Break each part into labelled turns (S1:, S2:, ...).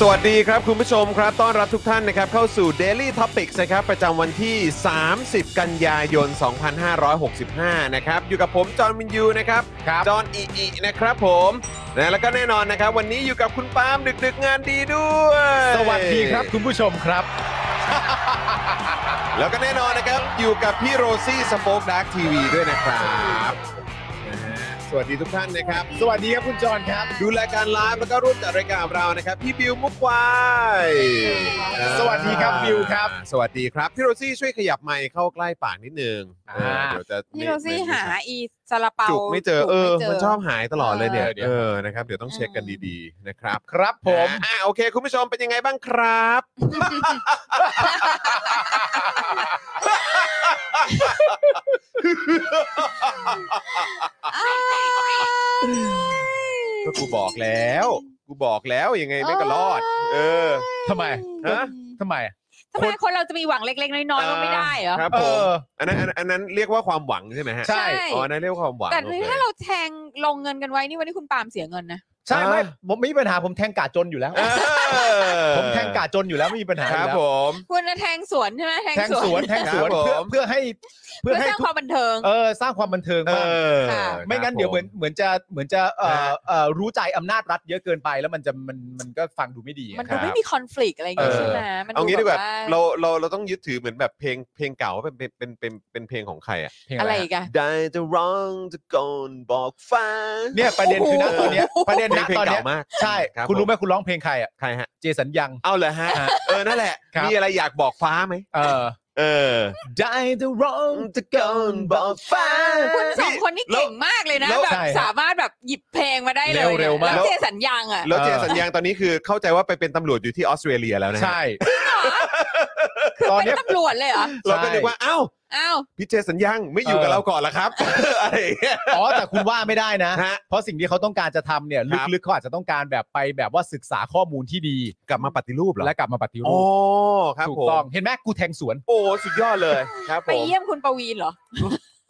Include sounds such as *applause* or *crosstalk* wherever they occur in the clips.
S1: สวัสดีครับ คุณผู้ชมครับต้อนรับทุกท่านนะครับเข้าสู่ Daily Topics นะครับประจำวันที่ 30 กันยายน 2565 นะครับอยู่กับผมจอห์นวินยูนะครับจอห์นอีอีนะครับผมนะแล้วก็แน่นอนนะครับ วันนี้อยู่กับคุณปาล์มดึกๆงานดีด้วย
S2: สวัสดีครับคุณผู้ชมครับ
S1: แล้วก็แน่นอนนะครับ อยู่กับพี่โรซี่สป็อคดักทีวีด้วยนะครับนะฮะสวัสดีทุกท่านนะครับ
S2: สวัสดีครับคุณจรครับ
S1: ดูรายการไลฟ์แล้วก็ร่วมจัดรายการเรานะครับ พี่บิวมุกควาย
S2: สวัสดีครับบิวครับ
S1: สวัสดีครับ พี่โรซี่ช่วยขยับไมค์เข้าใกล้ปากนิดนึงเออ
S2: อ่า
S1: เดี๋ยวจะ
S3: นี่เราซี่หาอีซาลาเปา
S1: จุกไม่เจอ
S3: จุก
S1: เออ
S3: ไ
S1: มันชอบหายตลอดเลยเนี่ย
S2: เออเดี๋ยว
S1: เออนะครับ เดี๋ยวต้องเช็คกันดีๆนะครับ
S2: ครับผม
S1: อ่าโอเค คุณผู้ชมเป็นยังไงบ้างครับ
S3: อ้าย
S1: ก็กูบอกแล้ว กูบอกแล้วยังไงแม่งก็รอด เออ
S2: ทำไม
S1: ฮะ
S2: ทำไม
S3: ทำไมคนเราจะมีหวังเล็ก ๆ น้อยๆว่าไม่ได้เหรอ
S1: ครับ
S2: เอ
S1: ผม
S2: อ
S1: อันนั้นอันนั้นอันนั้นเรียกว่าความหวังใช่ไหมฮะ
S2: ใช่
S1: อ๋ออันนั้นเรียกว่าความหวัง
S3: แต่
S1: โอเค
S3: ถ้าเราแทงลงเงินกันไว้นี่วันนี้คุณปาล์มเสียเงินนะ
S2: ใช่ไหม
S1: อ่า
S2: ผมไม่มีปัญหาผมแทงกาจนอยู่แล้ว
S1: เออ
S2: ผมแทงกาจนอยู่แล้วไม่มีปัญหาอ
S1: ค
S2: ยู่
S1: รับ
S2: แล้ว
S1: ผม
S3: คุณจะแทงสวนใช่ไหมแทง
S2: แทงสวนแทงสวน
S1: ครับ
S2: เพื่อ
S1: ผม
S2: เพื่อให้เพื่
S3: เพื่
S2: อ
S3: อ
S2: ให้
S3: สร้าง
S2: ทุก
S3: ความบันเทิง
S2: เออสร้างความบันเทิง
S1: เอ
S2: บ้าง
S1: อค
S3: ค่ะ
S1: รับ
S2: ไม่งั้นเดี๋ยวเหมือนเหมือนจะเหมือนจะเอ่อเอ่อรู้ใจอำนาจรัฐเยอะเกินไปแล้วมันจะมันมันก็ฟังดูไม่ดี
S3: มัน
S2: ค
S3: ดู
S2: รับ
S3: ไม่มีคอน FLICT อะไรอย่างเงี้ย
S2: เออ
S3: ใช่ไหมมัน
S1: เอางี้ดีกว่า
S3: แบบ
S1: เราเราเราต้องยึดถือเหมือนแบบเพลงเพลงเก่าว่าเป็นเป็นเป็นเป็นเป็นเพลงของใครอ่ะ
S2: เพลง
S3: อะไรอีกอะ
S1: ได้จะร้องจะกนบอกฟ้า
S2: เนี่ยประเด็นคือนะตอนเนี้ยประเด็น
S1: เพล
S2: นะ
S1: งเพลง
S2: ตอน
S1: เก่า
S2: เนี้ย
S1: มาก
S2: ใช่
S1: บ
S2: คุณรู้ไหม
S1: ผ
S2: คุณร้องเพลงใครอ่ะ
S1: ใครฮะ
S2: เจสันยัง
S1: เอาเลยฮะ
S2: ฮะ
S1: เออนั่นแหละ
S2: ครับ
S1: มีอะไรอยากบอกฟ้าไหม
S2: เอ
S1: *laughs*
S2: อ
S1: เออ
S2: ได้แต่ร้องตะโกนบอกฟ้า
S3: คุณสองคนนี่เก่งมากเลยนะ
S1: แล้ว
S3: แบบ
S2: ใช่ครับ
S3: สามารถแบบหยิบเพลงมาได้เลยนี่ย
S2: เร็วๆมาก
S3: แล้วเจสัญญางอ่ะ
S1: แล้วเจ
S2: เออ
S1: สัญญาณตอนนี้คือเข้าใจว่าไปเป็นตำรวจอยู่ที่ออสเตรเลียแล้วนะฮะ
S2: ใช่
S3: คือ
S2: ตอน
S3: เป็น
S2: เนี้ย
S3: ตำรวจเลยเหรอ
S1: เราก็
S2: ใช่
S1: นึกว่าเอ้า
S3: อ้าว
S1: พี่เจสัญญาณไม่อยู่
S2: เออ
S1: กับเราก่อนละครับ อะไรอย่างเงี้ย
S2: อ๋อแต่คุณว่าไม่ได้นะ
S1: ฮะ
S2: เพราะสิ่งที่เขาต้องการจะทำเนี่ย
S1: ครับ
S2: ลึกๆเขาอาจจะต้องการแบบไปแบบว่าศึกษาข้อมูลที่ดี
S1: กลับมาปฏิรูปเหรอ
S2: และกลับมาปฏิรู
S1: อ๋อ
S2: ป
S1: ครับ
S2: ถูก
S1: ผม
S2: ต้องเห็นไหมกูแทงสวน
S1: โอ้สุดยอดเลยครับ
S3: ไป
S1: ผม
S3: เยี่ยมคุณปวีนเหรอ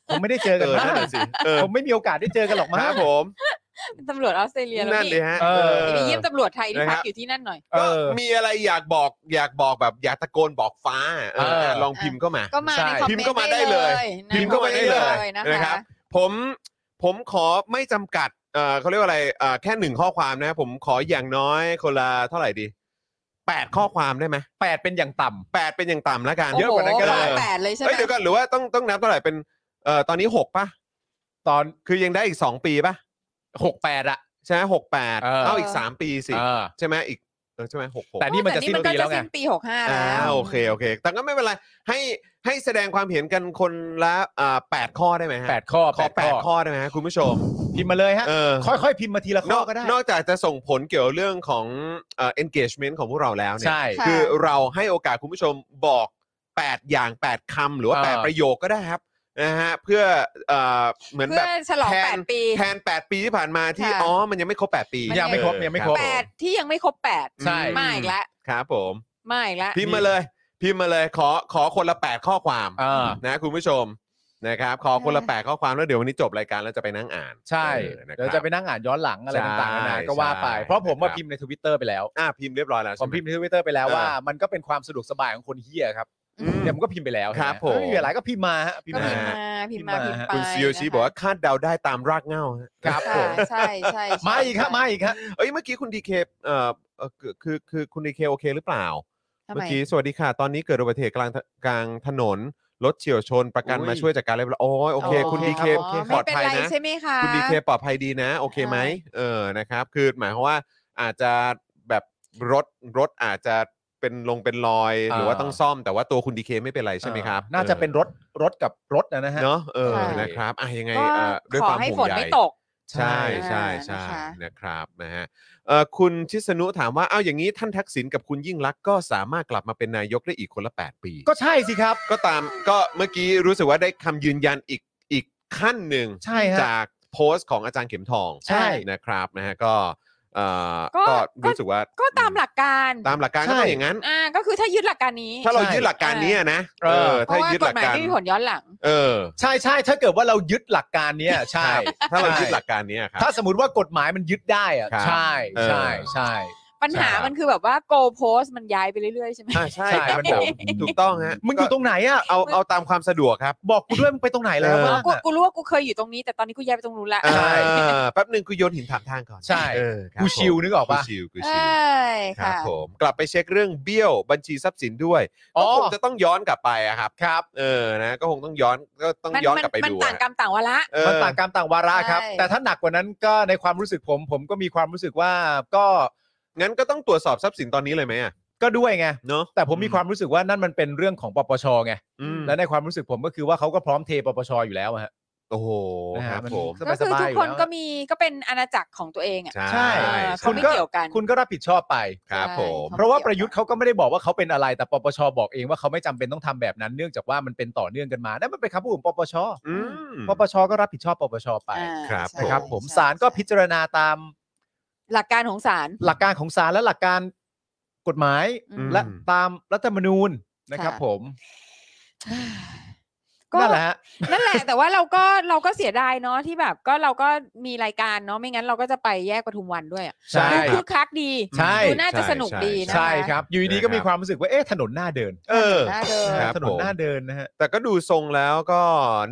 S2: ผมไม่ได้เจอ
S1: เอ
S2: กัน
S1: อ
S2: มา
S1: นั่น
S2: ก
S1: นะสิเออ
S2: ผมไม่มีโอกาสได้เจอกันหรอก
S1: ค
S2: มา
S1: รั
S2: ก
S1: บผม
S3: เป็นตำรวจออสเตรเลียแล้ว
S1: นั่น
S3: นี่
S1: เลยฮะ
S2: เออ
S1: เออ
S3: ไปเยี่ยมตำรวจไทยที่
S1: นะครับ
S3: พักอยู่ที่นั่นหน่อย
S2: เอ
S1: ก็
S2: อ
S1: มีอะไรอยากบอกอยากบอกแบบอยากตะโกนบอกฟ้าเออ
S2: เออ
S1: ลองพิมพ์เข้ามา
S3: ก็มา
S2: ใช่
S3: ในคอม
S1: พิมพ์
S3: เมน
S1: เข้า
S3: ต์
S1: มาได้
S3: ได้
S1: เล
S3: เลย ย
S1: พิมพ์เข้ามาได้เลย
S3: นะ
S1: นะครั
S3: คะ
S1: บ ผมผมขอไม่จำกัดเอ่อเขาเรียกว่าอะไรเอ่อแค่หนึ่งข้อความนะครับผมขออย่างน้อยคนละเท่าไหร่ดีแปดข้อความได้ไหม
S2: แปดเป็นอย่างต่ำ
S1: แปดเป็นอย่างต่ำละกัน
S3: โอ้
S1: เยอะ
S3: โห
S1: กว่านั้นก็ได้
S3: ร้อยแปดเลยใช่ไหม
S1: เอ้ยเดี๋ยวก่อนหรือว่าต้องต้องนับเท่าไหร่เป็นเอ่อตอนนี้หกป่ะ
S2: ตอน
S1: คือยังได้อีกสองปีป่ะ
S2: หกแปดอะ
S1: ใช่ไหมหกแปด
S2: เออ
S1: เอาอีกสามปีสิ
S2: เออ
S1: ใช่ไหมอีกเออใช่ไหมหกหก
S2: แต่ นี่มันจะสิ้นปีแล้วไง
S3: มันก็จะสิ้นปีหกห้าแล้
S1: อ่าว โอเคโอเค แต่ก็ไม่เป็นไรให้ให้แสดงความเห็นกันคนละอ่าแปดข้อได้ไหมฮะ
S2: แปดข้อ
S1: ขอแปดข้อได้ไหมฮะคุณผู้ชม
S2: พิมพ์มาเลยฮะ
S1: เออ
S2: ค่อยๆพิมพ์มาทีละ
S1: น
S2: ข้อ
S1: อก
S2: ก็ได้
S1: นอกจากจะส่งผลเกี่ยวเรื่องของเอ่อ engagement ของพวกเราแล้วเนี่ย
S2: ใช่
S3: ะ
S1: คือเราให้โอกาสคุณผู้ชมบอก 8 อย่าง 8คำหรือว่า
S2: เออ
S1: 8 ประโยคก็ได้ครับนะฮะเพื่อเอ่อเหมือน
S3: เพื่
S1: แบ
S3: อบ ฉลอง
S1: แทน
S3: แปดปี
S1: แทน 8 ปีที่ผ่านมาที่
S3: ค่ะ
S1: อ๋อมันยังไม่ครบ 8 ปี
S3: มันยั
S2: ยัง
S3: ง
S2: ไม่ครบยังไม่ครบ
S3: แปดที่ยังไม่ครบแปด
S2: ใช่
S3: มาอีกแล้ว
S1: ครับผม
S3: มาอีกแล้ว
S1: พิมพ์มาเลย พิมพ์มาเลยขอขอคนละ 8 ข้อความ
S2: เออ
S1: นะคุณผู้ชม นะครับขอคนละแปดข้อความแล้วเดี๋ยววันนี้จบรายการแล้วจะไปนั่งอ่าน
S2: ใช่
S1: ออนค
S2: เดี๋ยว
S1: รับ
S2: จะไปนั่งอ่านย้อนหลังอะไร
S1: ใช่
S2: ต่างๆนานาก็ว่าไป
S1: ใช่
S2: เพราะผมมา
S1: ครับ
S2: พิมพ์ในทวิตเตอร์ไปแล้ว
S1: อ่ะพิมพ์เรียบร้อยแล้ว
S2: ผม
S1: ใช่ไห
S2: พิมพ์ในทวิตเตอร์ไปแล้ว
S1: เออ
S2: ว่า มันก็เป็นความสะดวกสบายของคนเฮียครับ
S3: อืม
S2: เนี่ยผมก็พิมพ์ไปแล้ว
S1: ครับผ
S2: เห็นไห
S1: ม
S2: ไม่มีอะไรก็พิมพ์มาฮะพิม
S3: ก็
S2: พ์
S3: พิ
S2: มา
S3: มพ์มาพิมพ์มา
S2: พิ
S3: พิ
S2: ม
S3: ม
S2: พ์มา
S3: พ์ไป
S1: คุณซีโอชี
S3: นะคะ
S1: บอกว่าคาดเดาได้ตามรากเหง้าฮะ
S2: ครับผม
S3: ใช่ใช่ใช่
S2: มาอีกครับมาอีกครับ
S1: เอ้ยเมื่อกี้คุณดีเคเอ่อเอ่อคือคือคือคุณดีเคโอเคหรือเปล่า
S3: ทำ
S1: เมื่
S3: ไม
S1: อกี้สวัสดีค่ะ ตอนนี้เกิดอุบัติเหตุกลางกลางถนน รถเฉียวชนประกัน
S2: อุ๊ย
S1: มาช่วยจัดการเรียบร้อยโอ้ยโอเค
S2: อ๋อ
S1: คุณดีเค
S2: โอเคครับ
S1: ปลอดภัย
S3: ไม่เป็น
S1: นะ
S3: ไรใช่ไหมคะ
S1: คุณดีเคปลอดภัยดีนะ โอเคไหม
S3: ใช่
S1: เออนะครับ คือหมายความว่าอาจจะแบบรถรถอาจจะเป็นลงเป็นรอย
S2: อ่า
S1: หรือว่าต้องซ่อมแต่ว่าตัวคุณดีเคไม่เป็นไรใช่ไหมครับ
S2: น่าจะเป็นรถรถกับรถนะฮะ
S1: เนาะเออ
S3: ใช่
S1: นะครับอ่ะยังไง
S3: ก็
S1: เอ่อด้วย
S3: ข
S1: ค
S3: อ
S1: วาม
S3: ให้
S1: ห่วง
S3: ฝน
S1: ใย
S3: ไม่ตก
S1: ใช่ใช่
S3: อ่า
S1: ใช่
S3: นะคะ
S1: นะครับนะฮะเอ่อคุณชิสนุถามว่า เอ้าอย่างนี้ท่านทักษิณกับคุณยิ่งรักษณ์ก็สามารถกลับมาเป็นนายกได้อีกคนละ 8 ปี
S2: ก็ใช่สิครับ
S1: ก็ตามก็เมื่อกี้รู้สึกว่าได้คำยืนยันอีกอีกขั้นหนึ่ง
S2: ใช่ฮะ
S1: จากโพสต์ของอาจารย์เข็มทอง
S2: ใช่
S1: นะครับนะฮะก็เอ่อ
S3: ก็
S1: ก็รู้สึกว่า
S3: ก็ตามหลักการ
S1: ตามหลักการก็ต้องอย่างนั้น
S3: อ่าก็คือถ้ายึดหลักการนี้
S1: ถ้าเรา
S2: ใช่
S1: ยึดหลักการเนี้ยนะ
S2: เออ
S3: เพ
S1: ถ้า
S3: ราะว่า
S1: ยึด
S3: ก
S1: ห
S3: ฎ
S1: ลัก
S3: หมาย
S1: การ
S3: ไม่มีผลย้อนหลัง
S1: เออ
S2: ใช่ใช่ถ้าเกิดว่าเรายึดหลักการเนี้ยใช่
S1: ถ้าเรายึดหลักการเนี้ยครั
S2: ถ้า
S1: บ
S2: สมมติว่ากฎหมายมันยึดได้อะ
S1: ครับ
S2: ใช่
S1: เออ
S2: ใช่ใช่
S3: ปัญหามันคือแบบว่า go post มันย้ายไปเรื่อยๆใช่ไหม
S1: อ่าใช่
S2: ใช่
S1: ครับ
S2: มัน
S1: ผม
S2: แบบ
S1: ถูกต้องฮะ
S2: มึงอยู่ตรงไหนอ่ะ
S1: เอาเอาตามความสะดวกครับ
S2: บอกกูด้วยมึงไปตรงไหนแล้ว
S1: เออ
S2: บ้าง
S3: กู
S2: อะ
S3: กูรู้ว่ากูเคยอยู่ตรงนี้ แต่ตอนนี้กูย้ายไปตรงนู้นละ
S1: เอ
S2: ใช่
S1: อแป๊บหนึ่งกูโยนหินถามทางก่อน
S2: ใช่
S1: เออครับ
S2: กูชิว
S1: ผม
S2: นึกออก
S1: กู
S2: ปะ
S1: ชิวกู
S3: ใช
S1: ชิว
S3: ่
S1: ครับ
S3: ค่ะ
S1: ผมกลับไปเช็คเรื่องเบี้ยวบัญชีทรัพย์สินด้วย
S2: อ๋
S1: ก็
S2: อ
S1: คงจะต้องย้อนกลับไปอะครับ
S2: ครับ
S1: เออนะก็คงต้องย้อนก็ต้อง
S3: มัน
S1: ย้อน
S3: มัน
S1: กลับไป
S3: มัน
S1: ดู
S3: ต่างกรรมต่างวาระ
S1: เออ
S2: มันต่างกรรมต่างวาระครับ
S3: ใช่
S2: แต่ถ้าหนักกว่านั้นก็ในความรู้สึกผม ผมก็มีความรู้สึกว่าก็
S1: งั้นก็ต้องตรวจสอบทรัพย์สินตอนนี้เลยไหมอะ
S2: ก็ด้วยไง
S1: เนาะ
S2: แต่ผมมีความรู้สึกว่านั่นมันเป็นเรื่องของปปชไง
S1: อืม
S2: และในความรู้สึกผมก็คือว่าเขาก็พร้อมเทปปปชอยู่แล้วอะฮะ
S1: โอ้โห
S2: นะ
S1: ค
S2: ฮะ
S1: รับ
S2: มัน
S1: ผม
S2: สบายๆ
S3: ก็คือทุกค
S2: อยู่
S3: น
S2: แล้ว
S3: ก็มีก็เป็นอาณาจักรของตัวเองอ่ะ
S1: ใช่
S2: ใช่
S3: เออ
S1: คุ
S3: เขา
S1: ณ
S3: ไม่
S1: ก็
S3: เกี่ยวกัน
S2: คุณก็รับผิดชอบไป
S1: ครับ
S3: ใช่
S1: ผม
S2: เพราะว่าประยุทธ์เขาก็ไม่ได้บอกว่าเขาเป็นอะไรแต่ปปชบอกเองว่าเขาไม่จำเป็นต้องทำแบบนั้นเนื่องจากว่ามันเป็นต่อเนื่องกันมานั่นมันเป็นคำพูดของปปช
S1: อืม
S2: ปปชก็รับผิดชอบปปชไป
S3: อ่า
S1: ครับ
S3: ใช่
S2: นะครับ
S3: ใช่
S2: ผม
S3: ใช่
S2: ศาลก็พิจารณาตาม
S3: หลักการของศาล
S2: หลักการของศาลและหลักการกฎหมาย
S3: อืม
S2: และตามรัฐธรรมนูญนะครับ ผม
S3: ก็
S2: นั่นแหละฮะ
S3: นั่นแหละ แต่ว่าเราก็เราก็เสียดายเนาะที่แบบก็เราก็มีรายการเนาะไม่งั้นเราก็จะไปแยกปทุมวันด้วยอะ
S2: ใช่
S3: ดู
S2: รับ
S3: คึกคักดี
S2: ใช่
S3: ดูน่าจะสนุกดีนะคะ
S2: ใช่ครับอยู่ดีๆก็มี
S1: นะครับ
S2: ความรู้สึกว่าเอ๊ะถนนหน้าเดิน
S1: เออ
S3: น่าเดิน
S1: ครับ
S2: ถนนหน้าเดินนะฮะ
S1: แต่ก็ดูทรงแล้วก็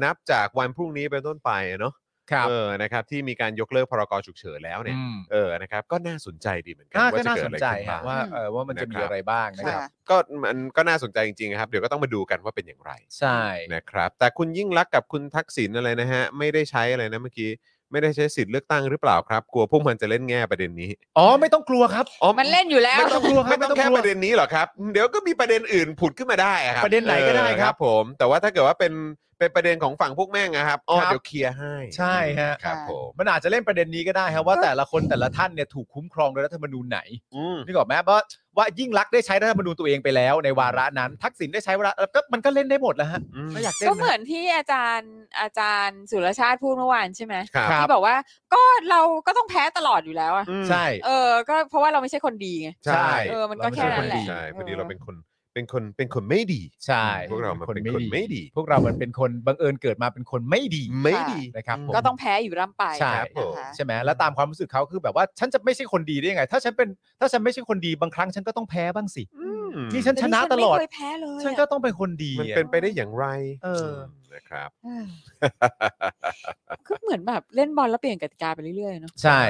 S1: นับจากวันพรุ่งนี้เป็นต้นไปอะเนาะ
S2: ครับ
S1: เออนะครับที่มีการยกเลิกพรกฉุกเฉินแล้วเนี่ย
S2: อืม
S1: เออนะครับก็น่าสนใจดีเหมือนกั
S2: อ่าก็
S1: ว่าจะ
S2: น่า
S1: เกิด
S2: ส
S1: อะ
S2: น
S1: ไร
S2: ใจ
S1: ขึ้น
S2: ฮะ
S1: บ้าง
S2: ว่าเออว่ามันจะมีอะไรบ้างนะครับ
S3: ค่ะ
S1: ก็มันก็น่าสนใจจริงๆครับ เดี๋ยวก็ต้องมาดูกันว่าเป็นอย่างไร
S2: ใช่
S1: นะครับ แต่คุณยิ่งรักษณ์กับคุณทักษิณอะไรนะฮะ ไม่ได้ใช้อะไรนะเมื่อกี้ ไม่ได้ใช้สิทธิ์เลือกตั้งหรือเปล่าครับ กลัวพวกมันจะเล่นแง่ประเด็นนี้
S2: อ๋อไม่ต้องกลัวครับ
S1: อ๋อ
S3: มันเล่นอยู่แล้ว
S1: ไม่ต้อง
S2: ไม่ต้องกลัวครับ
S1: ไม่ต้อง
S2: ไม่
S1: แค่
S2: ต้องกลัว
S1: ประเด็นนี้หรอกครับ เดี๋ยวก็มีประเด็นอื่นผุดขึ้นมาได้อครับ
S2: ประเด็นไหนก็ได้
S1: เออ
S2: ครับ
S1: ผม แต่ว่าถ้าเกิดว่าเป็นเป็นประเด็นของฝั่งพวกแม่งนะครับอ๋อ
S2: ครับ
S1: เดี๋ยวเคลียร์ให้
S2: ใช่
S1: ครั
S2: ฮะ
S1: บ
S3: ค่ะ
S1: ผม
S2: มันอาจจะเล่นประเด็นนี้ก็ได้ครับว่าแต่ละคนแต่ละท่านเนี่ยถูกคุ้มครองโดยรัฐธรรมนูญไหน
S1: อืม
S2: นึกออกไหมว่าว่ายิ่งรักษณ์ได้ใช้รัฐธรรมนูญตัวเองไปแล้ว ในวาระนั้น ทักษิณได้ใช้วาระก็มันก็เล่นได้หมดแล้วฮะ
S1: อืม
S2: ไม่อยากเล่น
S3: ก็
S2: นะ
S3: เหมือนที่อาจารย์อาจารย์สุรชาติพูดเมื่อวานใช่ไหม
S1: ครับ
S2: ค รั บ
S3: ที่บอกว่าก็เราก็ต้องแพ้ตลอดอยู่แล้วอะ
S1: อืม
S2: ใช่
S3: เออ ก็เพราะว่าเราไม่ใช่คนดีไง
S1: ใช่
S3: เออมันก็แค่นั้นแหละ
S1: ใช่พอดีเราเป็นคนเป็นคนเป็นคนไม่ดี
S2: ใช่
S1: พวกเรามันเป็นคนไม่ดี
S2: พวกเรามันเป็นคนบังเอิญเกิดมาเป็นคนไม่ดี
S1: ไม่ดี
S2: นะครับผม
S3: ก็ต้องแพ้อยู่ร่ำไป
S2: ใช่
S3: นะคะ
S2: ใช่ไหมแล้วตามความรู้สึกเขาคือแบบว่าฉันจะไม่ใช่คนดีได้ยังไง ถ้าฉันเป็นถ้าฉันไม่ใช่คนดีบางครั้งฉันก็ต้องแพ้บ้างสิ
S1: อืม
S2: นี่ฉันชนะตลอด
S3: ไม่เคยแพ้เลย
S2: ฉันก็ต้องเป็นคนดี
S1: มัน
S2: อะ
S1: เป็นไปได้อย่างไร
S2: เออ
S1: มนะครับ
S3: คือเหมือนแบบเล่นบอลแล้วเปลี่ยนกติกาไปเรื่อยๆเนาะ
S2: ใช่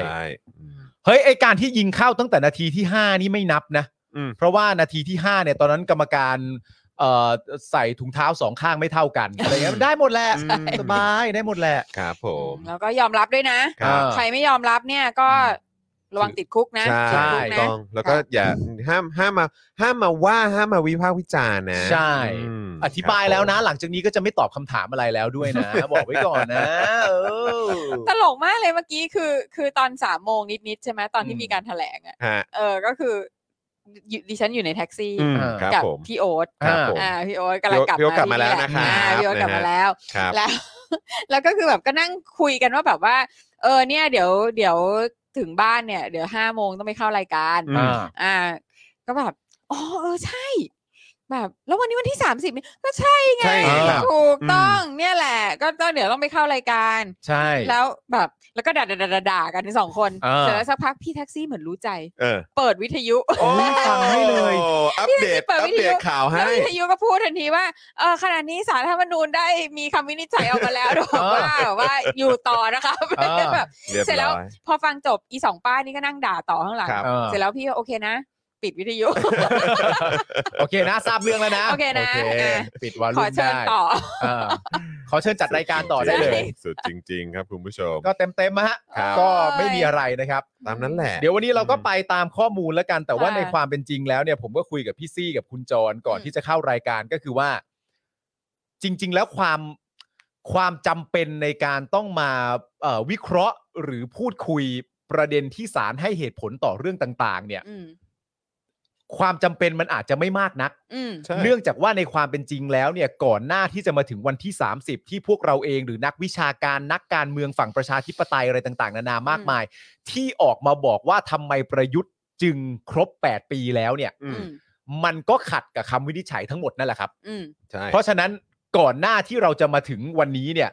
S2: เฮ้ยไอการที่ยิงเข้าตั้งแต่นาทีที่ 5 นี่ไม่นับนะ
S1: อืม
S2: เพราะว่านาทีที่ 5 เนี่ยตอนนั้นกรรมการเอ่อใส่ถุงเท้าสองข้างไม่เท่ากันอะไรเงี้ยได้หมดแหละสบายได้หมดแหละ
S1: ครับผม
S3: แล้วก็ยอมรับด้วยนะ
S1: ครับ
S3: ใครไม่ยอมรับเนี่ยก็ระวังติดคุกนะ
S1: ใช่
S3: ติดคุกนะ
S1: ต้องแล้วก็อย่าห้ามห้ามมาห้ามมาว่าห้ามมาวิพากษ์วิจารณ์นะ
S2: ใช่
S1: อืม
S2: อธิบายแล้วนะ หลังจากนี้ก็จะไม่ตอบคำถามอะไรแล้วด้วยนะ บอกไว้ก่อนนะเออ
S3: ตลกมากเลยเมื่อกี้คือ คือตอนสามโมงนิดๆใช่ไหมตอนที่
S2: อืม
S3: มีการแถลงอ่ะ
S1: ฮะ
S3: เออก็คืออยู่ดิฉันอยู่ในแท็กซี่
S1: อืมครับ
S3: กั
S1: ผม
S3: พี่โอ๊ต
S1: ครับผม
S3: อ่าพี่โอ๊ตกำลังกลับ
S1: พี่โอ๊ตกลับมาแล้ว
S3: ที่
S1: นะครับ
S3: อ่าพี่โอ๊ตกลับ
S1: นะฮะ
S3: มาแล้ว
S1: ครับ
S3: แล้ว *laughs* แล้วก็คือแบบก็นั่งคุยกันว่าแบบว่า เออเนี่ยเดี๋ยวเดี๋ยวถึงบ้านเนี่ย เดี๋ยวห้าโมงต้องไปเข้ารายการ
S1: อืม
S3: อ่า ก็แบบอ๋อเออใช่ แบบ แล้ววันนี้วันที่ สามสิบก็ใช่ไง
S1: ใช่ครับ
S3: ถูกต้องเนี่ยแหละ ก็ต้องเดี๋ยวต้องไปเข้ารายการ
S2: ใช่
S3: แล้วแบบแล้วก็ด่าด่าด่าด่าด่ากันสองคน
S2: เออ
S3: เสร็จแล้วสักพักพี่แท็กซี่เหมือนรู้ใจ
S1: เออ
S3: เปิดวิทยุ
S1: โอ้
S2: ฟังให้เลย
S1: อัปเดต
S3: เปิด
S1: อั
S3: วิ
S1: ป
S3: ท
S1: เด
S3: ยุ
S1: ตข่าว
S3: แล้ว
S1: ให้
S3: วิทยุก็พูดทันทีว่าเออขณะนี้สารรัฐธรรมนูญได้มีคำวินิจฉัยออกมาแล้ว *laughs* บอกว่าว่าอยู่ต่อนะครับ
S2: *laughs* เออ
S3: แบบ
S1: เรียบ
S3: เสร็จแล้ว
S1: ร้อย
S3: พอฟังจบอีสองป้านี่ก็นั่งด่าต่อข้างหลัง
S1: ครับ
S2: เออ
S3: เสร็จแล้วพี่ก็โอเคนะ ปิดวิทยุ
S2: โอเคนะ ทราบเรื่องแล้วนะ
S3: โอเคนะ
S2: โอ *laughs* เค
S3: อ่ะ
S2: ปิดวา
S3: ข
S2: ลุ่
S3: อ
S2: ม
S3: เชิญ
S2: ได้
S3: ต่อ
S2: เออขอเชิญจัดรายการต่อได้เลย
S1: สุดจริง ๆ ครับคุณผู้ชม
S2: ก็เต็มเต็มๆนะฮะ
S3: ครับ
S2: ก็ไม่มีอะไรนะครับ
S1: ตามนั้นแหละ
S2: เดี๋ยววันนี้เราก็ไปตามข้อมูลแล้วกันแต่ว่า
S3: อ่า
S2: ในความเป็นจริงแล้วเนี่ย ผมก็คุยกับพี่ซี่กับคุณจรก่อน
S3: อืม
S2: ที่จะเข้ารายการก็คือว่า จริง ๆ แล้วความความจำเป็นในการต้องมาเอ่อวิเคราะห์หรือพูดคุยประเด็นที่ศาลให้เหตุผลต่อเรื่องต่าง ๆ เนี่ย
S3: อืม
S2: ความจำเป็นมันอาจจะไม่มากนัก
S3: อืม
S1: ใช่
S2: เนื่องจากว่าในความเป็นจริงแล้วเนี่ยก่อนหน้าที่จะมาถึงวันที่ 30 ที่พวกเราเองหรือนักวิชาการนักการเมืองฝั่งประชาธิปไตยอะไรต่างๆ นานามากมาย ที่ออกมาบอกว่าทำไมประยุทธ์จึงครบ 8 ปีแล้วเนี่ย
S1: อืม
S2: มันก็ขัดกับคำวินิจฉัยทั้งหมดนั่นแหละครับ
S3: อืม
S1: ใช่
S2: เพราะฉะนั้นก่อนหน้าที่เราจะมาถึงวันนี้เนี่ย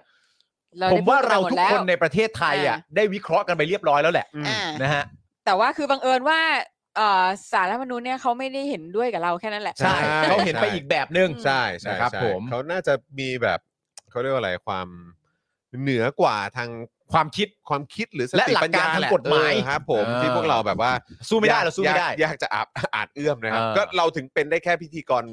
S3: ได้
S2: ผมว่าเราทุกคน
S3: พูดไปหมด
S2: ใน
S3: แล้ว
S2: ประเทศไทยอ่ะ
S3: อ่า
S2: ได้วิเคราะห์กันไปเรียบร้อยแล้วแหละ
S1: อืม
S3: อ่า
S2: นะฮะ
S3: แต่ว่าคือบังเอิญว่าเอ่อสารรัฐธรรมนูญเนี่ยเขาไม่ได้เห็นด้วยกับเราแค่นั้นแหละ
S1: ใช่
S2: ใช่เขาเห็นไปอีกแบบหนึ่ง
S1: ใช่ใช่
S2: นะครับ
S1: ใช่
S2: ผม
S1: เขาน่าจะมีแบบเขาเรียกว่าอะไรความเหนือกว่าทาง
S2: ความคิด
S1: ความคิดหรือส
S2: และ
S1: ติ
S2: หลัก
S1: ปัญญา
S2: การทาง
S1: แหละ
S2: กฎหมาย
S1: เออครับ ผม
S2: เออ
S1: ที่พวกเราแบบว่า
S2: สู้ไม่ได้
S1: ยก
S2: เราสู้ไม่ได้
S1: ยากยากจะอาบ *laughs* อาจเอื้อมนะครับ
S2: เออ
S1: ก็เราถึงเป็นได้แค่พิธีกร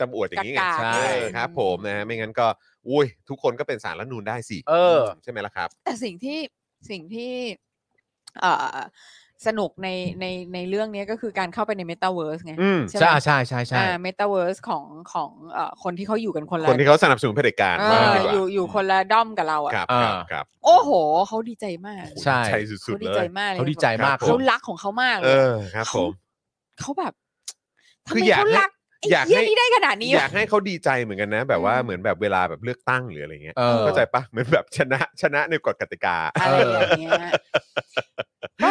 S1: จำอวดอย่างนี้ไง
S3: กากๆ
S1: เอ
S2: ใช่
S1: อครับ ผมนะฮะไม่งั้นก็อุ้ยทุกคนก็เป็นสารรัฐธรรมนูนได้สิ
S2: เออ
S1: ใช่ไหมล่ะครับ
S3: แต่สิ่งที่สิ่งที่เอ่อสนุกในในในเรื่องเนี้ยก็คือการเข้าไปในเมตาเวิร์สไง
S1: อืม
S3: ใช่ไหม
S2: ใช่ใช่ใช่ใช่
S3: อ่าเมตาเวิร์สของของเอ่อคนที่เขาอยู่กันคนละ
S1: คนที่เขาสนับสนุนเผด็จการ
S3: เอ
S1: ว่า
S3: อ
S1: ดีกว่า
S3: อยู่อยู่คนละด้อมกับเรา
S1: ครับครับ
S3: อ่ะ
S2: อ่า
S1: ครับ
S3: โอ้โหเขาดีใจมาก
S2: ใช่
S1: ใช่สุด
S3: เขา
S1: ๆ
S3: ดี
S1: เล
S3: ใจ
S1: ย
S3: มากเลย
S2: เขาดีใจมาก
S3: เขารักของเขามากเล
S1: เอย อครับผม
S3: เขาแบบทำ
S1: คือ
S3: ไม
S1: อยาก
S3: เขา
S1: ให้
S3: รักไอ้
S1: อยาก
S3: เหี้ย
S1: ให้
S3: นี่ได้ขนาดนี้
S1: อ
S3: วะ
S1: ยากให้เขาดีใจเหมือนกันนะ แบบว่า
S3: อืม
S1: เหมือนแบบเวลาแบบเลือกตั้งหรืออะไรเงี้ย
S2: เออ
S1: เข้าใจปะเหมือนแบบชนะชนะในกฎกติ
S3: *laughs*
S1: กา
S3: อะไรอย่างเงี้ย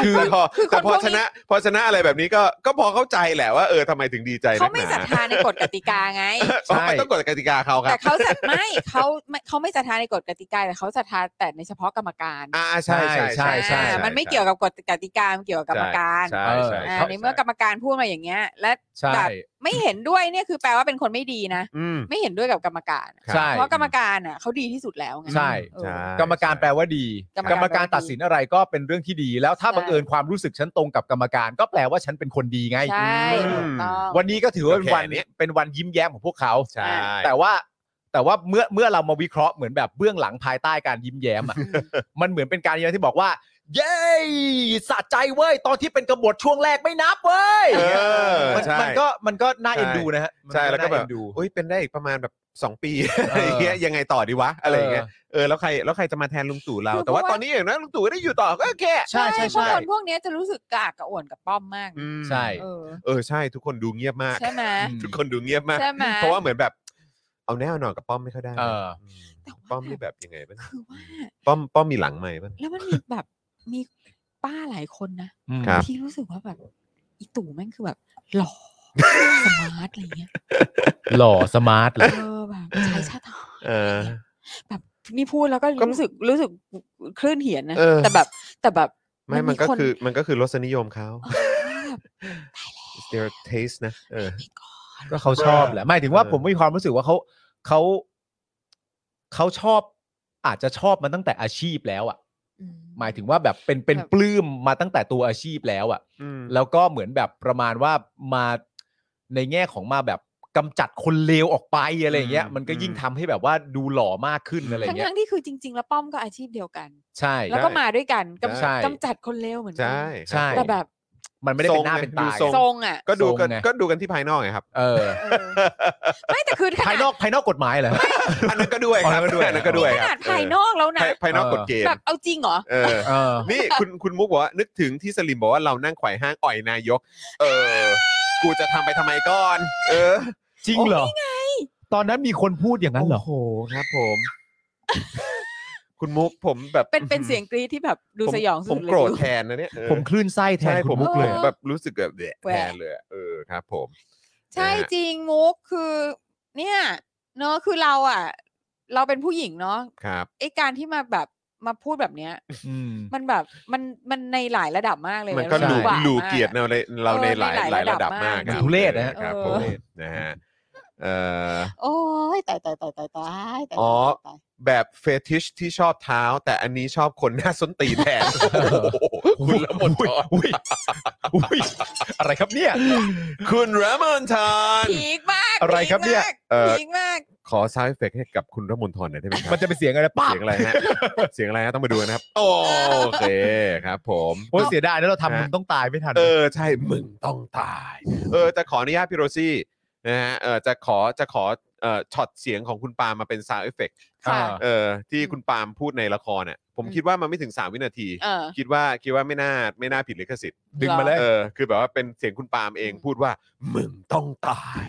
S1: คือแต่พอ
S3: คือคน
S1: แต่พอ
S3: พวกนี้
S1: ชนะพอชนะอะไรแบบนี้ก็ก็พอเข้าใจแหละว่าเออทำไมถึงดีใจนักหน
S3: เขาไม่ศรัทธาในกฎกติกาไง
S1: เออมันต้องกฎกติกาเขาครั
S3: แต่
S1: บ
S3: เขาศรัท *laughs* ไม่เขาไม่เขาไม่ศรัทธาในกฎกติกาแต่เขาศรัทธาแต่ในเฉพาะกรรมการ
S1: อ่าใช่ใช่
S2: ใช่ใช่
S3: อ่ามันไม่เกี่ยวกับกฎกติกามันเกี่ยวกับกรรมการ
S1: ใช่ใช่
S3: อ่า
S1: ช่
S3: ในเมื่อกรรมการพูดมาอย่างเงี้ย และ
S2: ใช่
S3: แบบไม่เห็นด้วยเนี่ยคือแปลว่าเป็นคนไม่ดีนะ
S1: อืม
S3: ไม่เห็นด้วยกับกรรมการ
S2: ใช่
S3: เพราะกรรมการอ่ะเขาดีที่สุดแล้วไง
S2: ใช่
S3: เออ
S1: ใช่
S2: กรรมการแปลว่าดี
S3: กรรม
S2: กรร
S3: การ
S2: มการ
S3: แปลว่าดี
S2: ตัดสินอะไรก็เป็นเรื่องที่ดี แล้วถ้า
S3: ใช่
S2: บังเอิญความรู้สึกฉันตรงกับกรรมการ ก็แปลว่าฉันเป็นคนดีไง
S3: ใช่
S1: อื
S3: ถู
S1: ม
S3: กต้อง
S2: วันนี้ก็ถือว่าเป็นวัน
S1: ก็แค่เนี้ย
S2: เป็นวันยิ้มแย้มของพวกเขา
S1: ใช่
S2: แต่ว่าแต่ว่าเมื่อเมื่อเรามาวิเคราะห์เหมือนแบบเบื้องหลังภายใต้การยิ้มแย้ม
S1: *laughs*
S2: อ่ะ มันเหมือนเป็นการยิ้มแย้มที่บอกว่า เย้สะใจเว้ยตอนที่เป็นกบฏช่วงแรกไม่นับเว้ย
S1: เออ
S2: มัน
S1: ใช่
S2: มันก็มันก็น่าเอ็นดูนะฮะ
S1: ใช่แล้วก็แบบ
S2: มันน่าเอ็นดู
S1: เอ้ยเป็นได้อีกประมาณแบบสองปี
S2: เอออ
S1: อะไรอย่างเงี้ยยังไงต่อดีวะอะไรอย่างเงี้ยเออแล้วใครแล้วใครจะมาแทนลุงตู่เรา
S3: คือ
S1: แต่ว่า
S3: เพราะว่า
S1: ตอนนี้อย่างนั้นลุงตู่ก็ได้อยู่ต่อก็โอเค
S2: ใช่ใช่
S3: เพราะ
S2: ใช่
S3: คนพวกเนี้ยจะรู้สึกกากกระอ่วนกับป้อมมาก
S1: อืม
S2: ใช่
S3: เออ
S1: เออใช่ ทุกคนดูเงียบมาก
S3: ใช่ไหม
S1: ทุกคนดูเงียบมาก
S3: ใช่ไหม
S1: เพราะว่าเหมือนแบบ เอาแน่เอานอนกับป้อมไม่ค่อยได้นะ
S2: เออ
S3: แต่ว่า
S1: ป้อมนี่แบบยังไงบ้าง
S3: คือว่า
S1: ป้อมป้อมมีหลังใหม่บ้าง
S3: แล้วมันมีแบบมีป้าหลายคนนะ
S2: อืม
S1: ครับ
S3: ที่รู้สึกว่าแบบอีตู่แม่งคือแบบ ห
S1: *laughs*
S3: ล่อ สมาร์ทอะไรเงี้ย
S2: หล่อสมาร์ทเหรอ
S3: เออแบบชายชาติทหาร
S1: เออ
S3: แบบนี่พูดแล้วก็
S1: ก็
S3: รู้สึกรู้สึกคลื่นเหียนนะ
S1: เออ
S3: แต่แบบแต่แบบ
S1: ไม่มันก็
S3: คน
S1: คือมันก็คือรสนิยมเขา
S3: เออแบบ
S1: their taste นะเออ
S2: ก็เขาชอบแหละหมายถึงว่า
S1: เออ
S2: ผมมีความรู้สึกว่าเขาเขาเขาชอบอาจจะชอบมาตั้งแต่อาชีพแล้วอะ่ะ
S3: อื
S2: หมายถึงว่าแบบเป็นเป็น
S3: แบบ
S2: ปลื้มมาตั้งแต่ตัวอาชีพแล้วอะ่ะ
S1: อืม
S2: แล้วก็เหมือนแบบประมาณว่ามาในแง่ของมาแบบกำจัดคนเลวออกไปอะไรอย่างเงี้ย
S1: อืม
S2: มันก็ยิ่ง
S1: อืม
S2: ทำให้แบบว่าดูหล่อมากขึ้นอะไร
S3: ทั้ง
S2: เงี้ย
S3: ทั้งที่คือจริง ๆ แล้วป้อมก็อาชีพเดียวกัน
S2: ใช่
S3: แล้วก็มาด้วยกันก
S2: ใช่
S3: ำกำจัดคนเลวเหมือนกั
S1: ใช่
S2: ใช่
S1: ครับ
S3: แต่
S1: ผม
S3: แบบ
S2: มันไม่ได้เป็นหน้า
S1: ทรงไงดู
S2: เป็นตา
S1: ทรง
S3: ทรงอ่ะ
S1: ก็ดูกัน
S2: ทรงไง
S1: ก็ดูกันที่ภายนอกไงครับ
S2: เออ
S3: เออไม่แต่คือข
S2: ภายน
S3: นา
S2: อ
S3: ด
S2: กภายนอกกฎหมายเหรอ
S1: อันนั้นก็ด้วยครับ
S2: อันนั้นก็ด้วย
S1: อันนั้นก็ด้วย
S3: ข
S1: ครับ
S3: นาดภายนอกแล้ว
S1: เออ
S3: นะ
S1: ภายภายนอกกฎเกณฑ์
S3: แบบเอาจริงเหรอ
S1: เออ
S2: เออ
S1: นี่คุณคุณมุกบอกว่านึกถึงที่สลิมบอกว่าเรานั่งไขว่ห้างอ่อยนายก เออ กูจะทำไปทำไมก่อน เออ
S2: จริงเหรอตอนนั้นมีคนพูดอย่างนั้นเหรอ
S1: โอ้โหครับผม คุณมุกผมแบบ
S3: เป็นเป็นเสียงกรีดที่แบบดู
S1: ผม
S3: สยองสุ
S1: ผม
S3: ดเลย
S1: โกรธ
S3: ดู
S1: แทนนะเนี่ยเออ
S2: ผมคลื่นไส้แทน
S1: ใช่
S2: คุ
S1: ผ
S2: ณ
S1: ม
S2: มุกเลย
S3: เออ
S1: แบบรู้สึกแบบแหวะ
S3: แหวะ
S1: แทนเลยอะเออครับ ผม
S3: ใช่
S1: นะฮะ
S3: จริงมุกคือ เนี่ยเนอะคือเราอ่ะ เราเป็นผู้หญิงเนาะ
S1: ครับ
S3: ไอการที่มาแบบมาพูดแบบ
S1: *laughs*
S3: เนี้ย
S2: อืม
S3: มันแบบมันมันในหลายระดับมากเลย
S1: มันก็หลู
S3: รู้สึว่า
S1: หลู
S3: มา
S1: เกียรติเราในเราใน
S3: เออ
S1: หลาย
S3: ใน
S1: ห
S3: ห
S1: ลา
S3: ลาย ย
S1: ระดับ
S3: ระดั
S1: มาม
S3: บาก ก
S1: ครับ
S2: ทุเรศนะฮะ
S1: ครับ
S3: เอ
S1: ผ
S3: อ
S1: มนะฮะเอ่อ
S3: โอ้ยตายตายตายตายตายตาย
S1: อ๋อ
S3: ตาย
S1: แบบเฟติชที่ชอบเท้า แต่อันนี้ชอบคนหน้าส้นตีนแทน *laughs* โอ้โหคุณละมนทอน
S2: อุ้ยอุ้ยอะไรครับเนี่ย
S1: คุณละมนทอน
S3: พีคมาก
S2: อะไรครับเนี่ย
S1: เอ่อ
S3: พีคมาก
S1: ขอซาวด์เอฟเฟกให้กับคุณละมนทอนหน่อยได้ไหมครั
S2: มัน
S1: บ
S2: จะเป็นเสียงอะไรป้าบ
S1: เสียงอะไรฮะ เสียงอะไรฮะต้องมาดูนะครับ โอเคครับ ผม
S2: โอ้ยเสียดายนะเราทำมึงต้องตายไม่ทัน
S1: เออ ใช่ มึงต้องตาย เออจะขออนุญาตพี่โรซี่นะฮะเออจะขอจะขอเอ่อช็อตเสียงของคุณปาล์มมาเป็นซาวด์เอฟเฟก
S3: ค่ะ
S2: อ่า
S1: เออที่คุณปาล์มพูดในละครเนี่ยผมคิดว่ามันไม่ถึง 3 วินาที
S3: เออ
S1: คิดว่าคิดว่าไม่น่าไม่น่าผิดลิขสิทธิ์
S2: ดึงมาเลย
S1: เออคือแบบว่าเป็นเสียงคุณปาล์มเอง
S3: อืม
S1: พูดว่า มึงต้องตาย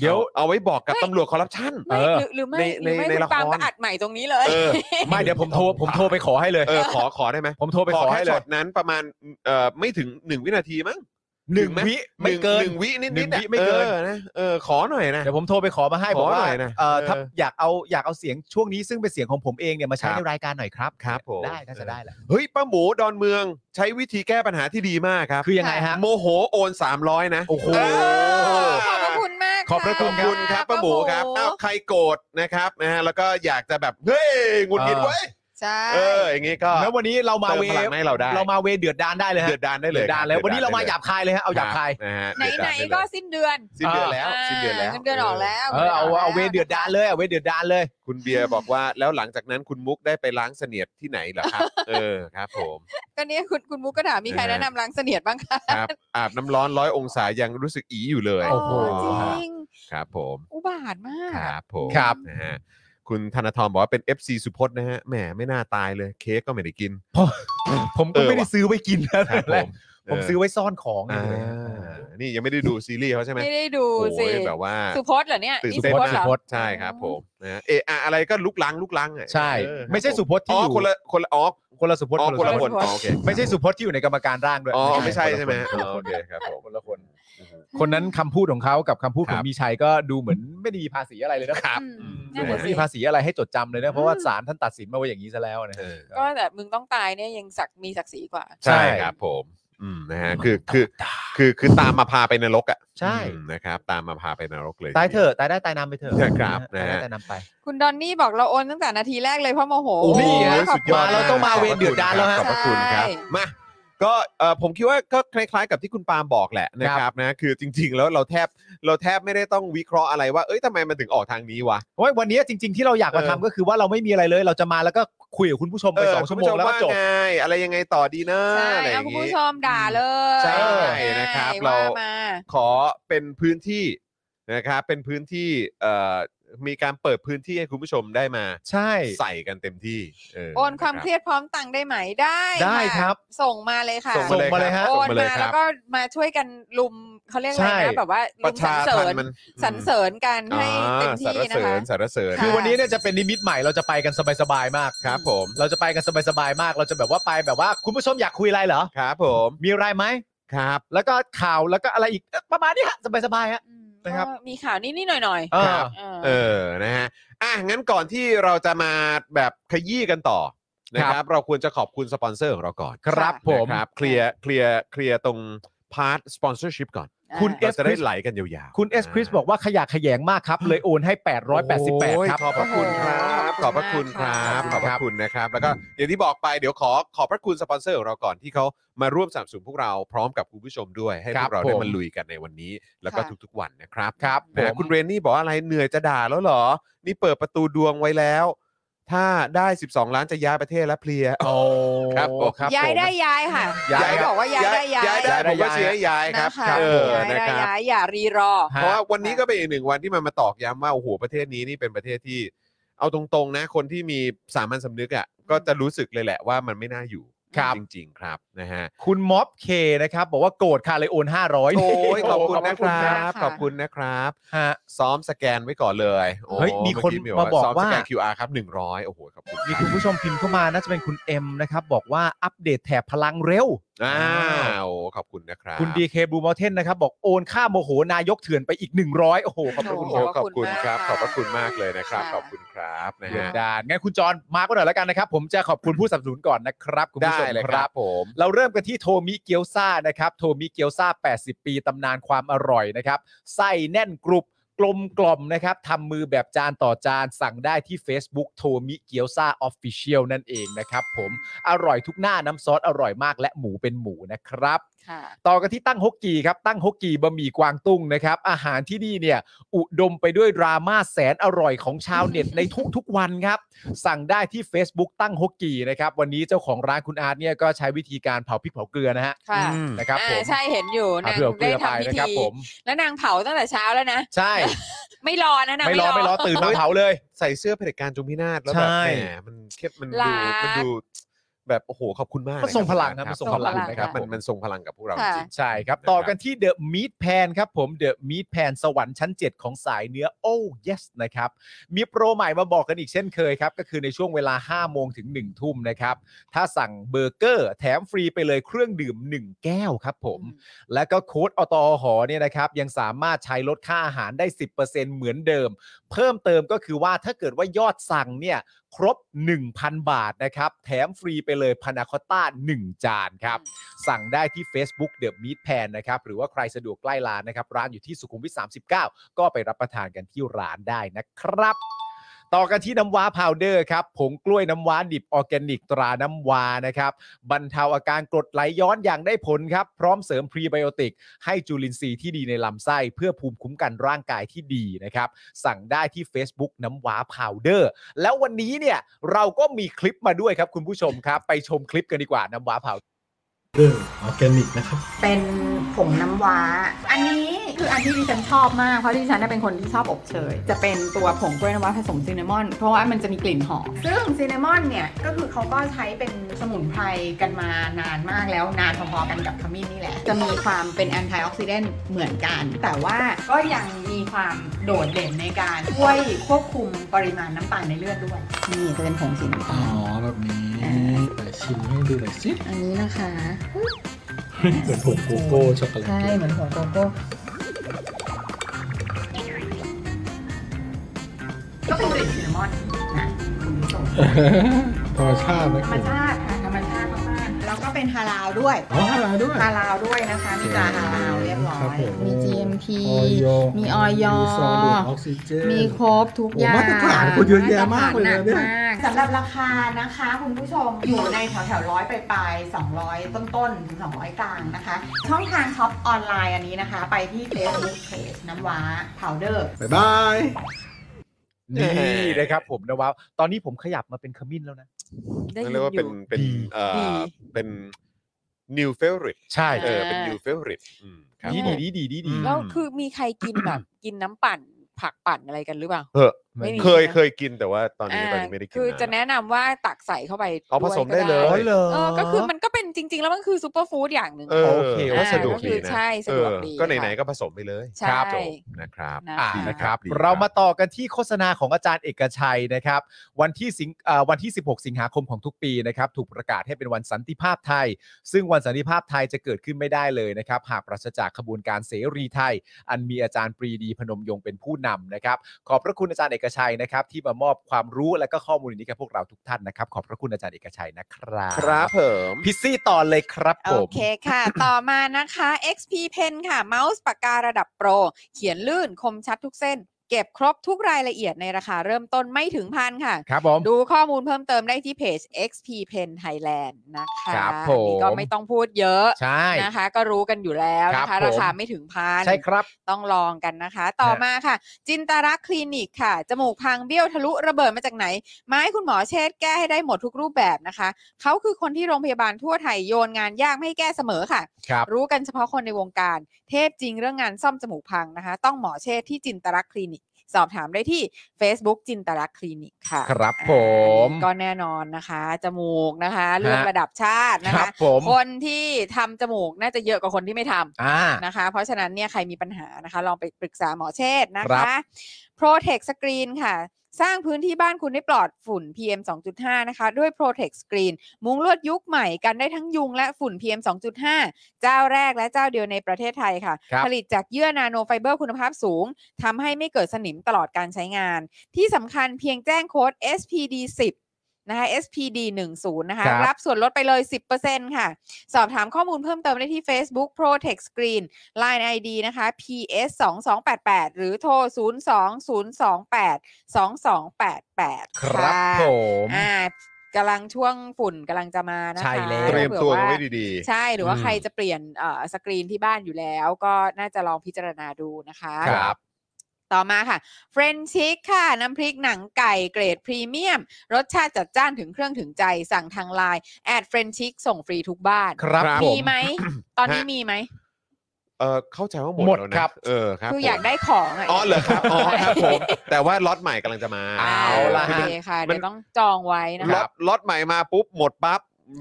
S2: เดี๋ยว
S1: เอาไว้บอกกับตำรวจคอร์รัปชัน
S3: ไม่
S2: เออ
S3: หรือหรือไม่
S1: ใน
S3: หรือไม่
S1: ใน
S3: คุณ
S1: ละคร
S3: ปาล์มก็อัดใหม่ตรงนี้เลย
S1: เออ
S2: ไม่เดี๋ยวผมโทรผมโทรไปขอให้เลย
S1: เออขอขอได้ไหม
S2: ผมโทรไปขอ
S1: แค่
S2: ให้เล
S1: ช็
S2: ย
S1: อตนั้นประมาณเอ่อไม่ถึงหนึ่งวินาทีมั้ง
S2: หนึ่ง
S1: ถึงไหม
S2: วิไม่เกิน
S1: หนึ่งหงวินิดๆ
S2: หนึ่งวิ
S1: อะ
S2: ไม่เกิน
S1: ออนะเออขอหน่อยนะ
S2: เดี๋ยวผมโทรไปขอมาให้
S1: ขอ
S2: บอกว่า
S1: หน่อยนะ
S2: เอ่อ
S1: เออ
S2: ถ้าอยากเอาอยากเอาเสียงช่วงนี้ซึ่งเป็นเสียงของผมเองเนี่ยมาใช้
S1: ครับ
S2: ในรายการหน่อยครับ
S1: ครับผม
S2: ได้น่าจะได้แหละ
S1: เฮ้ยป้าหมูดอนเมืองใช้วิธีแก้ปัญหาที่ดีมากครับ
S2: คือยังไงฮะ
S1: โมโหโอน 300 นะ
S2: โอ้โห
S1: เ
S3: ขอบพระคุณมาก
S2: ขอบพระ
S1: ขอบคุณครับป้าหมูครับอ้าวใครโกรธนะครับนะฮะแล้วก็อยากจะแบบเฮ้ยหงุดหงิดเว้ย
S3: ใช่
S1: เอออย่างงี้ก็
S2: แล้ววันนี้เรามา
S1: เติม
S2: เว
S1: พลังให้เราได้
S2: เรามาเวเดือดดานได้เลยฮะ
S1: เดือดดานได้เลย
S2: ดานแล้ววันนี้เรามาหยาบคายเลยฮะเอาหยาบคาย
S1: นะฮะ
S3: ไหนๆก็สิ้นเดือน
S1: สิ้นเดือนแล้ว
S3: า
S1: สิ้นเดือนแล้ว
S3: งินเดือนออกแล้ว
S2: เออเอาเอาเวเดือดดานเลยเอาเวเดือดดานเลย
S1: คุณเบียร์บอกว่าแล้วหลังจากนั้นคุณมุกได้ไปล้างเสนียดที่ไหนเหรอ
S2: *laughs*
S1: ครับ เออครับ ผม
S3: ก็เนี่ยคุณคุณมุกก็ถามมีใคร
S1: นะฮะ
S3: แนะนำล้างเสนียดบ้างคะ
S1: ครับอาบน้ำร้อนร้อยองศายังรู้สึกอีอยู่เลย
S2: โอ้โห
S3: จริง
S1: ครับผม
S3: อุบาทมาก
S1: ครับผม
S2: ครับ
S1: นะฮะคุณธนาธรบอกว่าเป็น FC สุพจน์นะฮะแหมไม่น่าตายเลยเค้กก็ไม่ได้กิน
S2: ผมก็ไม่
S1: เออ
S2: ได้
S1: ว่ะ
S2: ซื้อไว้กินนะครับ
S1: ผม
S2: ผมซื้อไว้ซ่อนของ
S1: อ่า
S2: เลย
S1: นี่ยังไม่ได้ดูซีรีส์เขาใช่ไหม
S3: ไม่ได้ดู
S1: โอ้
S3: สิ
S1: ยแบบว่า
S3: สุพจน์เหรอเนี่ย
S1: ตื่น
S3: นี่
S1: เต้น
S3: สุพจ
S1: มา
S3: น์เหร
S1: ก
S3: อ
S1: ใช่ครับผมนะฮะเอะอะอะไรก็ลุกลังลุกลังอะ
S2: ใช่
S1: เออ
S2: ไม่ใช่สุพจน์
S1: อ๋
S2: ที่
S1: อ
S2: อยู่
S1: คนละคนละอ๋อ
S2: คนละสุพจน์
S1: อ๋อคนละ
S2: สุ
S1: ค
S2: พ
S1: น
S2: จ
S1: อ๋อโอเค
S2: น์ไม่ใช่สุพจน์ที่อยู่ในกรรมการร่างด้วย
S1: อ๋อไม่ใช่ใช่ไหม
S2: ค
S1: อ๋อ
S2: นละค
S1: โอน เคครับผม
S2: คนละคน คนนั้นคำพูดของเขากับคำพูดขอ
S1: ค
S2: ง
S1: รับ
S2: มีชัยก็ดูเหมือนไม่ได้มีภาษีอะไรเลยนะครับ
S3: อืม
S2: ดูเหมือนไม่มีภาษีอะไรให้จดจำเลยนะเพราะว่าศาลท่านตัดสินมาว่าอย่างนี้ซะแล้วนะฮะ
S3: ก็แต่มึงต้องตายเนี่ยยังศักดิ์มีศักดิ์ศรีกว่า
S1: ใช่ครับผมอืมนะฮะคือคือคือคือตามมาพาไปนรกอ่ะ
S2: ใช่
S1: อืมนะครับ ตามมาพาไปนรกเลย
S2: ตายเถอะตายได้ตายนำไปเถอะ
S1: ครับ
S2: ตาย
S1: นะ
S2: ได้
S1: ฮะ
S2: ตายนำไป
S3: คุณดอนนี่บอกเราโอนตั้งแต่นาทีแรกเลยเพราะโมโห
S2: โอ้โห
S3: นะ
S1: สุดยอด
S3: ข
S2: มา
S3: บคุณ
S2: เราต้องมาเวรเดือดดาลแล้วฮะ
S1: ขอบพระคุณครับ
S3: ใช่
S1: มา ก็เอ่อผมคิดว่าก็คล้ายๆกับที่คุณปาล์มบอกแหละนะครับนะ คือจริง ๆ แล้วเราแทบเราแทบไม่ได้ต้องวิเคราะห์อะไรว่า เอ้ยทำไมมันถึงออกทางนี้วะ
S2: โอ้ยวันนี้จริง ๆ ที่เราอยากมา
S1: เออ
S2: ทำก็คือว่าเราไม่มีอะไรเลย เราจะมาแล้วก็คุยกับคุณผู้ชมไปสองชั่วโมงแล้วก็จบ
S1: ไงอะไรยังไงต่อดีนะ
S3: ใช่
S1: อะไรอ
S3: เอา
S1: ย่าง
S3: คุณ
S1: งี้
S3: ผู้ชมด่าเลย
S1: ใช่นะครับ
S3: ว่
S1: เรา
S3: มา
S1: ขอเป็นพื้นที่นะครับเป็นพื้นที่เอ่อมีการเปิดพื้นที่ให้คุณผู้ชมได้มา
S2: ใช่
S1: ใส่กันเต็มที่เ
S3: โอนความ
S1: นะ
S3: เค
S1: รับ
S3: รียดพร้อมตังค์ได้ไหมได้
S2: ได้
S3: ะ
S2: ครับ
S3: ส่งมาเลยค่ะ
S1: ส่งมาเลยครับ
S3: โอ
S1: ส่ง
S3: น
S1: มาเลย
S3: มา
S1: ค
S3: แล้
S1: รั
S3: ว
S1: บ
S3: ก็มาช่วยกันลุมเขาเรียกอะ
S2: ใช่
S3: ไรนะแบบว่า
S1: ป
S3: ลุ
S1: ระ
S3: ม
S1: ชาร
S3: สรเสริ
S1: พัน
S3: ญ
S1: ธ์มัน
S3: สรรเสริญกันให้เต็ม
S1: อ่า
S3: ที่
S1: สรร
S3: นะ
S1: เสริญ
S3: คะ
S1: สรรเสริญ
S3: ค่ะ
S2: คือวันนี้เนี่ยจะเป็นนิมิตใหม่เราจะไปกันสบายๆมาก
S1: ครับผม
S2: เราจะไปกันสบายๆมาก เราจะแบบว่าไปแบบว่าคุณผู้ชมอยากคุยอะไรเหรอ
S1: ครับผม
S2: มีอะไรไหม
S1: ครับ
S2: แล้วก็ข่าวแล้วก็อะไรอีกเอ๊ะประมาณนี้ฮะสบายๆฮะ
S3: อืม
S2: นะครับ
S3: ก็มีข่าวนิดๆหน่อย
S2: เออ
S1: ครับ
S3: ๆเออ
S1: เออ นะฮะ อ่ะ งั้นก่อนที่เราจะมาแบบขยี้กันต่อนะค
S2: ครั
S1: รับ
S2: บ
S1: เราควรจะขอบคุณสปอนเซอร์ของเราก่อน
S2: ครับผม
S1: นะครับ เคลียร์ เคลียร์ เคลียร์ตรงพาร์ทสปอนเซอร์ชิพก่อน
S3: คุณ
S2: S
S1: เราจะได้
S2: Chris
S1: ไหลกันยาวๆ
S2: คุณเอสคริสบอกว่าขยะแขยงมากครับ เลยโอนให้
S1: โอ้ย
S2: 888 ครับ
S1: ขอบพระคุณครับ ข
S3: ข
S1: อ
S3: อ
S1: บบ พ
S3: พ
S1: ระ
S3: ระคุ
S1: คุณ
S3: ณ
S1: ค
S3: มาก
S1: รับข
S3: ค่ะ
S1: อบพระคุณนะครับ แล้วก็อย่างที่บอกไป เดี๋ยวขอขอบพระคุณสปอนเซอร์ของเราก่อนที่เขามาร่วมสนับสนุนพวกเราพร้อมกับคุณผู้ชมด้วย ให้พวกเราได้
S2: ผม
S1: มาลุยกันในวันนี้ แล้วก็
S3: ค่ะ
S1: ทุกๆวันนะครับ
S2: ครับ
S1: นะ
S2: ผม
S1: คุณเรนนี่บอกว่าอะไรเหนื่อยจะด่าแล้วเหรอ นี่เปิดประตูดวงไว้แล้ว ถ้าได้ 12 ล้านจะย้ายประเทศแล้วเพลีย
S2: โอ้
S1: ครับผม
S2: ครับ
S3: ย้าย
S2: ผม
S3: ได้ย้ายค่ะ
S2: ย้าย
S3: บอกว่าย้ายได้ย้าย
S1: ย้ายได้ผมก็เชียร์ให้ย้ายครับ
S3: นะคะ
S1: เออ
S3: ย้าย
S1: นะ
S3: ได้
S1: ครับ
S3: ย้ายอย่ารีรอ
S1: เพราะว่าวันนี้ก็เป็นอีกหนึ่งวันที่มันมาตอกย้ำว่าโอ้โหประเทศนี้นี่เป็นประเทศที่เอาตรงๆนะ คนที่มีสามัญสำนึกอ่ะก็จะรู้สึกเลยแหละว่ามันไม่น่าอยู่
S2: ครับ
S1: จริง ๆ ครับนะฮะ
S2: คุณม็อบเคนะครับ บอกว่าโกรธค่ะเลยโอน 500
S1: โอ้ยขอบคุณนะค
S3: ขอบคุณ
S1: รั
S3: มา
S1: บ
S3: กค่ะ
S1: ขอบคุณนะครับ
S2: ฮะ
S1: ซ้อมสแกนไว้ก่อนเลยโอ้
S2: เฮ้ยมีคน
S1: เอ
S2: มาบอก
S1: ซ้อมสแกน
S2: ว่า
S1: QR ครับ100โอ้โหขอบคุณ
S2: มีคุณผู้ชมพิมพ์เข้ามาน่าจะเป็นคุณเอ็มนะครับ บอกว่าอัปเดตแถบพลังเร็ว
S1: อ้าว ขอบคุณนะครับ
S2: คุณดีเคบูมอเทนนะครับ บอกโอนค่าโมโหนายกเถื่อนไปอีก 100 โอ้โห ขอบพระ
S1: โอ้
S2: คุณ
S1: โห
S2: ครับ
S1: ขอบคุณครับ ข
S3: ข
S1: อ
S3: อ
S1: บบ พ
S3: พ
S1: ระ
S3: ระคุ
S1: คุณมาม
S3: ณาก ก
S1: เลยนะครับ
S3: ค่ะ
S1: ขอบคุณครับนะ
S2: เดือด
S1: ฮะ
S2: ดานงั้นคุณจอนมาร์กไว้หน่อยแล้วกันนะครับ ผมจะขอบคุณผู้สนับสนุนก่อนนะครับ คุณผู้
S1: ได้
S2: ชม
S1: เลย
S2: ค
S1: ค
S2: รั
S1: รับ บผม
S2: เราเริ่มกันที่โทมิเกียวซานะครับ โทมิเกียวซา80 ปีตำนานความอร่อยนะครับไส้แน่นกรุบกลมกล่อมนะครับทำมือแบบจานต่อจานสั่งได้ที่ Facebook โทมิเกียวซาออฟฟิเชียลนั่นเองนะครับผมอร่อยทุกหน้าน้ำซอสอร่อยมากและหมูเป็นหมูนะครับ
S3: ค่ะ
S2: ต่อกันที่ตั้งฮกกีครับตั้งฮกกีบะหมี่กวางตุ้งนะครับ อาหารที่นี่เนี่ยอุดมไปด้วยดราม่าแสนอร่อยของชาวเน็ต
S3: *laughs*
S2: ในทุกๆวันครับ สั่งได้ที่ Facebook ตั้งฮกกีนะครับ วันนี้เจ้าของร้านคุณอาร์ตเนี่ยก็ใช้วิธีการเผาพริกเผาเกลือนะฮะ
S3: ค่ะ
S1: อืม
S2: นะครับผ
S3: อ่าม ใช่เห็นอยู่
S2: เผาน
S3: าง
S2: พริกเผาเกลื
S3: ได้
S2: อไป
S3: ทำพิ
S2: นะ
S3: ธี
S2: ครับผม
S3: แล้วนางเผาตั้งแต่เช้าแล้วนะ
S2: ใช่
S3: ไม่รอนะนาง
S2: ไม่รอไม่รอตื่นมาเผาเลย
S1: ใส่เสื้อเผด็จการจงพินาศแล้วแบบ
S2: ใช่
S1: แหมมันเข้มมันดูมันดูแบบโอ้โหขอบคุณมาก
S2: มันทรงพลังครับมันทรงพลัง
S1: นะ
S2: นะ
S1: ค
S2: ครั
S1: รับบ มัน
S2: ผม
S1: มันทรงพลังกับพวกเรา
S3: ค่ะ
S1: จริง
S2: ใช่ครับ ต่อกันที่เดอะม a ทแพนครับผมเดอะม a ทแพนสวรรค์ชั้น 7 ของสายเนื้อ โอ้ yes นะครับ มีโปรใหม่มาบอกกันอีกเช่นเคยครับ ก็คือในช่วงเวลา 5 โมงถึง 1 ทุ่มนะครับ ถ้าสั่งเบอร์เกอร์ แถมฟรีไปเลยเครื่องดื่ม 1 แก้วครับผม และก็โค้ดอตอหอเนี่ยนะครับ ยังสามารถใช้ลดค่าอาหารได้ 10%เหมือนเดิม เพิ่มเติมก็คือว่าถ้าเกิดว่ายอดสั่งเนี่ยครบ 1,000 บาทนะครับ แถมฟรีไปเลยพานาคอต้า 1 จานครับ สั่งได้ที่ Facebook The Meat Pan นะครับ หรือว่าใครสะดวกใกล้ร้านนะครับ ร้านอยู่ที่สุขุมวิท 39 ก็ไปรับประทานกันที่ร้านได้นะครับ ต่อกันที่น้ำว้าพาวเดอร์ครับผงกล้วยน้ำว้าดิบออร์แกนิกตราน้ำว้านะครับ บรรเทาอาการกรดไหลย้อนอย่างได้ผลครับ พร้อมเสริมพรีไบโอติก ให้จุลินทรีย์ที่ดีในลำไส้เพื่อภูมิคุ้มกันร่างกายที่ดีนะครับ สั่งได้ที่ Facebook น้ำว้าพาวเดอร์ แล้ววันนี้เนี่ยเราก็มีคลิปมาด้วยครับคุณผู้ชมครับ ไปชมคลิปกันดีกว่าน้ำว้าพาว
S4: เรื่องออร์แกนิกนะครับ
S5: เป็นผงน้ำว้า อันนี้คืออันที่ดิฉันชอบมาก เพราะดิฉันน่ะเป็นคนที่ชอบอบเชย จะเป็นตัวผงกล้วยน้ำว้าผสมซินนามอน เพราะว่ามันจะมีกลิ่นหอม ซึ่งซินนามอนเนี่ย ก็คือเขาก็ใช้เป็นสมุนไพรกันมานานมากแล้ว นานพอๆกันกับขมิ้นนี่แหละ จะมีความเป็นแอนตี้ออกซิเดนต์เหมือนกัน แต่ว่าก็ยังมีความโดดเด่นในการช่วยควบคุมปริมาณน้ำตาลในเลือดด้วย นี่จะเป็นผงสีน้ำ
S4: อ๋
S5: ตา
S4: อ
S5: ล
S4: แบบนี้
S5: อ่า
S4: ไหนชิมให้ดูหน่อยสิ
S5: อันนี้นะคะ
S4: เหมือนผงโกโก้ช็อกโกแลต
S5: ใช่เหมือนหัวโกโก้ก็เป็นกลิ่นซินนามอนนะคุณผู้ชม
S4: ธรรมชาติไหม
S5: ธรรมชาติค่ะธรรมชาติมากๆแล้วก็เป็นฮาลาลด้วย
S4: อ๋อฮาลาลด้วย
S5: ฮาลาลด้วยนะคะมีตราฮาลาลเรียบร้อ
S4: ครับ
S5: ย
S4: ผม
S5: มี GMP
S4: อย
S5: มีออย
S4: มีซอดูดออกซิเจน
S5: มีครบทุก
S4: โอ้
S5: อย่าง
S4: มาตรฐานคุณเยอะแยะมากเลยนะเนี่ย
S5: มาตรฐานหนักมากสำหรับราคานะคะ คุณผู้ชมอยู่ในแถวแถวร้อยปลายปลายสองร้อยต้นต้นๆถึงสองร้อยกลางนะคะ ช่องทางช็อปออนไลน์อันนี้นะคะ ไปที่ Facebook Page น้ำว้า powder
S4: บ๊ายบาย
S2: นี่
S1: เออ
S2: นะครับผมนะว้าวตอนนี้ผมขยับมาเป็นขมิ้นแล้วนะ
S1: ๆเรียกว่าเป็นเป็นเอ่
S3: ดี
S1: อเป็น new favorite
S2: ใช่
S1: เออเป็น new favorite อืมครับ
S2: ดี
S1: ผ
S2: ดี
S1: ม
S2: ดีดีดีดี
S1: อืม
S3: แล้วคือมีใครกินแบบ กินน้ำปั่น ผักปั่นอะไรกันหรือเปล่า
S1: เออ
S3: ไม่มี
S1: เคยเคยกินแต่ว่าตอนนี้ตอนนี้ไม่ได้กิน
S3: คือจะ
S1: นาน
S3: แนะนำว่าตักใส่เข้าไป
S1: เอาผสมได้เล
S2: อ๋อ
S3: วย
S2: เหรอ
S3: ก็ได้เออก็คือมันก็เป็นจริง ๆ แล้วมันคือซูเปอร์ฟู้ดอย่างหนึ่ง
S1: เออ
S2: โอเค
S1: ก็
S2: อ่า
S1: สะดวกดี
S3: ก็คือ
S1: นะ
S3: ใช่สะดวกดี
S1: เออก็ไหนๆ
S3: ค่ะ
S1: ก็ผสมไปเลย
S3: ใช่
S1: จบนะครับ
S2: อ่า
S3: ดีครับ
S2: นะครับ
S1: ดีครับ
S2: เรามาต่อกันที่โฆษณาของอาจารย์เอกชัยนะครับ วันที่สิงเอ่อวันที่ 16 สิงหาคมของทุกปีนะครับ ถูกประกาศให้เป็นวันสันติภาพไทย ซึ่งวันสันติภาพไทยจะเกิดขึ้นไม่ได้เลยนะครับ หากปราศจากขบวนการเสรีไทย อันมีอาจารย์ปรีดีพนมยงค์เป็นผู้นำนะครับ ขอบพระคุณอาจารย์เอกชัยนะครับ ที่มามอบความรู้และก็ข้อมูลนี้กับพวกเราทุกท่านนะครับ ขอบพระคุณอาจารย์เอกชัยนะครับ
S1: ครับเผิม
S2: พิซซี่ต่อเลยครับผ
S3: โอ
S2: ม
S3: เคค่ะ ต่อมานะคะ XP Pen ค่ะ เมาส์ปากการะดับโปร เขียนลื่นคมชัดทุกเส้น เก็บครบทุกรายละเอียดในราคาเริ่มต้นไม่ถึงพันค่ะ
S2: ครับผม
S3: ดูข้อมูลเพิ่มเติมได้ที่เพจ XP Pen Thailand นะคะ
S2: ครับผม
S3: อันนี้ก็ไม่ต้องพูดเยอะ
S2: ใช่
S3: นะคะ ก็รู้กันอยู่แล้วนะ
S2: ครั
S3: คะ
S2: บผม
S3: ราคาไม่ถึงพัน
S2: ใช่ครับ
S3: ต้องลองกันนะคะ ต่อมาค่ะ จินตารักษณ์คลินิกค่ะ จมูกพังเบี้ยวทะลุระเบิดมาจากไหน ไม้คุณหมอเชษฐ์แก้ให้ได้หมดทุกรูปแบบนะคะ เขาคือคนที่โรงพยาบาลทั่วไทยโยนงานยากไม่ให้แก้เสมอค่ะ
S2: ครับ
S3: รู้กันเฉพาะคนในวงการ เทพจริงเรื่องงานซ่อมจมูกพังนะคะ ต้องหมอเชษฐ์ที่จินตารักษณ์คลินิก สอบถามได้ที่ Facebook จินตารักษณ์คลินิกค่ะ
S2: ครับ
S3: อ่า
S2: ผม
S3: ก็แน่นอนนะคะ จมูกนะคะเรื่องระดับชาตินะ
S2: ครั
S3: คะ
S2: บผม
S3: คนที่ทำจมูกน่าจะเยอะกว่าคนที่ไม่ทำ
S2: อ่า
S3: นะคะเพราะฉะนั้นเนี่ยใครมีปัญหานะคะ ลองไปปรึกษาหมอเชษฐ์นะ
S2: ครั
S3: คะ
S2: บ
S3: Protect Screen ค่ะ สร้างพื้นที่บ้านคุณให้ปลอดฝุ่น PM 2.5 นะคะ ด้วย Protect Screen มุ้งลวดยุคใหม่กันได้ทั้งยุงและฝุ่น PM 2.5 เจ้าแรกและเจ้าเดียวในประเทศไทยค่ะ
S2: ครับ
S3: ผลิตจากเยื่อนาโนไฟเบอร์คุณภาพสูงทำให้ไม่เกิดสนิมตลอดการใช้งาน ที่สำคัญเพียงแจ้งโค้ด SPD 10นะคะ SPD 1 0นะคะ
S2: ครับ
S3: รับส่วนลดไปเลย 10%ค่ะ สอบถามข้อมูลเพิ่มเติมได้ที่ Facebook Protect Screen Line ID นะคะ PS 2 2 8 8หรือโทร 0 2 0 2 8 2 2 8 8
S2: ครับผม
S3: อ่ากำลังช่วงฝุ่นกำลังจะมานะคะ
S2: ใช่แล้ว
S1: เตรียมตัวกันไว้
S3: เผื่อว่า
S1: ดี
S3: ใช่หรือว่า
S2: อืม
S3: ใครจะเปลี่ยนเอ่อสกรีนที่บ้านอยู่แล้ว ก็น่าจะลองพิจารณาดูนะคะ
S2: ครับ
S3: ต่อมาค่ะเฟรนชิกค่ะ น้ำพริกหนังไก่เกรดพรีเมียม รสชาติจัดจ้านถึงเครื่องถึงใจสั่งทางไลน์แอดเฟรนชิกส่งฟรีทุกบ้าน
S2: ครับผ
S3: มี
S2: ม
S3: ไหม ตอนนี้มีไหม
S1: ๆเออเข้าใจว่าหมด
S2: หมด
S1: แล้วนะครับ เออครับ
S3: คือ
S1: ผม
S3: อยากได้ของะ
S1: อ๋อเหรอครับอ๋อครับผม แต่ว่าล็อตใหม่กำลังจะมา
S3: า
S2: เอาล่ะ
S3: โอ
S2: ฮะ
S3: เคค่ะ
S1: มั
S3: เดี๋
S1: น
S3: ยวต้องจองไว้นะ
S1: ล็อ
S3: คะ
S1: ตล็อตใหม่มาปุ๊บหมดปั๊บ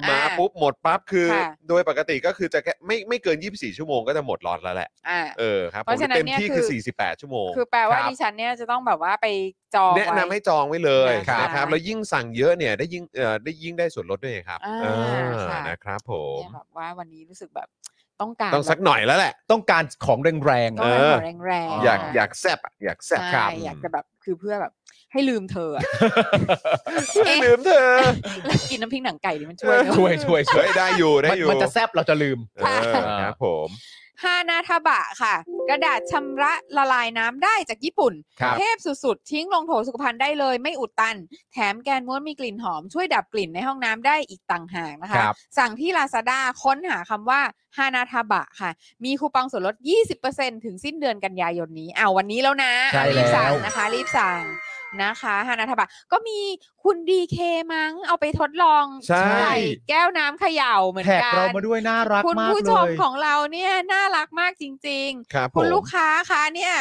S1: มา
S3: อ่า
S1: ปุ๊บหมดปั๊บคือ
S3: ค่ะ
S1: โดยปกติก็คือจะแค่ไม่ไม่เกิน 24 ชั่วโมงก็จะหมดล็อตแล้วแหละ
S3: อ่า
S1: เออครับ
S3: เพราะฉะนั้น
S1: เต็ม
S3: เนี่ย
S1: ที่คือ
S3: คือ
S1: 48 ชั่วโมง
S3: คือแปลว่า
S1: รับ
S3: ดิฉันเนี่ยจะต้องแบบว่าไปจองไว้
S1: แนะนำให้จองไว้เลย
S3: ครับ
S1: นะครับแล้วยิ่งสั่งเยอะเนี่ยได้ยิ่งเอ่อได้ยิ่งได้ส่วนลดด้วยครับ
S3: อ่า
S1: เออ
S3: ค่ะ
S1: นะครับผม
S3: เนี่ยแบบว่าวันนี้รู้สึกแบบต้องการ
S1: ต้องสักหน่อยแล้วแหละ
S2: ต้องการของแรงๆ
S3: ต้อ
S1: เออ
S2: อะ *laughs*
S3: งการของแรงๆ
S1: อยาก
S3: นะคะ
S1: อยากแซบอะอยากแซบค
S3: ใช่
S1: รับ
S3: อยากจะแบบคือเพื่อแบบให้ลืมเธ
S1: *laughs*
S3: ออะ
S1: ไม่ลืมเธอ
S3: แล้วกินน้ำพริกหนังไก่นี่มันช่วยเนอะ
S2: ช่วยช่วยช่วย
S1: เฮ้ยได้อยู่ได้
S2: มัน
S1: อยู่
S2: มันจะแซบเราจะลืม
S1: เออครับผม
S3: ฮานาทาบะค่ะ กระดาษชำระละลายน้ำได้จากญี่ปุ่น
S2: ครับ
S3: เทพสุดๆ ทิ้งลงโถสุขภัณฑ์ได้เลย ไม่อุดตัน แถมแกนม้วนมีกลิ่นหอม ช่วยดับกลิ่นในห้องน้ำได้อีกต่างหากนะคะ
S2: ครับ
S3: สั่งที่ Lazada ค้นหาคำว่าฮานาทาบะค่ะ มีคูปองส่วนลด 20%ถึงสิ้นเดือนกันยายนนี้อ้าววันนี้แล้วนะ
S2: ใช่
S3: รีบสั่ง
S2: แล้ว
S3: นะคะ รีบสั่งนะคะฮานาทาบะก็มีคุณดีเคมั้งเอาไปทดลอง
S2: ใช่
S3: แก้วน้ำเขย่าเหมือน
S2: แท็ก
S3: กัน
S2: เรามาด้วยน่ารัก
S3: คุณ
S2: มาก
S3: ผู้
S2: เล
S3: ชม
S2: ย
S3: ของเราเนี่ยน่ารักมากจริง
S1: ครับ
S3: ๆ
S1: ผ
S3: คุ
S1: ม
S3: ณลูกค้าคะเนี่ย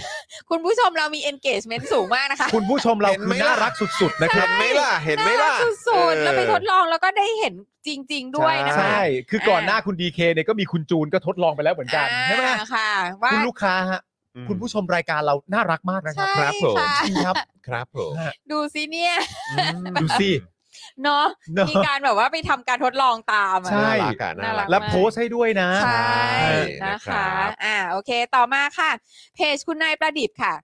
S3: *laughs* คุณผู้ชมเรามี engagement สูงมากนะคะ
S2: คุณผู้ชมเรา
S1: เห็น
S2: คื
S1: ไหม
S2: อ
S1: ล่ะ
S2: น่ารักสุดๆ นะครั
S1: เห็
S2: บ
S1: นไหมล่ะเห็นไหมล่ะ
S3: ารักสุด
S1: เออ
S3: ๆแล้วไปทดลองแล้วก็ได้เห็นจริง ๆ ด้วยนะ
S1: ใช่
S3: คะ
S2: ใช่ คือก่อนหน้าคุณดีเคเนี่ยก็มีคุณจูนก็ทดลองไปแล้วเหมือนกัน ใช่ไหม
S3: อ่าค่ะว่า
S2: คุณลูกค้าฮะ
S1: อืม
S2: คุณผู้ชมรายการเราน่ารักมากนะครับ
S1: ค
S3: ใช่
S1: รับผม
S3: ค่ะ
S2: จริงครับ
S1: ครับผม
S3: ดูซิเนี่ย *laughs*
S2: ดูสิ
S3: เนาะ
S2: เนอะ
S3: มีการแบบว่าไปทำการทดลองตามอะ
S2: ใช่
S1: น่ารักอะน่ารัก
S3: น่ารัก
S2: และโพสต์ให้ด้วยนะ
S3: ใช่
S1: นะ
S3: นะ
S1: ครั
S3: คะ
S1: บ
S3: อ่า โอเค ต่อมาค่ะ เพจคุณนายประดิษฐ์ค่ะ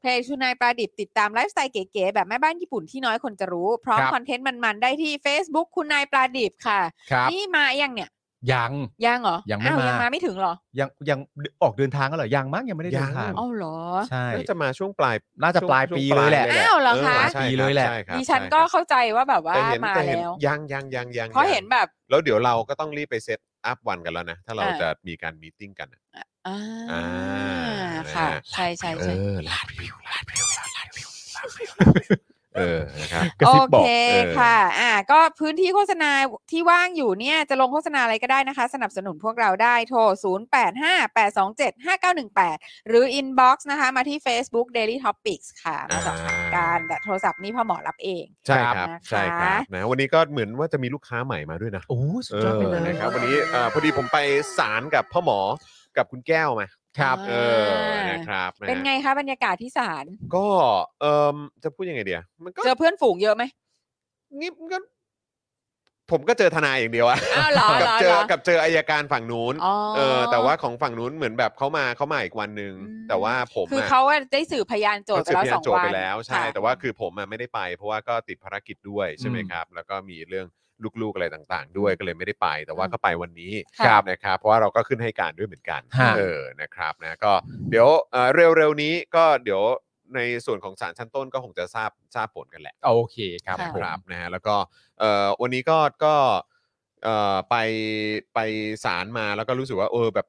S3: เพจคุณนายประดิษฐ์ติดตามไลฟ์สไตล์เก๋ๆแบบแม่บ้านญี่ปุ่นที่น้อยคนจะรู้ พร้อม
S2: ครับ
S3: คอนเทนต์มันๆ ได้ที่ Facebook คุณนายประดิษฐ์ค่ะ
S2: ครับ
S3: นี่มายังเนี่ย
S2: ยัง
S3: ยังเหรอ
S2: ยังไม่
S3: อ้าว
S2: มายั
S3: ยังมาไม่ถึงเหรอ
S2: ยังยังออกเดินทางแล้วเหรอ ยังมั้งยังไม่ได้เดินทาง
S3: อ้าวเหรอ
S2: ใช่
S1: น่าจะมาช่วงปลาย
S2: น่าจะปลายปีเลยแหละ
S3: อ้าวเหรอคะ
S1: ใช่
S2: ปีเลยแหละ
S1: ใช่ครับ
S3: ดิฉันก็เข้าใจว่าแบบว่า
S1: แต่เห็น
S3: มา
S1: แต่เห็น
S3: แล้ว
S1: ยังยังยังยัง
S3: เพราะเห็นแบบ
S1: แล้วเดี๋ยวเราก็ต้องรีบไปเซตอัพวันกันแล้วนะ ถ้าเราจะมีการมีตติ้งกันน่ะ
S3: อ่า
S1: อ่า
S3: ค่ะ ใช่ใช่ใช่
S1: อลาดวิวลาดวิวลาดวิวลาดวิวเออนะครับ
S2: กระซิบบอก
S3: โอเค
S1: เออ
S3: ค่ะ อ่า ก็พื้นที่โฆษณาที่ว่างอยู่เนี่ยจะลงโฆษณาอะไรก็ได้นะคะ สนับสนุนพวกเราได้โทร 0858275918 หรือ inbox นะคะ มาที่ Facebook Daily Topics ค่ะ มาสอบถามกันแต่โทรศัพท์นี่พ่อหมอรับเอง
S1: ใช่ครับ
S3: นะคะ
S1: ใช่ครับนะวันนี้ก็เหมือนว่าจะมีลูกค้าใหม่มาด้วยนะ
S2: โอ้สุ
S1: เอ
S2: ดยอดไป
S1: อ
S2: เลย
S1: นะครับวันนี้เอ่อพอดีผมไปสารกับพ่อหมอกับคุณแก้วมา
S2: ครับ
S1: เออนะครับะฮะ
S3: เป็นไงคะบรรยากาศที่ศาล
S1: ก็เออจะพูดยังไงเดียมันก็
S3: เจอเพื่อนฝูงเยอะไหม
S1: งิบก็ ผมก็เจอทนายอย่างเดียวอะ
S3: อ้าวเหรอ
S1: *laughs* กั
S3: เหรอ
S1: เจ
S3: เหร
S1: อ
S3: อ
S1: กับเจออายการฝั่งนู้น
S3: อ๋อ
S1: เออแต่ว่าของฝั่งนู้นเหมือนแบบเขามาเขามาอีกวันหนึ่ง
S3: อืม
S1: แต่ว่าผม
S3: คือ
S1: อะ
S3: เขาอะได้สื่อพยานโจทย์ไป
S1: เขา
S3: แล้ว
S1: สืบพยา
S3: สอน ง
S1: โจทย์
S3: วัน
S1: ไปแล้วใช่
S3: ค่ะ
S1: แต่ว่าคือผมอะไม่ได้ไป เพราะว่าก็ติดภารกิจด้วยใช่ไหม
S2: อืม
S1: ครับ แล้วก็มีเรื่องลูกๆอะไรต่าง ๆ ด้วยก็เลยไม่ได้ไป แต่ว่าก็ไปวันนี้
S3: ค่ะ
S1: นะครับ เพราะว่าเราก็ขึ้นให้การด้วยเหมือนกัน
S2: ฮะ
S1: เออนะครับนะก็เดี๋ยวเอ่อเร็วๆนี้ก็เดี๋ยวในส่วนของศาลชั้นต้นก็คงจะทราบทราบผลกันแหละ
S2: โอเคครับ
S3: ค่ะ
S2: ผม
S1: ครับนะฮะแล้วก็เอ่อวันนี้ก็ก็เอ่อไปไปศาลมาแล้วก็รู้สึกว่าเออแบบ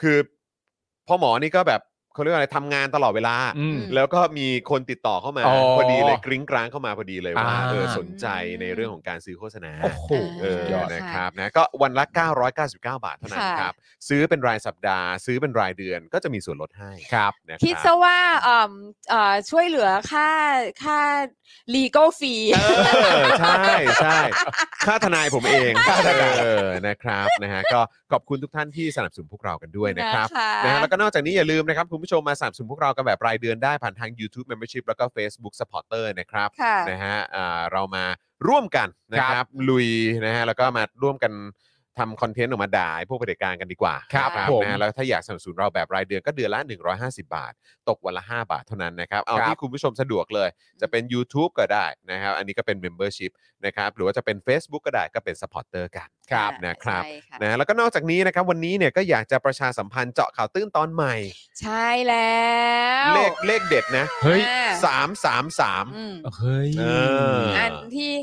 S1: คือพ่อหมอนี่ก็แบบเขาเรียกว่าอะไรทำงานตลอดเวลา
S2: อืม
S1: แล้วก็มีคนติดต่อเข้ามา
S2: อ๋อ
S1: พอดีเลยกริ้งกร้างเข้ามาพอดีเลยว่า
S2: อ่า
S1: เออสนใจในเรื่องของการซื้อโฆษณา
S2: โอ้โห
S1: เออ
S3: ยอดค่ะ
S1: นะครับนะก็วันละ 999 บาทเท่านั้น
S3: ค่ะ
S1: ครับ ซื้อเป็นรายสัปดาห์ ซื้อเป็นรายเดือนก็จะมีส่วนลดให้
S2: ครับ
S1: นะ
S3: คิด
S1: รับ
S3: ซะว่าเอิ่มเอ่อช่วยเหลือค่าค่า legal fee
S1: เออใช่ใช่ค่าทนายผมเองเออนะครับนะฮะก็ขอบคุณทุกท่านที่สนับสนุนพวกเรากันด้วยนะครับ
S3: นะคะ
S1: นะฮะแล้วก็นอกจากนี้อย่าลืมนะครับคุณผู้ชม ผู้ชมมาสนับสนุนพวกเรากันแบบรายเดือนได้ผ่านทาง YouTube Membership แล้วก็ Facebook Supporter นะครับ
S3: ค่ะ
S1: นะฮะอ่าเรามาร่วมกันนะครับ ลุยนะฮะ แล้วก็มาร่วมกันทำคอนเทนต์ออกมาด่าไอ้พวกเผด็จการกันดีกว่า
S2: ครับ
S1: นะ
S2: ผม
S1: นะฮะแล้วถ้าอยากสนับสนุนเราแบบรายเดือนก็เดือนละ 150 บาท ตกวันละ 5 บาทเท่านั้นนะครับ เอา
S2: ครับ
S1: ที่คุณผู้ชมสะดวกเลย จะเป็น YouTube ก็ได้นะครับ อันนี้ก็เป็น Membership นะครับ หรือว่าจะเป็น Facebook ก็ได้ก็เป็น Supporter กัน
S3: ครับ
S1: นะครับ
S3: ใช่ค่ะ
S1: นะฮะแล้วก็นอกจากนี้นะครับวันนี้เนี่ยก็อยากจะประชาสัมพันธ์เจาะข่าวตื้นตอนใหม่
S3: ใช่แล้ว
S1: เลขเลขเด็ดนะ
S3: เฮ้ย
S1: สามสามสาม
S3: อืม
S2: เฮ้ย
S1: เอออั
S3: อันที่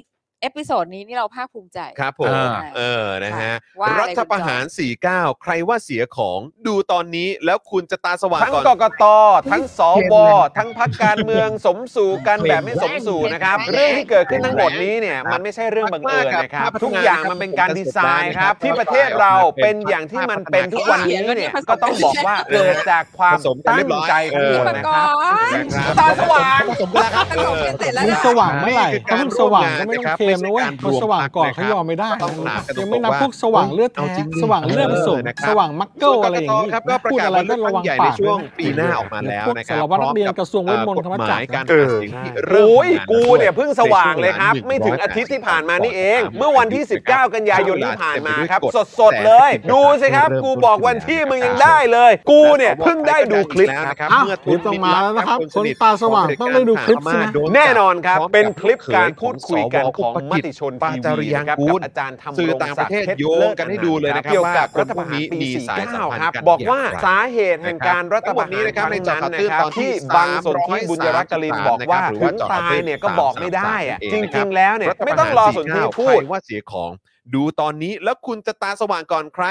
S3: เอพิโซดนี้นี่เราภาคภูมิใจ
S1: ครับผม
S2: อ่า
S1: เออนะฮะ
S3: ว่าอะไร
S1: รัฐประหาร 49 ใครว่าเสียของดูตอนนี้แล้วคุณจะตาสว่าง
S6: ทั้ง
S1: ก่อน
S6: กกต ทั้งสวทั้งพักการเมื
S4: *laughs*
S6: องสมสู่กันแบบไม่สมสู่นะครับ เรื่องที่เกิดขึ้นทั้งหมดนี้เนี่ยมันไม่ใช่เรื่องบังเอิญนะครับ ทุกอย่างมันเป็นการดีไซน์ครับ ที่ประเทศเราเป็นอย่างที่มันเป็นทุกวันนี้เนี่ยก็ต้องบอกว่าเกิดจากความตั้งใจของ
S3: คุณ
S6: คน
S3: ประ
S6: นะค
S3: กอ
S6: รับ
S3: น
S6: ตาสว่าง
S4: ผสมกัน
S3: ประกอบเสร็จแล้ว
S4: คุณ
S3: นะ
S4: สว่างเมื่อไหร่
S1: นี่คือ
S4: ถ้าคุณสว่างก็ไม่ต้องเคลมนะเว้ย
S1: การร่
S4: เขา
S1: วมงานนะครับ
S4: สว่างก่อน
S1: ไม่ใช่
S4: เขายอมไม่ได้
S1: ต้องถามกันตรงๆ
S4: ยังไม่นับพวกสว่างเลือดแท้
S1: เอาจริงดิ
S4: สว่างเลือดผสม
S1: เออนะครับ
S4: สว่างมักเกิลอะไรอย่างนี้
S1: ครับก็ประ
S4: พูด
S1: กาศ
S4: อะไร
S1: ว่าเลื
S4: ก็
S1: อก
S4: ระ
S1: ตั้
S4: วั
S1: ง
S4: ง
S1: ใหญ่
S4: ปา
S1: ใน
S4: ก
S1: ช่ว
S4: ด้
S1: ว
S4: ว
S1: ง
S4: ย
S1: ปีหน้าออกมาแล้วนะครับ
S4: สารวัตรนักเรียนกระทรวงเวทมนต์ธร
S1: เอ่อก
S4: รม
S1: ฎห
S4: จั
S1: มา
S4: ก
S1: ย
S4: ร
S1: การตัดสินที่เริ่ม
S6: โอ้ย
S1: ทำงาน
S6: กูเนี่ยเพิ่งสว่างเลยครับ ไม่ถึงอาทิตย์ที่ผ่านมานี่เอง เมื่อวันที่ 19 กันยายนที่ผ่านมาครับ สดๆเลย ดูสิครับ กูบอกวันที่มึงยังได้เลย กูเนี่ยเพิ่งได้ดูคลิป
S1: แล้ว
S6: ครับ
S1: นะครับ
S4: อ้าว
S1: เมื่อ
S4: รีบต้องมาแล้วนะครับ
S1: สท
S4: คนตาสว่างต้องได้ดูคลิปสินะ
S1: โจับ
S6: แน่นอนครับ
S1: พมกั
S6: เป็นคลิปการ
S1: เขย
S6: พูดคุยกัน
S1: สว
S6: ของ
S1: ป
S6: ม
S1: กิจ
S6: ติชน
S1: ปา
S6: ที
S1: จาริ
S6: วี
S1: ยัง
S6: นะครับ
S1: กู
S6: กั
S1: ล
S6: บอาจารย์ธรรม
S1: สื่อ
S6: รง
S1: ต่างป
S6: ศัก
S1: ระ
S6: ดิ์
S1: เทศ
S6: เพชร
S1: โย
S6: เลิ
S1: ง
S6: ศ
S1: กันให้ดูเลยนะครับ
S6: เกี่ยวกับรัฐประหารปี
S1: มีสายสัมพั
S6: 49
S1: นธ์
S6: ครับ
S1: น
S6: บอกว่า
S1: ย่งไร
S6: สาเหตุแห่งการรัฐประหารครั้งนั้นนะครับที่บางสนที่บุญยรักกลินบอกว่าถึงตายเนี่ยก็บอกไม่ได้อะจริง ๆ แล้วเนี่ยไม่ต้องรอสนที่พูด
S1: ใครว่าเสียของดูตอนนี้แล้วคุณจะตาสว่างก่อนใคร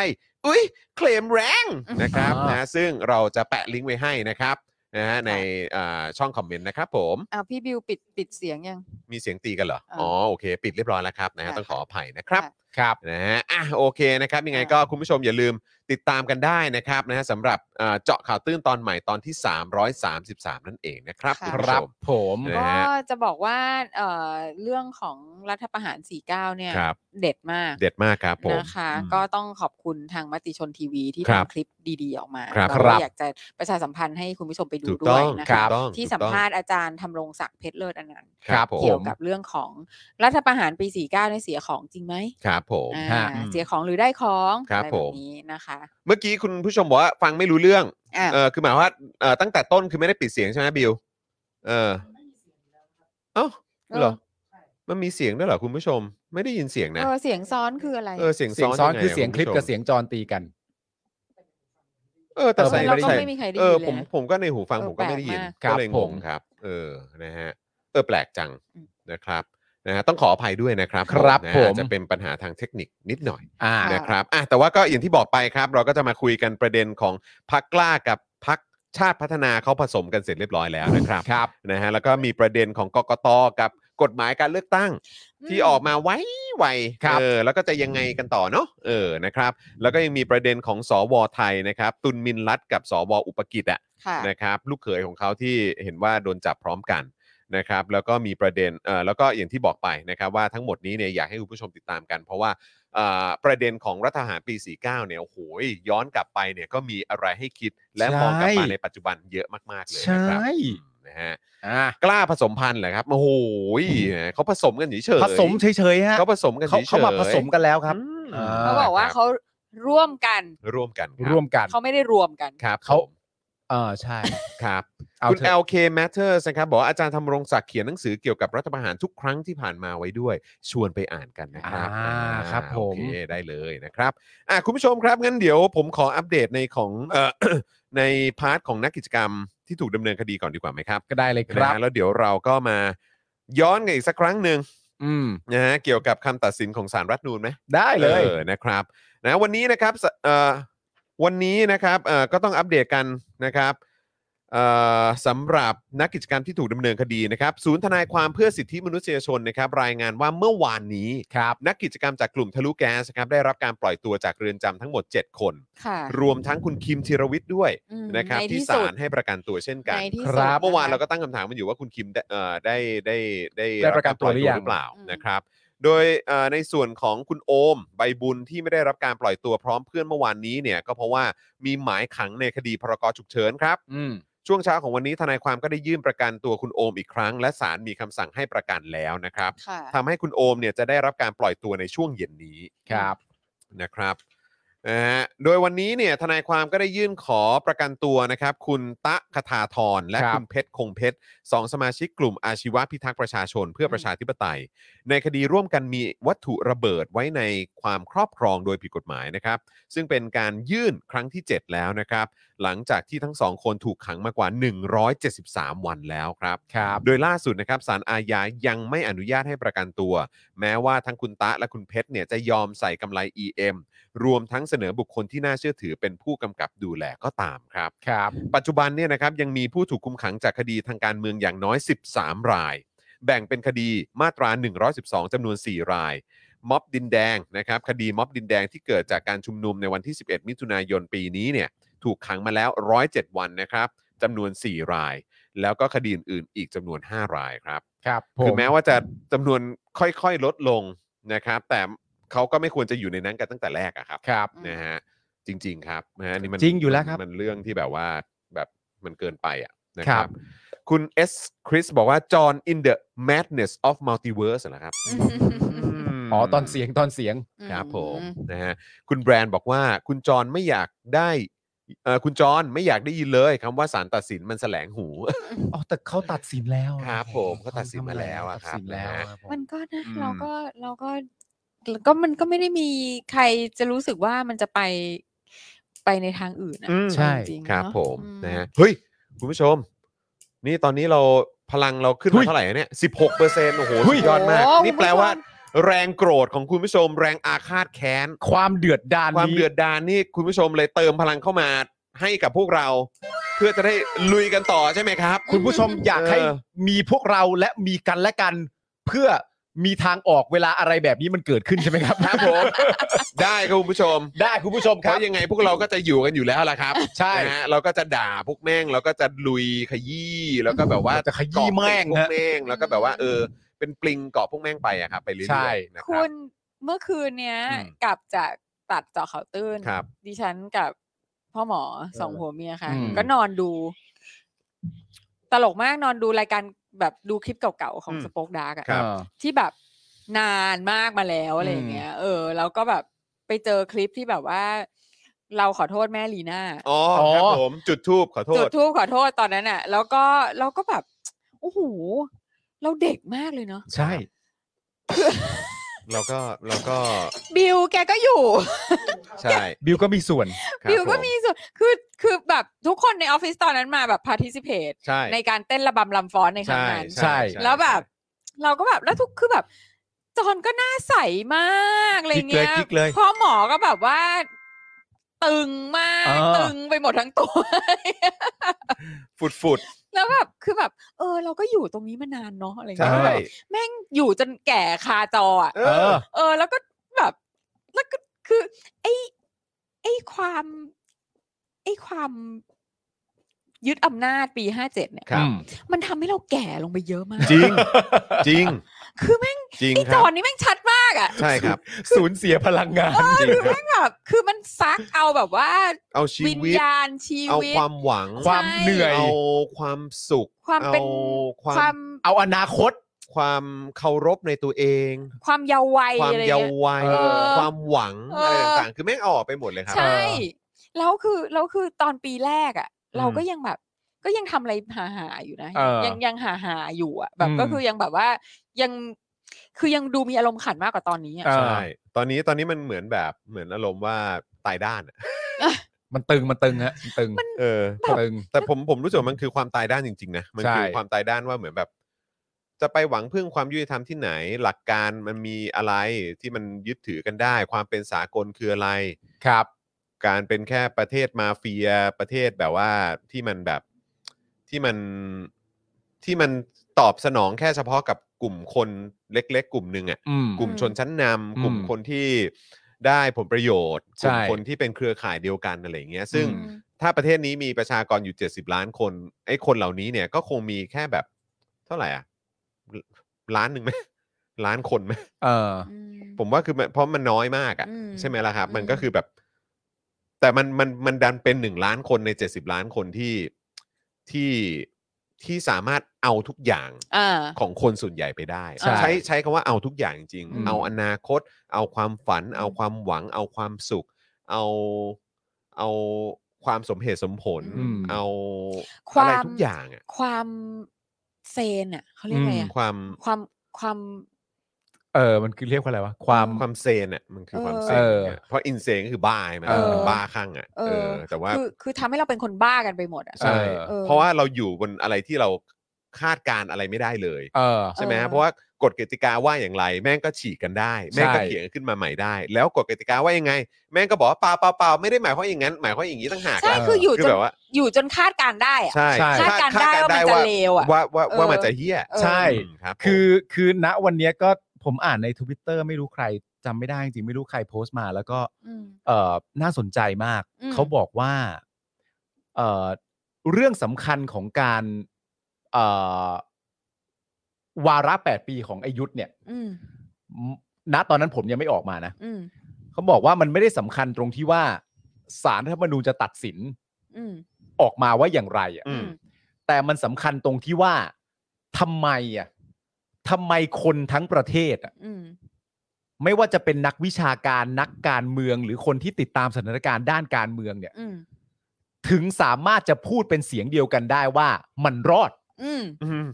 S1: อุ้ยเคลมแรงนะครับ
S2: อ่าน
S1: นะซึ่งเราจะแปะลิงก์ไว้ให้นะครับนะฮะในอ่าช่องคอมเมนต์นะครับผม
S3: อ่ะพี่บิวปิดปิดเสียงยัง
S1: มีเสียงตีกันเหรอ
S3: อ่า
S1: อ๋อโอเค ปิดเรียบร้อยแล้วครับนะฮะ
S3: ค่ะ
S1: ต้องขออภัยนะครับ
S3: ค่ะ
S1: ครับนะฮะอ่ะโอเคนะครับ ยังไง
S3: ค่ะ
S1: ก็คุณผู้ชมอย่าลืมติดตามกันได้นะครับนะฮะสำหรับอ่าเจาะข่าวตื้นตอนใหม่ตอนที่ 333 นั่นเองนะครับณ
S2: ค
S1: ผู้
S2: รั
S1: ช
S2: บ
S1: ม
S2: ผม
S1: นะ
S3: ก็
S1: ฮะ
S3: จะบอกว่าเอ่อเรื่องของรัฐประหาร 49 เนี่ย
S1: ครับ
S3: เด็ดมาก
S1: เด็ดมากครับผม
S3: นะคะ
S2: อืม
S3: ก็ต้องขอบคุณทางมติชนทีวีที่
S1: ครับ
S3: ทำคลิปดีๆออกมา
S1: ครับ
S3: เรา
S1: ครั
S3: ก็
S1: บ
S3: อยากจะประชาสัมพันธ์ให้คุณผู้ชมไปดู
S1: ถูก
S3: ด้
S1: ต้
S3: วย
S1: อง
S3: นะ
S1: ครั
S3: คะ
S1: บถูกต้อง
S3: ที่สัมภาษณ์อาจารย์ทำรงศักดิ์เพชรเลิศอนันต์
S1: ครับผม
S3: เกี่ยวกับเรื่องของรัฐประหารปี 49เนี่ยเสียของจริงไหม
S1: ครับผม
S3: อ่า
S2: ฮะ
S3: เสียของหรือได้ของ
S1: ครับ
S3: อะไรแบ
S1: ผ
S3: บ
S1: ม
S3: นี้นะคะ
S1: เมื่อกี้คุณผู้ชมบอกว่าฟังไม่รู้เรื่อง
S3: อ่ะ
S1: เออคือหมายว่าเออตั้งแต่ต้นคือไม่ได้ปิดเสียงใช่ไหมบิว เออ เอ้าเหรอ
S3: เออ
S1: มันมีเสียงด้วยเหรอคุณผู้ชม ไม่ได้ยินเสียงนะ
S3: เออเสียงซ้อนคืออะไร
S1: เออเสียง
S2: เสียงซ้อน
S1: ไ
S2: คือเสียงคลิป
S1: ณ
S2: กั
S1: ผู้
S2: บ
S1: ชม
S2: เสียงจรตีกัน
S1: เออแต่ใส่
S3: เรา
S1: ไม่ได้
S3: ก็
S1: ใส่
S3: ไม่มีใครได้
S1: เออ
S3: ยิน
S1: ผม
S3: เลยนะ
S1: ผมก็ในหูฟัง
S3: เออ
S1: ผมก็ไม่ได้ยิน
S3: แปลกมาก
S1: ก็เลย
S2: ครับ
S1: ง
S2: ผ
S1: ง
S2: ม
S1: ครับ เออนะฮะ เออแปลกจัง
S3: อืม
S1: นะครับนะฮะต้องขออภัยด้วยนะครับ
S2: ครับ
S1: นะฮะ
S2: ผม
S1: อาจจะเป็นปัญหาทางเทคนิคนิดหน่อย
S2: อ่า
S3: ค่ะ
S1: นะครับอ่ะแต่ว่าก็อย่างที่บอกไปครับ เราก็จะมาคุยกันประเด็นของพักกล้ากับพักชาติพัฒนาเขาผสมกันเสร็จเรียบร้อยแล้วนะครับ
S2: ครับ
S1: นะฮะแล้วก็มีประเด็นของกกตกับกฎหมายการเลือกตั้ง ที่ออกมาไว้ไว
S2: ครับ
S1: เออแล้วก็จะยังไงกันต่อเนาะเออนะครับ แล้วก็ยังมีประเด็นของสวไทยนะครับ ตุนมินลัดกับสวอุปกิจอะ
S3: ค่ะ
S1: นะครับลูกเขยของเขาที่เห็นว่าโดนจับพร้อมกันนะครับ แล้วก็มีประเด็นเออแล้วก็อย่างที่บอกไปนะครับ ว่าทั้งหมดนี้เนี่ยอยากให้คุณผู้ชมติดตามกัน เพราะว่า อ่าประเด็นของรัฐประหารปี 49 เนี่ยโอ้โหย้อนกลับไปเนี่ยก็มีอะไรให้คิดและ
S2: ใช่
S1: มองกลับมาในปัจจุบันเยอะมากๆเลยนะครับ
S2: ใช่
S1: นะฮะ
S2: อ่าก
S1: ล้าผสมพันธุ์เหรอครับโอ้โหเขาผสมกันเฉยๆ
S2: ผสมเฉยๆฮะ
S1: เขาผสมกันเฉ
S2: เขา
S1: ยๆ
S2: เขามาผสมกันแล้วครับ
S1: อืม
S2: อ่า
S3: เขาบอกว่า
S1: ครับ
S3: เขาร่วมกัน
S1: ร่วมกันคบ
S2: ร่วมกัน
S3: เขาไม่ได้รวมกัน
S1: ครับ
S2: เขา
S1: ผม
S2: เออใช่
S1: ครับ
S2: เอา
S1: คุณ
S2: เถอะ
S1: LK Matters นะครับบอกว่าอาจารย์ธำรงศักดิ์เขียนหนังสือเกี่ยวกับรัฐประหารทุกครั้งที่ผ่านมาไว้ด้วย ชวนไปอ่านกันนะครับ
S2: อ่าครับ
S1: อ่า
S2: ผม
S1: โอเคได้เลยนะครับ อ่ะคุณผู้ชมครับ งั้นเดี๋ยวผมขออัปเดตในของเอ่ *coughs* อ ในพาร์ทของนักกิจกรรมที่ถูกดำเนินคดีก่อนดีกว่าไหมครับ
S2: ก็ได้เลยค
S1: นะ
S2: รับ
S1: ฮะแล้วเดี๋ยวเราก็มาย้อนกันอีกสักครั้งหนึ่ง
S2: อืม
S1: นะฮะเกี่ยวกับคำตัดสินของสารรัฐธรรมนูนไหม
S2: ได้เลย
S1: ออนะครับนะวันนี้นะครับสเอ่อวันนี้นะครับเอ่อก็ต้องอัปเดตกันนะครับเอ่อสำหรับนักกิจกรรมที่ถูกดำเนินคดีนะครับ ศูนย์ทนายความเพื่อสิทธิมนุษยชนนะครับ รายงานว่าเมื่อวานนี้
S2: ครับ
S1: นักกิจกรรมจากกลุ่มทะลุแก๊สนะครับได้รับการปล่อยตัวจากเรือนจำทั้งหมด 7 คน
S3: ค่ะ
S1: รวมทั้งคุณคิมธีรวิทย์ด้วย
S3: อืม
S1: นะครับ
S3: ใน
S1: ที่
S3: สุ
S1: ศา
S3: ด
S1: ลให้ประกันตัวเช่นกัน
S3: ในที่สุด
S1: ครับ
S3: นะคะ
S1: เมื่อวานเราก็ตั้งคำถามมันอยู่ว่าคุณคิมได้เอ่อได้ได้ได้
S2: ได้ประกันตัวหรือยัง
S1: เปล่านะครับ โดยเอ่อในส่วนของคุณโอม ใบบุญที่ไม่ได้รับการปล่อยตัวพร้อมเพื่อนเมื่อวานนี้เนี่ยก็เพราะว่ามีหมายขังในคดีพรกฉุกเฉินครับ
S6: อืม
S1: ช่วงเช้าของวันนี้ทนายความก็ได้ยื่นประกันตัวคุณโอมอีกครั้ง และศาลมีคำสั่งให้ประกันแล้วนะครับ
S3: ค่ะ
S1: ทำให้คุณโอมเนี่ยจะได้รับการปล่อยตัวในช่วงเย็นนี้
S2: ครับ
S1: นะครับนะฮะโดยวันนี้เนี่ยทนายความก็ได้ยื่นขอประกันตัวนะครับ คุณตะคทาธรและ
S2: ครับ
S1: คุณเพชรคงเพชรสองสมาชิกกลุ่มอาชีวะพิทักษ์ประชาชนเพื่อประชาธิปไตย ในคดีร่วมกันมีวัตถุระเบิดไว้ในความครอบครองโดยผิดกฎหมายนะครับ ซึ่งเป็นการยื่นครั้งที่ 7 แล้วนะครับ หลังจากที่ทั้งสองคนถูกขังมากว่า 173 วันแล้วครับ
S2: ครับ
S1: โดยล่าสุดนะครับสารอาญายังไม่อนุญาตให้ประกันตัว แม้ว่าทั้งคุณตะและคุณเพชรเนี่ยจะยอมใส่กำไร EM รวมทั้งเสนอบุคคลที่น่าเชื่อถือเป็นผู้กำกับดูแลก็ตามครับ
S2: ครับ
S1: ปัจจุบันเนี่ยนะครับยังมีผู้ถูกคุมขังจากคดีทางการเมืองอย่างน้อย 13 ราย แบ่งเป็นคดีมาตรา 112 จำนวน 4 ราย ม็อบดินแดงนะครับคดีม็อบดินแดงที่เกิดจากการชุมนุมในวันที่ 11 มิถุนายนปีนี้เนี่ยถูกขังมาแล้ว 107 วันนะครับจำนวน 4 ราย แล้วก็คดีอื่นๆอีกจำนวน 5 รายครับ
S2: ครับผ
S1: คือ
S2: ม
S1: แม้ว่าจะจำนวนค่อยๆลดลงนะครับ แต่เขาก็ไม่ควรจะอยู่ในนั้นกันตั้งแต่แรกอะครับ
S2: ครับ
S1: นะฮะจริง ๆ ครับนะฮะนี่มัน
S2: จริงอยู่แล้วครับ
S1: มันมันเรื่องที่แบบว่าแบบมันเกินไปอ่ะนะค
S2: ครั
S1: รับ
S2: บ
S1: คุณ S คริสบอกว่า John in the madness of multiverse เหรอครับม
S2: อ๋อตอนเสียงตอนเสียง
S1: ครับผมนะฮะคุณแบรนด์บอกว่าคุณจอนไม่อยากได้เอ่อคุณจอนไม่อยากได้ยินเลยคำว่าสารตัดสินมันแสลงหู
S2: อ๋อแต่เขาตัดสินแล้ว
S1: ครับผมเขาตัดสินมาแล้วอะค
S2: ตัด
S1: รับ
S2: สินแล้ว
S1: นะฮะ
S2: ครับผม
S3: มันก็นะ
S6: อืม
S3: เราก็เราก็ก็มันก็ไม่ได้มีใครจะรู้สึกว่ามันจะไปไปในทางอื่นนะ
S1: อืม
S2: ใช่
S3: จริงๆ
S1: ครับ
S3: เนอะ
S1: ผม
S3: อื
S1: นะฮะเฮ้ย คุณผู้ชม นี่ตอนนี้เราพลังเราขึ้น
S2: หุ้
S1: มาย เท่าไหร่เนี่ยสิบหกเปอร์เซ็นต์โอ้โหสุดยอดมาก
S3: โอ้โห
S1: นี่แปล
S3: คุณผู้ชม
S1: ว่า แรงโกรธของคุณผู้ชม แรงอาฆาตแค้น
S2: ความเดือดดาน
S1: ความ
S2: นี้
S1: เดือดดานนี่คุณผู้ชมเลยเติมพลังเข้ามาให้กับพวกเรา เพื่อจะได้ลุยกันต่อใช่ไหมครับ
S2: คุณผู้ชมอยากให้
S1: เออ
S2: มีพวกเราและมีกันและกัน เพื่อมีทางออกเวลาอะไรแบบนี้มันเกิดขึ้นใช่ไหมครับ
S1: ครับ *laughs* ผม ได้ครับคุณผู้ชม
S2: ได้คุณผู้ชม
S1: เพ
S2: ครับ
S1: ราะยังไงพวกเราก็จะอยู่กันอยู่แล้วล่ะครับ
S2: ใช่
S1: นะฮะเราก็จะด่าพวกแม่งเราก็จะลุยขยี้แล้วก็แบบว่า
S2: จะขยี้
S1: เกาะติด
S2: แม่ง
S1: พวก
S2: ฮะ
S1: แม่งแล้วก็แบบว่า เออ เป็นปลิงเกาะพวกแม่งไปอะครับไปเรื่อยๆนะค
S3: คุ
S1: รับ
S3: ณเมื่อคืนเนี้ย
S1: อืม
S3: กลับจากตัดเจาะเขาวตื้น
S1: ครับ
S3: ดิฉันกับพ่อหมอสองหัวเมียค่ะ
S2: อืม
S3: ก็นอนดู ตลกมากนอนดูรายการแบบดูคลิปเก่าๆของ
S1: อืม
S3: สป็อคดาร์กอะ
S1: ครับ
S3: ที่แบบนานมากมาแล้วอะไรอย่าง
S2: อืม
S3: เงี้ย เออ แล้วก็แบบไปเจอคลิปที่แบบว่า เราขอโทษแม่ลีน่า
S1: อ๋อ
S2: อ๋อ
S1: ครับผมจุดทูบขอโท
S3: จุด
S1: ษ
S3: ทูบขอโทษตอนนั้นน่ะ แล้วก็เราก็แบบโอ้โหเราเด็กมากเลยเนาะ
S2: ใช่
S1: เราก็เราก็
S3: บิวแกก็อยู่
S1: ใช่
S2: บิวก็มีส่วน
S1: ครับ
S3: บิวก็
S1: ผ
S3: มีส่วนคือคือแบบทุกคนในออฟฟิศตอนนั้นมาแบบ participate
S1: ใช่
S3: ในการเต้นระบำลำฟ้อนในครั้ง
S1: ใช่
S3: นั้น
S2: ใช่
S3: แล้วแบบ เราก็แบบแล้วทุกคือแบบ จอนก็หน่าใสมากอะไร
S2: กิ๊
S3: เงี้
S2: กเลยกิ๊กเลย
S3: พ่อหมอก็แบบว่า ตึงมาก
S2: เออ
S3: ตึงไปหมดทั้งตัว *laughs*
S1: ฟุดฟุด
S3: แล้วแบบคือแบบ เออ เราก็อยู่ตรงนี้มานานเนาะอะ
S1: ๆ
S3: ไรเงี้
S1: ใช่
S3: ยแบบแม่งอยู่จนแก่คาจออะ
S1: เอ
S2: เอ
S1: อ
S2: อ
S3: เออแล้วก็แบบแล้วก็คือ ไอ้ไอ้ความ ไอ้ความยึดอำนาจปีห้าเจ็ดเนี่ย
S1: ครับ
S3: มันทำให้เราแก่ลงไปเยอะมาก
S1: จริงจริง
S3: คือแม่ง
S1: จริง
S3: ไอ้
S1: ค
S3: จ
S1: รั
S3: อบ นนี่แม่งชัดมากอ่ะ
S1: ใช่ครับ
S2: สูญเสียพลังงาน
S1: จริง
S3: คือ
S1: ครับ
S3: แม่งแบบคือมันซักเอาแบบว่า
S1: เอาชี
S3: วิญ
S1: วิต
S3: ญาณชี
S1: เอา
S3: วิต
S1: ความหวัง
S2: ความ
S3: ใช่
S2: เหนื่อย
S1: เอาความสุข
S3: ความเป็น
S1: เอาความ
S3: ความ
S2: เอาอนาคต
S1: ความเคารพในตัวเอง
S3: ความเยาว์วัย
S1: ความ
S3: อะไร
S1: เยาว์
S3: เงี้ย
S1: วัย
S3: เออ
S1: ความหวัง
S3: เออ
S1: อะ
S3: อ
S1: ไรต่างๆ คือแม่งเอาออกไปหมดเลยครับ
S3: ใช่ แล้วคือแล้วคือตอนปีแรกอะ่ะ เราก็ยังแบบ ก็ยังทำอะไรหาหาๆอยู่นะ
S2: เออ
S3: ยังยังหาหาๆอยู่อะ่ะ แบบก็
S2: อืม
S3: คือยังแบบว่ายังคือยังดูมีอารมณ์ขันมากกว่าตอนนี้อะ
S2: เออ
S1: ใช่ ตอนนี้ตอนนี้มันเหมือนแบบเหมือนอารมณ์ว่าตายด้าน
S2: *laughs*
S1: อะ
S2: มันตึงมันตึงฮะมันตึง
S1: เออ
S2: ตึง
S1: แต่ผมผมรู้สึกว่ามันคือความตายด้านจริงๆนะมันคือ
S2: ใช่
S1: ความตายด้านว่าเหมือนแบบ จะไปหวังพึ่งความยุติธรรมที่ไหน หลักการมันมีอะไรที่มันยึดถือกันได้ ความเป็นสากลคืออะไร
S2: ครับ
S1: การเป็นแค่ประเทศมาเฟียประเทศแบบว่าที่มันแบบที่มันที่มันตอบสนองแค่เฉพาะกับกลุ่มคนเล็ก ๆ กลุ่มหนึ่งอะ
S2: อืม
S1: กลุ่มชนชั้นนำ
S2: อืม
S1: กลุ่มคนที่ได้ผลประโยชน์ก
S2: ใช่
S1: ลุ่มคนที่เป็นเครือข่ายเดียวกันอะไรอย่างเงี้ย ซึ่ง
S2: อืม
S1: ถ้าประเทศนี้มีประชากรอยู่ 70 ล้านคนไอ้คนเหล่านี้เนี่ยก็คงมีแค่แบบเท่าไหร่อ่ะล้านหนึ่งไหม *laughs* ล้านคนไหม
S2: เออ
S3: อืม
S1: ผมว่าคือมันเพราะมันน้อยมากอะ
S3: อืม
S1: ใช่ไหมล่ะครับ
S3: อืม
S1: มันก็คือแบบ แต่มันมันมันดันเป็นหนึ่งล้านคนในเจ็ดสิบล้านคนที่ที่ที่สามารถเอาทุกอย่าง
S3: เออ
S1: *laughs* ของคนส่วนใหญ่ไปได้
S3: ใช่
S1: ใช้ใช้คำว่าเอาทุกอย่างจริง
S2: อืม
S1: เอาอนาคต เอาความฝัน เอาความหวัง เอาความสุข เอาเอาความสมเหตุสมผล
S3: อืม
S1: เอา
S3: ควา
S1: อะไร
S3: ม
S1: ทุกอย่างอะ
S3: ความเซนอ่ะเขาเรียกอะไร
S2: อืม
S3: อ่ะ
S1: ความ
S3: ความความ
S2: เออ มันคือเรียกว่าอะไรวะ ความ
S1: ความเซนอ่ะมันคือความเซน
S2: เออ
S1: เนี่ยเพราะอินเซนก็คือบ้าใช่ไหม
S2: เออ
S1: มันบ้าข้างอ่ะ
S3: เออ
S1: เออ แต่ว่า
S3: คือคือทำให้เราเป็นคนบ้ากันไปหมดอ่ะ
S2: ใช่
S3: เออ
S1: เพราะว่าเราอยู่บนอะไรที่เราคาดการณ์อะไรไม่ได้เลย
S2: เออ
S1: ใช่ไหม
S3: เออ
S1: ฮะเพราะว่ากฎกติกาว่าอย่างไรแม่งก็ฉีกกันได้ แม่งก็เขียนขึ้นมาใหม่ได้ แล้วกฎกติกาว่ายังไง แม่งก็บอกว่าเปล่าเปล่าเปล่าไม่ได้หมายความอย่างนั้น หมายความอย่างนี้ต่างหาก
S3: ใช่
S1: อะ
S3: คืออยู่
S1: คื
S3: จ
S1: อน แบบว่า
S3: อยู่จนคาดการณ์ได้อ่ะ
S1: ใช่
S2: ใช่
S3: คาดการณ์ได้ว่ามันจะเลวอะ
S1: ว่าว่า
S3: เออ
S1: ว่ามันจะเฮี้ย
S2: ใช่
S1: อืมครับผม
S2: คือคือณวันเนี้ยก็ผมอ่านในทวิตเตอร์ไม่รู้ใครจำไม่ได้จริงๆไม่รู้ใครโพสต์มา แล้วก็
S3: อืม
S2: เออน่าสนใจมาก
S3: อืม
S2: เขาบอกว่าเออเรื่องสำคัญของการเออวาระแปดปีของอายุธเนี่ย
S3: อืม
S2: ณตอนนั้นผมยังไม่ออกมานะ
S3: อืม
S2: เขาบอกว่ามันไม่ได้สำคัญตรงที่ว่าสารรัฐธรรมนูญจะตัดสิน
S3: อืม
S2: ออกมาว่าอย่างไรอ่ะ
S3: อืม
S2: แต่มันสำคัญตรงที่ว่าทำไมอ่ะทำไมคนทั้งประเทศอ่ะ
S3: อืม
S2: ไม่ว่าจะเป็นนักวิชาการนักการเมืองหรือคนที่ติดตามสถานการณ์ด้านการเมืองเนี่ย
S3: อืม
S2: ถึงสามารถจะพูดเป็นเสียงเดียวกันได้ว่ามันรอด
S3: อืม
S1: อืม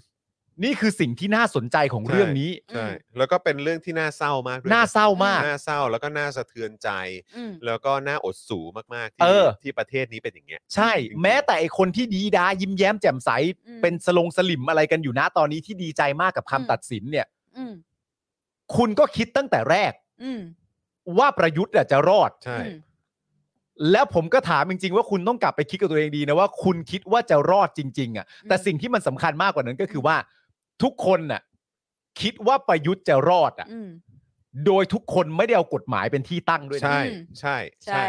S2: นี่คือสิ่งที่น่าสนใจของเรื่องนี้
S1: ใช่แล้วก็เป็นเรื่องที่น่าเศร้ามากด้วยะ
S2: น่าเศร้ามาก
S1: น่าเศร้าแล้วก็น่าสะเทือนใจ
S3: อืม
S1: แล้วก็น่าอดสูมากๆ
S2: เอ
S1: ที่
S2: อ
S1: ที่ประเทศนี้เป็นอย่างเงี้ย
S2: ใช่ แม้แต่ไอคนที่ดีดายิ้มแย้มแจ่มใส
S3: อืม
S2: เป็นสลงสลิมอะไรกันอยู่นะตอนนี้ที่ดีใจมากกับ
S3: อื
S2: คำ
S3: ม
S2: ตัดสินเนี่ย
S3: อืม
S2: คุณก็คิดตั้งแต่แรก
S3: อืม
S2: ว่าประยุทธ์อะจะรอด
S1: ใช่
S3: อืม
S2: แล้วผมก็ถามจริง ๆ ว่าคุณต้องกลับไปคิดกับตัวเองดีนะว่าคุณคิดว่าจะรอดจริง ๆอะ่ะ แต่
S3: อืม
S2: สิ่งที่มันสำคัญมากกว่านั้นก็คือว่า ทุกคนน่ะคิดว่าประยุทธ์จะรอดอ่ะ
S3: อืม
S2: โดยทุกคนไม่ได้เอากฎหมายเป็นที่ตั้งด้วยนะ
S1: ใช่
S3: อืม
S1: ใช่
S3: ใช่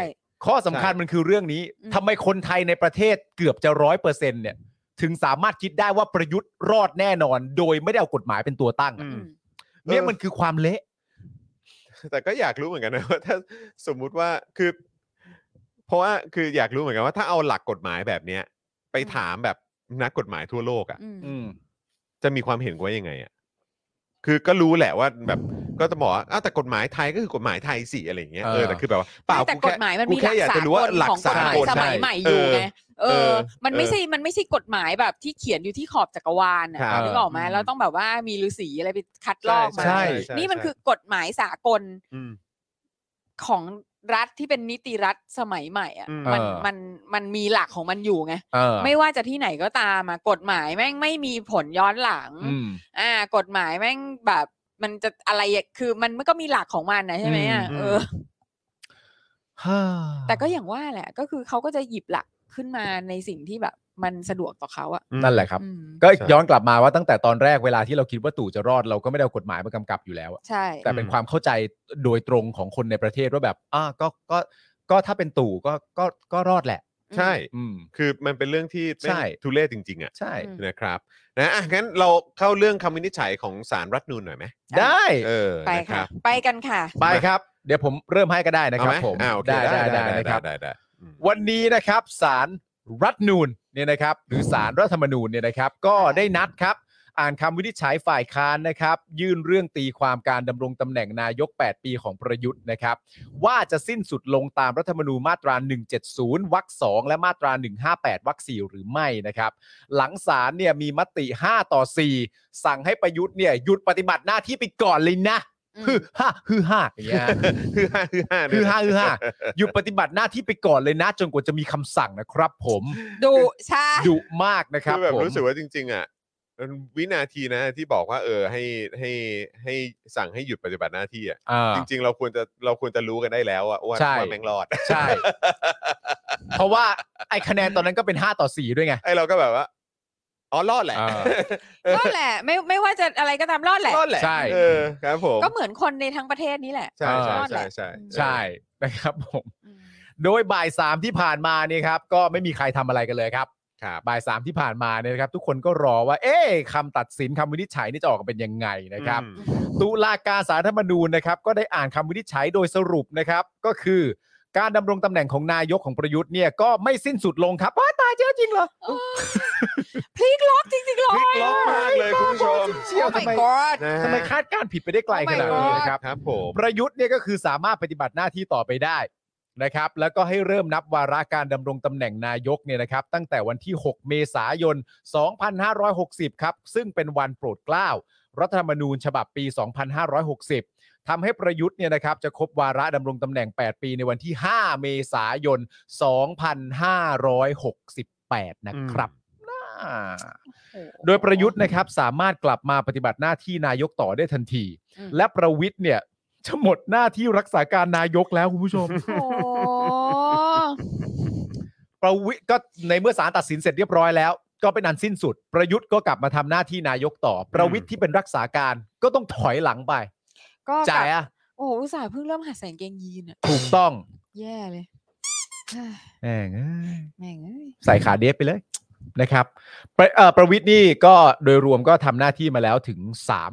S2: ข้อสำคัญมันคือเรื่องนี้
S3: อืม
S2: ทำไมคนไทยในประเทศเกือบจะร้อยเปอร์เซ็นต์เนี่ย ถึงสามารถคิดได้ว่าประยุทธ์รอดแน่นอน โดยไม่ได้เอากฎหมายเป็นตัวตั้งอะ
S3: อืม
S2: เนี่ยมันคือความเละ
S1: แต่ก็อยากรู้เหมือนกันนะว่า *laughs* ถ้าสมมุติว่าคือ เพราะว่าคืออยากรู้เหมือนกันว่าถ้าเอาหลักกฎหมายแบบเนี้ย ไป
S3: อืม
S1: ถามแบบนักกฎหมายทั่วโลกอะ่ะ
S3: อืม
S2: อืม
S1: จะมีความเห็นว่ายังไงอะ่ะคือก็รู้แหละว่าแบบก็จะบอกว่าอ้าวแต่กฎหมายไทยก็คือกฎหมายไทยสิอะไรอย่างเงี้ย
S2: เออ
S1: เออแต่คือแบบว่าเปล่า
S3: แต่
S1: กู
S3: ก
S1: แค่
S3: ฎหมายมัน
S1: กู
S3: มีห
S1: แค่
S3: ลัก
S1: อยาก
S3: สา
S1: จะรู้ว่าหลัก
S3: ของก
S1: สา
S3: ฎหมาย
S1: กล
S3: สมัยใหม่อยู่ไงเอ
S1: เอ
S3: อ
S1: อ
S3: มันไม่ใช่มันไม่ใช่กฎหมายแบบที่เขียนอยู่ที่ขอบจักรวาลนะครับ นึกออกไหม
S2: อืม
S3: เราต้องแบบว่ามีฤาษีอะไรไปคัดลอกมา
S2: ใช่
S3: นี่มันคือกฎหมายสากล
S1: อืม
S3: ของรัฐที่เป็นนิติรัฐสมัยใหม่อ่ะ
S1: อืม
S3: มัน
S2: เออ
S3: มันมันมีหลักของมันอยู่ไง
S2: เออ
S3: ไม่ว่าจะที่ไหนก็ตามอะกฎหมายแม่งไม่มีผลย้อนหลัง
S2: อืม
S3: อ่ากฎหมายแม่งแบบมันจะอะไรอะคือมันมันก็มีหลักของมันนะใช่ไหมอ่ะ
S1: อืม
S3: เออ แต่ก็อย่างว่าแหละ ก็คือเขาก็จะหยิบหลักขึ้นมาในสิ่งที่แบบ มันสะดวกต่อเขาอะ
S2: นั่นแหละครับ
S3: อืม
S2: ก็ย้อนกลับมาว่าตั้งแต่ตอนแรกเวลาที่เราคิดว่าตู่จะรอดเราก็ไม่ได้เอากฎหมายมากำกับอยู่แล้วอะ
S3: ใช่
S2: แต่เป็นความเข้าใจโดยตรงของคนในประเทศว่าแบบอ่าก็ก็ก็ถ้าเป็นตู่ก็ก็ก็รอดแหละ
S1: ใช่
S2: อืม
S1: คือมันเป็นเรื่องที่แม่ง
S2: ใช่
S1: ทุเรศจริง ๆ อ่ะ
S2: ใช่
S3: อืม
S1: นะครับนะอ่ะงั้นเราเข้าเรื่องคำวินิจฉัยของสารรัฐธรรมนูนหน่อยไหม
S2: ได้
S1: เออ
S3: ไป
S1: น
S3: ค่ะ
S1: รับ
S3: ไปกันค่ะ
S2: ไปครับ เดี๋ยวผมเริ่มให้ก็ได้นะครับ
S1: เอาไห
S2: ผม
S1: อ่าโอเค
S2: ได้ได้ได้
S1: ได้
S2: นะครับ
S1: ได้ได้อืม
S2: วันนี้นะครับสารรัฐธรรมนูนเนี่ยนะครับ หรือสารรัฐธรรมนูญเนี่ยนะครับ ก็ได้นัดครับ อ่านคำวินิจฉัยฝ่ายค้านนะครับ ยื่นเรื่องตีความการดำรงตำแหน่งนายก 8 ปีของประยุทธ์นะครับ ว่าจะสิ้นสุดลงตามรัฐธรรมนูญมาตรา 170 วรรค2และมาตรา 158 วรรค4หรือไม่นะครับ หลังศาลเนี่ยมีมติ 5 ต่อ 4 สั่งให้ประยุทธ์เนี่ยหยุดปฏิบัติหน้าที่ไปก่อนเลยนะ
S3: อืม
S2: ฮือฮ่าฮือฮ่าอย่างเงี้ย
S1: ฮือฮาฮือฮา
S2: *laughs* ฮื
S1: ด้วย
S2: อ
S1: นะ
S2: ฮ่าฮือฮ่าหยุดปฏิบัติหน้าที่ไปก่อนเลยนะ จนกว่าจะมีคำสั่งนะครับ
S1: *laughs*
S2: ผม
S3: ดูใช่
S2: ดุมากนะครับ
S1: คือแบบ
S2: ผม
S1: รู้สึกว่าจริง ๆ อ่ะวินาทีนะที่บอกว่าเออให้ให้ให้สั่งให้หยุดปฏิบัติหน้าที่อ่ะ
S2: อ่า
S1: จริง ๆ เราควรจะเราควรจะรู้กันได้แล้วอะว่า
S2: ใช่
S1: ว่าแม่งรอด
S2: ใช่
S1: *laughs*
S2: เพราะว่าไอคะแนนตอนนั้นก็เป็น 5 ต่อ 4 ด้วยไง
S1: ไอ้เราก็แบบว่าอ๋อรอดแหละ
S2: อ่า
S3: รอดแหละ ไม่ไม่ว่าจะอะไรก็ตามรอดแหละ
S1: รอดแหละ
S2: ใช่
S1: เออครับผม
S3: ก็เหมือนคนในทั้งประเทศนี้แหละ
S1: ใช่ใช่
S3: รอดแห
S1: ใช่
S3: ละ
S1: ใช่
S2: ใช่นะครับผม
S3: อืม
S2: โดยบ่ายสามที่ผ่านมาเนี่ยครับ ก็ไม่มีใครทำอะไรกันเลยครับ
S1: ครับ
S2: บ่ายสามที่ผ่านมาเนี่ยนะครับ ทุกคนก็รอว่า เอ๊ะคำตัดสินคำวินิจฉัยนี่จะออกมาเป็นยังไงนะครับ
S1: อืม
S2: ตุลาการสารรัฐธรรมนูญนะครับก็ได้อ่านคำวินิจฉัยโดยสรุปนะครับ ก็คือ การดำรงตำแหน่งของนายกของประยุทธ์เนี่ยก็ไม่สิ้นสุดลงครับว้ายตายเจ้าจริงเหรอ
S3: พลิกล็อกจริงๆเล
S1: พ
S3: ย
S1: ลิกล็อกมากเลยคุณผู้ชม
S2: เชี่ยว
S3: โอ้
S2: ทำ
S3: my
S2: ไม
S3: god
S1: นะฮะ
S2: ทำไมคาดการณ์ผิดไปได้ไกลขนาดนี้นะครับ
S1: ครับผม
S2: ประยุทธ์เนี่ยก็คือสามารถปฏิบัติหน้าที่ต่อไปได้นะครับ แล้วก็ให้เริ่มนับวาระการดำรงตำแหน่งนายกเนี่ยนะครับ ตั้งแต่วันที่ 6 เมษายน 2560 ครับ ซึ่งเป็นวันโปรดเกล้ารัฐธรรมนูญฉบับปี 2560 ทำให้ประยุทธ์เนี่ยนะครับจะครบวาระดำรงตำแหน่ง 8 ปีในวันที่ 5 เมษายน 2568 นะครับน่า โดยประยุทธ์นะครับสามารถกลับมาปฏิบัติหน้าที่นายกต่อได้ทันที
S3: อืม
S2: และประวิทย์เนี่ยจะหมดหน้าที่รักษาการนายกแล้วคุณผู้ *laughs* ชม
S3: โอ้โห
S2: ประวิทย์ก็ในเมื่อศาลตัดสินเสร็จเรียบร้อยแล้ว ก็เป็นอันสิ้นสุด ประยุทธ์ก็กลับมาทำหน้าที่นายกต่อ ประวิทย์ที่เป็นรักษาการก็ต้องถอยหลังไป
S3: ก็
S2: จ่าย
S3: แบบ
S2: อะ
S3: โอ้โหอุตส่าห์เพิ่งเริ่มหัดใส่กางเกงยีนอะ
S2: ถูกต้อง
S3: แย่เลย *sighs* เฮ้ย
S2: แหม่งเอ้ย
S3: แม่งเอ้ย
S2: ใส่ขาเดฟไปเลยนะครับประเอ่อประวิทย์นี่ก็โดยรวมก็ทำหน้าที่มาแล้วถึง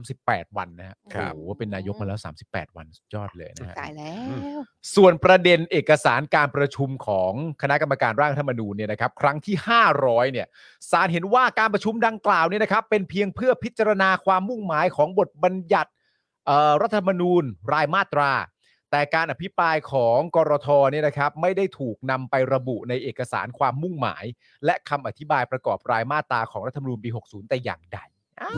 S2: 38 วันนะฮะ
S3: ครับ
S2: โอ้โหเป็นนายกมาแล้ว 38 วันสุดยอดเลยนะฮะ
S3: ตายแล้ว
S2: ส่วนประเด็นเอกสารการประชุมของคณะกรรมการร่างรัฐธรรมนูญเนี่ยนะครับครั้งที่ 500เนี่ยศาลเห็นว่าการประชุมดังกล่าวเนี่ยนะครับ เป็นเพียงเพื่อพิจารณาความมุ่งหมายของบทบัญญัติเอ่อรัฐธรรมนูญรายมาตรา แต่การอภิปรายของกรทเนี่ยนะครับไม่ได้ถูกนำไประบุในเอกสารความมุ่งหมาย และคำอธิบายประกอบรายมาตราของรัฐธรรมนูญปี 60 แต่อย่างใดอ่า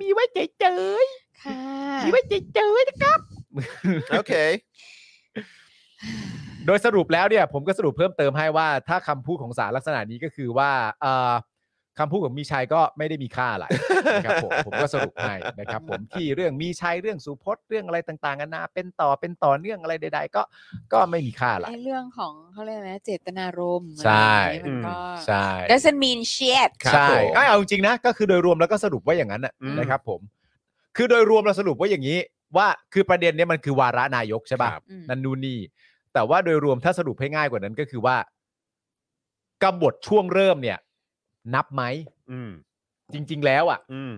S2: มีไว้เฉย
S3: ค่ะ
S2: ๆมีไว้เฉยๆนะครับ
S1: โอเค
S2: โดยสรุปแล้วเนี่ยผมก็สรุปเพิ่มเติมให้ว่าถ้าคำพูดของสารลักษณะนี้ก็คือว่าเอ่อคำพูดของมีชัยก็ไม่ได้มีค่าอะไร *laughs* นะครับผม ผมก็สรุปให้นะครับผมที่เรื่องมีชัยเรื่องสุพจน์เรื่องอะไรต่างๆกันานาเป็นต่อเป็นต่อเนื่องอะไรใด ๆ ก็ก็ไม่มีค่าอะไร
S3: ไอ้เรื่องของเขาเรียกอะไรนะเจตนารมณ์
S2: ใช่
S3: อะไรอย่างเงี้ยมันก็
S2: ใช่
S3: doesn't mean shit
S1: ครับ
S2: ใช่
S1: ผม
S2: ก็เอาจริงๆนะก็คือโดยรวมแล้วก็สรุปว่าอย่างนั้นน่ะ
S1: อืม
S2: นะครับผม คือโดยรวมเราสรุปว่าอย่างนี้ ว่าคือประเด็นเนี้ยมันคือวาระนายกใช่ป่ะ
S3: อืม
S2: นั่นนู่นนี่แต่ว่าโดยรวมถ้าสรุปให้ง่ายกว่านั้นก็คือว่ากบฏช่วงเริ่มเนี่ย นับไหม
S1: อืม
S2: จริง ๆ แล้วอะ่ะ
S1: อืม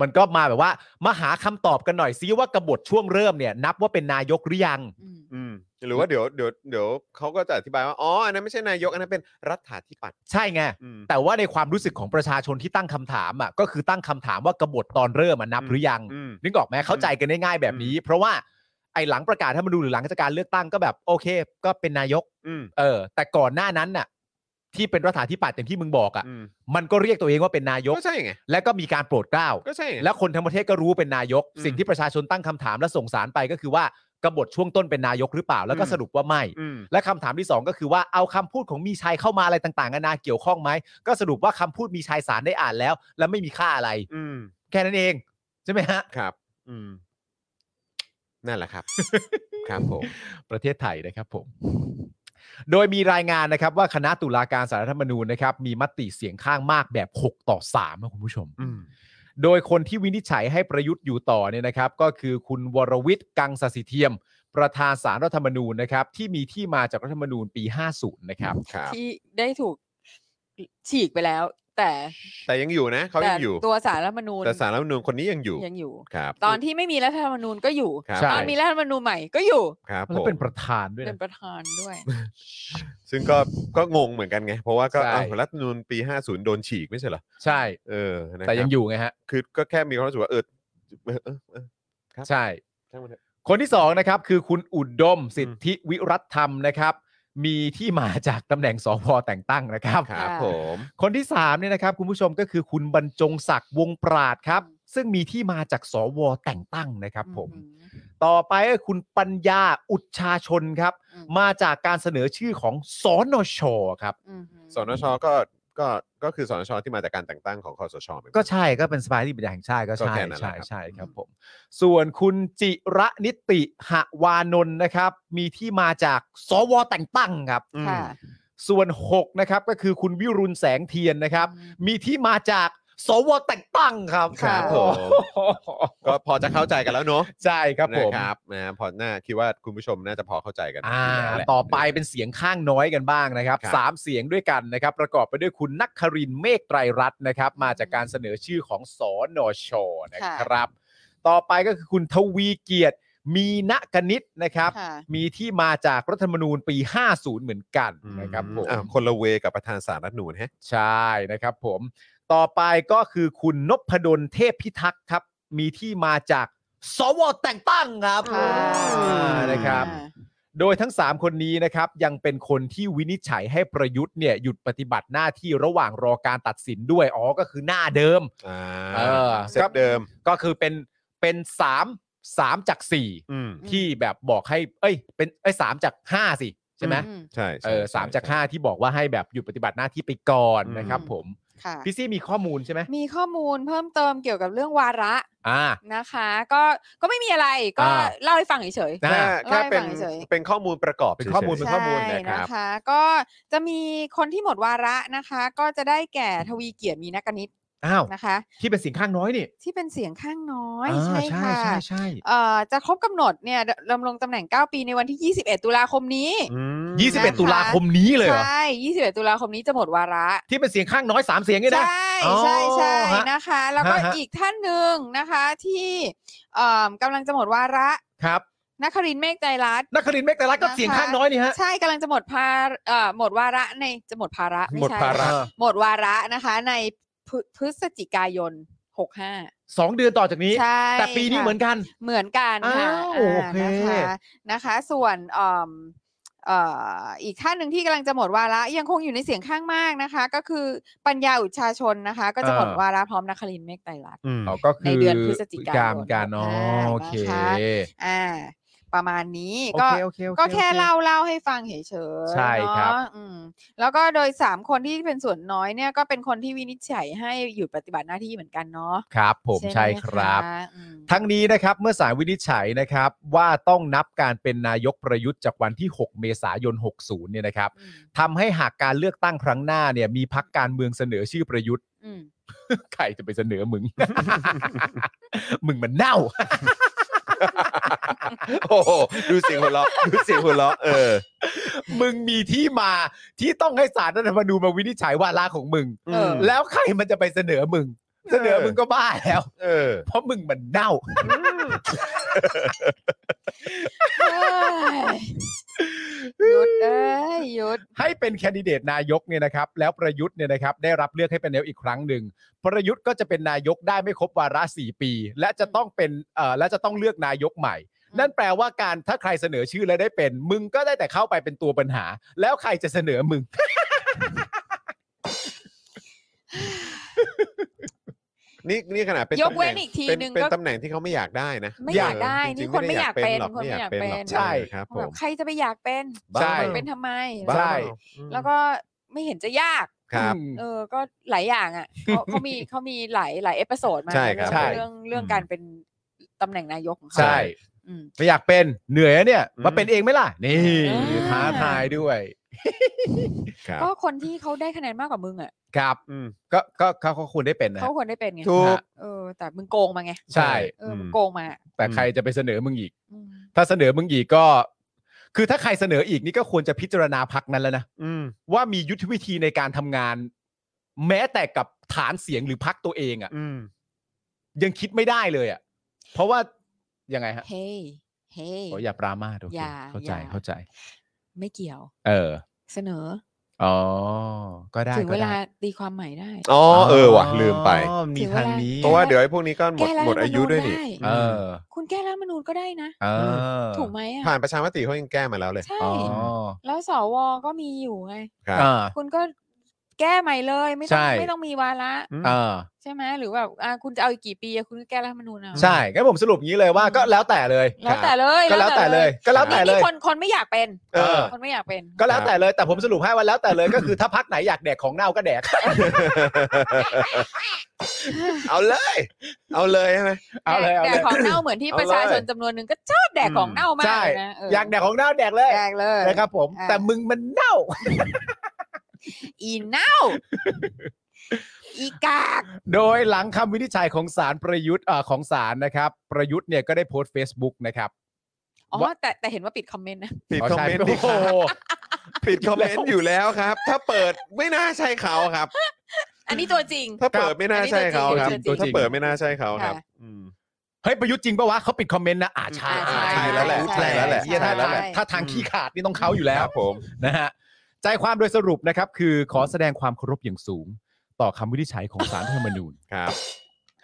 S2: มันก็มาแบบว่า มาหาคำตอบกันหน่อยซิว่ากบฏช่วงเริ่มเนี่ย นับว่าเป็นนายกหรือยัง
S3: อืม
S1: อืมหรือว่าเดี๋ยวเดี๋ยวเดี๋ยวเขาก็จะอธิบายว่าอ๋ออันนั้นไม่ใช่นายกอันนั้นเป็นรัฐาธิปัตย์
S2: ใช่ไง
S1: อืม
S2: แต่ว่าในความรู้สึกของประชาชนที่ตั้งคำถามอะ่ะก็คือตั้งคำถามว่ากบฏตอนเริ่มอะนับหรือยัง
S1: อืม
S2: นึกออกไหมเข้าใจกันได้ง่ายแบบนี้ เพราะว่าไอ้หลังประกาศถ้ามันดูญหรือหลังจากการเลือกตั้งก็แบบ โอเค ก็เป็นนายก
S1: อืม
S2: เออ แต่ก่อนหน้านั้นน่ะ ที่เป็นรัฐาธิปัตย์อย่างที่มึงบอกอ่ะ
S1: อืม
S2: มันก็เรียกตัวเองว่าเป็นนายก
S1: ก็ใช่ไง
S2: และก็มีการโปรดเกล้า
S1: ก็ใช่ไง
S2: และคนทั้งประเทศก็รู้เป็นนายก
S1: อืม
S2: สิ่งที่ประชาชนตั้งคำถามและส่งสารไปก็คือว่ากบฏช่วงต้นเป็นนายกหรือเปล่า แล้วก็
S1: อืม
S2: สรุปว่าไม่
S1: อืม
S2: และคำถามที่สองก็คือว่าเอาคำพูดของมีชัยเข้ามาอะไรต่างๆนานาเกี่ยวข้องไหมก็สรุปว่าคำพูดมีชัยสารได้อ่านแล้ว และไม่มีค่าอะไร
S1: อืม
S2: แค่นั้นเองใช่ไหมฮะ
S1: ครับ อืมนั่นแหละครับ ครับผม
S2: ประเทศไทยนะครับผม โดยมีรายงานนะครับว่าคณะตุลาการสารรัฐธรรมนูญนะครับมีมติเสียงข้างมากแบบ 6 ต่อ3นะคุณผู้ชม
S1: อืม
S2: โดยคนที่วินิจฉัยให้ประยุทธ์อยู่ต่อเนี่ยนะครับ ก็คือคุณวรวิทย์กังสสิเทียม ประธานสารรัฐธรรมนูญนะครับที่มีที่มาจากรัฐธรรมนูญปี 50 นะครับ
S1: ครับ
S3: ที่ได้ถูกฉีกไปแล้ว แต่
S1: แต่ยังอยู่นะเขา
S3: แต่
S1: ยังอยู่
S3: ตัวสารรัฐธรรมนูญ
S1: แต่สารรัฐธรรมนูญคนนี้ยังอยู่
S3: ยังอยู่
S1: ครับ
S3: ตอนที่ไม่มีรัฐธรรมนูญก็อยู่
S1: ครับ
S3: ตอนมีรัฐธรรมนูญใหม่ก็อยู่
S1: ครับผ
S2: แล้ว
S1: ม
S2: เป็นประธานด้วย
S3: เป็น
S2: นะ
S3: ประธานด้วย
S1: ซึ่งก็ก็งงเหมือนกันไง เพราะว่าก็
S2: ใช่
S1: เอ้ารัฐธรรมนูญปี 50 โดนฉีกไม่ใช่เหรอ
S2: ใช่
S1: เออนะครับ
S2: แต่ยังอยู่ไงฮะ
S1: คือก็แค่มีความรู้สึกว่าเออเออเออเออ ครับ
S2: ใช่
S1: ช่างมันเถอะ
S2: คนที่สองนะครับคือคุณอุดมสิทธิวิรัตธรรมนะครับ มีที่มาจากตำแหน่งสพแต่งตั้งนะครับ
S1: ครับ
S3: ค่ะ
S1: ผม
S2: คนที่3เนี่ยนะครับคุณผู้ชมก็คือคุณบรรจงศักดิ์วงปราดครับ ซึ่งมีที่มาจากสวแต่งตั้งนะครับผม
S3: อื
S2: ต่อไปก็คุณปัญญาอุดชาชนครับ
S3: อื
S2: มาจากการเสนอชื่อของสนชครับ
S3: อืมอืม
S1: สนชก็ก็ก็คือสนชที่มาจากการแต่งตั้งของคอสชเหมือนน
S2: ก็ใช่ก็เป็นสภาที่ปรึกษาแห่งชาติก็
S1: ก็
S2: ใช่
S1: แค่นั้นแหละค
S2: ใช่
S1: รับ
S2: ใช่ครับผม ส่วนคุณจิระนิติหวานนท์นะครับ มีที่มาจากสวแต่งตั้งครับ
S1: อืม
S3: ค่ะ
S2: ส่วน 6 นะครับ ก็คือคุณวิรุณแสงเทียนนะครับ
S3: อืม
S2: มีที่มาจาก สวแต่งตั้งครับ
S5: ครับ
S1: ผม ก็พอจะเข้าใจกันแล้วเนาะ
S2: ใช่ครับผม
S1: นะครับนะพอหน้าคิดว่าคุณผู้ชมน่าจะพอเข้าใจกัน
S2: อ่า
S1: ยู่แล้วแหละ
S2: ต่อไปเป็นเสียงข้างน้อยกันบ้างนะครับ
S1: ครับ
S2: สามเสียงด้วยกันนะครับ ประกอบไปด้วยคุณนักครินทร์เมฆไตรรัตน์นะครับ มาจากการเสนอชื่อของสอนชนะครับ ต่อไปก็คือคุณทวีเกียรติ มีณกนิษฐ์นะครับ
S3: ค่ะ
S2: มีที่มาจากรัฐธรรมนูญปี 50 เหมือนกัน
S1: อืม
S2: นะครับผม
S1: อ่ะคนละเวกับประธานสารรัฐธรรมนูนฮะ
S2: ใช่นะครับผมต่อไปก็คือคุณนพดลเทพพิทักษ์ครับ มีที่มาจากสวแต่งตั้งครับ
S3: ค่ะ
S2: อ่านะครับ
S3: อ่า
S2: โดยทั้ง 3 คนนี้นะครับยังเป็นคนที่วินิจฉัยให้ประยุทธ์เนี่ยหยุดปฏิบัติหน้าที่ระหว่างรอการตัดสินด้วยอ๋อก็คือหน้าเดิม
S1: อ่า
S2: เออ
S1: เซต
S2: ครับ
S1: เดิม
S2: ก็คือเป็นเป็น 3 3 จาก
S1: อืม
S2: 4 ที่แบบบอกให้ เอ้ยเป็นเอ้ยสามจาก 5 สิใช่ไหม
S3: อืม
S1: ใช่ใช่
S2: เออสาม
S1: ใช่
S2: จาก
S1: ใช่
S2: 5 ที่บอกว่าให้แบบหยุดปฏิบัติหน้าที่ไปก่อน
S1: อืม
S2: นะครับผม
S3: ค่ะ
S2: พี่ซี่มีข้อมูลใช่ไหม
S3: มีข้อมูลเพิ่มเติมเกี่ยวกับเรื่องวาระ
S2: อ่า
S3: นะคะ ก็ก็ไม่มีอะไรก็
S2: อ่า
S3: เล่าให้ฟังเฉย
S2: นะ
S1: แค่แค่เป็น
S3: ไล่ฝั่งเฉย
S1: เป็นข้อมูลประกอบ
S2: เป็นข้อมูล
S1: เฉย
S2: เป็น
S3: ๆ
S2: ข้อมูล
S3: ใช่
S2: นะครับ
S3: นะคะ ก็จะมีคนที่หมดวาระนะคะ ก็จะได้แก่ทวีเกียรติมีนักกนิษฐ์
S2: อ้าว
S3: นะคะ
S2: ที่เป็นเสียงข้างน้อยนี่
S3: ที่เป็นเสียงข้างน้อย
S2: อ่า
S3: ใช่ค่ะ
S2: ใช่ใช่
S3: เอ่อจะครบกำหนดเนี่ยดดำรงตำแหน่ง 9 ปีในวันที่ 21 ตุลาคมนี้
S2: ยี่สิบเอ็ด
S3: นะคะ
S2: ตุลาคมนี้เลยเหรอ
S3: ใช่ 21 ตุลาคมนี้จะหมดวาระ
S2: ที่เป็นเสียงข้างน้อยสามเสียงนี่นะ
S3: ใช่ใช่ใช่
S2: อ๋อฮะ
S3: นะคะ แล้วก็
S2: ฮะฮะ
S3: อีกท่านหนึ่งนะคะที่เอ่อกำลังจะหมดวาระ
S2: ครับ
S3: นักครินทร์เมฆใจรัตน์
S2: นักครินทร์เมฆแต่ละก็
S3: นะคะ
S2: เสียงข้างน้อยนี่ฮะ
S3: ใช่กำลังจะหมดภาเอ่อหมดวาระในจะหมดภาระไม่
S1: หมด
S3: ใช่
S1: ภาระ
S3: หมดวาระนะคะในพฤพฤศจิกายน 65
S2: สองเดือนต่อจากนี้
S3: ใช่
S2: แต่ปีนี้
S3: ค่ะ
S2: เหมือนกัน
S3: เหมือนกันค่ะ
S2: อ้าว
S3: อ่า
S2: โอเค
S3: นะคะนะคะ ส่วนเอิ่มเอ่ออีกท่านหนึ่งที่กำลังจะหมดวาระยังคงอยู่ในเสียงข้างมากนะคะ ก็คือปัญญาอุชาชนนะคะ ก็จะหมด
S2: อ่า
S3: วาระพร้อมนักคลินทร์เมฆไตรรัตน์
S1: อืม
S2: อ๋อก็คือ
S3: ในเดือนพฤศจิกายน
S2: เหมือนกันอ๋อโอเค
S3: อ่านะคะ อ่า ประมาณนี้
S2: โอ
S3: ก็
S2: เคโอเคโอเ
S3: ก็แค่
S2: โอ
S3: เล่าเล่าให้ฟังเฉยๆ
S2: ใช่ครับ
S3: เนาะอืมแล้วก็โดยสามคนที่เป็นส่วนน้อยเนี่ยก็เป็นคนที่วินิจฉัยให้หยุดปฏิบัติหน้าที่เหมือนกันเนาะ
S2: ครับ ผม
S3: ไห
S2: ใช่ครับ
S3: ะอืม
S2: ทั้งนี้นะครับเมื่อสารวินิจฉัยนะครับ ว่าต้องนับการเป็นนายกประยุทธ์จากวันที่ 6 เมษายน 60 เนี่ยนะครับ
S3: อืม
S2: ทำให้หากการเลือกตั้งครั้งหน้าเนี่ยมีพักการเมืองเสนอชื่อประยุทธ์ *laughs*
S3: อืม
S2: ใครจะไปเสนอมึง *laughs* มึงมันเน่า
S1: โอ้โหดูเสียงหัวเราะดูเสียงหัวเราะเออ
S2: มึงมีที่มาที่ต้องให้สารรัฐธรรมนูญมาวินิจฉัยวาระของมึง
S3: เออ
S2: แล้วใครมันจะไปเสนอมึง เสนอมึงก็บ้าแล้ว
S1: เออ
S2: เพราะมึงมันเน่า
S3: เอ้ยหยุดเอ้ยหยุด
S2: ให้เป็นแคนดิเดตนายกเนี่ยนะครับ แล้วประยุทธ์เนี่ยนะครับ ได้รับเลือกให้เป็นนายกอีกครั้งหนึ่งประยุทธ์ก็จะเป็นนายกได้ไม่ครบวาระ4ปี และจะต้องเป็นเอ่อและจะต้องเลือกนายกใหม่
S3: อืม
S2: นั่นแปลว่าการถ้าใครเสนอชื่อแล้วได้เป็น มึงก็ได้แต่เข้าไปเป็นตัวปัญหา แล้วใครจะเสนอมึง
S1: นี่นี่ขนาดเป็น
S3: ยกเว้
S1: ตำ
S3: น
S1: แห
S3: อีกที
S1: เป็
S3: หนึ่ง
S1: เป็น
S3: ก็
S1: ตำแหน่งที่เขาไม่อยากได้นะ
S3: ไม่อยากได้
S1: เจริง
S3: นี่
S1: ๆ
S3: คนไม่อยากเป็น
S1: หร
S3: คนไม่อยากเป็น
S1: หร
S2: ใช่
S1: ครับผ
S3: แบบ
S1: ม
S3: ใครจะไปอยากเป็น
S2: ใช่
S3: เป็นทำไม
S2: บ้า ใช่
S3: แล้วก็ไม่เห็นจะยาก
S1: ครับ
S2: อืม
S3: เออ ก็หลายอย่างอ่ะเขาเขามีเขามีหลายหลายเอพิโซดมา
S1: ใช่ครับ
S3: เรื่อง
S2: ใช่
S3: เรื่องเรื่องการเป็นตำแหน่งนายกของเขา
S2: ใช่
S3: อืม
S2: ไม่อยากเป็นเหนื่อยนะเนี่ย
S1: อืม
S2: มาเป็นเองไหมล่ะ นี่
S3: อ่า
S2: ท้าทายด้วย
S1: ครับ
S3: ก็คนที่เขาได้คะแนนมากกว่ามึงอ่ะ
S2: ครับ
S1: อืม
S2: ก็ก็เขาเขาควรได้เป็นนะ
S3: เขาควรได้เป็นไง
S1: ถูก
S3: เออ แต่มึงโกงมาไง
S2: ใช่
S3: เอออ
S1: ม
S3: มึงโกงมา
S2: แต่ใครจะไปเสนอมึงอีก
S3: อืม
S2: ถ้าเสนอมึงอีกก็ คือถ้าใครเสนออีกนี่ก็ควรจะพิจารณาพักนั้นแล้วนะ
S1: อืม
S2: ว่ามียุทธวิธีในการทำงาน แม้แต่กับฐานเสียงหรือพักตัวเองอะ่ะ
S1: อืม
S2: ยังคิดไม่ได้เลยอะ่ะ เพราะว่ายังไงฮะ
S3: เฮ้ยเฮ้ย
S2: โอ้อย่าปรามาดโอเค
S3: อย่า
S2: เข้าใจ
S3: อย่า
S2: เข้าใจ
S3: ไม่เกี่ยว
S2: เออ
S3: เสนอ
S2: อ๋อก็ได้
S3: ถึง
S2: ก็
S3: เวลา
S2: ได้
S3: ตีความใหม่ได้
S1: อ๋อเออว่ะลืมไป
S2: อ๋อมีทางนี้
S1: เพราะว่าเดี๋ยวไอ้พวกนี้ก็หมด
S3: แก้รัฐ
S1: หมดอายุด้วยนี่
S3: ธรรมนูญ
S2: เอ
S3: ได้
S2: อ
S3: คุณแก้รัฐธรรมนูญก็ได้นะ
S2: เออ
S3: ถูกไหมอ่ะ
S1: ผ่านประชามติเขายังแก้มาแล้วเลย
S3: ใช่
S2: อ๋อ
S3: แล้วสวก็มีอยู่ไง
S1: ครับ
S2: อ่า
S3: คุณก็แก้ใหม่เลยไม่
S2: ใช่
S3: ต้องไม่ต้องมีวาระ
S2: อ่า
S3: ใช่ไหมหรือแบบอ่ะคุณจะเอาอีกกี่ปีอ่ะคุณก็แก้รัฐธรรมนูญเอา
S2: ใช่งั้นผมสรุปงี้เลยว่าก็แล้วแต่เลย
S3: แล้วแต่เลย
S2: ก็แล้วแต่เลยก็แล้วแต่เลย
S3: นี่คนคนไม่อยากเป็น
S2: เออ
S3: คนไม่อยากเป็น
S2: ก็แล้วแต่เลยแต่ผมสรุปให้ว่าแล้วแต่เลยก็คือถ้าพักไหนอยากแดกของเน่าก็แดก
S1: เอาเลย เอาเลยใช่ไหม
S2: เอาเลยเอา
S3: แด
S2: เล
S3: ก
S2: ย
S3: ของเน่าเหมือนที่
S1: เอา
S3: ประชา
S1: เลย
S3: ชนจำนวนหนึ่งก็ชอบแดกของ
S1: อืม
S3: เน่ามาก
S2: ใช่
S3: เลยนะเ
S2: อยากแดกของเน่าแดกเลย
S3: แดกเลย
S2: นะครับผม
S3: อ่ะ
S2: แต่มึงมันเน่า
S3: อีเน่า อีกาก
S2: โดยหลังคำวินิจฉัยของศาลประยุทธ์เอ่อของศาลนะครับ ประยุทธ์เนี่ยก็ได้โพสต์ Facebook นะครับ
S3: อ๋อ
S2: ว่า
S3: แต่แต่เห็นว่าปิดคอมเมนต์นะ
S1: ปิดคอมเมนต์ดิค
S2: โอ้
S1: รับ
S2: โห
S1: ปิดคอมเมนต์อยู่แล้วครับ ถ้าเปิดไม่น่าใช่เขาครับ
S3: อันนี้ตัวจริง
S1: ถ้าเปิดไม่น่าใช่เขาครับ
S3: ตัวจริง
S1: ถ้าเปิดไม่น่าใช่เขาครับอืม
S2: เฮ้ยประยุทธ์จริงปะวะเขาปิดคอมเมนต์นะอ่าใช่
S3: อ่า
S1: ใช่แล้วแหละใช่แล้วแหละ
S2: เย
S1: ใช่แล้วแหละ
S2: ถ้าถ้าทางขี้ขาดนี่ต้องเขาอยู่แล้ว
S1: ครับผม
S2: นะฮะใจความโดยสรุปนะครับ คือขอแสดงความเคารพอย่างสูง ต่อคำวินิจฉัยของสารรัฐธรรมนูญ
S1: ครับ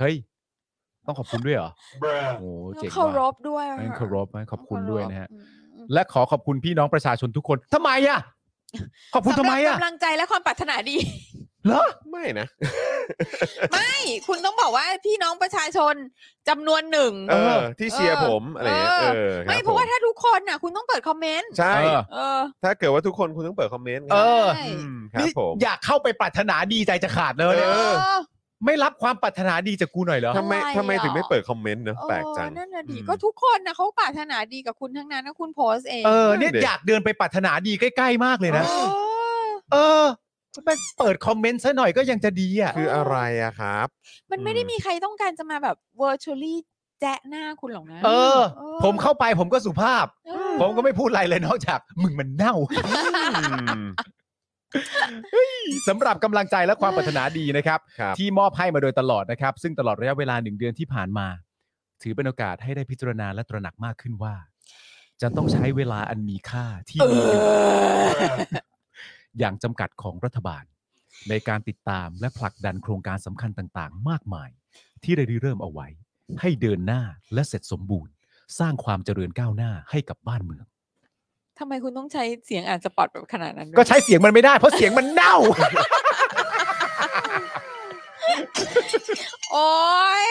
S2: เฮ้ย ต้องขอบคุณด้วยเหรอ โอ้เจ๋ง
S3: เคาร
S2: ว่ะ
S3: พด้วย
S2: แม่งเคารพแม่งขอบคุณด้วยนะฮะ
S3: อืม
S2: และขอขอบคุณพี่น้องประชาชนทุกคนทำไมอ่ะ ขอบคุณทำไม
S3: สำหรั
S2: อ่ะ
S3: บกำลังใจและความปรารถนาดี *laughs*
S2: เหรอ
S1: ไม่นะ
S3: ไม่คุณต้องบอกว่าพี่น้องประชาชนจำนวนหนึ่ง
S1: เออ ที่เชียร์ผมอะไรอย่างเงี้ย
S3: เอ
S1: เอ
S3: อ
S1: อคบ
S3: ไม่เพราะว่าถ้าทุกคนน่ะ คุณต้องเปิดคอมเมนต์
S1: ใช่
S2: เออ
S3: เออ
S1: ถ้าเกิดว่าทุกคนคุณต้องเปิดคอมเมนต์ไง
S2: เออ
S3: ใช่
S1: มครับ
S2: นี่
S1: ผม
S2: อยากเข้าไปปรารถนาดีใจจะขาดเลยเนี่ย
S3: เออ
S2: ไม่รับความปรารถนาดีจากกูหน่อยเหรอ
S1: ทำไม
S3: อะไร
S1: ทำไม
S3: อ่ะ
S1: ถึงไม่เปิดคอมเมนต์เนอะแปลกจัง
S3: เออนั่นน่ะดิ
S1: อืม
S3: ก็ทุกคนนะเขาปรารถนาดีกับคุณทั้งนั้นนะคุณโพสต์เอง
S2: เออเนี่ย
S1: เด็ก
S2: อยากเดินไปปรารถนาดีใกล้ๆมากเลยนะ
S3: เออ
S2: เออแม่งเปิดคอมเมนต์ซะหน่อยก็ยังจะดีอ่ะ
S1: คืออะไรอะครับ
S3: มันไม่ได้มีใครต้องการจะมาแบบ virtually แจ๊ะหน้าคุณหรอกนะ
S2: เออ
S3: เออ
S2: ผมเข้าไปผมก็สุภาพ
S3: เออ
S2: ผมก็ไม่พูดอะไรเลยนอกจาก มึงมันเน่า *laughs* สำหรับกำลังใจและความปรารถนาดีนะครับ
S1: ครับ
S2: ที่มอบให้มาโดยตลอดนะครับ ซึ่งตลอดระยะเวลาหนึ่งเดือนที่ผ่านมา ถือเป็นโอกาสให้ได้พิจารณาและตระหนักมากขึ้นว่า จะต้องใช้เวลาอันมีค่าที่มีอยู่ อย่างจำกัดของรัฐบาล ในการติดตามและผลักดันโครงการสำคัญต่างๆ มากมาย ที่ได้ริเริ่มเอาไว้ ให้เดินหน้าและเสร็จสมบูรณ์ สร้างความเจริญก้าวหน้าให้กับบ้านเมือง
S3: ทำไมคุณต้องใช้เสียงอ่านสปอตแบบขนาดนั้นด้วย
S2: ก็ใช้เสียงมันไม่ได้เพราะเสียงมันเน่า
S3: โอ้ย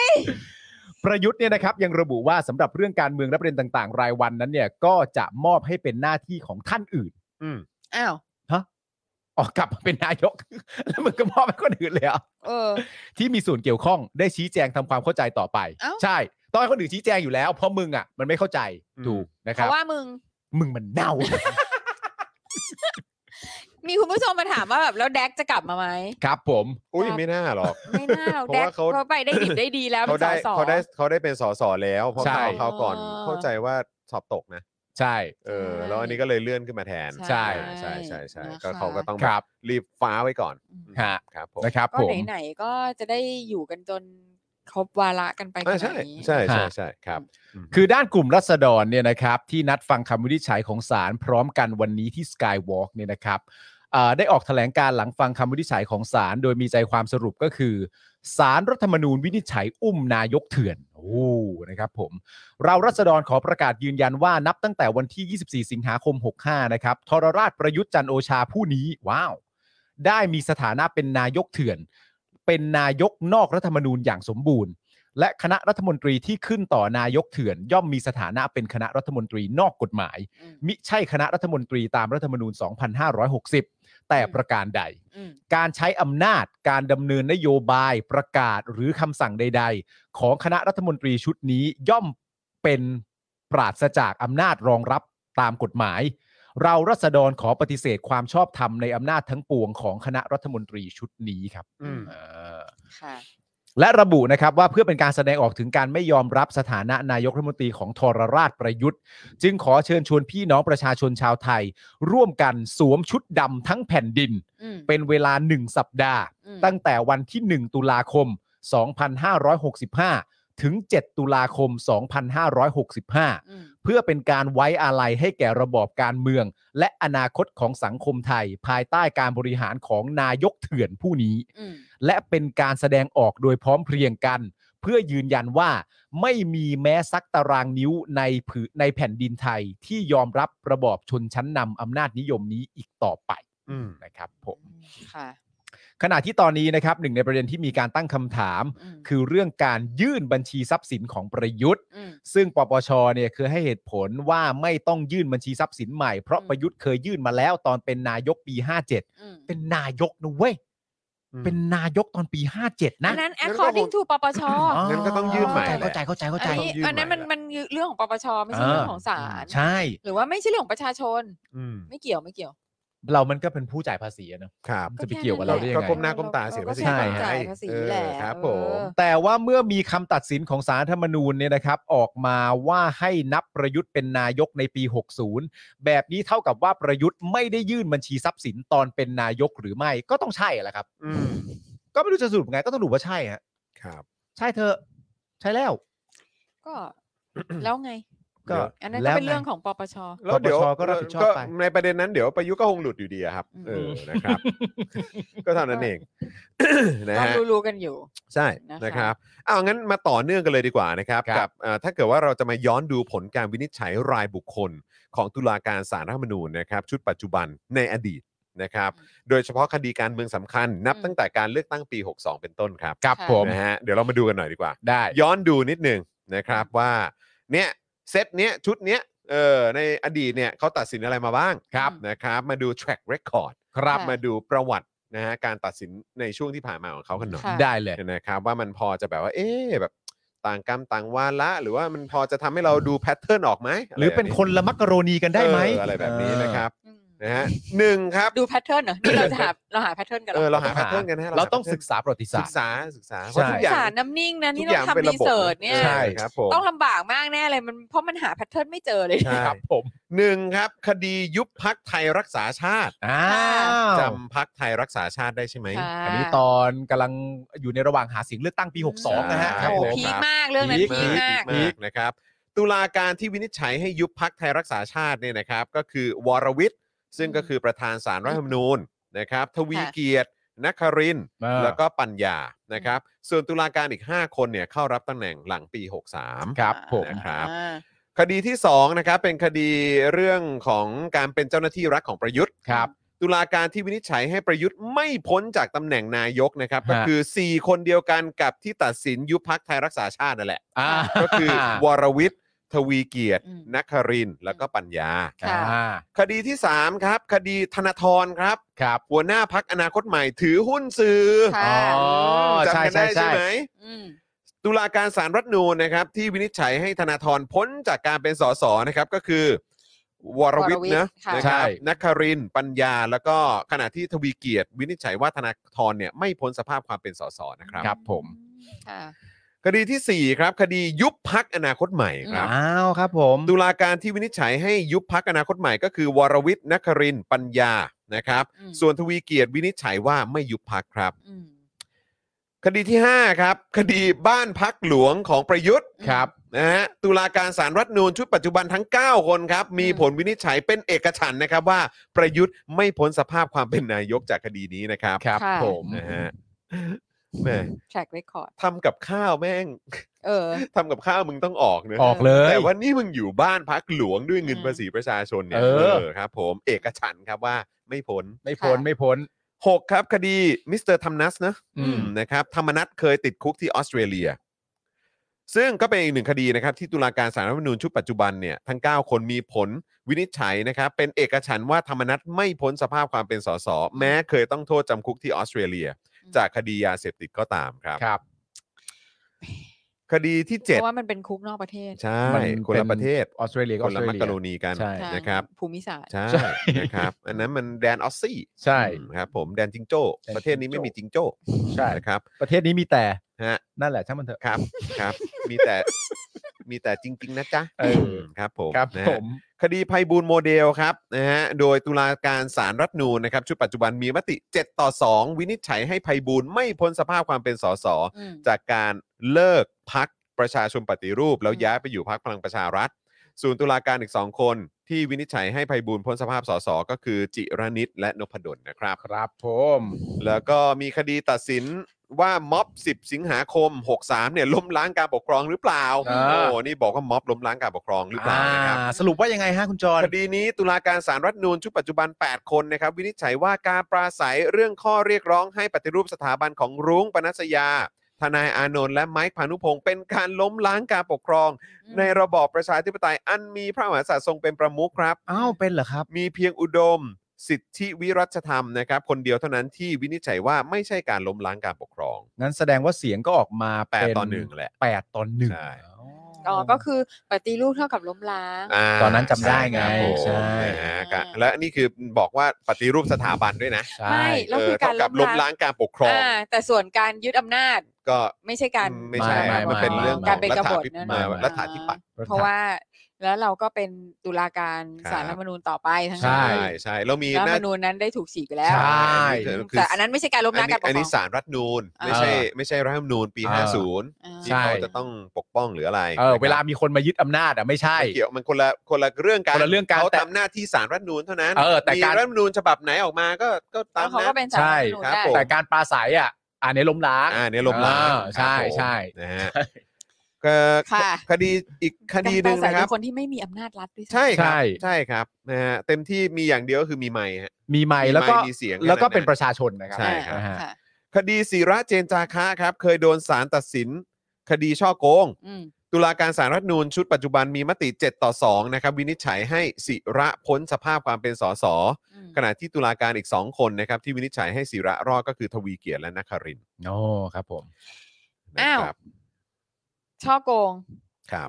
S2: ประยุทธ์เนี่ยนะครับยังระบุว่าสำหรับเรื่องการเมืองและประเด็นต่าง ๆ รายวันนั้นเนี่ยก็จะมอบให้เป็นหน้าที่ของท่านอื่น
S3: อ้าว
S2: ออกกลับมาเป็นนายก *laughs* แล้วมึงก็มอบให้คนอื่นเลยเหรอ่ะ
S3: เออ
S2: ที่มีส่วนเกี่ยวข้องได้ชี้แจงทำความเข้าใจต่อไป
S3: เอ้า
S2: ใช่ต้องให้คนอื่นชี้แจงอยู่แล้ว เพราะมึงอ่ะมันไม่เข้าใจ
S1: อืม
S2: ถูกนะค
S3: เพ
S2: รับ
S3: ราะว่ามึง
S2: มึงมันเน่า *laughs*
S3: มีคุณผู้ชมมาถามว่าแบบแล้วแดกจะกลับมาไหม
S2: ครับผม
S1: อุ้ย
S3: ครับ
S1: ไม่น่าหรอก
S3: ไม่น่าเรา
S1: เพราะ
S3: แดก
S1: ว่าเขา
S3: เขาไปได้ดิบได้ดีแล้ว
S1: เขา
S3: เป็นส
S1: ได้
S3: อสอ
S1: เขาได้เขาได้เป็นสสแล้วเพราะ
S3: ใช่
S1: เขาเขาก่อนเข้าใจว่าสอบตกนะ
S2: ใช่
S1: เออ แล้วอันนี้ก็เลยเลื่อนขึ้นมาแทน
S2: ใช่
S1: ใช่ใช่ใช่
S3: นะคะ
S1: ก็เขาก็ต้อง
S2: ค
S1: แบ
S2: รั
S1: บบ รีบฟ้าไว้ก่อน
S2: ฮะ
S1: ครับผม
S2: นะครับ
S3: ก็
S2: ผม
S3: ไหนๆก็จะได้อยู่กันจนครบวาระกันไปข
S1: อ่า
S3: นา
S1: ใช่
S3: ดนี้
S1: ใช่ใช่ใช่ครับ
S2: คือด้านกลุ่มรัษฎรเนี่ยนะครับ ที่นัดฟังคำวินิจฉัยของศาลพร้อมกันวันนี้ที่ Skywalk เนี่ยนะครับเอ่อได้ออกแถลงการหลังฟังคำวินิจฉัยของศาลโดยมีใจความสรุปก็คือศาลรัฐธรรมนูญวินิจฉัยอุ้มนายกเถื่อนโอ้นะครับผม เรารัษฎรขอประกาศยืนยันว่านับตั้งแต่วันที่ 24 สิงหาคม 65 นะครับทรราชประยุทธ์จันทร์โอชาผู้นี้ ว้าว ได้มีสถานะเป็นนายกเถื่อน เป็นนายกนอกรัฐธรรมนูญอย่างสมบูรณ์ และคณะรัฐมนตรีที่ขึ้นต่อนายกเถื่อน ย่อมมีสถานะเป็นคณะรัฐมนตรีนอกกฎหมาย
S3: อืม
S2: มิใช่คณะรัฐมนตรีตามรัฐธรรมนูญ 2560 แต่ประการใด
S3: อืม
S2: การใช้อำนาจการดำเนินนโยบายประกาศหรือคำสั่งใด ๆ ของคณะรัฐมนตรีชุดนี้ย่อมเป็นปราศจากอำนาจรองรับตามกฎหมาย เรารัษฎรขอปฏิเสธความชอบธรรมในอำนาจทั้งปวงของคณะรัฐมนตรีชุดนี้ครับ
S1: อืม
S2: เออ
S3: ค่ะ
S2: และระบุนะครับว่าเพื่อเป็นการแสดงออกถึงการไม่ยอมรับสถานะนายกรัฐมนตรีของทรราชประยุทธ์ จึงขอเชิญชวนพี่น้องประชาชนชาวไทย ร่วมกันสวมชุดดำทั้งแผ่นดิน
S3: อืม
S2: เป็นเวลา 1 สัปดาห์
S3: อืม
S2: ตั้งแต่วันที่ 1 ตุลาคม 2565 ถึง 7 ตุลาคม 2565
S3: อืม
S2: เพื่อเป็นการไว้อาลัยให้แก่ระบอบการเมือง และอนาคตของสังคมไทย ภายใต้การบริหารของนายกเถื่อนผู้นี้
S3: อืม
S2: และเป็นการแสดงออกโดยพร้อมเพรียงกัน เพื่อยืนยันว่าไม่มีแม้สักตารางนิ้วในผืนในแผ่นดินไทยที่ยอมรับระบอบชนชั้นนำอำนาจนิยมนี้อีกต่อไป
S1: อืม
S2: นะครับผม
S3: ค่ะ
S2: ขณะที่ตอนนี้นะครับหนึ่งในประเด็นที่มีการตั้งคำถาม
S3: อืม
S2: คือเรื่องการยื่นบัญชีทรัพย์สินของประยุทธ์
S3: อืม
S2: ซึ่งปปชเนี่ยคือให้เหตุผลว่าไม่ต้องยื่นบัญชีทรัพย์สินใหม่เพราะ
S3: อืม
S2: ประยุทธ์เคยยื่นมาแล้วตอนเป็นนายกปี 57
S3: อืม
S2: เป็นนายกนะเว้ย
S1: อืม
S2: เป็นนายกตอนปี 57 นะ
S3: อันนั้น according to ปป
S2: *coughs*
S3: ช
S1: งั้นก็ต้องยื่นใหม่แหละ
S2: เข้าใจเข้าใจเข้าใจ
S3: อันนี้
S1: ต้องยื่น
S3: อันนั้นมัน
S1: ใหม่ละ
S3: มันเรื่องของปปชไม่ใช่เรื่องของศาล
S2: ใช่
S3: หรือว่าไม่ใช่เรื่องของประชาชน
S1: อืม
S3: ไม่เกี่ยวไม่เกี่ยว
S2: เรามันก็เป็นผู้จ่ายภาษีอะเนอะ
S1: ครับ
S2: มันจะไปเกี่ยวกับเราได้ยัง
S1: ก็
S2: ไง
S1: ก้มหน้าก้มตาเสียภาษี
S2: ใช่
S3: จ่ายภาษี
S1: เออ
S3: แหละ
S1: ครับผม
S3: เออ
S2: แต่ว่าเมื่อมีคำตัดสินของสาลรฐธรรมนูญเนี่ยนะครับ ออกมาว่าให้นับประยุทธ์เป็นนายกในปี 60 แบบนี้เท่ากับว่าประยุทธ์ไม่ได้ยื่นบัญชีทรัพย์สินตอนเป็นนายกหรือไม่ก็ต้องใช่แหละครับ
S1: อืม
S2: ก็ไม่รู้จะสรุปไงก็ต้องสรุปว่าใช่ฮะ
S1: ครับ
S2: ใช่เธอะใช่แล้ว
S3: ก็ แล้วไง
S2: ก็
S3: อันนั้นก็
S2: แล้ว
S3: เป็นเรื่อง
S2: ไ
S3: ของปปช
S1: แล้วเดี๋ยว
S2: ปปชก็รับผิดชอบไป
S1: ก็ในประเด็นนั้นเดี๋ยวประยุทธ์ก็คงหลุดอยู่ดีอะครับ
S3: อืม
S1: เออนะครับ ก็เท่านั้นเอง นะ
S3: ก็
S1: ฮะ
S3: รู้ๆกันอยู่
S1: ใช่
S3: นะคะ
S1: นะครับเอางั้นมาต่อเนื่องกันเลยดีกว่านะครับ
S2: ค
S1: กั
S2: รับ
S1: บเอ่อถ้าเกิดว่าเราจะมาย้อนดูผลการวินิจฉัยรายบุคคล ของตุลาการสารรัฐธรรมนูญนะครับชุดปัจจุบันในอดีตนะครับ โดยเฉพาะคดีการเมืองสำคัญ นับตั้งแต่การเลือกตั้งปี 62 เป็นต้นครับ
S2: ครับ
S3: ใช่
S2: ผม
S1: นะฮะเดี๋ยวเรามาดูกันหน่อยดีกว่า
S2: ได้
S1: ย้อนดูนิดหนึงนะครับว่าเนี่ยเซตเนี้ยชุดเนี้ยเออในอดีตเนี่ยเขาตัดสินอะไรมาบ้าง
S3: ครับ
S1: นะครับ มาดู track record
S2: ครับ
S1: มาดูประวัตินะฮะการตัดสินในช่วงที่ผ่านมาของเขากันหน่อย
S3: ค่ะ
S2: ได้เลย
S1: นะครับว่ามันพอจะแบบว่า เอ๊ะแบบต่างกรรมต่างวาระหรือว่ามันพอจะทำให้เราดูแพทเทิร์นออกไหมะไห
S2: รือเป็นคนละมักกะโรนีกันได้ไหม
S1: เอออะไรแบบนี้นะครับ
S3: อืม
S1: นะฮะหนึ่งครับ
S3: ดูแพทเทิร์นเหรอนี่เราจะหาเราหาแพทเทิร์นกันหร
S1: เอ
S3: อ
S1: อเราหาแพทเทิร์นกันนะฮะ
S2: เราต้อง
S1: ห
S2: ศึกษาประวัติศา
S1: ศึก
S2: สตร์
S1: ษาศึกษา
S2: ใช่
S1: เพราะทุกอย่าง
S3: สารน้ำนิ่งนะนี่
S1: ทุก
S3: ต้
S1: อ
S3: อย่าง
S1: ง
S3: ทำ
S1: ป็ะ
S3: รี
S1: บบ
S3: เสิร์ชเนี่ย
S1: ใช่ครับผม
S3: ต้องลำบากมากแน่เลยมันเพราะมันหาแพทเทิร์นไม่เจอเลย
S1: ใช่
S2: ครับผม
S1: หนึ่งครับ คดียุบพักไทยรักษาชาติ
S2: อ้าว
S1: จำพักไทยรักษาชาติได้ใช่ไหม
S3: ค่ะ
S2: อันนี้ตอนกำลังอยู่ในระหว่างหาเสียงเลือกตั้งปี 62 นะฮะ
S1: ใช่
S2: ครับ
S3: โอ้
S2: ผม
S3: พีคมากเรื่องนั้น
S2: พีค
S3: พีคมาก
S1: พีคนะครับตุลาการที่วินิจฉัยให้ยุบพักไทยรักษาชาติเนี่ยนะครับ ก็คือวรวิทย์ซึ่งก็คือประธานสารรัฐธรรมนูญนะครับทวี
S3: ค่ะ
S1: เกียรตินครินทร์
S2: อ่า
S1: แล้วก็ปัญญานะครับ ส่วนตุลาการอีก 5 คนเนี่ยเข้ารับตำแหน่งหลังปี 63
S2: ครับผม
S1: นะครับ
S3: อ่า
S1: คดีที่2นะครับเป็นคดีเรื่องของการเป็นเจ้าหน้าที่รัฐของประยุทธ์
S2: ครับ
S1: ตุลาการที่วินิจฉัยให้ประยุทธ์ไม่พ้นจากตำแหน่งนายกนะครับก็
S2: ฮะ
S1: คือ 4 คนเดียวกันกับที่ตัดสินยุบพักไทยรักษาชาตินั่นแหละ
S2: อ่า
S1: ก็คือ วรวิทย์ทวีเกียรติ
S3: อืม
S1: นครินทร์แล้วก็ปัญญา
S3: ค่ะ
S2: อ่า
S1: คดีที่ 3 ครับ คดีธนาธรครับ
S2: ครับ
S1: หัวหน้าพักอนาคตใหม่ถือหุ้นสื่อ
S3: ค่ะ
S2: อ๋อ
S1: จำ
S2: ใช่
S1: กัน
S2: ใช่
S1: ได้
S2: ใช่
S1: ใช่ไหม
S3: อืม
S1: ตุลาการสารรัฐธรรมนูญนะครับ ที่วินิจฉัยให้ธนาธรพ้นจากการเป็นสสนะครับก็คือ วรวิทย์
S3: วรวิทย์
S1: นะ
S3: ค่ะ
S1: นะครับนครินทร์ปัญญา แล้วก็ขณะที่ทวีเกียรติ วินิจฉัยว่าธนาธรเนี่ยไม่พ้นสภาพความเป็นสสนะครับ
S2: ครับผม
S3: ค่ะ
S1: คดีทีสี่4ครับคดียุบพักอนาคตใหม่ครับ
S2: อ้าวครับผม
S1: ตุลาการที่วินิจฉัยให้ยุบพักอนาคตใหม่ก็คือ วรวิทย์นครินทร์ปัญญานะครับ
S3: อืม
S1: ส่วนทวีเกียรติวินิจฉัยว่าไม่ยุบพักครับ
S3: อืม
S1: คดีที่ 5 ครับ คดีบ้านพักหลวงของประยุทธ์
S3: ครับ
S1: นะฮะตุลาการสารรัฐธรรมนูญชุดปัจจุบันทั้ง 9 คนครับ มีผลวินิจฉัยเป็นเอกฉันท์นะครับว่าประยุทธ์ไม่พ้นสภาพความเป็นนายกจากคดีนี้นะครับ
S2: ครับ
S3: ค่ะ
S2: ผม
S1: นะฮะแหม
S3: แทร็กเรคคอร์ด
S1: ทำกับข้าวแม่ง
S3: เออ
S1: ทำกับข้าวมึงต้องออกเนอะ
S2: ออกเลย
S1: แต่ว่านี่มึงอยู่บ้านพักหลวงด้วยเงิน
S3: อืม
S1: ภาษีประชาชนเนี่ย
S2: เออ
S1: ครับ ผมเอกฉันท์ครับว่าไม่พ้น
S2: ไม่พ้นไม่พ้น
S1: 6ครับคดีมิสเตอร์ธรรมนัสนะ
S2: อืม
S1: นะครับธรรมนัสเคยติดคุกที่ออสเตรเลีย ซึ่งก็เป็นอีกหนึ่งคดีนะครับที่ตุลาการสารรัฐธรรมนูญชุดปัจจุบันเนี่ยทั้ง 9 คนมีผลวินิจฉัยนะครับ เป็นเอกฉันท์ว่าธรรมนัสไม่พ้นสภาพความเป็นสสแม้เคยต้องโทษจำคุกที่ออสเตรเลีย จากคดียาเสพติดก็ตามครับ
S2: ครับ
S1: คดีที่
S3: เพ
S1: เจ็ด
S3: ราะว่ามันเป็นคุกนอกประเทศ
S1: ใช่
S2: มัน
S1: คนละ
S2: เป็น
S1: ประเทศ
S2: ออสเตรเลียก็
S1: ค
S2: ออน ส
S1: ละ
S2: เตร
S1: มัก
S2: เลี
S1: กะโร
S2: ย
S1: นีกัน
S2: ใช่
S3: ทาง
S1: นะครับ
S3: ภูมิศาสตร์
S1: ใช่
S2: ใช่
S1: นะครับ อันนั้นมันแดนออสซี่
S2: ใช่
S1: อืมครับผมแดนจิงโจ้
S2: แดนจิงโจ้
S1: ประเทศนี้ไม่มีจิงโจ้
S2: ใช่
S1: นะครับ
S2: ประเทศนี้มีแต่
S1: ฮะ
S2: นั่นแหละช่างมันเถอะ
S1: ครับครับ มีแต่มีแต่จริง ๆ นะจ๊ะ
S2: เออ
S1: ครับผม
S2: ครับ
S1: นะ
S2: ผ
S1: ฮะ
S2: ม
S1: คดีภัยบูลย์โมเดลครับนะฮะโดยตุลาการสารรัฐธรรมนูญนะครับ ชุดปัจจุบันมีมติ 7 ต่อ 2 วินิจฉัยให้ภัยบูลย์ไม่พ้นสภาพความเป็นสส
S3: อืม
S1: จากการเลิกพักประชาชนปฏิรูป แล้วย้ายไปอยู่พักพลังประชารัฐส่วนตุลาการอีกสองคน ที่วินิจฉัยให้ภัยบูลย์พ้นสภาพสสก็คือจิรนิตและนพดลนะครับ
S2: ครับผม
S1: แล้วก็มีคดีตัดสินว่าม็อบ 10 สิงหาคม 63 เนี่ยล้มล้างการปกครองหรือเปล่า
S2: อ่า
S1: โอ้ นี่บอกว่าม็อบล้มล้างการปกครองหรือเปล่า
S2: อ่า
S1: นะครับ
S2: สรุปว่ายังไงฮะคุณจร
S1: คดีนี้ตุลาการสารรัฐธรรมนูญชุดปัจจุบัน 8 คนนะครับ วินิจฉัยว่าการปราศัยเรื่องข้อเรียกร้องให้ปฏิรูปสถาบันของรุ้งปนัสยา ทนายอานนท์และไมค์พานุพงศ์เป็นการล้มล้างการปกครอง
S3: อืม
S1: ในระบอบประชาธิปไตยอันมีพระมหากษัตริย์ทรงเป็นประมุขครับ
S2: อ้าวเป็นเหรอครับ
S1: มีเพียงอุดม สิทธิวิรัชธรรมนะครับ คนเดียวเท่านั้นที่วินิจฉัยว่าไม่ใช่การล้มล้างการปกครอง
S2: งั้นแสดงว่าเสียงก็ออกมาเป็
S1: 8ต่อหนึ่งแหละ
S2: แปดต่อหนึ่ง
S1: ใช่
S2: อ๋อ
S3: อ๋อก็คือปฏิรูปเท่ากับล้มล้าง
S1: า
S2: ตอนนั้นจำได้ไง
S1: ใช่ครับผม
S2: ใช่
S1: นะฮะก็และนี่คือบอกว่าปฏิรูปสถาบันด้วยนะ
S2: ใช่
S3: ไม่ แล้วคือ
S1: เเท่
S3: การ
S1: กับล้มล้างการปกครอง
S3: าแต่ส่วนการยึดอำนาจ
S1: ก็
S3: ไม่ใช่การ
S1: ไม่ใช่
S2: ไม่ไม่
S1: มันเป็นเรื่องขอ
S3: การง เป็น
S1: รั
S3: ก
S1: ฐา
S3: บฏ
S1: ธิ
S3: นั่น
S1: มา
S3: น่ะ
S1: รัฐาธิปัตย์
S3: เพราะว่าแล้วเราก็เป็นตุลาการศาลรัฐธรรมนูญต่อไปทั้ง
S2: ใช่
S3: นั้
S1: ใช่
S3: น
S1: ใช่แล้วมี
S3: รัฐ
S1: ห
S3: ธรร
S1: น้าม
S3: นูญนั้นได้ถูกฉีกไปแล้ว
S2: ใช่
S1: คื
S3: แต่อันนั้นไม่ใช่การล้มล้างการปก
S1: อัน
S3: คร
S1: นี้
S3: อง
S1: สารรัฐธรรมนูนไม่ใช่ไม่ใช่รัฐธรรมนูญปี
S2: เออ
S1: 50
S3: อ่า
S1: ที่เขาจะต้องปกป้องหรืออะไร
S2: เออ
S1: นะครับ
S2: เวลามีคนมายึดอำนาจอ่ะไม่ใช่
S1: ไม่เกี่ยวมันคนละคนละเรื่องกัน
S2: คนละเรื่องกัน
S1: เขา
S2: แต่
S1: ทำหน้าที่สารรัฐธรรมนูนเท่านั้น
S2: เออแต่
S1: มี
S2: การ
S1: รัฐธรรมนูญฉบับไหนออกมาก็ก็ตาม
S3: เขา
S1: นั้
S3: ก็
S1: น
S3: เป็นสารรัฐธรรมนูญ
S1: ใช่ครับ
S3: ได้
S1: ผม
S2: แต่การปราศัยอ่ะอันนี้ล้มล้าง
S1: อ่าเนี่ยลบล้าง
S2: อ่าใช่
S1: ครับผม
S2: ใช่
S1: นะฮะก็
S3: ค่ะ
S1: คดีอีกคดีหนึ่ง
S3: กาปาศัย
S1: นะครับ
S3: อคนที่ไม่มีอำนาจรัฐด้วยซ้ำ
S1: ใช่ครั
S2: ใช่
S1: บใช่ครับนะฮะเต็มที่มีอย่างเดียวก็คือมีไมค์ฮะ
S2: มีไม้แล้วก็
S1: มีไมค์มีเสียง
S2: แล้วก็
S1: อะไรนะ
S2: เป็นประชาชนนะครั
S1: ใช่ครับ
S2: นะฮะ
S3: ค่ะ
S1: คดีศิระเจนจาคะครับ เคยโดนศาลตัดสิน คดีช่อโกง
S3: อืม
S1: ตุลาการสารรัฐธรรมนูญชุดปัจจุบันมีมติ 7 ต่อ 2 นะครับ วินิจฉัยให้ศิระพ้นสภาพความเป็นสส
S3: อืม
S1: ขณะที่ตุลาการอีก 2 คนนะครับ ที่วินิจฉัยให้ศิระรอดก็คือทวีเกียรติและนครินทร์
S2: โอ้ครับผม
S1: นะ
S3: อ้าว
S1: ครับ
S3: ช่อโกง
S1: ครับ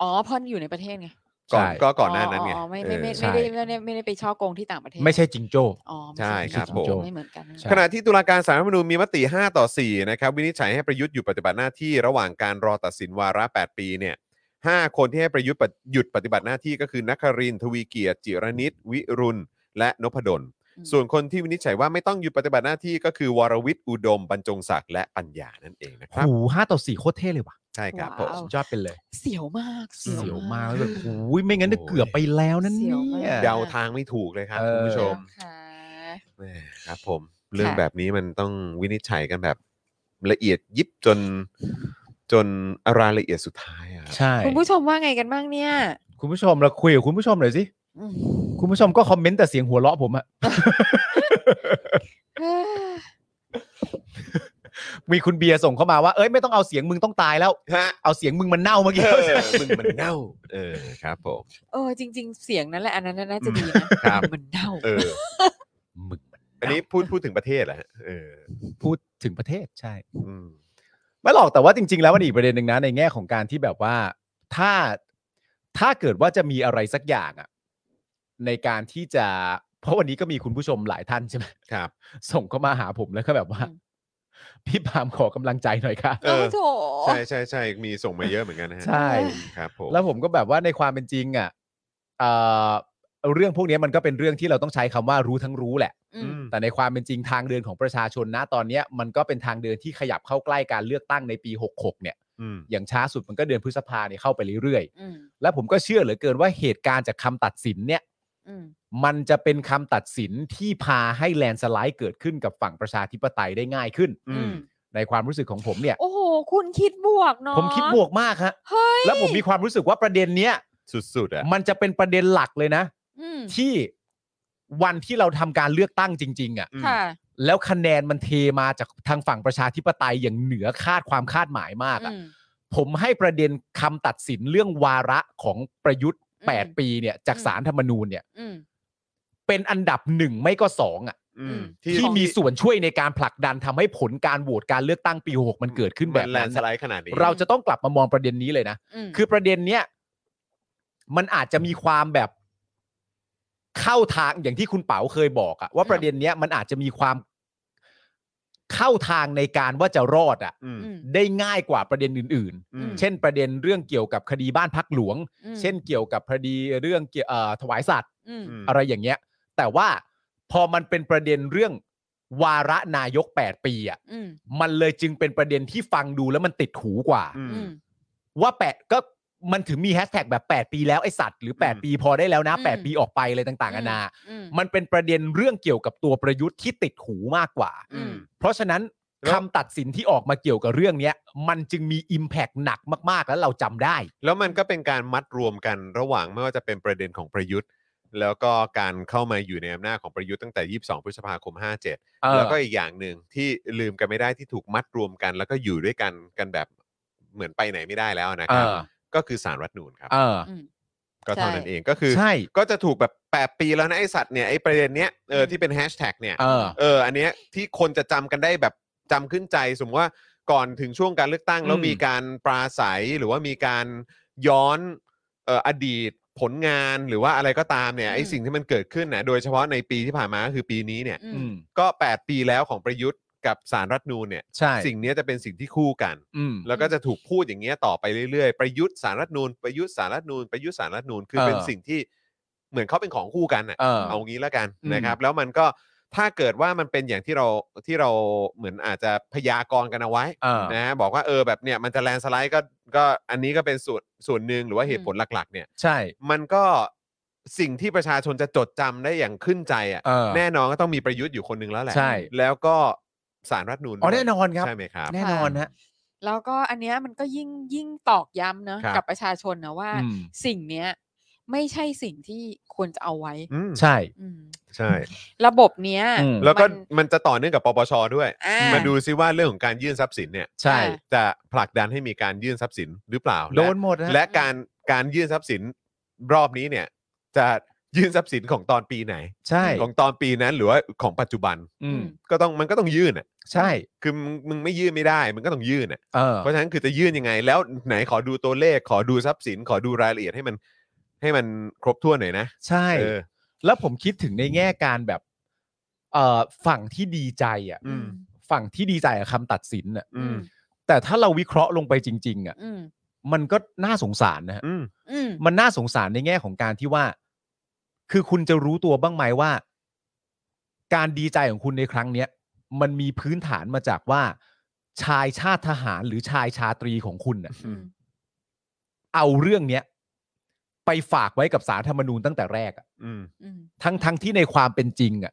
S3: อ๋อเพราะอยู่ในประเทศไง
S1: ก่อน
S2: ใช่
S1: ก็ก่อนหน้านั้นไง
S3: อ๋อไม่ไม่ไม่
S1: เออ
S2: ใช่
S3: ไม่ได้ไม่ได้ไม่ได้ไปช่อโกงที่ต่างประเทศ
S2: ไม่ใช่จิงโจ้
S3: อ๋อ
S1: ใช่ครับ
S3: ไม่
S1: ผม
S3: ไม่เหมือนกันนะ
S2: ใช่
S1: ขณะที่ตุลาการสารรัฐธรรมนูญมีมติ 5 ต่อ 4 นะครับ วินิจฉัยให้ประยุทธ์หยุดปฏิบัติหน้าที่ระหว่างการรอตัดสินวาระ 8 ปีเนี่ยห้าคนที่ให้ประยุทธ์ปฏิหยุดปฏิบัติหน้าที่ก็คือนครินทร์ทวีเกียรติจิรนิตวิรุณ และนพดล
S3: อืม
S1: ส่วนคนที่วินิจฉัยว่าไม่ต้องหยุดปฏิบัติหน้าที่ก็คือวรวิทย์อุดม บรรจงศักดิ์และปัญญานั่นเองนะครับ
S2: หูห้าต่อสี่โคตรเท่เลยว่ะ
S1: ใช่ครับผม
S2: สุดยอดไปเลย
S3: เสียวมาก
S2: เสียวมากแล้วแบบหูยไม่งั้นจะ
S1: โอ้ย
S2: เกือบไปแล้วนั่น
S3: สี
S2: เนี่
S3: วมก
S2: ย
S1: เดาทางไม่ถูกเลยครับคุณผู้ชม
S3: ค่ะ
S1: แหมครับผม เรื่องแบบนี้มันต้องวินิจฉัยกันแบบละเอียดยิบจน จนรายละเอียดสุดท้ายอะครับ
S2: ใช่
S3: คุณผู้ชมว่าไงกันบ้างเนี่ย
S2: คุณผู้ชมเราคุยกับคุณผู้ชมหน่อยสิ
S3: อืม
S2: คุณผู้ชมก็คอมเมนต์แต่เสียงหัวเราะผมอะ
S3: เอ้อ
S2: มีคุณเบียร์ส่งเข้ามาว่า เอ้ยไม่ต้องเอาเสียงมึงต้องตายแล้ว
S1: ฮะ
S2: เอาเสียงมึงมันเน่าเมื่อกี้
S1: เออมึงมันเน่า เออครับผม
S3: เออจริง ๆ เสียงนั้นแหละอันนั้นน่าจะดีนะครับ มันเน่า
S1: เออ
S2: มึงมัน
S1: อันนี้พูดพูดถึงประเทศแหละฮะเออ
S2: พูดถึงประเทศใช่
S1: อืม
S2: ไม่หรอกแต่ว่าจริง ๆ แล้วมันอีกประเด็นหนึ่งนะในแง่ของการที่แบบว่าถ้าถ้าเกิดว่าจะมีอะไรสักอย่างอะในการที่จะ เพราะวันนี้ก็มีคุณผู้ชมหลายท่านใช่ไหม *laughs*
S1: ครับ
S2: ส่งเข้ามาหาผมแล้วก็แบบว่า พี่ปาล์มขอกำลังใจหน่อยค่ะ
S1: เออ
S3: โอ้โถ
S1: ใช่ใช่ใช่มีส่งมาเยอะเหมือนกันนะฮะ
S2: ใช่
S1: ครับผม
S2: แล้วผมก็แบบว่าในความเป็นจริงอะเอ่อเรื่องพวกนี้มันก็เป็นเรื่องที่เราต้องใช้คำว่ารู้ทั้งรู้แหละ
S3: อื
S1: อื
S3: ม
S1: ม
S2: แต่ในความเป็นจริงทางเดินของประชาชนนะตอนเนี้ยมันก็เป็นทางเดินที่ขยับเข้าใกล้การเลือกตั้งในปี 66 เนี่ย
S1: อืม
S2: อย่างช้าสุดมันก็เดือนพฤษภาเนี่ยเข้าไปเรื่อย
S3: อืม
S2: ๆ และผมก็เชื่อเหลือเกินว่าเหตุการณ์จากคำตัดสินเนี่ย
S3: อืม
S2: มันจะเป็นคำตัดสินที่พาให้แลนด์สไลด์เกิดขึ้นกับฝั่งประชาธิปไตยได้ง่ายขึ้น
S1: อืม
S2: ในความรู้สึกของผมเนี่ย
S3: โอ้โห คุณคิดบวกเนาะ
S2: ผมคิดบวกมากฮะ
S3: เฮ้ย
S2: แล้วผมมีความรู้สึกว่าประเด็นเนี้ย
S1: สุดๆอ่ะ
S2: มันจะเป็นประเด็นหลักเลยนะ
S3: อืม
S2: ที่วันที่เราทำการเลือกตั้งจริง ๆ อ่ะ
S1: อืม
S3: ค่ะ
S2: แล้วคะแนนมันเทมาจากทางฝั่งประชาธิปไตยอย่างเหนือคาดความคาดหมายมากอะ
S3: อืม
S2: ผมให้ประเด็นคำตัดสินเรื่องวาระของประยุทธ์
S3: อืม
S2: 8 ปีเนี่ยจากสารธรรมนูญเนี่ย
S3: อืม
S2: เป็นอันดับหนึ่งไม่ก็สองอ่ะ
S1: อืม
S2: ที่มีส่วนช่วยในการผลักดันทำให้ผลการโหวตการเลือกตั้งปี6มันเกิดขึ้นแบ
S1: มั
S2: บ
S1: แล
S2: นั้น น
S1: สไลด์ขนาดนี้
S2: เราจะต้องกลับมามองประเด็นนี้เลยนะ
S3: อืม
S2: คือประเด็นเนี้ยมันอาจจะมีความแบบเข้าทางอย่างที่คุณเป๋าเคยบอกอะว่าประเด็นเนี้ยมันอาจจะมีความเข้าทางในการว่าจะรอดอะ
S1: อืม
S3: อืม
S2: ได้ง่ายกว่าประเด็นอื่น
S1: อืม
S2: ๆ เช่นประเด็นเรื่องเกี่ยวกับคดีบ้านพักหลวง
S3: อืม
S2: เช่นเกี่ยวกับคดีเรื่องเกี่ยวเอ่อถวายสัตว์
S3: อืม
S1: อืม
S2: อะไรอย่างเงี้ย แต่ว่าพอมันเป็นประเด็นเรื่องวาระนายก 8 ปีอะ
S3: อืม
S2: มันเลยจึงเป็นประเด็นที่ฟังดูแล้วมันติดหูกว่า
S1: อืม
S3: อืม
S2: ว่าแปดก็มันถึงมีแฮชแท็กแบบ 8 ปีแล้วไอสัตว์หรือ
S1: อืม
S2: 8 ปีพอได้แล้วนะ
S3: อืม
S2: 8 ปีออกไปอะไรต่างๆนานา
S3: อืม
S2: มันเป็นประเด็นเรื่องเกี่ยวกับตัวประยุทธ์ที่ติดหูมากกว่า
S3: อืม
S2: เพราะฉะนั้นคำตัดสินที่ออกมาเกี่ยวกับเรื่องเนี้ย มันจึงมี Impact หนักมากๆ แล้วเราจำได้
S1: แล้วมันก็เป็นการมัดรวมกันระหว่างไม่ว่าจะเป็นประเด็นของประยุทธ์ แล้วก็การเข้ามาอยู่ในอำนาจของประยุทธ์ตั้งแต่ 22 พฤษภาคม 57
S2: เออ
S1: แล้วก็อีกอย่างหนึ่งที่ลืมกันไม่ได้ที่ถูกมัดรวมกัน แล้วก็อยู่ด้วยกันกันแบบเหมือนไปไหนไม่ได้แล้วนะ
S2: เอ
S1: ครับ
S2: อ
S1: ก็คือสารรัฐธรรมนูนครับ
S2: เออ
S3: อืม
S1: ก็เท่า
S3: ใช่
S1: นั้นเองก็คือ
S2: ใช่
S1: ก็จะถูกแบบแปดปีแล้วนะไอสัตว์เนี่ยไอประเด็นเนี้ยเออที่เป็นแฮชแท็กเนี่ย
S2: เออ
S1: เอออันเนี้ยที่คนจะจำกันได้แบบจำขึ้นใจสมมติว่า ก่อนถึงช่วงการเลือกตั้ง แล้ว
S2: อืม
S1: มีการปราศัยหรือว่ามีการย้อนเอ่ออดีตผลงานหรือว่าอะไรก็ตามเนี่ยไอ้
S3: อืม
S1: สิ่งที่มันเกิดขึ้นนะโดยเฉพาะในปีที่ผ่านมาก็คือปีนี้เนี่ย
S3: อื
S2: อื
S3: ม
S2: ม
S1: ก็ 8 ปีแล้วของประยุทธ์กับสารรัฐธรรมนูญเนี่ย
S2: ใช่
S1: สิ่งเนี้ยจะเป็นสิ่งที่คู่กัน
S2: อืม
S1: แล้วก็จะถูกพูดอย่างเงี้ยต่อไปเรื่อยๆ ประยุทธ์สารรัฐธรรมนูนประยุทธ์สารรัฐธรรมนูนประยุทธ์สารรัฐธรรมนูนคือ
S2: เออ
S1: เป็นสิ่งที่เหมือนเขาเป็นของคู่กันอ่ะ
S2: เออ
S1: เอางี้แล้วกัน
S2: อืม
S1: นะครับ แล้วมันก็ถ้าเกิดว่ามันเป็นอย่างที่เราที่เราเหมือนอาจจะพยากรณ์กันเอาไว้
S2: เออ
S1: นะฮะบอกว่าเออแบบเนี่ยมันจะแลนสไลด์ก็ก็อันนี้ก็เป็นส่วนส่วนหนึ่งหรือว่าเหตุผลหลัก ๆ เนี่ย
S2: ใช่
S1: มันก็สิ่งที่ประชาชนจะจดจำได้อย่างขึ้นใจอ่ะ
S2: เออ
S1: แน่นอนก็ต้องมีประยุทธ์อยู่คนหนึงแล้วแหละ
S2: ใช่
S1: แล้วก็สารรัฐธรรมนูน
S2: อ๋อแน่นอนครับ
S1: ใช่ไหมครับ
S2: แน่นอนฮะ
S3: แล้วก็อันเนี้ยมันก็ยิ่งยิ่งตอกย้ำนะครับ กับประชาชนนะว่า
S2: อืม
S3: สิ่งเนี้ยไม่ใช่สิ่งที่ควรจะเอาไว้
S1: อืม
S2: ใช่
S3: อืม
S1: ใช่
S3: ระบบเนี้ย
S2: อืม
S1: แล้วก็
S3: มัน
S1: มันจะต่อเนื่องกับปปชด้วย
S3: อ่า
S1: มาดูซิว่าเรื่องของการยื่นทรัพย์สินเนี่ย
S2: ใช่
S3: อ่า
S1: จะผลักดันให้มีการยื่นทรัพย์สินหรือเปล่า
S2: โด
S1: และ
S2: นหมดนะ
S1: และการการยื่นทรัพย์สินรอบนี้เนี่ย จะยื่นทรัพย์สินของตอนปีไหน
S2: ใช่
S1: ของตอนปีนั้นหรือว่าของปัจจุบัน
S2: อืม
S1: ก็ต้องมันก็ต้องยื่นอ่ะ
S2: ใช่
S1: คือมึงมึงไม่ยื่นไม่ได้มึงก็ต้องยื่นอ่ะ
S2: เออ
S1: เพราะฉะนั้นคือจะยื่นยังไง แล้วไหนขอดูตัวเลขขอดูทรัพย์สิน ขอดูรายละเอียดให้มันให้มันครบถ้วนหน่อยนะ
S2: ใช่
S1: เออ
S2: แล้วผมคิดถึงในแง่การแบบเอ่อฝั่งที่ดีใจอ่ะ
S1: อืม
S2: ฝั่งที่ดีใจกับคำตัดสินอ่ะ
S1: อืม
S2: แต่ถ้าเราวิเคราะห์ลงไปจริง ๆอ่ะ
S3: อืม
S2: มันก็น่าสงสารนะฮะ
S1: อืม
S3: อืม
S2: มันน่าสงสารในแง่ของการที่ว่า คือคุณจะรู้ตัวบ้างไหมว่า การดีใจของคุณในครั้งเนี้ยมันมีพื้นฐานมาจากว่า ชายชาติทหารหรือชายชาตรีของคุณน่ะ
S3: อืม
S2: เอาเรื่องเนี้ยไปฝากไว้กับสารธรรมนูญตั้งแต่แรกอะ
S1: อืม
S3: อืม
S2: ทั้งทั้งที่ในความเป็นจริงอะ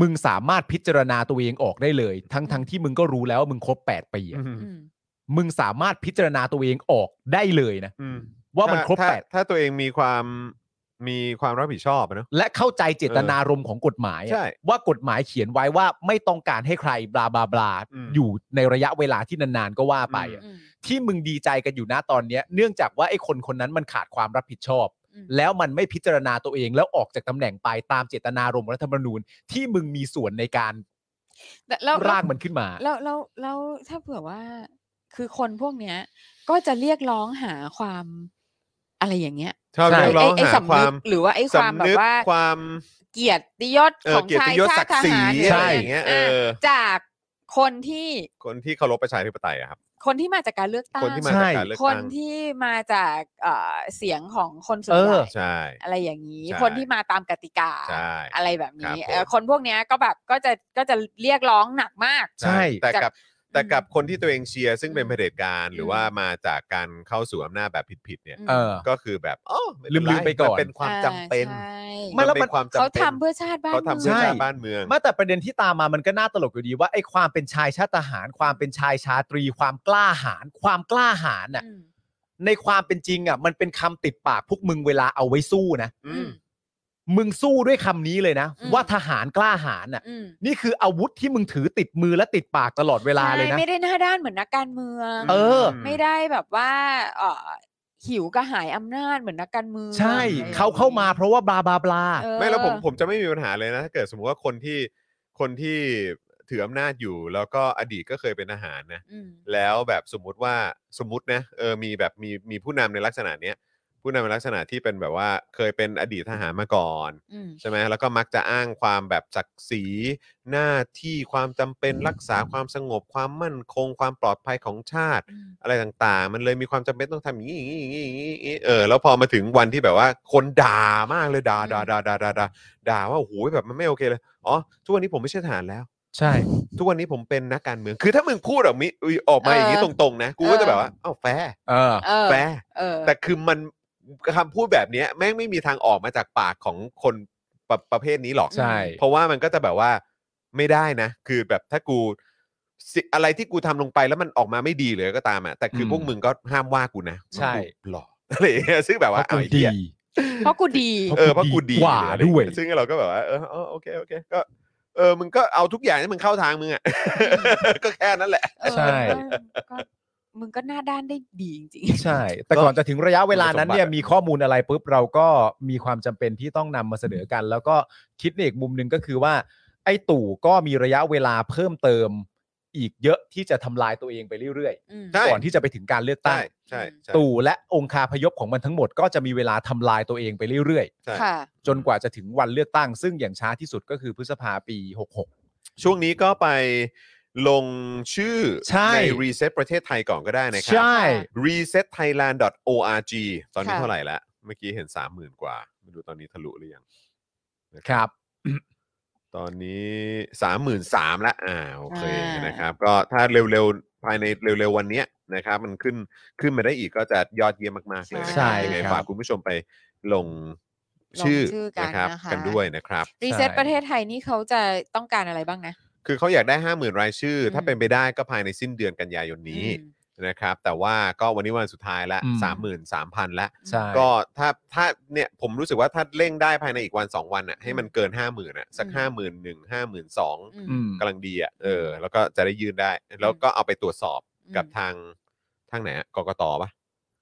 S2: มึงสามารถพิจารณาตัวเองออกได้เลย ทั้งทั้งที่มึงก็รู้แล้วว่ามึงครบ8ปีอะ
S1: อืม
S3: อืม
S2: มึงสามารถพิจารณาตัวเองออกได้เลยนะ
S1: อืม
S2: ว่ามันครบ
S1: ถ้า
S2: แป
S1: ถ้า
S2: ด
S1: ถ้าตัวเองมีความมีความรับผิดชอบอะเนอะ
S2: และเข้าใจเจตนารมณ์ของกฎหมายอะ
S1: ใช่
S2: ว่ากฎหมายเขียนไว้ว่าไม่ต้องการให้ใครบลาบลาบลา
S1: อืม
S2: อยู่ในระยะเวลาที่นานๆก็ว่าไปอะ
S3: อืม
S2: ที่มึงดีใจกันอยู่นะตอนเนี้ย เนื่องจากว่าไอ้คนคนนั้นมันขาดความรับผิดชอบ
S3: อืม
S2: แล้วมันไม่พิจารณาตัวเองแล้วออกจากตำแหน่งไปตามเจตนารมณ์ของรัฐธรรมนูญที่มึงมีส่วนในการ
S3: แต่แล้วแล้ว
S2: ร่างมันขึ้นมา
S3: แล้วแล้วแล้วถ้าเผื่อว่าคือคนพวกเนี้ย ก็จะเรียกร้องหาความอะไรอย่างเงี้ย
S1: ชอบ
S2: ใช่
S1: เรียกร้องหาค
S3: ไไสำนึ
S1: วาก ม
S3: หรือว่าไอ้ความแบ
S1: สำนึ
S3: บ
S1: ก
S3: ว่า
S1: ความ
S3: เกียรติยศ
S1: เอ
S3: ข
S1: อ
S3: อง
S1: เกียร
S3: ชาย
S1: ติยศ
S3: ชา
S1: ศัก
S3: ติท
S1: ดิ์ศรี
S3: หาร
S1: อะไร
S2: ใช่
S1: อย่างเงี้ยเออ
S3: จากคนที่
S1: คนที่เคารพประชาธิปไตยอะครับ
S3: คนที่มาจากการเลือกตั้ง
S1: คนที่มาจากการเลือก
S3: คน
S1: ตั้ง
S3: ที่มาจากเอ่อเสียงของคนส่วน
S2: เอ
S3: ให
S2: อ
S3: ญ่
S1: ใช่
S3: อะไรอย่างนี้
S1: ใช่
S3: คนที่มาตามกติกา
S1: ใช่
S3: อะไรแบบ
S1: ครับ
S3: นี้
S1: ผม
S3: เอ่อคนพวกเนี้ยก็แบบก็จะก็จะเรียกร้องหนักมาก
S2: ใช่
S1: แต่
S3: จาก
S1: กับแต่กับคนที่ตัวเองเชียร์ซึ่งเป็นเผด็จการหรือว่า
S3: อืม
S1: มาจากการเข้าสู่อำนาจแบบผิดๆเนี่ย
S3: อืม
S2: เออ
S1: ก็คือแบบอ๋อ
S2: ลืมๆไปก่อน
S1: มัเป็นความจำเป็น
S3: อ่าใช่
S2: ไม่แล้วมัน
S1: เป็นความจำ
S3: เขา
S1: เป็น
S3: ทำเพื่อชาติบ้าน
S1: เขาทำเพื่อ
S3: มืง
S1: ชาติบ้านเมือง
S2: มาแต่ประเด็นที่ตามมามันก็น่าตลกอยู่ดีว่าไอ้ความเป็นชายชาติทหาร ความเป็นชายชาตรี ความกล้าหาญความกล้าหาญน่ะ
S3: อืม
S2: ในความเป็นจริงอ่ะมันเป็นคำติดปากพวกมึงเวลาเอาไว้สู้นะ
S3: อืม
S2: มึงสู้ด้วยคำนี้เลยนะ
S3: อืม
S2: ว่าทหารกล้าหาญน่ะ
S3: อืม
S2: นี่คืออาวุธที่มึงถือติดมือและติดปากตลอดเวลาเลย
S3: ใช่
S2: นะ
S3: ไม่ได้หน้าด้านเหมือนนักการเมือง
S2: เออ
S3: ไม่ได้แบบว่าเอ่อหิวกระหายอำนาจเหมือนนักการเมือง
S2: ใช่
S3: อะไรอย่ง
S2: เขาเข้ามาเพราะว่าบลาบลาบลา
S3: เออ
S1: ไม่แล้วผมผมจะไม่มีปัญหาเลยนะถ้าเกิดสมมติว่าคนที่คนที่ถืออำนาจอยู่ แล้วก็อดีตก็เคยเป็นทหารนะ
S3: อืม
S1: แล้วแบบสมมุติว่าสมมุตินะเออมีแบบมีมีผู้นำในลักษณะเนี้ยผู้นำในลักษณะที่เป็นแบบว่าเคยเป็นอดีตทหารมาก่อน
S3: อืม
S1: ใช่ไหมแล้วก็มักจะอ้างความแบบศักดิ์ศรีหน้าที่ความจำเป็นรักษาความสงบความมั่นคงความปลอดภัยของชาติ
S3: อืม
S1: อะไรต่างๆ มันเลยมีความจำเป็นต้องทำอย่างนี้อย่างนี้อย่างนี้อย่างนี้อย่างนี้เออแล้วพอมาถึงวันที่แบบว่าคนด่ามากเลยด่าด่าด่าด่าด่าด่าด่าว่าโอ้โหแบบมันไม่โอเคเลยอ๋อทุกวันนี้ผมไม่ใช่ทหารแล้ว
S2: ใช่
S1: ทุกวันนี้ผมเป็นนักการเมือง คือถ้ามึงพูดออกมิอุ๊ยออกมาอย่างนี้
S3: เอ
S1: ต
S3: อ
S1: รงๆ นะ กูก็จะ
S3: เออ
S1: แบบว่าเอ้าแฟร์
S2: เออ
S3: เออ
S1: แฟร์
S3: เออ
S1: แต่คือมันคำพูดแบบเนี้ยแม่งไม่มีทางออกมาจากปากของคนประประเภทนี้หรอก
S2: ใช่
S1: เพราะว่ามันก็จะแบบว่าไม่ได้นะ คือแบบถ้ากูสิอะไรที่กูทำลงไปแล้วมันออกมาไม่ดีเลยก็ตามอ่ะแต่คืออ
S2: ม
S1: พวกมึงก็ห้ามว่ากูนะ
S2: ใช่
S1: กูหล่ออะไรอย่างเงี้ยซึ่งแบบว่า
S2: เพราะกู
S1: ไอ้เหี้
S2: ดี
S1: ย
S3: เพราะกูดี
S2: เพราะ
S1: เออเพราะกูดี
S2: กว่า
S1: หรืออะไรอง
S2: ด้วย
S1: เงี้ซึ่งเราก็แบบว่าเออเออโอเคโอเคก็เออมึงก็เอาทุกอย่างที่มึงเข้าทางมึงอ่ะ *laughs* ก็แค่นั้นแหละ
S3: เออ
S2: ใช่
S3: ก็ก็มึงก็หน้าด้านได้ดีจริง
S2: ใช่ แต่ก่อนจะถึงระยะเวลานั้นเนี่ย
S1: คุณสมบัติ
S2: มีข้อมูลอะไรปุ๊บเราก็มีความจำเป็นที่ต้องนำมาเสนอกัน แล้วก็คิดในอีกมุมหนึ่งก็คือว่า ไอ้ตู่ก็มีระยะเวลาเพิ่มเติม อีกเยอะที่จะทำลายตัวเองไปเรื่อย
S3: อืม
S1: ใช่
S2: ๆ ก่อนที่จะไปถึงการเลือกตั้
S1: ใช่
S2: ง
S1: ใช่ใช่
S2: ตู่และองคาพยพของมันทั้งหมดก็จะมีเวลาทำลายตัวเองไปเรื่อย
S1: ใช่
S3: ค่ะ
S2: ๆ จนกว่าจะถึงวันเลือกตั้ง ซึ่งอย่างช้าที่สุดก็คือพฤษภาปี 66
S1: ช่วงนี้ก็ไปลงชื่อ
S2: ใช่
S1: รีเซ็ตประเทศไทยก่อนก็ได้นะครั
S2: ใช่
S1: resetthailand.org ตอนนี้
S3: ค่ะ
S1: เท่าไหร่แล้ว เมื่อกี้เห็น 30,000 กว่าไม่รู้ตอนนี้ทะลุหรือยัง
S2: ครับ
S1: ตอนนี้ 33,000ละอ่าโอเค
S3: อ่าน
S1: นะครับ ก็ถ้าเร็วๆ ภายในเร็วๆ วันเนี้ยนะครับ มันขึ้นขึ้นมาได้อีกก็จะยอดเยี่ยมมาก ๆ เลย
S2: ใช่
S1: ยังไง
S2: ครับ
S1: ฝากคุณผู้ชมไปลง
S3: ลง
S1: ชื่อ
S3: ชื่อกัน
S1: นะครับ
S3: นะคะ
S1: กันด้วยนะครับ
S3: รีเซ็ต
S2: ใช่
S3: ประเทศไทยนี่เขาจะต้องการอะไรบ้างนะ
S1: คือเขาอยากได้ 50,000 รายชื่ออ
S3: ม
S1: ถ้าเป็นไปได้ก็ภายในสิ้นเดือนกันยายนนี้
S3: อืม
S1: นะครับ แต่ว่าก็วันนี้วันสุดท้ายละ
S2: อืม
S1: 33,000ละ
S2: ใช่
S1: ก็ถ้าถ้าเนี่ยผมรู้สึกว่าถ้าเร่งได้ภายในอีกวัน 2 วันอ่ะให้มันเกิน 5 0,000ื่นอ่ะสัก
S3: อืม
S1: 5 1 0 0 0 0 5 2 0 0
S3: อื
S2: อื
S3: ม
S2: ม
S1: 0กำลังดีอ่ะเออแล้วก็จะได้ยื่นได้ แล้วก็เอาไปตรวจสอบกับ
S3: อืม
S1: ทางทางไหนอะกกตปะ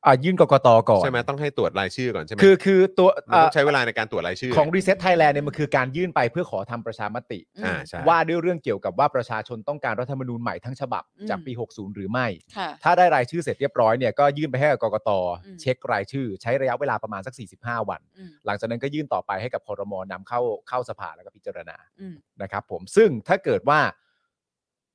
S2: อ่ะยื่นกกตก่อน
S1: ใช่ไหมต้องให้ตรวจรายชื่อก่อนใช่ไหม
S2: คือคือตัว
S1: มันต้องใช้เวลาในการตรวจรายชื่อ
S2: ของรีเซ็ตไทยแลนด์เนี่ยมันคือการยื่นไปเพื่อขอทำประชามติ
S3: อืม
S1: อ่าใช่
S2: ว่าด้วยเรื่องเกี่ยวกับว่าประชาชนต้องการรัฐธรรมนูญใหม่ทั้งฉบับ
S3: อืม
S2: จากปี 60 หรือไม่
S3: ค่ะ
S2: ถ้าได้รายชื่อเสร็จเรียบร้อยเนี่ยก็ยื่นไปให้กับกกต
S3: อืม
S2: เช็ครายชื่อ ใช้ระยะเวลาประมาณสัก 45 วัน
S3: อืม
S2: หลังจากนั้นก็ยื่นต่อไปให้กับคอรมอนำเข้าเข้าสภาแล้วก็พิจารณา
S3: อืม
S2: นะครับ ผมซึ่งถ้าเกิดว่า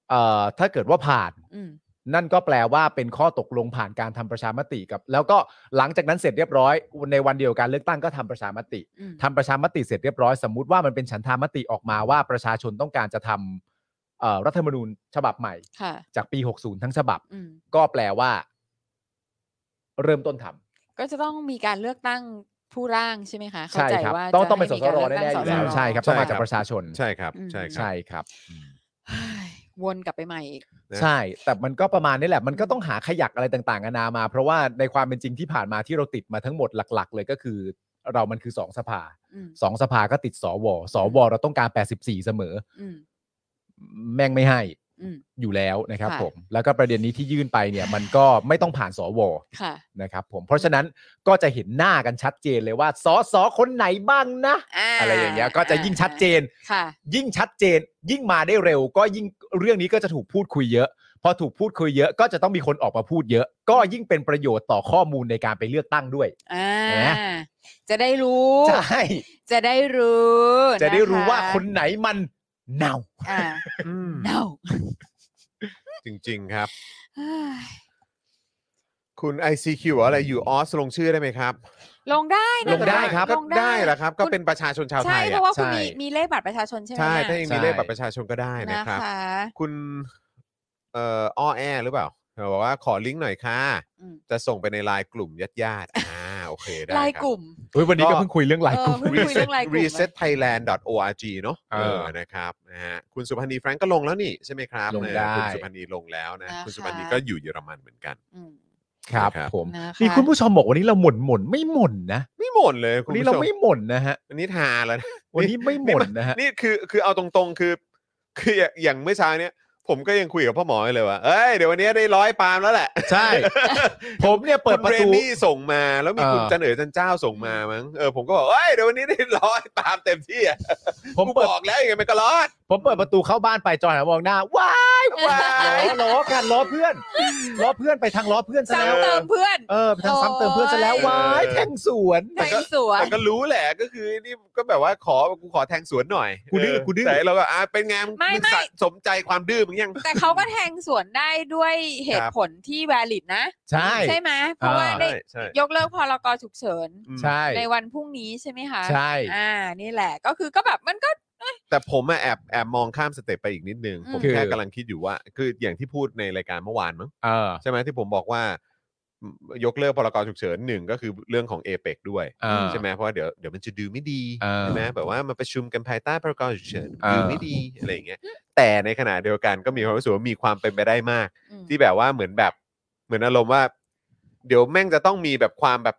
S2: เอ่อถ้าเกิดว่าผ่าน
S3: อืม
S2: นั่นก็แปลว่าเป็นข้อตกลงผ่านการทำประชามติกับ แล้วก็หลังจากนั้นเสร็จเรียบร้อย ในวันเดียวกันเลือกตั้งก็ทำประชามติ
S3: อืม
S2: ทำประชามติเสร็จเรียบร้อยสมมุติว่ามันเป็นฉันทามติออกมาว่าประชาชนต้องการจะทำเอ่อรัฐธรรมนูญฉบับใหม่
S3: ค่ะ
S2: จากปี 60 ทั้งฉบับ
S3: อืม
S2: ก็แปลว่า เริ่มต้นทำ
S3: ก็จะต้องมีการเลือกตั้งผู้ร่างใช่ไหมคะ เข้า
S2: ใช่
S3: ใจ
S2: ครับ
S3: ว่า
S2: ต้อง
S3: จะ
S2: ต้องเป็นส
S3: ให้
S2: ส
S3: มีการ เลือกตั้
S2: แน่ๆอยู่แล้ว
S3: สส
S2: ใช่ครับต้องมาจากประชาชน
S1: ใช่ครับ
S3: อืม
S1: ใช่ครับ
S2: ใช่ครับ
S3: เฮ้ย *sighs* วนกลับไปใหม่อีก
S1: ะ
S2: ใช่ แต่มันก็ประมาณนี้แหละ มันก็ต้องหาขยักอะไรต่างๆนานามา เพราะว่าในความเป็นจริงที่ผ่านมาที่เราติดมาทั้งหมดหลัก ๆ เลยก็คือ เรามันคือสองสภา
S3: อืม
S2: สองสภาก็ติดสวสวเราต้องการ 84 เสมอ
S3: อืม
S2: แม่งไม่ให้
S3: อืม
S2: อยู่แล้วนะครับ
S3: ค่ะ
S2: ผม แล้วก็ประเด็นนี้ที่ยื่นไป *laughs* เนี่ย มันก็ไม่ต้องผ่านสว
S3: ค่ะ
S2: นะครับผมเพราะฉะนั้นก็จะเห็นหน้ากันชัดเจนเลยว่าสอสอคนไหนบ้างนะ อะไรอย่างเงี้ยก็จะยิ่งชัดเจน
S3: ค่ะ
S2: ยิ่งชัดเจน ยิ่งมาได้เร็ว ก็ยิ่งเรื่องนี้ก็จะถูกพูดคุยเยอะ พอถูกพูดคุยเยอะก็จะต้องมีคนออกมาพูดเยอะ ก็ยิ่งเป็นประโยชน์ต่อข้อมูลในการไปเลือกตั้งด้วย
S3: อ่า
S2: เห็นไหม
S3: จะได้รู้
S2: ใช่
S3: จะได้รู้
S2: จะได้รู้
S3: ะะ
S2: ว่าคนไหนมันเน่า
S3: อ่า
S1: อืม
S3: เน่า
S1: จริง ๆ ครับ
S3: เฮ้ย
S1: คุณ ICQ บอกว่าอะไรอยู่ออสลงชื่อได้ไหมครับ
S3: *sighs* ลงได้นะ
S2: ลงได้ครับ
S3: ล
S1: ก็
S3: ง
S1: ได้แหละครับ ก็
S3: คุณ
S1: เป็นประชาชนชาวไท
S3: ใช่
S1: ย
S3: เพ
S1: อ่ะ
S3: ราะว่าคุณ
S2: ใช่
S3: มีมีเลขบัตรประชาชนใช่ไหม
S1: ใช่ถ้ายังมี
S2: ใช่
S1: เลขบัตรประชาชนก็ได้
S3: น่ะ
S1: นะครับ
S3: นะคะ
S1: คุณเอ่ออ้อแอหรือเปล่าเขาบอกว่าขอลิงก์หน่อยค่ะ
S3: อืม
S1: จะส่งไปในไลน์กลุ่มญาติญาติๆอ่าโอเคได้
S3: ลายกลุ่ม
S2: เฮ้ยวันนี้ก็เพิ่งคุยเรื่องไลน์กลุ่ม
S3: เออเพิ่งคุย รื่องไลน์กลุ่ม
S1: รี thailand.org เนอะ
S2: เออ
S1: เออนะครับนะฮะคุณสุพันธ์นีแฟรงก์ก็ลงแล้วนี่ใช่ไหมครับ
S2: ลง
S1: เออ
S2: ได้
S1: คุณสุพันธ์นีลงแล้วนะ
S3: นะคะ
S1: คุณสุพันธ์นีก็อยู่เยอรมันเหมือนกัน
S3: อืม
S2: ครับ
S1: ครับ
S2: ผม
S3: นะคะ
S2: มีคุณผู้ชมบอกวันนี้เราหม่นหม่นๆไม่หม่นนะ
S1: ไม่หมดเลยคุณ
S2: วัน
S1: ผู้
S2: นี้
S1: ช
S2: เรา
S1: ม
S2: ไม่หม่นนะฮะ
S1: อันนี้ทาแล้วนะ
S2: วันนี้ไม่หม่นนะฮะ
S1: นี่คือคือเอาตรงๆคือคืออย่างอย่างเมื่อเช้าเนี้ยผมก็ยังคุยกับพ่อหมอเลยว่าเอ้ยเดี๋ยววันนี้ได้ร้อยปาล์มแล้วแหละ
S2: ใช่ *laughs* ผมเนี่ยเปิดประตู
S1: คุณรนนี่ส่งมาแล้วมีคุณ
S2: เออ
S1: จันเอ๋อจันเจ้าส่งมามั้งเออผมก็บอกเอ้ยเดี๋ยววันนี้ได้ร้อยตามเต็มที่อ่ะ
S2: ผม
S1: กู
S2: เปิด
S1: บอกแล้วยังไงมันก็รอด
S2: ผมเปิดประตูเข้าบ้านไปจอยหันมามองหน้าว้ายว้ายล้อกันล้อเพื่อนล้อเพื่อนไปทางล้อเพื่อนซะแล้ว
S3: ซ้ำเติมเพื่อน
S2: เออไปทางซ้ำเติมเพื่อนซะแล้ว
S3: โอ้ย
S2: ว้ายแทงสวน
S3: ในสวน
S1: แต่ก็รู้แหละก็คือนี่ก็แบบว่าขอกูขอแทงสวนหน่อย
S2: กูดื้อ
S1: เ
S2: กูดื้อ
S1: แต่เราก็อ่ะเป็นไง
S3: ไม่
S1: ง
S3: ไม่
S1: สะสมใจความดื้อมึงยัง
S3: แต่เขาก็แทงสวนได้ด้วยเหตุผลที่ valid นะ
S2: ใช่
S3: ใช่ไหมเพราะว่า
S2: อ่า
S3: ได้
S1: ใช่ใช่
S3: ยกเลิกพรกฉุกเฉิน
S1: อืม
S2: ใช่
S3: ในวันพรุ่งนี้ใช่ไหมคะ
S2: ใช่
S3: อ่า นี่แหละก็คือก็แบบมันก็
S1: แต่ผมอะแอบแอบมองข้ามสเต็ปไปอีกนิดนึง
S3: อืม
S1: ผม
S2: คือ
S1: แค่กำลังคิดอยู่ว่าคืออย่างที่พูดในรายการเมื่อวานมั้ง
S2: เออ
S1: ใช่ไหมที่ผมบอกว่า ยกเลิกพรกฉุกเฉินหนึ่งก็คือเรื่องของเอเปกด้วย
S2: เออ
S1: ใช่ไหมเพราะว่าเดี๋ยวเดี๋ยวมันจะดูไม่ดี
S2: เออ
S1: ใช่ไหมแบบว่ามาประชุมกันภายใต้พรกฉุกเฉิน
S2: เออ
S1: ดูไม่ดีอะไรอย่างเงี้ยแต่ในขณะเดียวกันก็มีความรู้สึกว่ามีความเป็นไปได้มาก
S3: อืม
S1: ที่แบบว่าเหมือนแบบ เหมือนอารมณ์ว่า เดี๋ยวแม่งจะต้องมีแบบความแบบ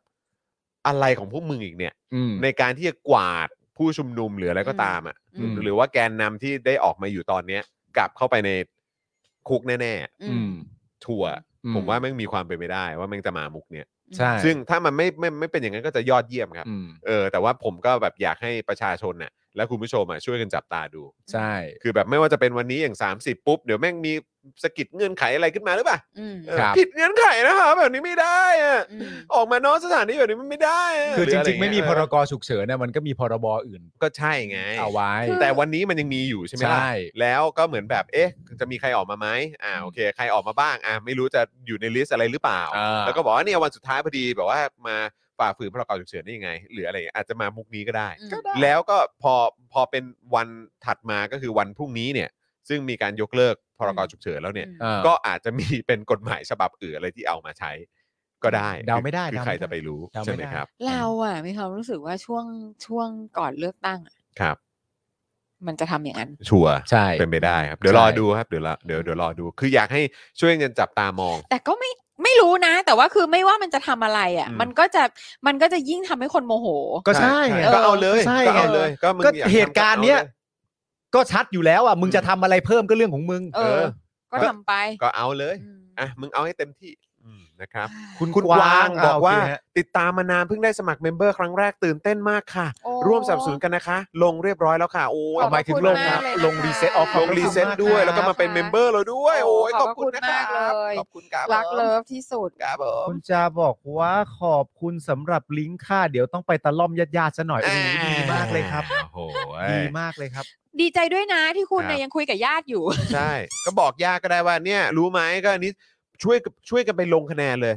S1: อะไรของพวกมึงอีกเนี่ย
S2: อืม
S1: ในการที่จะกวาดผู้ชุมนุมหรืออะไรก็ตามอ่ะ
S2: อืม
S1: หรือว่าแกนนำที่ได้ออกมาอยู่ตอนเนี้ย กลับเข้าไปในคุกแน่
S3: อื
S2: อื
S3: ม
S2: ม
S1: ๆทัวร์
S2: อื
S1: ผมว่าแม่งมีความเป็นไปได้ว่าแม่งจะมามุกเนี่ย
S2: ใช่
S1: ซึ่งถ้ามันไม่ไม่ไม่เป็นอย่างนั้นก็จะยอดเยี่ยมครับ
S2: อืม
S1: เออแต่ว่าผมก็แบบอยากให้ประชาชนน่ะ แล้วคุณผู้ชมอ่ะช่วยกันจับตาดู
S2: ใช่
S1: คือแบบไม่ว่าจะเป็นวันนี้อย่าง 30 ปุ๊บ เดี๋ยวแม่งมีสะกิดเงื่อนไขอะไรขึ้นมาหรือเปล่า
S3: อืม
S1: เออ
S2: ครับ
S1: ผิดเงื่อนไขนะครับแบบนี้ไม่ได้อะ
S3: อืม
S1: ออกมานอกสถานที่แบบนี้มันไม่ได้ะ
S2: คือ
S1: ห
S2: จ
S1: อะ
S2: ริง ๆ ไม่มี
S1: เย
S2: พรกฉุกเฉินนะมันก็มีพรบอื่น
S1: ก็ใช่ไง
S2: เอาไว้
S1: แต่วันนี้มันยังมีอยู่ใช่ไหมล่ะ
S2: ใช่
S1: แล้วก็เหมือนแบบเอ๊ะ จะมีใครออกมาไหมอ่าโอเค ใครออกมาบ้างอ่าไม่รู้จะอยู่ในลิสต์อะไรหรือเปล่า
S2: อ่า
S1: แล้วก็บอกว่าเนี่ยวันสุดท้ายพอดีแบบว่ามาฝ่าฝืนพรกฉุกเฉินได้ยังไง หรืออะไรอย่างเงี้ยอาจจะมามุกนี้ก็ได้
S3: ก็ได้
S1: แล้วก็พอพอเป็นวันถัดมาก็คือวันพรุ่งนี้เนี่ย ซึ่งมีการยกเลิกพรกฉุกเฉินแล้วเนี่ย
S2: อ่า
S1: ก็อาจจะมีเป็นกฎหมายฉบับอื่นอะไรที่เอามาใช้ ก็ได้
S2: เดาไม่ได้
S1: คือ
S2: เดา
S1: ใค
S2: ไม่ได้
S1: รจะไปรู้
S2: เดาไม่
S1: ใช่ไหม
S2: ได้
S1: ครับ
S3: เราอะมีความรู้สึกว่าช่วงช่วงก่อนเลือกตั้งอะ
S1: ครับ
S3: มันจะทำอย่างนั้น
S1: ชัวร์
S2: ใช่
S1: เป็นไปได้ครับ เดี๋ยว
S2: ใช่
S1: รอดูครับเดี๋ยวรอเดี๋ยวเดี๋ยวรอดูคืออยากให้ช่วยกันจับตามอง
S3: แต่ก็ไม่ไม่รู้นะ แต่ว่าคือไม่ว่ามันจะทำอะไรอะ
S1: อืม
S3: มันก็จะมันก็จะยิ่งทำให้คนโมโห
S2: ก็ใช่ไง
S1: ก็เอาเลย
S2: ใช่
S1: ก็
S2: ไง
S1: เอาเลยก็มึง
S2: ก็
S1: อยทำ
S2: เหตุการณ์เนี้ยก็ชัดอยู่แล้วอ่ะมึงจะทำอะไรเพิ่มก็เรื่องของมึง
S3: เออ ก็ทำไป
S1: ก็เอาเลย
S3: อืม
S1: อ่ะมึงเอาให้เต็มที่อืมนะครับ
S2: คุณ
S1: คุณกวาง
S2: อ่ะ
S1: บอกว่า
S2: โเคฮะ
S1: ติดตามมานานเพิ่งได้สมัครเมมเบอร์ครั้งแรกตื่นเต้นมากค่ะ
S3: โอ้
S1: ร่วมสนับสนุนกันนะคะ ลงเรียบร้อยแล้วค่ะ โอ้ย
S3: ขอบพ
S2: หมา
S3: ระ
S2: ยถึง
S3: คุณ
S2: ลง
S3: มากเย
S2: ลง
S3: นะคะ
S2: reset off
S1: ลงรีเซ็ตด้วยแล้วก็มาเป็นเมมเบอร์เราด้วย โอ้ย
S3: ข
S1: ข
S3: อ
S1: อ
S3: บบ พระคุ
S1: คุณณนะครับ
S3: มากเลย
S1: ขอบคุณครับ
S3: รักเลิฟที่สุด
S1: ครับผม
S2: คุณจาบอกว่าขอบคุณสำหรับลิงค์ค่ะ เดี๋ยวต้องไปตะล่อมญาติญาติๆซะหน่อยโอ้โหดีมากเลยครับ
S1: โอ้โห
S2: ดีมากเลยครับ
S3: ดีใจด้วยนะที่คุณ
S1: ครั
S3: เนี่ย
S1: บ
S3: ยังคุยกับญาติอยู่
S1: ใช่ ก็บอกยากก็ได้ว่าเนี่ย รู้ไหมก็อันนี้ช่วยช่วยกันไปลงคะแนนเลย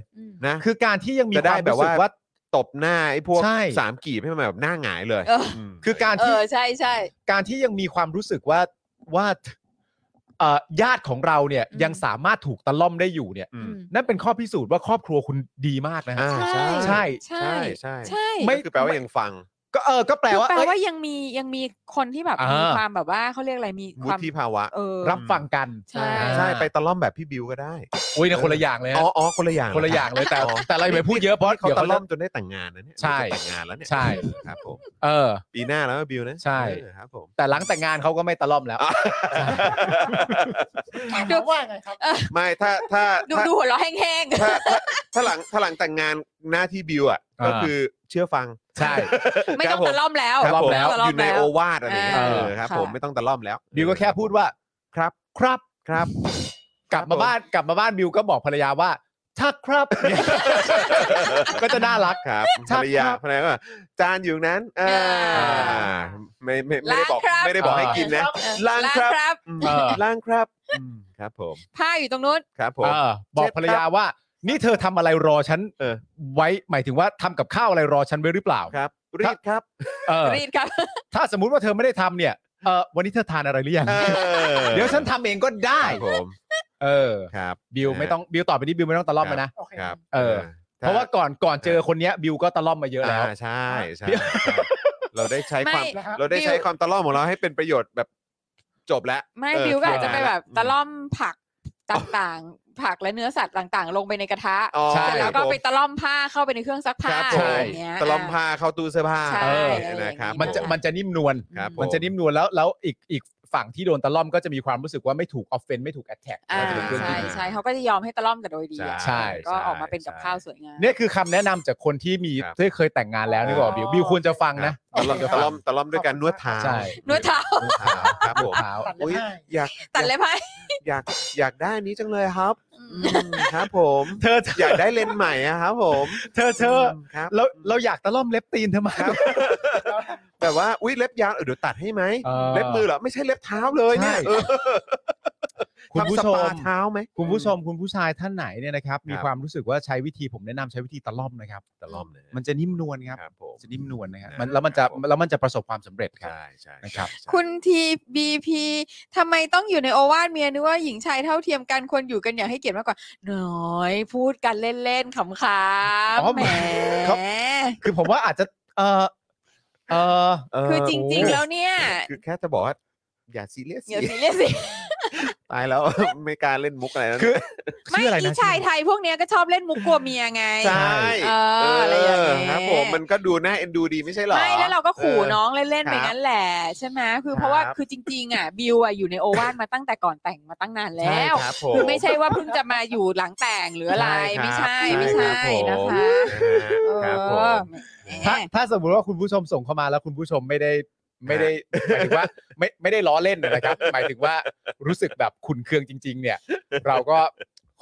S1: นะ
S2: คือการที่ยังมี
S1: จะ
S2: ค
S1: ได้
S2: วาม
S1: แบบ
S2: รู้สึก
S1: ว่า
S2: ว่า
S1: ตบหน้าไอ้พวก
S2: ใช่
S1: สามกีบให้มันแบบหน้าหงายเลย
S3: เออ
S1: ม
S2: คือการ
S3: เอ
S2: ที่
S3: อใช่ใช่
S2: การที่ยังมีความรู้สึกว่าว่าเอ่อญาติของเราเนี่ย
S3: อืม
S2: ยังสามารถถูกตะล่อมได้อยู่เนี่ย
S1: อืม
S3: อืม
S2: นั่นเป็นข้อพิสูจน์ว่าครอบครัวคุณดีมากนะฮะ
S1: อ่า
S3: ใช่
S2: ใช่
S3: ใช่
S1: ใช่
S3: ใช่
S2: ไม่
S1: ก็คือแปลว่ายังฟัง
S2: ก็เออก็แปล
S3: คือ
S2: ว่า
S3: แปล
S2: เอ้ย
S3: ว่ายังมียังมีคนที่แบบ
S2: อ่ามี
S3: มีความแบบว่าเขาเรียกอะไรมีค
S1: วุ
S3: วาม
S1: ฒิภาวะ
S3: เออ
S2: รับฟังกัน
S3: ใช่
S1: ใช่ไปตะล่อมแบบพี่บิวก็ได้
S2: โอ้ยนะคนละอย่างเลย
S1: อ๋
S2: ฮะ
S1: ออ๋อคนละอย่าง
S2: คนละอย่างเลยแต่
S1: อ๋อ
S2: แต่เราอย่าไปพูดเยอะเพราะ
S1: เขา
S2: เดี๋ยว
S1: ตะ
S2: เขา
S1: ล่อ
S2: จะ
S1: มจนได้แต่งงานนะเนี่ย
S2: ใช่
S1: จะแต่งงานแล้วเนี่ย
S2: ใช่
S1: ครับผม
S2: เออ
S1: ปีหน้าแล้วบิวนะ
S2: ใช่
S1: เออครับผม
S2: แต่หลังแต่งงานเขาก็ไม่ตะล่อมแล้ว
S3: ดู
S1: ไม่ถ้าถ้า
S3: ดู
S1: ถ้า
S3: ดูหัวเราะแห้ง
S1: ถ้าถ้าถ้าหลังถ้าหลังแต่งงานหน้าที่บิวอ่ะ
S2: อ่า
S1: ก็คือเชื่อฟัง
S2: ใช่
S3: ๆ ไม่ต้อง
S1: ค
S3: ตะ
S1: รับ
S3: ล่อมแล้ว
S1: ผมครับผม
S2: แล้ว
S1: อยู่ในโอวาทอะไรอย่างเงี้ย
S3: อ่า
S1: เออครับ
S3: ค่ะ
S1: ผมไม่ต้องตะล่อมแล้ว
S2: บิวก็แค่พูดว่า
S1: ครับ
S2: ครับ
S1: ครับ
S2: กลับมา
S1: ผม
S2: บ้านกลับมาบ้านบิวก็บอกภรรยาว่าถ้าครับ *laughs* ก็จะน่ารัก
S1: ครับ
S2: *laughs* ค
S1: ภ
S2: รั
S1: ร
S2: บ
S1: รยา
S2: ครับ
S1: ภรรยาก็จานอยู่นั้นอ่า
S3: อ่า
S1: ไม่ไม่ไม่ได้บอก
S3: ล้างครับ
S1: ไม่ได้บอก
S2: อ่า
S1: ให้กินนะ
S3: เออ
S1: ล้างครับ
S3: ครับ
S1: อืม
S2: เออ
S1: ล้างครับอืมครับผม
S3: ผ้าอยู่ตรงนู้น
S1: ครับผม
S2: เออบอกภรรยาว่า นี่เธอทำอะไรรอฉัน
S1: เออ
S2: ไว้หมายถึงว่าทำกับข้าวอะไรรอฉันไว้หรือเปล่า
S1: ครับรีบครับ
S2: เออ
S3: รีดครับ
S2: ถ้าสมมุติว่าเธอไม่ได้ทำเนี่ยเออวันนี้เธอทานอะไรหรือยัง
S1: เออ
S2: เดี๋ยวฉันทำเองก็ได้
S1: ครับผม
S2: เออ
S1: ครับ
S2: บิวไม่ต้องบิวต่อไปนี้บิวไม่ต้องตะล่อมแล้วนะ
S1: ครับ
S2: เออ เพราะว่าก่อนก่อนเจอคนเนี้ยบิวก็ตะล่อมมาเยอะแล้ว
S1: าใช่ใช่
S2: เดี๋ยว
S1: ใช่เราได้ใช้ความ
S3: ไม่
S1: เราได้
S3: บิว
S1: ใช้ความตะล่อมของเราให้เป็นประโยชน์แบบจบแล้ว
S3: ไม่
S1: เออ
S3: บิวก็อาจจะ
S1: เข้าใจ
S3: ไปแบบ
S1: ละ
S3: ตะล่อมผักต่างๆ ผักและเนื้อสัตว์ต่างๆ ลงไปในกระทะ
S1: อ๋อ
S2: ใช่
S3: เสร็จแล้วก็
S1: ครั
S3: ไป
S1: บผม
S3: ตะล่อมผ้าเข้าไปในเครื่องซักผ้า
S1: ครับผม
S3: อะไรอย่างเงี้ย
S1: ตะล่อมผ้าเข้าตู้เสื้อผ้า
S3: ใช่
S1: เออนะครับ
S2: มันจะ
S3: ใช่
S2: มันจะนิ่มนวล
S1: ครับผ
S2: มันจะนิ่มนวลแล้วแล้วอีกอีกฝั่งที่โดนตะล่อมก็จะมีความรู้สึกว่าไม่ถูกออฟเฟนไม่ถูกแอ t แทก
S3: อ่า
S2: มันจะเป็นเครื่อง
S3: ใช่
S2: ที่ดี
S3: ใช่เขาก็จะยอมให้ตะล่อมแต่โดยดีอะ
S2: ใช่
S3: ก็ออกมาเป็นกับข้าว
S1: ใช่
S3: สวยงาม
S2: เนี่ยคือคำแนะนำจากคนที่มี
S1: ครับ
S2: ที่เคยแต่งงานแล้วนึกออก
S1: อ๋อ
S2: บิวบิวควรจะฟังนะ
S1: ตะล่อมตะล่อมตะล่อมด้วยการนวดเท้า
S2: ใช่
S3: นวดเท้า *laughs*
S1: นวดเท้าครับผม
S2: เท้า
S1: อุ้ยอยาก
S3: ตัดเล็บให้
S1: อยากอยากได้อันนี้จังเลยครับ
S3: อื
S1: อื
S3: ม
S1: มครับผม
S2: เธอ
S1: อยากได้เลนส์ใหม่อะครับผม
S2: เธอเธอ
S1: มครับ
S2: เราเราอยากตะล่อมเล็บตีนเธอมา
S1: ครับ แบบว่าอุ้ยเล็บยาวเออเดี๋ยวตัดให้ไหม
S2: ออ
S1: เล็บมือเหรอไม่ใช่เล็บเท้าเลยเนี่ย
S2: ใช่
S1: เออ
S2: คุณผู้ช
S1: ทำสปาม เท้าไหม
S2: คุณผู้ชมคุณผู้ชายท่านไหนเนี่ยนะครับ มี
S1: ครับ
S2: ความรู้สึกว่าใช้วิธีผมแนะนำใช้วิธีตะล่อมนะครับ
S1: ตะล่อมเลย
S2: มันจะนิ่มนวลครับ
S1: ครับผม
S2: จะนิ่มนวลนะครับ
S1: นะ
S2: มันแล้วมัน
S1: ค
S2: จะ
S1: รับผม
S2: แล้วมันจะประสบความสำเร็จครับ
S1: ใช่ใช่
S2: นะครับ
S1: ใช่
S3: คุณทีบีพีทำไมต้องอยู่ในโอวาทเมียนึกว่าหญิงชายเท่าเทียมกันควรอยู่กันอย่างให้เกียรติมากกว่าน้อย พูดกันเล่นๆขำ
S2: อ๋อ
S3: ๆแหม
S2: ครับ คือผมว่าอาจจะเออเออ
S1: เ
S3: คือจริงๆแล้วเนี่ย
S1: คือแค่จะบอกว่าอย่าซีเรียส
S3: อย่าซีเรียสสิ
S1: ตายแล้ว *laughs* ไม่กล้ารเล่นมุกอะไรแล้ว
S2: คือ
S3: ไม่
S2: ชื่ออะไร
S3: อี
S2: นะ
S3: ชายไทยพวกเนี้ยก็ชอบเล่นมุกกลัวเมียไง
S1: ใช่
S3: เอออะไรอย่างเงี้ย
S1: เครับผมมันก็ดูน่าเอ็นดูดีไม่ใช่หรอ
S3: ไม่แล้วเราก็ขู่
S1: เออ
S3: น้องเล่นๆไป
S1: ครับ
S3: งั้นแหละใช่ไหมคือเพ
S1: ครั
S3: ราะ
S1: บ
S3: ว่าคือจริงๆอ่ะบิวอ่ะอยู่ในโอวาทมาตั้งแต่ก่อนแต่งมาตั้งนานแล้
S1: ใช่
S3: ว
S1: ครับผม
S3: คือไม่ใช่ว่าเพิ่งจะมาอยู่หลังแต่งหรืออะไรไม่ใช่ไม่ใช่นะคะ
S1: ครับผม
S3: เออ
S2: ถ้า
S3: แหม
S2: ถ้าสมมุติว่าคุณผู้ชมส่งเข้ามาแล้วคุณผู้ชมไม่ได้ ไม่ได้ *laughs* หมายถึงว่าไม่ไม่ได้ล้อเล่นนะครับ *laughs* หมายถึงว่ารู้สึกแบบขุนเคืองจริง ๆ เนี่ย เราก็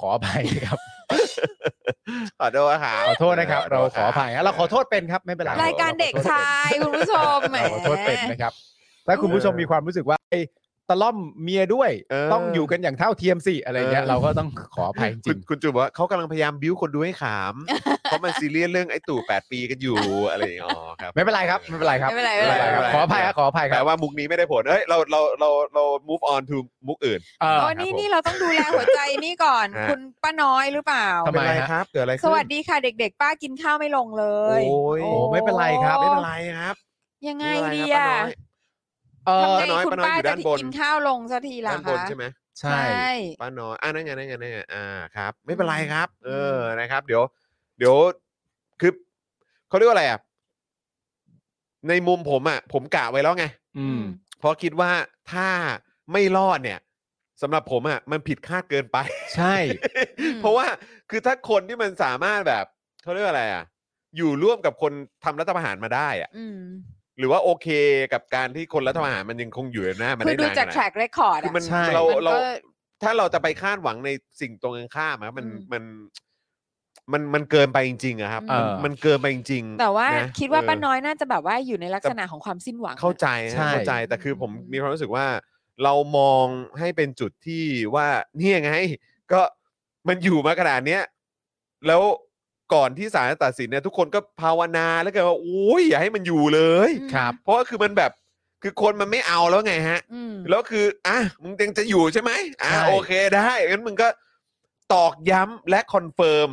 S2: ขออภัยครับ *laughs*
S1: ขอโทษครับ
S2: ขอโทษ
S1: *laughs*
S2: นะครับ เราขออภัยฮะเราขอโทษเป็นครับไม่เป็นไร
S3: รายการเด็กชายคุณผู้ชมแหม
S2: *laughs* เราขอโทษเป็นนะครับถ้าคุณผู้ชมมีความรู้สึกว่าไอ้ตะล่อมเมียด้วย
S1: เออ
S2: ต้องอยู่กันอย่างเท่าเทียมสิอะไรเงี้ย
S1: เออ
S2: เราก็ต้องขออ
S1: *laughs*
S2: ภัยจ
S1: คุ
S2: ริ
S1: ณ
S2: ง
S1: คุณจูบอกว่าเขากำลังพยายามบิ้วคนดูให้ขำ เพราะมันซีเรียสเรื่องไอ้ตู่ 8 ปีกันอยู่ อะไรอย่างเงี้ยอ๋อครับ
S2: ไม่เป็นไรครับไม่เป็นไรครับ
S3: ไม่เป็นไรไม่เป็นไร
S2: คบขออภัยครับขออภัยครั
S1: แต่
S2: บ
S1: ว่ามุกนี้ไม่ได้ผลเอ้ยเราเราเราเรา move on to มุกอื่น
S2: เออ
S3: โอ้
S2: ครับ
S3: นี่
S2: ผม
S3: นี่เราต้องดูแลหัวใจนี่ก่อน
S1: ฮะ
S3: คุณป้าน้อยหรือเปล่า
S2: ทำไม
S1: เป็นรครับ เกิดอะไรขึ้น
S3: สวัสดีค่ะเด็กๆ ป้ากินข้าวไม่ลงเล
S1: โอ้
S3: ย
S1: ย
S3: โอ้
S2: โอ้ไม่เป็นไรครับ
S1: ไม่เป็นไรครับ
S3: ยังไง
S1: ม่เป็นร
S3: ดี
S1: ครับ
S3: อะ
S1: ป้าน้ยป้าน้อย
S2: เออ
S3: ทำไงคุณ
S1: ป้าน้อยอยู่
S3: ป้าจะ
S1: ด้านบน
S3: กินข้าวลงสักทีล่ะ
S1: ด้านบน
S3: คะ
S1: ใช่ไหม
S2: ใช่
S1: ป้าน้อยอ่านั่นไงนั่นไงนั่นไงอ่าครับ ไม่เป็นไรครับ เออนะครับ เดี๋ยว เดี๋ยวคือเขาเรียกว่าอะไรอ่ะในมุมผมอ่ะผมกะไว้แล้วไง
S2: อืม
S1: เพราะคิดว่าถ้าไม่รอดเนี่ยสำหรับผมอะ่ะมันผิดคาดเกินไป *laughs*
S2: ใช่
S3: อืม
S1: เพราะว่าคือถ้าคนที่มันสามารถแบบเขาเรียกว่าอะไรอะ่ะ อยู่ร่วมกับคนทำรัฐประหารมาได้อะ่ะ
S3: อืม
S1: หรือว่าโอเคกับการที่คนรัฐประหารมันยังคงอยู่หน้าจมัน
S3: คื
S1: ได้
S3: อดู
S1: นาน
S3: จาก
S1: ขนาด
S3: track
S1: นั้น
S3: record
S1: คือ
S3: อะ
S1: มัน
S2: ใช่
S1: เรา
S3: มัน
S1: เรา
S3: ก็
S1: ถ้าเราจะไปคาดหวังในสิ่งตรงกันข้ามอะมัน
S3: อืม
S1: มันมันมันเกินไปจริงๆอะครับ
S3: เออ
S1: มันเกินไปจริงๆ
S3: แต่ว่า
S1: ะ
S3: คิดว่า
S1: เ
S3: ป้าน้อยน่าจะแบบว่าอยู่ในลักษณะของความสิ้นหวัง
S1: เข้าใจ
S2: ใช่
S1: ฮะเข้าใจแต่คือผม
S3: อืม
S1: มีความรู้สึกว่า เรามองให้เป็นจุดที่ว่าเนี่ยไง ก็มันอยู่มาขนาดเนี้ยแล้วก่อนที่ศาลจะตัดสินเนี่ยทุกคนก็ภาวนาแล้วกันว่าโอ้ยอย่าให้มันอยู่เลย
S3: อืม
S2: ครับ
S1: เพราะว่าคือมันแบบคือคนมันไม่เอาแล้วไงฮะ
S3: อืม
S1: แล้วคืออ่ะมึงยังจะอยู่ใช่ไหมอ่ะ
S2: ใช่
S1: โอเคได้งั้นมึงก็ตอกย้ำและคอนเฟิร์ม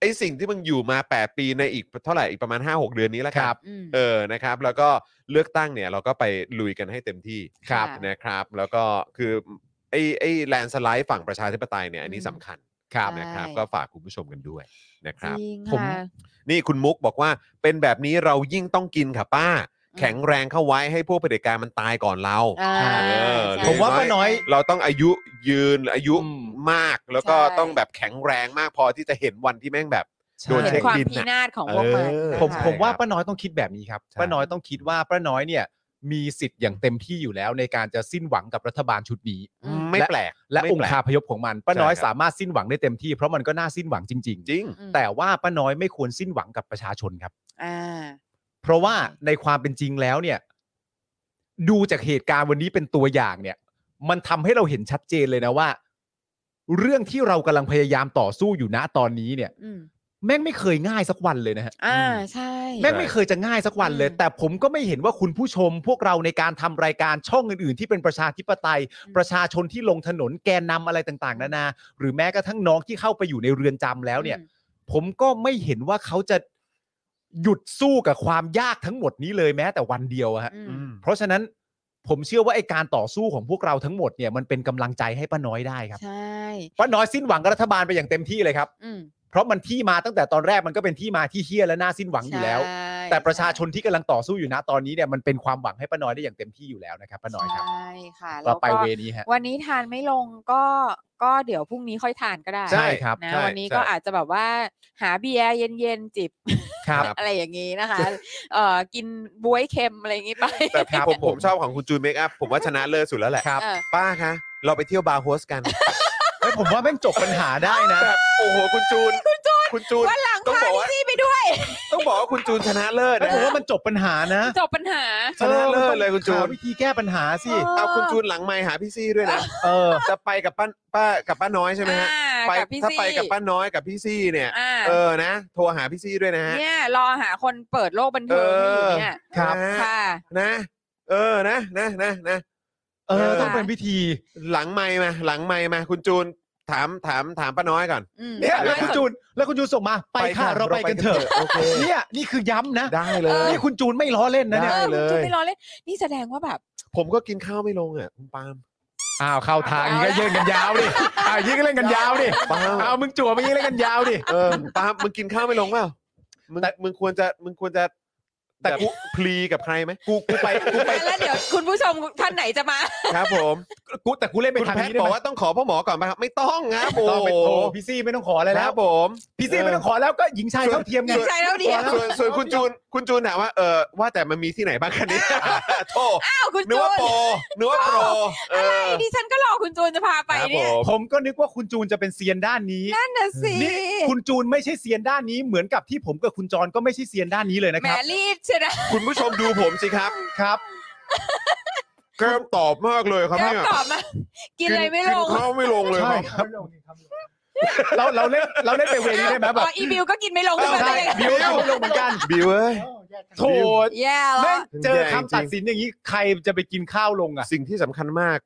S1: ไอ้สิ่งที่มึงอยู่มา 8 ปีในอีกเท่าไหร่อีกประมาณ 5-6 เดือนนี้แล้ว
S2: ค
S1: กัน
S2: รับ
S3: อืม
S1: เออ นะครับ แล้วก็เลือกตั้งเนี่ย เราก็ไปลุยกันให้เต็มที่
S3: ครับ
S1: นะครับ แล้วก็คือไอ้ไอ้แลนสไลด์ฝั่งประชาธิปไตยเนี่ย อันนี้สำคัญ
S2: ครับ
S1: นะครับ
S3: ใช่
S1: ก็ฝากคุณผู้ชมกันด้วยนะครับ
S3: จริง
S1: ผม
S3: ค่ะ
S1: นี่คุณมุกบอกว่าเป็นแบบนี้เรายิ่งต้องกินค่ะป้า
S3: ม
S1: แข็งแรงเข้าไว้ให้พวกเผด็จการมันตายก่อนเรา
S3: อ่า
S1: เออ
S3: ใช่
S2: ผมว่าป้าน้อย
S1: เราต้องอายุยืนอายุ
S2: อืม
S1: มากแล้วก็
S3: ใช่
S1: ต้องแบบแข็งแรงมากพอที่จะเห็นวันที่แม่งแบบ โดน
S3: เห็
S1: เช็ค
S3: นความ
S1: บิน
S3: พิ
S1: น่ะ
S3: นาศของพวกมัน
S1: เออ
S3: นะคะ
S2: ผมผมว่า
S1: ใช่ครับ
S2: ป้าน้อยต้องคิดแบบนี้ครับ
S1: ใช่
S2: ป้าน้อยต้องคิดว่าป้าน้อยเนี่ย มีสิทธิ์อย่างเต็มที่อยู่แล้วในการจะสิ้นหวังกับรัฐบาลชุดนี้
S3: อืม
S1: ไม่แปลก
S2: และ
S1: ไม่
S2: อง
S1: แปล
S2: ค์
S1: ก
S2: คาพยพของมันป้าน้อย
S1: ใช่ครับ
S2: สามารถสิ้นหวังได้เต็มที่เพราะมันก็น่าสิ้นหวังจริง
S1: จริง
S3: อืม
S2: ๆ แต่ว่าป้าน้อยไม่ควรสิ้นหวังกับประชาชนครับ
S3: อ่า
S2: เพราะว่าในความเป็นจริงแล้วเนี่ย ดูจากเหตุการณ์วันนี้เป็นตัวอย่างเนี่ย มันทำให้เราเห็นชัดเจนเลยนะว่า เรื่องที่เรากำลังพยายามต่อสู้อยู่ณตอนนี้เนี่ย
S3: อืม
S2: แม่งไม่เคยง่ายสักวันเลยนะฮะ
S3: อ่าใช่
S2: แม่งไม่เคยจะง่ายสักวันเลย
S3: อืม
S2: แต่ผมก็ไม่เห็นว่าคุณผู้ชม พวกเราในการทำรายการช่องอื่นๆ ที่เป็นประชาธิปไตย
S3: อืม
S2: ประชาชนที่ลงถนนแกนนำอะไรต่างๆนานาหรือแม้กระทั่งน้องที่เข้าไปอยู่ในเรือนจำแล้วเนี่ย ผมก็ไม่เห็นว่าเขาจะหยุดสู้กับความยากทั้งหมดนี้เลยแม้แต่วันเดียวอะฮะ
S3: อืม
S1: อืม
S2: เพราะฉะนั้นผมเชื่อว่าไอการต่อสู้ของพวกเราทั้งหมดเนี่ยมันเป็นกำลังใจให้ป้าน้อยได้ครับ
S3: ใช่
S2: ป้าน้อยสิ้นหวังกับรัฐบาลไปอย่างเต็มที่เลยครับ
S3: อืม
S2: เพราะมันที่มาตั้งแต่ตอนแรกมันก็เป็นที่มาที่เฮี้ยและน่าสิ้นหวังอยู่แล้ว
S3: ใช่
S2: แต่ประชาชนที่กำลังต่อสู้อยู่นะตอนนี้เนี่ยมันเป็นความหวังให้ป้าน้อยได้อย่างเต็มที่อยู่แล้วนะครับป้าน้อยครับ
S3: ใช่ค่ะ
S2: เรา
S3: แล้ว
S2: ไป
S3: ก็
S2: เวนี้ฮะ
S3: วันนี้ทานไม่ลงก็ก็เดี๋ยวพรุ่งนี้ค่อยทานก็ได้
S2: ใช่ครับ
S3: นะ
S2: ใช่
S3: วันนี้ก็
S1: ใช่
S3: อาจจะแบบว่าหาเบียร์เย็นๆจิบ
S2: ครับ
S3: อะไรอย่างนี้นะคะเอ่อกินบวยเค็มอะไรอย่างนี้ไป
S1: แต่
S2: ครับ
S1: ผม
S2: ผ
S1: ผม มชอบของคุณจูนเมคอัพผมว่าชนะเลิศสุดแล้วแหละ
S2: ครับ
S3: เออ
S1: ป้าคะ เราไปเที่ยวบาร์โฮสกัน
S2: ไม่ผมว่าแม่งจบปัญหาได้นะ
S1: แบบโอ้โห คุณจูน คุณจูน คุณจูน
S3: วันหลัง
S1: ต้อง
S3: พา
S1: บอกว่า
S3: พี่ไปด้วย
S1: ต้องบอกว่าคุณจูนชนะเลิศ
S2: ไม่
S1: นะ
S2: ผมว่ามันจบปัญหานะ
S3: จบปัญหา
S1: ชนะเลิศเลยคุณจู
S2: หาน วิธีแก้ปัญหาสิ
S3: เออ
S1: เอาคุณจูนหลังไมค์หาพี่ซี่ด้วยนะ
S2: เออ
S1: จะไปกับป้าป้ากับป้าน้อยใช่ไหมฮะ
S3: อ่า
S1: ไป
S3: กับพี่
S1: ถ้า
S3: ซี่
S1: ไปกับป้าน้อยกับพี่ซี่เนี่ย
S3: อ่า
S1: เออนะ โทรหาพี่ซี่ด้วยนะฮะ
S3: เนี่ยรอหาคนเปิดโลกบันเทิงให้อยู่เนี่ย
S1: ครับ
S3: ค่ะ
S1: นะ เออนะนะนะนะ
S2: เออ
S1: เออ
S2: ต้องเป็นวิธี
S1: หลังไมค์มาหลังไมค์มาคุณจูนถามถามถามป้าน้อยก่อน
S3: อืม
S2: เนี่ยแล้ว
S3: ไม่
S2: คุณ
S3: สน
S2: จูนแล้วคุณจูนส่งมา ไปค่ะเราไปกันเถอะ
S1: โอ
S2: *laughs*
S1: เค
S2: เนี่ยนี่คือย้ำนะ
S1: ได้เลย
S2: นี่คุณจูนไม่ล้อเล่นนะเนี่ย
S3: เออ
S1: ได้เลย
S3: คุณจูนไม่รอเล่นนี่แสดงว่าแบบ
S1: ผมก็กินข้าวไม่ลงอ่ะคุณปาล์ม
S2: อ้าวเข้าทางอย่างนี้ก็ยื่นกันยาวดิอ้าวอยางนี้ก็เล่นกันยาวดิ
S1: บ้า
S2: เอามึงจั่วไปอยางนี้เล่นกันยาวดิ
S1: เออปาล์มมึงกินข้าวไม่ลงเปล่ามึง
S2: แต่
S1: มึงควรจะมึงควรจะ แต่กูพลีกับใครไหม
S2: กูกูไปกูไป
S3: แล้วเดี๋ยวคุณผู้ชมท่านไหนจะมา
S1: ครับผม
S2: กูแต่กูเล่นไป
S1: คุณ
S2: ทาง
S1: แพทย์
S2: นี้ได้
S1: บอก
S2: ไหม
S1: ว่าต้องขอพ่อหมอก่อนไหมครับ ไม่ต้องครับโอ้
S2: ต้องไปโทร
S1: โห
S2: พี่ซี่ไม่ต้องขออะไร
S1: ค
S2: แล้
S1: รั
S2: ว
S1: บผม
S2: พี่ซี่ไม่ต้องขอแล้วก็หญิงชายเท่าเทียมไง
S3: หญิงชายเท่าเทียม
S1: ส่วนส่วนคุณจูนคุณจูนถามว่าเออว่าแต่มันมีที่ไหนบ้างคัน
S2: *laughs*
S1: นี้ โทษ
S3: อ้าวคุณ
S1: *laughs* นึก
S3: จู
S1: ว่าน โปรนึกว่าโปรเออ
S3: ดิฉันก็รอคุณจูนจะพาไป
S1: ครับผ
S3: เนี่ย
S1: ม
S2: ผมก็นึกว่าคุณจูนจะเป็นเซียนด้านนี้
S3: นั่นน่ะสิ
S2: นี่คุณจูนไม่ใช่เซียนด้านนี้เหมือนกับที่ผมกับคุณจรก็ไม่ใช่เซียนด้านนี้เลยนะ
S3: แหม
S2: ครับ
S3: รีบเชียวนะ
S1: คุณผู้ชมดูผมสิครับ
S2: ครับ
S1: แก้มตอบมากเลยครับ
S3: เดี๋ยว
S1: เนี่ย
S3: ตอบมากินอะไรไม่ลง
S1: กินข้าวไม่ลงเลยค
S2: ใช่
S1: รับ
S2: ครับเราเราเล่นเราเล่นไปเวนี้ได้ไหมแบ
S3: อ๋
S2: บ
S3: ออีบิวก็กินไม่ลง
S1: เออ
S3: ใช่ไห
S2: ใช่
S3: ม
S2: บิวก็ไม่ลงเหมือนกัน
S1: บิวเอ้ย
S2: โถ
S3: แย่
S2: แม่
S3: แล้ว
S2: งเจอคำตัดสินอย่างนี้ใครจะไปกินข้าวลงอ่ะ
S1: สิ่งที่สำคัญมาก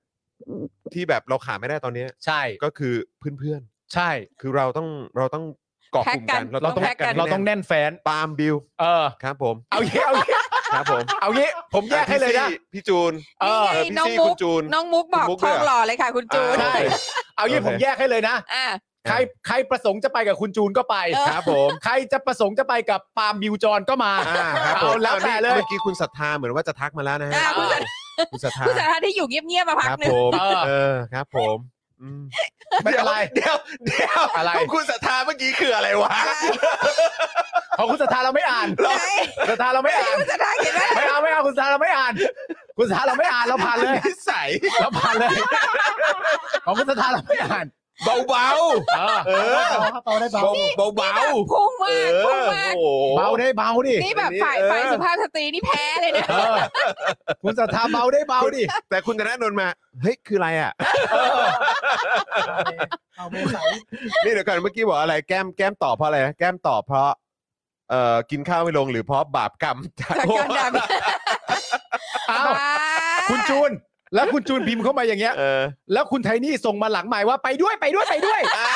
S1: ที่แบบเราขาดไม่ได้ตอนเนี้ย
S2: ใช่
S1: ก็คือเพื่อน
S2: ใช่
S1: ๆ คือเราต้องเราต้องเกาะกลุ่มกัน
S2: เราต้อง
S1: แพ็กกัน
S2: เราต้องแน่นแฟน
S1: ปาล์มบิว
S2: เออ
S1: ครับผม
S2: เอาเงี้เอาเงี้
S1: ครับผม
S2: เอาเงี้ผมแยกให้เลยนะ
S1: พี่ซี่พี่จูน
S2: เอ
S3: นี่
S2: อ
S3: ไง
S1: เออพี่
S3: น้อง
S1: ซี่
S3: มุ
S1: คุ
S3: ก
S1: ณจูน
S3: น้องมุกบอก
S1: คุณมุก
S3: ท
S1: ด้วย
S3: อง
S1: เหรอ
S3: หล่อเลยค่ะ คุณจูน
S2: ใช่เอาเงี้ผมแยกให้เลยนะ
S3: อ่า
S2: ใครใครประสงค์จะไปกับคุณจูนก็ไป
S3: เออ
S1: ครับผม
S2: ใครจะประสงค์จะไปกับปาล์มบิวจรก็มา
S1: อ่าครับผม
S2: เอาแล้วแต่เลย
S1: เมื่อกี้คุณศรัทธาเหมือนว่าจะทักมาแล้วนะฮะ
S3: อ่าคุณศรัท
S1: คุณศรัทธา
S3: ผู้สาธารณะที่อยู่เงียบๆมาพั
S1: ค
S3: ก
S1: รับ
S3: หนึ่ง
S1: ผม
S2: เออ
S1: เออครับผมอืม
S2: ไม่เป็นไร
S1: เดี๋ยวเดี๋ยว
S2: อะไร
S1: ของคุณศรัทธาเมื่อกี้คืออะไรวะ
S2: ของคุณสถาเราไม่อ่าน
S3: ไหน
S2: สถาเราไม่อ่าน
S3: ผู้สาธารณะเห็นไหม
S2: ไม่เอาไม่เอาคุณสถาเราไม่อ่าน คุณสถาเราไม่อ่านเราผ่านเลย
S1: นิสัย
S2: เราผ่านเลย ของคุณสถาเราไม่อ่าน
S1: เบา
S2: เออ
S1: ๆ เออ
S4: เบาได้เบา
S1: เบาเบา
S3: พุ่ง
S1: ๆเอ
S3: มาก
S1: อ
S3: พุ่งมาก
S1: โอ้โห
S2: เบาได้เบาดิ
S3: นี่แบบฝ่าย
S1: เออ
S3: ฝ่ายสุภาพสตรีนี่แพ้เลยนะ
S2: เออคุณสถาเบาได้เบาดิ
S1: แต่คุณธนาโนนมา เฮ้ย คืออะไรอ่ะ
S4: เอาไม่ใส่
S1: นี่เดี๋ยวก่อนเมื่อกี้บอกอะไรแก้มแก้มตอบเพราะอะไรนะแก้มตอบเพราะ เอ่อกินข้าวไม่ลงหรือเพราะบาปกรรม
S3: จากการดาบ
S2: อ้าว
S3: บ้า
S2: คุณจูน แล้วคุณจูนพิมพ์เข้ามาอย่างเงี้ย
S1: เออ
S2: แล้วคุณไทนี่ส่งมาหลังใหม่ว่าไปด้วยไปด้วยไปด้วย
S1: อ้า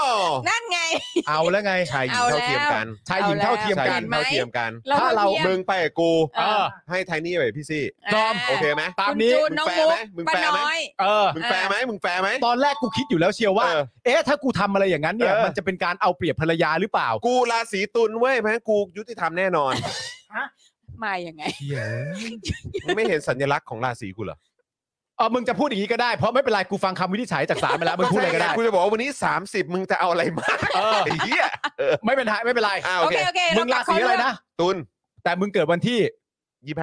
S1: ว
S3: นั่นไง
S2: เอาแล้วไง
S1: ชายหญิงเท่าเทียมกัน
S2: ชายหญิงเท่าเทียม
S1: ชายห
S2: กั
S1: ญิ
S2: น
S1: งเท่าเทียมกัน
S3: เรา
S2: ถ้าเรา
S3: ทีย
S1: มึงไปกับกู
S2: เออ
S1: ให้ไทนี่ไปกับพี่ซี่
S3: า
S2: ดอม
S1: โอเคไหม
S2: ตาม
S3: คุณ
S2: นี้
S3: จูนน้องมุก
S1: มึง
S3: ป้า
S1: แฟร์ไหม
S3: น้อย
S2: เออ
S1: มึงแฟร์ไหมมึงแฟร์ไหม
S2: ตอนแรกกูคิดอยู่แล้วเชียวว่า
S1: เออ
S2: เอ๊ะ ถ้ากูทำอะไรอย่างนั้นเนี่ย
S1: เออ
S2: มันจะเป็นการเอาเปรียบภรรยาหรือเปล่า
S1: กูราศีตุลเว้ยเพราะฉะนั้นกูยุติธรรมแน่นอน
S3: มาอย่างไง
S1: มึงไม่เห็นสัญลักษณ์ของราศีกูเหรอ
S2: เออ มึงจะพูดอย่างนี้ก็ได้ เพราะไม่เป็นไร กูฟังคำวินิจฉัยจากศาลมาแล้ว มึงพูดอะไรก็ได้
S1: กูจะบอกว่าวันนี้ 30 มึงจะเอาอะไรมา
S2: เออ
S1: ไอ้เหี้ย
S2: ไม่เป็นไรไม่เป็นไร
S1: อ่า
S3: โอ
S1: โอเค
S3: เคโอเค
S2: มึงราศีอะไรนะ
S1: ตุล
S2: แต่มึงเกิดวันที่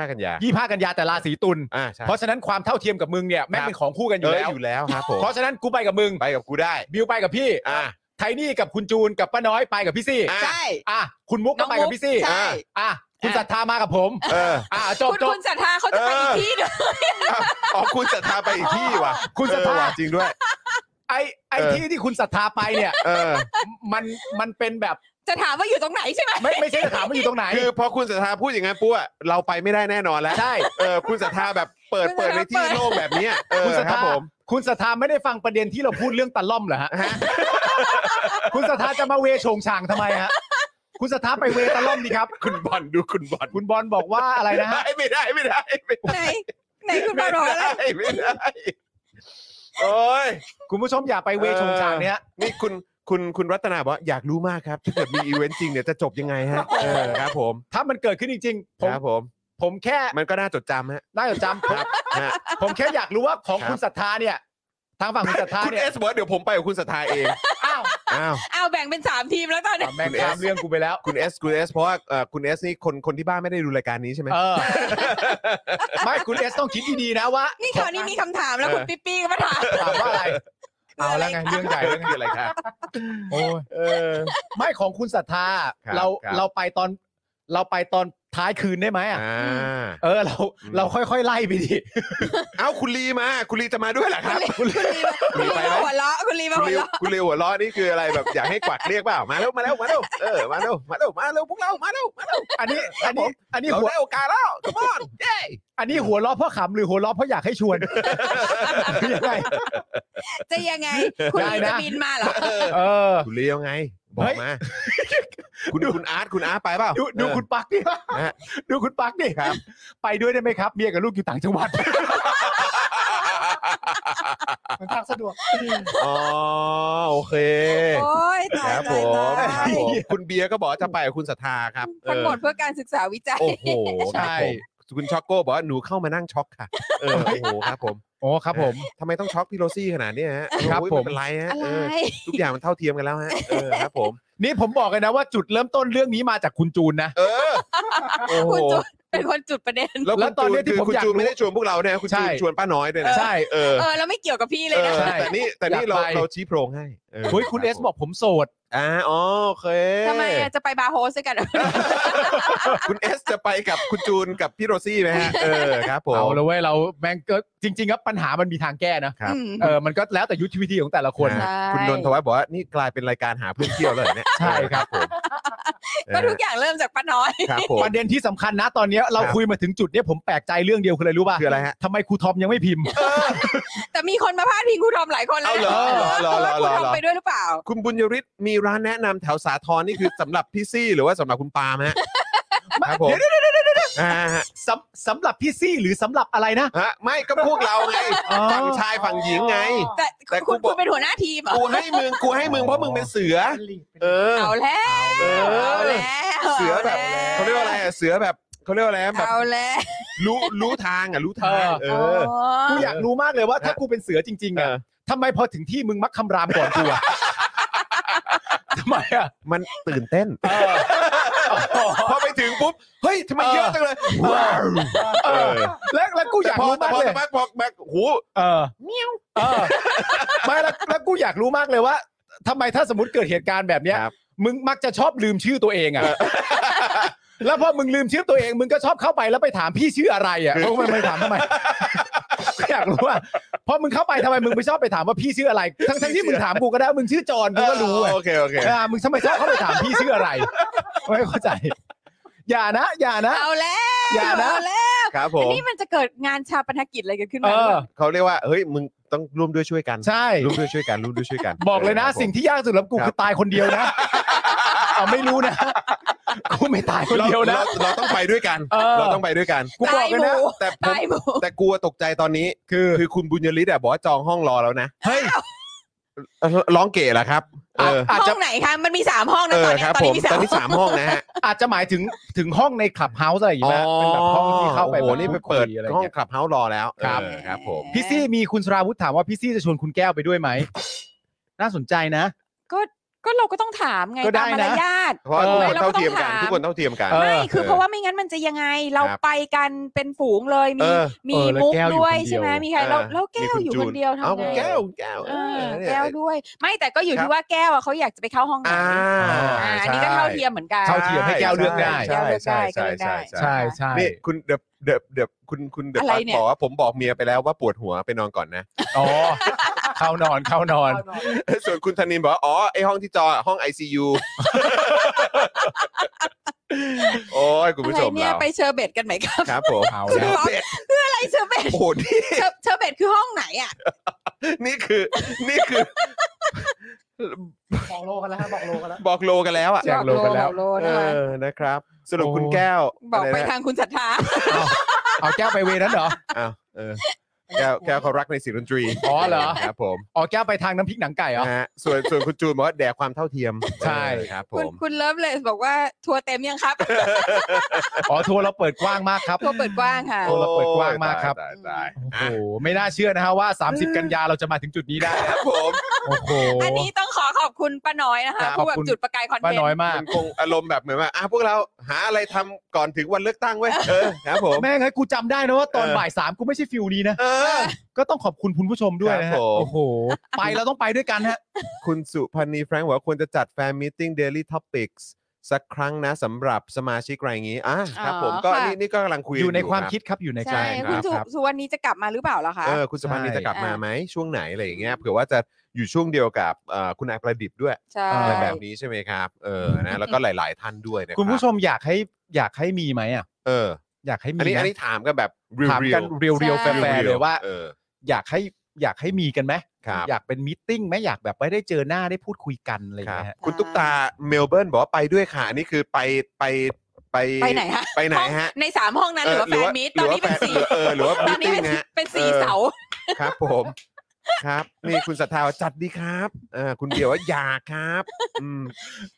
S1: 25 กันยา
S2: 25 กันยาแต่ราศีตุล
S1: อ่าใช่
S2: เพราะฉะนั้นความเท่าเทียมกับมึงเนี่ยแม่ง
S1: ครับ
S2: เป็นของคู่กันอ
S1: เอยู่อ
S2: แล้ว
S1: อยู่แล้วครับผม
S2: เพราะฉะนั้นกูไปกับมึง
S1: ไปกับกูได้
S2: บิวไปกับพี่
S1: อ่า
S2: ไทนี่กับคุณจูนกับป้าน้อยไปกับพี่ซี่
S1: อ่ะ
S3: ใช่
S2: อ่ะคุณมุกก็ไปกับพี่ซี่
S3: ใช่
S1: อ่ะ
S2: อ่ะคุณศรัทธามากับผม
S1: เออ
S2: อ่ะจบ
S3: คุณ
S2: จบ
S3: คุณศรัทธาเขาจะไปอีกที่หนึง
S1: อ่ะอ๋อคุณศรัทธาไปอีกที่ว่ะ
S2: คุณศรัทธา
S1: เออว่ะจริงด้วย
S2: ไอไอ
S1: เออ
S2: ที่ที่คุณศรัทธาไปเนี่ย
S1: เออ
S2: มันมันเป็นแบบ
S3: จะถามว่าอยู่ตรงไหนใช่ไหม
S2: ไม่ไม่ใช่จะถามว่าอยู่ตรงไหน
S1: คือพอคุณศรัทธาพูดอย่างนั้นปุ๊บอะเราไปไม่ได้แน่นอนแล้ว
S2: ใช่
S1: เออคุณศรัทธาแบบเปิดเปิดในที่โล่งแบบเนี้ยเออ
S2: คุณส
S1: ครับ
S2: ถา
S1: ผม
S2: คุณสถาไม่ได้ฟังประเด็นที่เราพูดเรื่องตะล่อมเหรอฮะ *laughs* คุณสถาจะมาเวโชงช่างทำไมฮะ คุณสถาไปเวตะล่อมดีครับ
S1: คุณบอลดูคุณบอล
S2: คุณบอลบอกว่าอะไรนะฮะ
S1: ไม่ได้ไม่ได้ไม่ได้
S3: ไหนไหนคุณมาร้อยอะไร
S1: ไม่ได้โอ้ย
S2: คุณผู้ชมอย่าไปเวโชงช่างเนี่ย
S1: นี่คุณคุณคุณรัตนาบอกว่าอยากรู้มากครับ ถ้าเกิดมีอีเวนต์จริงเนี่ยจะจบยังไงฮะ เออครับผม
S2: ถ้ามันเกิดขึ้นจริงๆ ผม
S1: ครับผม
S2: ผมแค่
S1: มันก็น่าจดจำฮะ
S2: น่าจดจำผ
S1: ค
S2: ม *laughs*
S1: รับฮะ
S2: ผมแค่อยากรู้ว่าของ
S1: ครับ
S2: คุณศรัทธาเนี่ย ทางฝั่งคุณศรัทธา
S1: คุณ
S2: เนี่
S1: เอย สบอกว่าเดี๋ยวผมไปกับคุณสทาเอง
S2: อ้าว
S1: อ้าว
S3: เอาแบ่งเป็นสามทีมแล้วตอนนี้
S2: แม่งข้ามเรื่องกูไปแล้ว
S1: คุณเอสคุณเอสเพราะว่าเอ่อคุณเอสนี่คนคนที่บ้านไม่ได้ดูรายการนี้ใช่ไหม
S2: เอ *laughs* อ ไม่คุณเอสต้องคิดดีๆนะว่า
S3: นี่คราวนี้มีคำถามแล้วคุณ
S1: เออ
S3: ปิ๊ปปี้ก็มาถาม
S2: ถามว่าอะไร เอาแล้วไงเรื่องใหญ่
S1: เรื่อ
S2: แล้
S1: ง
S2: วไง
S1: คืออะไรครับ
S2: โอ้ย
S1: เออ
S2: ไม่ของคุณศรัทธา
S1: ครับ
S2: เรา
S1: ครับ
S2: เราไปตอนเราไปตอนท้ายคืนได้ไหมอ่ะ
S1: อ่า
S2: เออเรา
S1: อืม
S2: เราค่อยๆไล่ไปดิ
S1: เอ้าคุณลีมา คุณลีจะมาด้วยเหรอครับ
S3: คุณลีมาคุณลีมาหัวเราะคุณลีมา
S1: คุณลี
S3: หัวเราะ
S1: คุณลีหัวเร้อนี่คืออะไรแบบอยากให้กวักเรียกเปล่า มาเร็วมาเร็วมาเร็วเออมาเร็วมาเร็วมาเร็วพวกเรามาเร็วมาเร็ว
S2: อันนี้
S1: ครั
S2: อั
S1: บผ
S2: นนี้
S1: ม
S2: อันนี้
S1: เรา
S2: หัว
S1: ได้โอกาสแล้ว come on เย้
S2: อันนี้หัวล้อเพราะขำหรือหัวล้อเพราะอยากให้ชวนคือยังไง
S3: จะยังไง คุณลี
S2: ได้นะ
S3: จะบินมาเหรอ
S2: เออ
S1: คุณเลี้ยวไง บอก
S2: เฮ้ย
S1: มา คุณคุณอาร์ตคุณอาร์ตไปเปล่า
S2: ดูดูคุณปักดิ
S1: เออนะฮะ
S2: ดูคุณปักดิ
S1: ครับ
S2: ไปด้วยได้ไหมครับเมียกับลูกอยู่ต่างจังห *laughs* วัด
S4: มันทางสะดวก
S1: อ๋อ โอเค
S3: โอ้ยตาย
S1: ครับผมครับผมคุณเบียร์ก็บอกว่าจะไปกับคุณศรัทธาครับเอ
S3: ทั้ง
S1: อ
S3: หมดเพื่อการศึกษาวิจัย
S1: โอ้โหค
S2: ใช่
S1: รับผมคุณช็อกโก้บอกว่าหนูเข้ามานั่งช็อกค่ะเออโอ้โหครับผม
S2: โอ้ครับผม
S1: ทำไมต้องช็อกพี่โรซี่ขนาดเนี้ยฮะ
S2: ครับ
S1: โอ้ย
S2: ผม
S1: ไเป็นไรฮะ
S3: อะไร
S1: เออทุกอย่างมันเท่าเทียมกันแล้วฮะเออครับผม
S2: นี่ผมบอกเลยนะว่าจุดเริ่มต้นเรื่องนี้มาจากคุณจูนนะ
S1: เออโอ้โห
S3: คุณจูนเป็นคนจุดประเด็น
S1: แล้ว
S2: แล้
S1: แล้ว
S2: ว
S1: ต
S2: ต
S1: อ
S2: อนนเนี้
S1: นี้
S2: ยที่
S1: ที่
S2: ผม
S1: คุณ
S2: อยาก
S1: จูน
S2: รู้
S1: ไม่ได้ชวนพวกเราเนี่ยคุณ
S2: ใช่
S1: จูนชวนป้าน้อยด้วยนะ
S2: ใช่
S1: เออ
S3: เออ แล้วไม่เกี่ยวกับพี่เล
S1: เอย อ
S3: นะ
S2: ใช่
S1: แต่นี่แต่นี่เรา
S2: อยากไป
S1: เราชี้โพรงให้เออ
S2: เฮ้ยคุณเอสบอกผมโสด
S1: อ่าอ๋อโอเค
S3: ทำไมอะจะไปบาร์โฮสด้วยกันเหรอ
S1: คุณเอสจะไปกับคุณจูนกับพี่โรซี่ไหมฮะเออครับผม
S2: เอาแล้วเว้ยเราแม่งก็จริงๆครับปัญหามันมีทางแก้นะครับ
S3: อืม
S2: เออมันก็แล้วแต่ยุทธวิธีของแต่ละคน
S3: ใช่
S1: คุณนนทวัฒน์บอกว่านี่กลายเป็นรายการหาเพื่อนเที่ยวเลยเนี่ย
S2: ใช่ครับ
S1: ผม
S3: ก็ทุกอย่างเริ่มจากป้าน้อย
S1: ครับผม
S2: ประเด็นที่สำคัญนะตอนเนี้ยเรา
S1: ครับ
S2: คุยมาถึงจุดเนี้ยผมแปลกใจเรื่องเดียวคืออะไรรู้ป่ะ
S1: คืออะไรฮะ
S2: ทำไมครูทอมยังไม่พิมพ์
S3: แต่มีคนมาพาดพิงครูทอมหลายคนแล้ว
S1: เอาเหรอเหรอเหรอ
S3: ว่าครูทอม
S1: เหรอ
S3: ไปด้วยหรือเปล่า
S1: คุณบุญยริศมีร้านแนะนำแถวสาทรนี่คือสำหรับพี่ซี่หรือว่าสำหรับคุณปาล์มฮะครับผมอ่าฮะ
S2: สำสำหรับพี่ซี่หรือสำหรับอะไรนะ
S1: ฮะไม่ก็พวกเราไง
S2: อ๋อ
S1: ฝั่งชายฝั่งหญิงไง
S3: แต่
S1: แต่กู
S3: คุณ
S1: บ
S3: คุ
S1: อก
S3: ณเป็นหัวหน้าทีมเหรอ
S1: กูให้มึงกูให้มึงเพราะมึงเป็นเสือ เออ
S3: เอาแล้ว
S1: เออ
S3: เอาแล้ว
S1: เสือแบบเขาเรียกว่าอะไรอะเสือแบบเขาเรียกว่าอะไรแบบ
S3: เอาแล้ว
S1: รู้รู้ทางอ่ะรู้ทางเออ
S3: อ๋อ
S2: กูอยากรู้มากเลยว่าถ้ากูเป็นเสือจริงๆอ่ะ
S1: เออ
S2: ทำไมพอถึงที่มึงมักคำรามก่อนกูอ่ะ ทำไมอ่ะ
S1: มันตื่นเต้นพอไปถึงปุ๊บเฮ้ยทำไมเยอะจังเลยว้าวเออ
S2: แล้วแล้วกูอ
S1: แต่
S2: ยาก
S1: พอ
S2: รู้
S1: แต่
S2: มาก
S1: พอ
S2: เลย
S1: แต่พอพอแบกหู
S2: เออเมียวเออไม่แล้วแล้วกูอยากรู้มากเลยว่าทำไมถ้าสมมติเกิดเหตุการณ์แบบเนี้ย
S1: ครับ
S2: มึงมักจะชอบลืมชื่อตัวเองอ่ะ *laughs* แล้วพอมึงลืมชื่อตัวเอง มึงก็ชอบเข้าไปแล้วไปถามพี่ชื่ออะไรอ่ะเขาไม่ไม่ถามทำไม *laughs* อยากรู้ว่าพอมึงเข้าไปทำไมมึงไม่ชอบไปถามว่าพี่ชื่ออะไร ทั้งทั้งที่มึงถามกูก็ได้ว่ามึงชื่อจอนกูก็รู้
S1: เออ
S2: อ่ะ
S1: โอเคโอเค
S2: เออมึงทำไมชอบเข้าไปถามพี่ชื่ออะไรไม่เข้าใจ อย่านะ อย่านะ
S3: เอาแล้ว
S2: อย่านะ
S3: เแล้ว
S1: ครับผ
S3: อัน
S1: ม
S3: นี้มันจะเกิดงานชาปนกิจอะไรกันขึ้น
S2: เอ
S3: มาหรื
S2: อ
S3: อเปล่า
S1: เขาเรียกว่าเฮ้ยมึงต้องร่วมด้วยช่วยกัน
S2: ใช่
S1: ร่วมด้วยช่วยกันร่วมด้วยช่วยกัน
S2: บอกเลยนะ
S1: ครับผม
S2: สิ่งที่ยากสุดสำหรับกู
S1: ครับ
S2: คือตายคนเดียวนะ เอาไม่รู้นะกูไม่ตายคนเดียวนะ
S1: ราราเราต้องไปด้วยกัน
S2: เออ
S1: เราต้องไปด้วยกัน
S2: กูบอกเลยนะ
S1: แต่ผม
S3: ตายหมู
S1: *laughs* แต่กลัวตกใจตอนนี้
S2: คือ
S1: คือคุณบุญยริศอะบอกว่าจองห้องรอแล้วนะเฮ้ย *laughs* ร้องเก๋เหรอครับเออ
S2: อาจ
S3: ห้
S2: จะ
S3: องไหนคะมันมีสามห้อง
S1: เอ
S3: นะต
S1: อ
S3: อนเนี้
S1: ค
S3: ย
S1: รับ
S3: ตอ
S1: ผ
S3: นนี้
S1: ม
S3: มีสา
S1: ตอ
S3: ม
S1: นนี้สามห้องนะฮะ
S2: อาจจะหมายถึงถึงห้องในคลับเฮาส์อะไรอย่างเงี้ย
S1: อ๋อ
S2: เป็นแบบห้องที่เข้าไป
S1: โอ้โห
S2: แบบ
S1: นี่ไปเปิด
S2: คุยอะไร
S1: ห้อง
S2: เงี้ย
S1: คลับเฮาส์รอแล้ว
S2: ครับ
S1: เออครับผม
S2: พี่ซี่มีคุณสราวุธถามว่าพี่ซี่จะชวนคุณแก้วไปด้วยไหม น่าสนใจนะ
S3: ก็ก็เราก็ต้องถามไง
S2: ก็ได้
S3: ตาม
S2: นะ
S3: มารยาท
S1: เพราะว่าทุกคน
S3: เออ
S1: เท่าเทียมกัน
S3: เราก็ต้องถาม
S1: ทุกคนเท่าเทียมกัน
S2: เออ
S3: ไม่ คือเพราะว่าไม่งั้นมันจะยังไง เรา
S1: ครับ
S3: ไปกันเป็นฝูงเลยมี
S1: เออ
S3: มี
S2: เออแล้ว
S3: มุก
S2: แก้วอยู่
S3: ด้
S2: คน
S3: วย
S2: เดียว
S3: ใช่ไหมมีใคร
S1: เออ
S3: แล้วแล้วแก้ว
S1: มี
S3: อยู่
S1: จู
S3: คนเดียวทำ
S1: เอ้า
S3: ไง
S1: แก้วแก้ว
S3: เออ
S1: เนี่ย
S3: แก้วด้วย ไม่แต่ก็อ
S1: ค
S3: ยู่
S1: รับ
S3: ที่ว่าแก้วอะเขาอยากจะไปเข้าห้องไหน
S1: อ่า
S3: อ่าอัน
S1: น
S3: นี้ก็เท่าเทียมเหมือนกัน
S2: เท่าเทียมให้แก้วเลือกได้
S3: แก้วเลือกได้
S1: ใช่
S3: แก้ว
S1: ใช่
S3: เลือกได้
S1: ใช่
S3: ใช่
S1: ใช่
S3: ใช่
S1: นี่คุณเดบเดบเดบคุณคุณเดบ
S3: อะไร
S1: ปัก
S3: เนี่ย
S1: บอกว่าผมบอกเมียไปแล้วว่าปวดหัวไปนอนก่อนนะ
S2: อ๋อเข้านอนเข้านอน
S1: ส่วนคุณธนินบอกว่าอ๋อไอห้องที่จอห้อง ICU *laughs* โอ้ยคุณ
S3: อะ
S1: ผู้
S3: ไร
S1: ชม
S3: เนี่ย
S1: เรา
S3: ไปเชอร์เบตกันไหมครับ
S1: ครับผม
S2: เอา
S1: เช
S2: แล้
S1: อ
S2: ว
S1: ร์เบต
S3: อะไรเชอร์เบต
S1: *laughs* โอ้โหนี่
S3: เชอร์เชอร์เบตคือห้องไหนอ่ะ
S1: นี่คือนี่คือ
S4: บอกโลกันแล้วฮะบอกโลกันแล้ว
S1: บอกโลกันแล้วอ่ะ
S2: แจ้งโลกันแล้ว
S3: บอกโล
S1: เอ
S3: นะคะ
S1: อ นะครับ สรุป
S2: โอ้
S1: คุณแก้ว
S3: บอกไป
S1: ะรนะ
S3: ทางคุณศรัทธา
S2: เอาเอาแก้วไปเวนั้นเหรอ
S1: อ้าวเออ แก้วแก้วเขารักในเสียงดนตรี
S2: อ๋อเหรอ
S1: ครับผม
S2: อ๋อแก้วไปทางน้ำพริกหนังไก่เหรอ
S1: นะฮะส่วนส่วนคุณจูนบอกว่าแดกความเท่าเทียม
S2: ใช่
S1: เออครับผ
S3: คุณ
S1: ม
S3: คุณเลิฟเลสบอกว่าทัวร์เต็มยังครับ
S2: อ๋อทัวร์เราเปิดกว้างมากครับ
S3: ทัวร์เปิดกว้างค่ะ
S2: โอ้ เราเปิดกว้างมากครับ
S1: โอ้ยตาย
S2: โอ้
S1: ตายตาย
S2: โห
S1: อ่ะ
S2: ไม่น่าเชื่อนะฮะว่า 30 กันยาเราจะมาถึงจุดนี้ได้
S1: ค
S2: นะ
S1: รับผม
S2: โอ้โห
S3: อันนี้ต้องขอขอบคุณป้าน้อยนะคะ
S2: ครับ
S3: ผู้แบ
S2: ขอ
S3: บบ
S2: คุณ
S3: จุดประกายคอนเท
S2: ป้านน้อย
S3: ต์
S2: มาก
S1: มันคงอารมณ์แบบเหมือนว่าอ่ะพวกเราหาอะไรทำก่อนถึงวันเลือกตั้งเว้ย
S2: *laughs*
S1: เออครับผม
S2: แม่งไอ้ยกูจำได้นะว่าตอน
S1: เออ
S2: บ่ายสามกูไม่ใช่ฟิลนี้นะ
S1: เอ
S2: *laughs*
S1: อ
S2: ก็ต้องขอบคุณคุณผู้ชมด้วยนะ
S1: ครั
S2: ฮะ
S1: บผม
S2: โอ้โห ไปเราต้องไปด้วยกันฮะ
S1: คุณสุพันธ์นีแฟรงค์บอกว่าควรจะจัดแฟนมิทติ้งเดลี่ท็อปิกส์สักครั้งนะสำหรับสมาชิกรายนี้อ่ะครับผมก็นี่นี่ก็กำลังคุยกั
S2: อยู่ในความ
S1: รับ
S2: คิดครับอยู่ในใจ
S3: ใช่
S1: รั
S3: คุณ
S1: บ
S3: สุ
S2: รับ
S3: สุวรรณนี้จะกลับมาหรือเปล่าล่ะคะ
S1: เออคุณสมาน
S2: ใช่
S1: นีจะกลับมา
S3: อ่า
S1: ไหมช่วงไหนอะไรอย่างเงี้ยเผื่อว่าจะอยู่ช่วงเดียวกับเอ่อคุณนายประดิษฐ์ด้วย
S3: ใช่
S1: อะไรแบบนี้ใช่ไหมครับเออนะแล้วก็หลาย ๆ ท่านด้วยนะครับ
S2: คุณผู้ชมอยากให้อยากให้มีไหมอ่ะ
S1: เออ
S2: อยากให้มี
S1: อันนี้
S2: ไหม
S1: อันนี้ถามกันแบบเรีย
S2: ถามกัน
S1: ล
S2: เรียวๆแฟร์ๆเลยว่า
S1: เออ
S2: อยากให้อยากให้มีกันไหม
S1: ครับ
S2: อยากเป็นมิทติ้งไหมอยากแบบไปได้เจอหน้าได้พูดคุยกันอะไรอย่าง
S1: ครับ
S2: เงี้ยฮะ
S1: คุณตุ๊กตาเมลเบิร์นบอกว่าไปด้วยค่ะอันนี่คือไปไปไป
S3: ไปไหนฮะ
S1: ไปไหนฮะ
S3: ในสามห้องนั้นหรือว่าแฟนมิตรตอนนี้เป็นสี
S1: หรือว่าแฟนเออหรือว่า
S3: ต
S1: มิท
S3: อนนี้
S1: ติ้ง
S3: เป็น
S1: ฮะ
S3: เป็นสี
S1: เออ
S3: เสา
S1: ครับผม ครับนี่คุณศรัทธาว่าจัดดีครับเออคุณเบียร์ว่าอยากครับอืม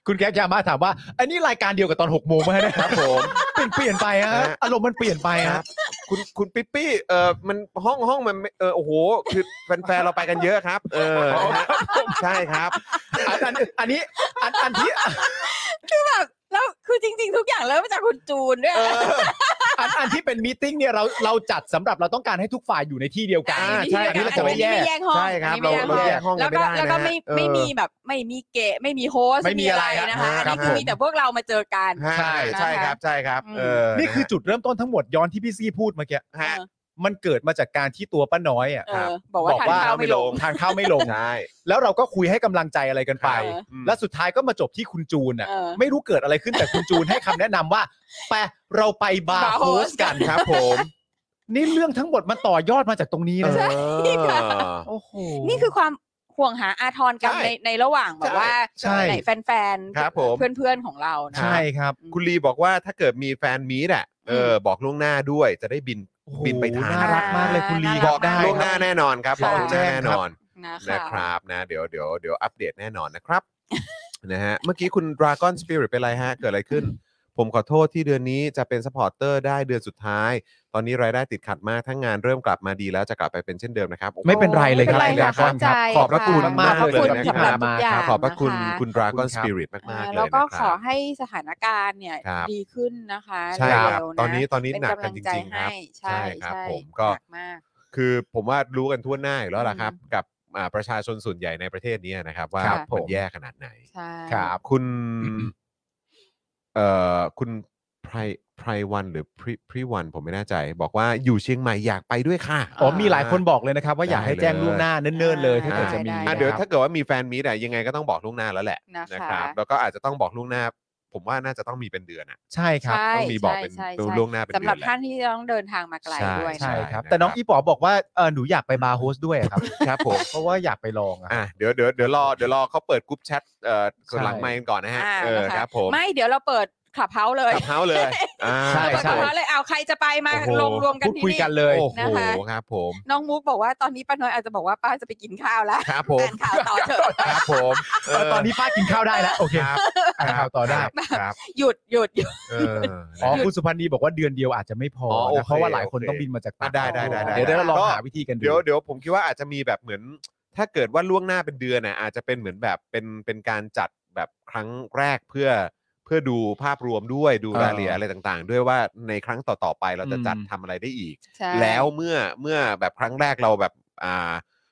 S2: คุณแก๊กยามาถามว่า อันนี้รายการเดียวกับตอน6กโมงไหม
S1: *laughs*
S2: เนี่ย
S1: ครับผม
S2: เปลี่ยนเปลี่ยนไปฮะ
S1: ฮะ
S2: อารมณ์มันเปลี่ยนไป
S1: ค
S2: ฮะ
S1: รับคุณคุณปิ๊ปปี้เออมันห้องห้องมันไม่เออโอ้โหคือแฟนๆเราไปกันเยอะครับ เออนะใช่ครับ
S2: อันอันอันนี้อันอันที่
S3: แบบแล้วคือจริง ๆ ทุกอย่างเริ่มมาจากคุณจูนด้วย
S1: เออ
S2: อันอันที่เป็นมีตติ้งเนี่ยเราเราจัดสำหรับเราต้องการให้ทุกฝ่ายอยู่ในที่เดียวกัน
S1: อ่า
S2: ใช่อันนี้เราจะไม่แยก
S3: แยกห้อง
S1: ใช่ครับ
S3: อันนี้
S1: เรา
S3: ไม่
S1: เราแยก
S3: แยก
S1: ห้อ
S3: ห้อง ง
S1: กันไม่
S3: แล้ว
S1: ได้นะ
S3: ก็แล้วก็ไม่
S1: เออ
S3: ไม่มีแบบไม่มีเกะไม่มีโฮสต์
S2: ไม่มีอะไร
S3: นะคะ
S1: อ่าครับ
S3: นี่คือมีแต่พวกเรามาเจอกัน
S1: ใช่ใช่ครับใช่ครับเออ
S2: นี่คือจุดเริ่มต้นทั้งหมดย้อนที่พี่ซี่พูดเมื่อกี้
S1: ฮะ
S2: มันเกิดมาจากการที่ตัวป้าน้อยอ่ะ
S3: เออบอกว่าทานข้าวไม่ลง
S2: ทานข้าวไม่ลง
S1: ใช่
S2: แล้วเราก็คุยให้กำลังใจอะไรกันไป
S3: เออ
S2: และสุดท้ายก็มาจบที่คุณจูนอ่ะ
S3: เออ
S2: ไม่รู้เกิดอะไรขึ้นแต่คุณจูนให้คำแนะนำว่าไปเราไปบาร์
S3: บาร์
S2: โฮ
S3: โฮ
S2: ส
S3: ส
S2: กัน
S1: ครับผม
S2: นี่เรื่องทั้งหมดมันต่อยอดมาจากตรงนี้นะ
S3: ค่ะ
S1: เออ
S2: โอ้โห
S3: นี่คือความห่วงหาอาทรกัน
S1: ใช่
S3: ในในระหว่างแบบว่า
S2: ใช่
S3: ไหนแฟน
S1: ครับผม
S3: เพื่อนๆของเรานะ
S2: ใช่ครับ
S1: คุณลีบอกว่าถ้าเกิดมีแฟนมีดอ่ะเอออบอกล่วงหน้าด้วยจะได้บิน
S2: โอ้โห
S1: บินไปทาน
S2: น่ารักมากเลยคุณลี
S3: น่า
S2: บ
S3: รั
S2: อก
S3: ก
S2: ได้
S3: มาก
S1: ล่วงห
S2: ค
S1: น้า
S2: รับ
S1: แน่นอนครับ
S3: ค่ะ
S1: บอกล่วงหน้าแน่นอน
S3: นะ
S1: นะคะ ครับนะเดี๋ยวเดี๋ยวเดี๋ยวอัปเดตแน่นอนนะครับ *laughs* นะฮะเมื่อกี้คุณ Dragon Spirit เป็นไรฮะ เกิดอะไรขึ้น ผมขอโทษที่เดือนนี้จะเป็นสปอร์เตอร์ได้เดือนสุดท้าย ตอนนี้รายได้ติดขัดมาก ทั้งงานเริ่มกลับมาดีแล้วจะกลับไปเป็นเช่นเดิมนะครับ
S2: ไม่เป็นไรเลยครับ
S3: ไม่เป็นไร
S2: คุณ
S3: ค่ะ
S1: ขอบพระคุณ
S3: เข้า
S1: มาก
S3: ใจขอบ
S1: เล
S3: คุ
S1: ย
S3: ณ
S1: นะ
S3: สำ
S1: ค
S3: หรั
S1: รั
S3: บบ ทุกอย่าง
S1: ขอบพระคุณ
S3: นะคะ
S1: คุณ Dragon Spirit
S3: เอ
S1: มากๆ
S3: อ
S1: เลย
S3: แล้ว
S1: นะค
S3: ก็
S1: รับ
S3: ขอให้สถานการณ์เนี่ย
S1: ครับ
S3: ดีขึ้นนะคะ
S1: ใช่ครับ
S3: เวๆะ
S1: ตอนนี้ตอนนี้
S3: เป็น
S1: หนักกั
S3: กำลั
S1: น
S3: ง
S1: จ
S3: ใจ
S1: ริงๆครับ
S3: ให้ใช่
S1: ใช่ครับ
S3: ใช่
S1: ผมก็
S3: หนัมาก
S1: คือผมว่ารู้กันทั่วหน้าอยู่แล้วล่ะครับ
S3: อืม
S1: กับอ่าประชาชนส่วนใหญ่ในประเทศนี้นะครับ ว่า
S3: ครับ
S1: มันแย่ขนาดไหน
S3: ใช่
S1: ครับคุณเอ่อคุณไพรไพรวันหรือพริพริวันผมไม่แน่ใจ บอกว่าอยู่เชียงใหม่อยากไปด้วยค่ะ
S2: อ๋อมีหลายคนบอกเลยนะครับ ว่าอยากให้แจ้งล่วงหน้าเนิ่นๆเลยถ้าเกิดจะมี
S1: อ่ะเดี๋ยวถ้าเกิดว่ามีแฟนมีดอะยังไงก็ต้องบอกล่วงหน้าแล้วแหละ
S3: นะ
S1: นะ
S3: คะ
S1: ครับ แล้วก็อาจจะต้องบอกล่วงหน้า ผมว่าน่าจะต้องมีเป็นเดือนอะ
S2: ใช่ครับ
S3: ใช่
S1: ต้องมีบอกเป็น
S3: ใช่
S1: ดู
S3: ใช่
S1: ล่วงหน้าเป็น
S3: สำ
S1: เดื
S3: หรั
S1: อบ นแหละ
S3: ท่านที่ต้องเดินทางมาไกลด้วย
S1: ใช่
S2: ใช่
S1: ค
S2: ค
S1: รั
S2: รับ บ แต่น้องอีป๋อบอกว่าเออหนูอยากไปบาร์โฮสด้วยอะครับ
S1: ครับผม
S2: เพราะว่าอยากไปลองอะ
S1: อ่ะเดี๋ยวเดี๋ยวเดี๋ยวรอเดี๋ยวรอเขาเปิดกรุ๊ปแชทเอ่อ
S2: ใช่
S1: หลังไมค์กันก่อนนะฮะ
S3: อ่า
S1: เออ
S3: นะคะ
S1: ครับผม
S3: ไม่เดี๋ยวเราเปิดขับเฮาส์เลย
S1: กับเฮาเลยอ่า
S2: ใช่
S3: เปิด
S2: ใช่
S3: ขับเฮาส์เลยเอาใครจะไปมา
S1: โอ้โห
S3: ลงรวมกัน
S2: พูด
S3: ที่
S2: คุย
S3: นี่
S2: กันเลย
S1: โอ้โห
S3: นะคะ
S1: ครับผม
S3: น้องมูฟบอกว่าตอนนี้ป้าน้อยอาจจะบอกว่าป้าจะไปกินข้าวแล้ว
S1: ครับผม
S3: อ่านข่าวต่อเถอะ
S1: ครับผมเ
S2: เออตอนนี้ป้ากินข้าวได้แล้ว โอเค
S1: ครับ
S2: อ่านข่าวต่อได้
S1: ครับ
S3: หยุดหยุดหยุด
S1: เออ
S2: อ๋อ
S1: นะ
S2: คุณสุพันธ์ดีบอกว่าเดือนเดียวอาจจะไม่พอ
S1: อโอเค
S2: นะเพราะว่าหลายคน
S1: โอเค
S2: ต้องบินมาจากต่าง
S1: ได้ได้ได้ได้
S2: เดี๋ยว
S3: ได้
S2: เราลอง
S1: ก็
S2: หาวิธีกันดู
S1: เดี๋ยวเดี๋ยวผมคิดว่าอาจจะมีแบบเหมือน ถ้าเกิดว่าล่วงหน้าเป็นเดือนน่ะอาจจะเป็นเหมือนแบบเป็นเป็นการจัดแบบครั้งแรกเพื่อเพื่อดูภาพรวมด้วยดู
S2: เออ
S1: รายละเอียดอะไรต่างๆ ด้วยว่าในครั้งต่อๆไปเราจะ
S2: อืม
S1: จัดทำอะไรได้อีก
S3: ใช่
S1: แล้วเมื่อเมื่อแบบครั้งแรกเราแบบอ่า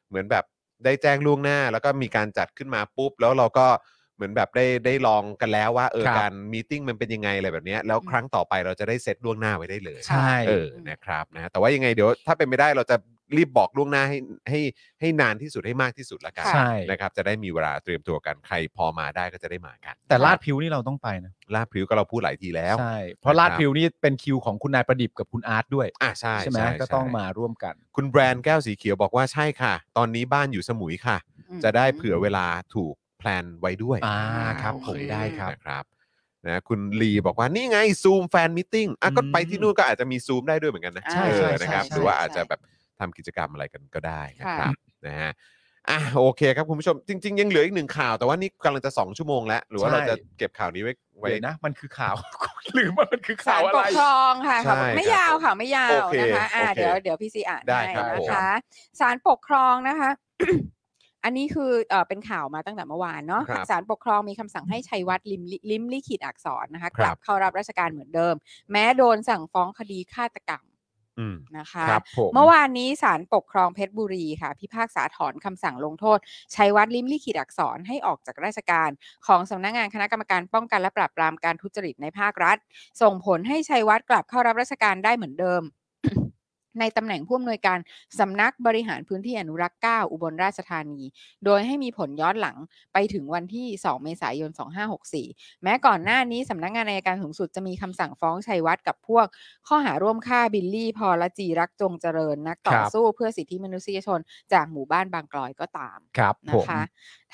S1: เหมือนแบบได้แจ้งล่วงหน้า แล้วก็มีการจัดขึ้นมาปุ๊บ แล้วเราก็เหมือนแบบได้ได้ลองกันแล้วว่าเออ
S2: ครับ
S1: การมีติ้งมันเป็นยังไงอะไรแบบเนี้ยแล้วครั้งต่อไปเราจะได้เซตล่วงหน้าไว้ได้เลย
S2: ใช่
S1: เออ นะครับ นะ แต่ว่ายังไงเดี๋ยวถ้าเป็นไม่ได้เราจะรีบบอกล่วงหน้าให้ให้ให้นานที่สุดให้มากที่สุดละกัน
S2: ใช่
S1: นะครับ จะได้มีเวลาเตรียมตัวกัน ใครพอมาได้ก็จะได้มากัน
S2: แต่ลาดพริ้วนี่เราต้องไปนะ
S1: ลาดพริ้วก็เราพูดหลายทีแล้ว
S2: ใช่ เพราะลาดพริ้วนี่เป็นคิวของคุณนายประดิษฐ์กับคุณอาร์ตด้วย
S1: อ่ะใช่
S2: ใช่ไหมก็ต้องมาร่วมกัน
S1: คุณแบรนด์แก้วสีเขียวบอกว่าใช่ค่ะ ตอนนี้บ้านอยู่สมุยค่ะ
S3: อืม
S1: จะได้เผื่อเวลาถูกแพลนไว้ด้วย
S2: อ่าครับ
S1: โอเ
S2: ผมได้ครับ
S1: นะครับ นะ คุณลีบอกว่านี่ไงซูมแฟนมิทติ้งอ่ะก็
S2: อืม
S1: ไปที่นู่นก็อาจจะมีซูมได้ด้วยเหมือนกันนะ
S3: ใช่
S1: เออ
S2: ใช่
S1: นะครับ
S2: ใช่
S1: หรือว่าอาจ
S3: ใช่
S1: จะแบบทำกิจกรรมอะไรกันก็ได้นะครับ นะฮะ อ่ะโอเคครับคุณผู้ชม จริง ๆ ยังเหลืออีกหนึ่งข่าวแต่ว่านี่กำลังจะสองชั่วโมงแล้ว หรือว่า
S2: ใช่
S1: เราจะเก็บข่าวนี้ไว้ไว้
S2: เดี๋ยวนะ มันคือข่าว *laughs* ลืมว่ามันคือข่าวอะ
S3: ป
S2: ไร
S3: กครองค่ะ
S1: ใช่
S3: ค่ะไม่ยาวค่ะไม่ยาว
S1: โอเค
S3: นะคะอ่า
S1: โอเค
S3: เดี๋ยวเดี๋ยวพี่ซีอ่าน
S1: ได้
S3: ให้
S1: ครับ
S3: นะ
S1: ผม
S3: คะศาลปกครองนะคะ *coughs* อันนี้คือเอ่อเป็นข่าวมาตั้งแต่เมื่อวานเนาะ
S1: ครับ
S3: ศาลปกครองมีคำสั่งให้ชัยวัฒน์ลิมลิลิมลิขิตอักษรนะคะ
S1: ค
S3: ก
S1: รับ
S3: ลับเข้ารับราชการเหมือนเดิม แม้โดนสั่งฟ้องคดีฆาตกรรม
S1: อืม
S3: นะคะ
S1: ครับผม
S3: เมื่อวานนี้ศาลปกครองเพชรบุรีค่ะ พิพากษาถอนคำสั่งลงโทษ ชัยวัฒน์ลิมลิขิตอักษรให้ออกจากราชการ ของสำนักงานคณะกรรมการป้องกันและปราบปรามการทุจริตในภาครัฐ ส่งผลให้ชัยวัฒน์กลับเข้ารับราชการได้เหมือนเดิม ในตำแหน่งผู้อำนวยการสำนักบริหารพื้นที่อนุรักษ์ 9 อุบลราชธานี โดยให้มีผลย้อนหลังไปถึงวันที่ 2 เมษายน 2564 แม้ก่อนหน้านี้สำนักงานอัยการสูงสุดจะมีคำสั่งฟ้องชัยวัฒน์กับพวก ข้อหาร่วมฆ่าบิลลี่ พอลจีรักจงเจริญนัก
S2: ค
S3: ต่อ
S2: รับ
S3: สู้เพื่อสิทธิมนุษยชน จากหมู่บ้านบางกลอยก็ตาม
S2: ครับผ
S3: นะ
S2: ม
S3: คะ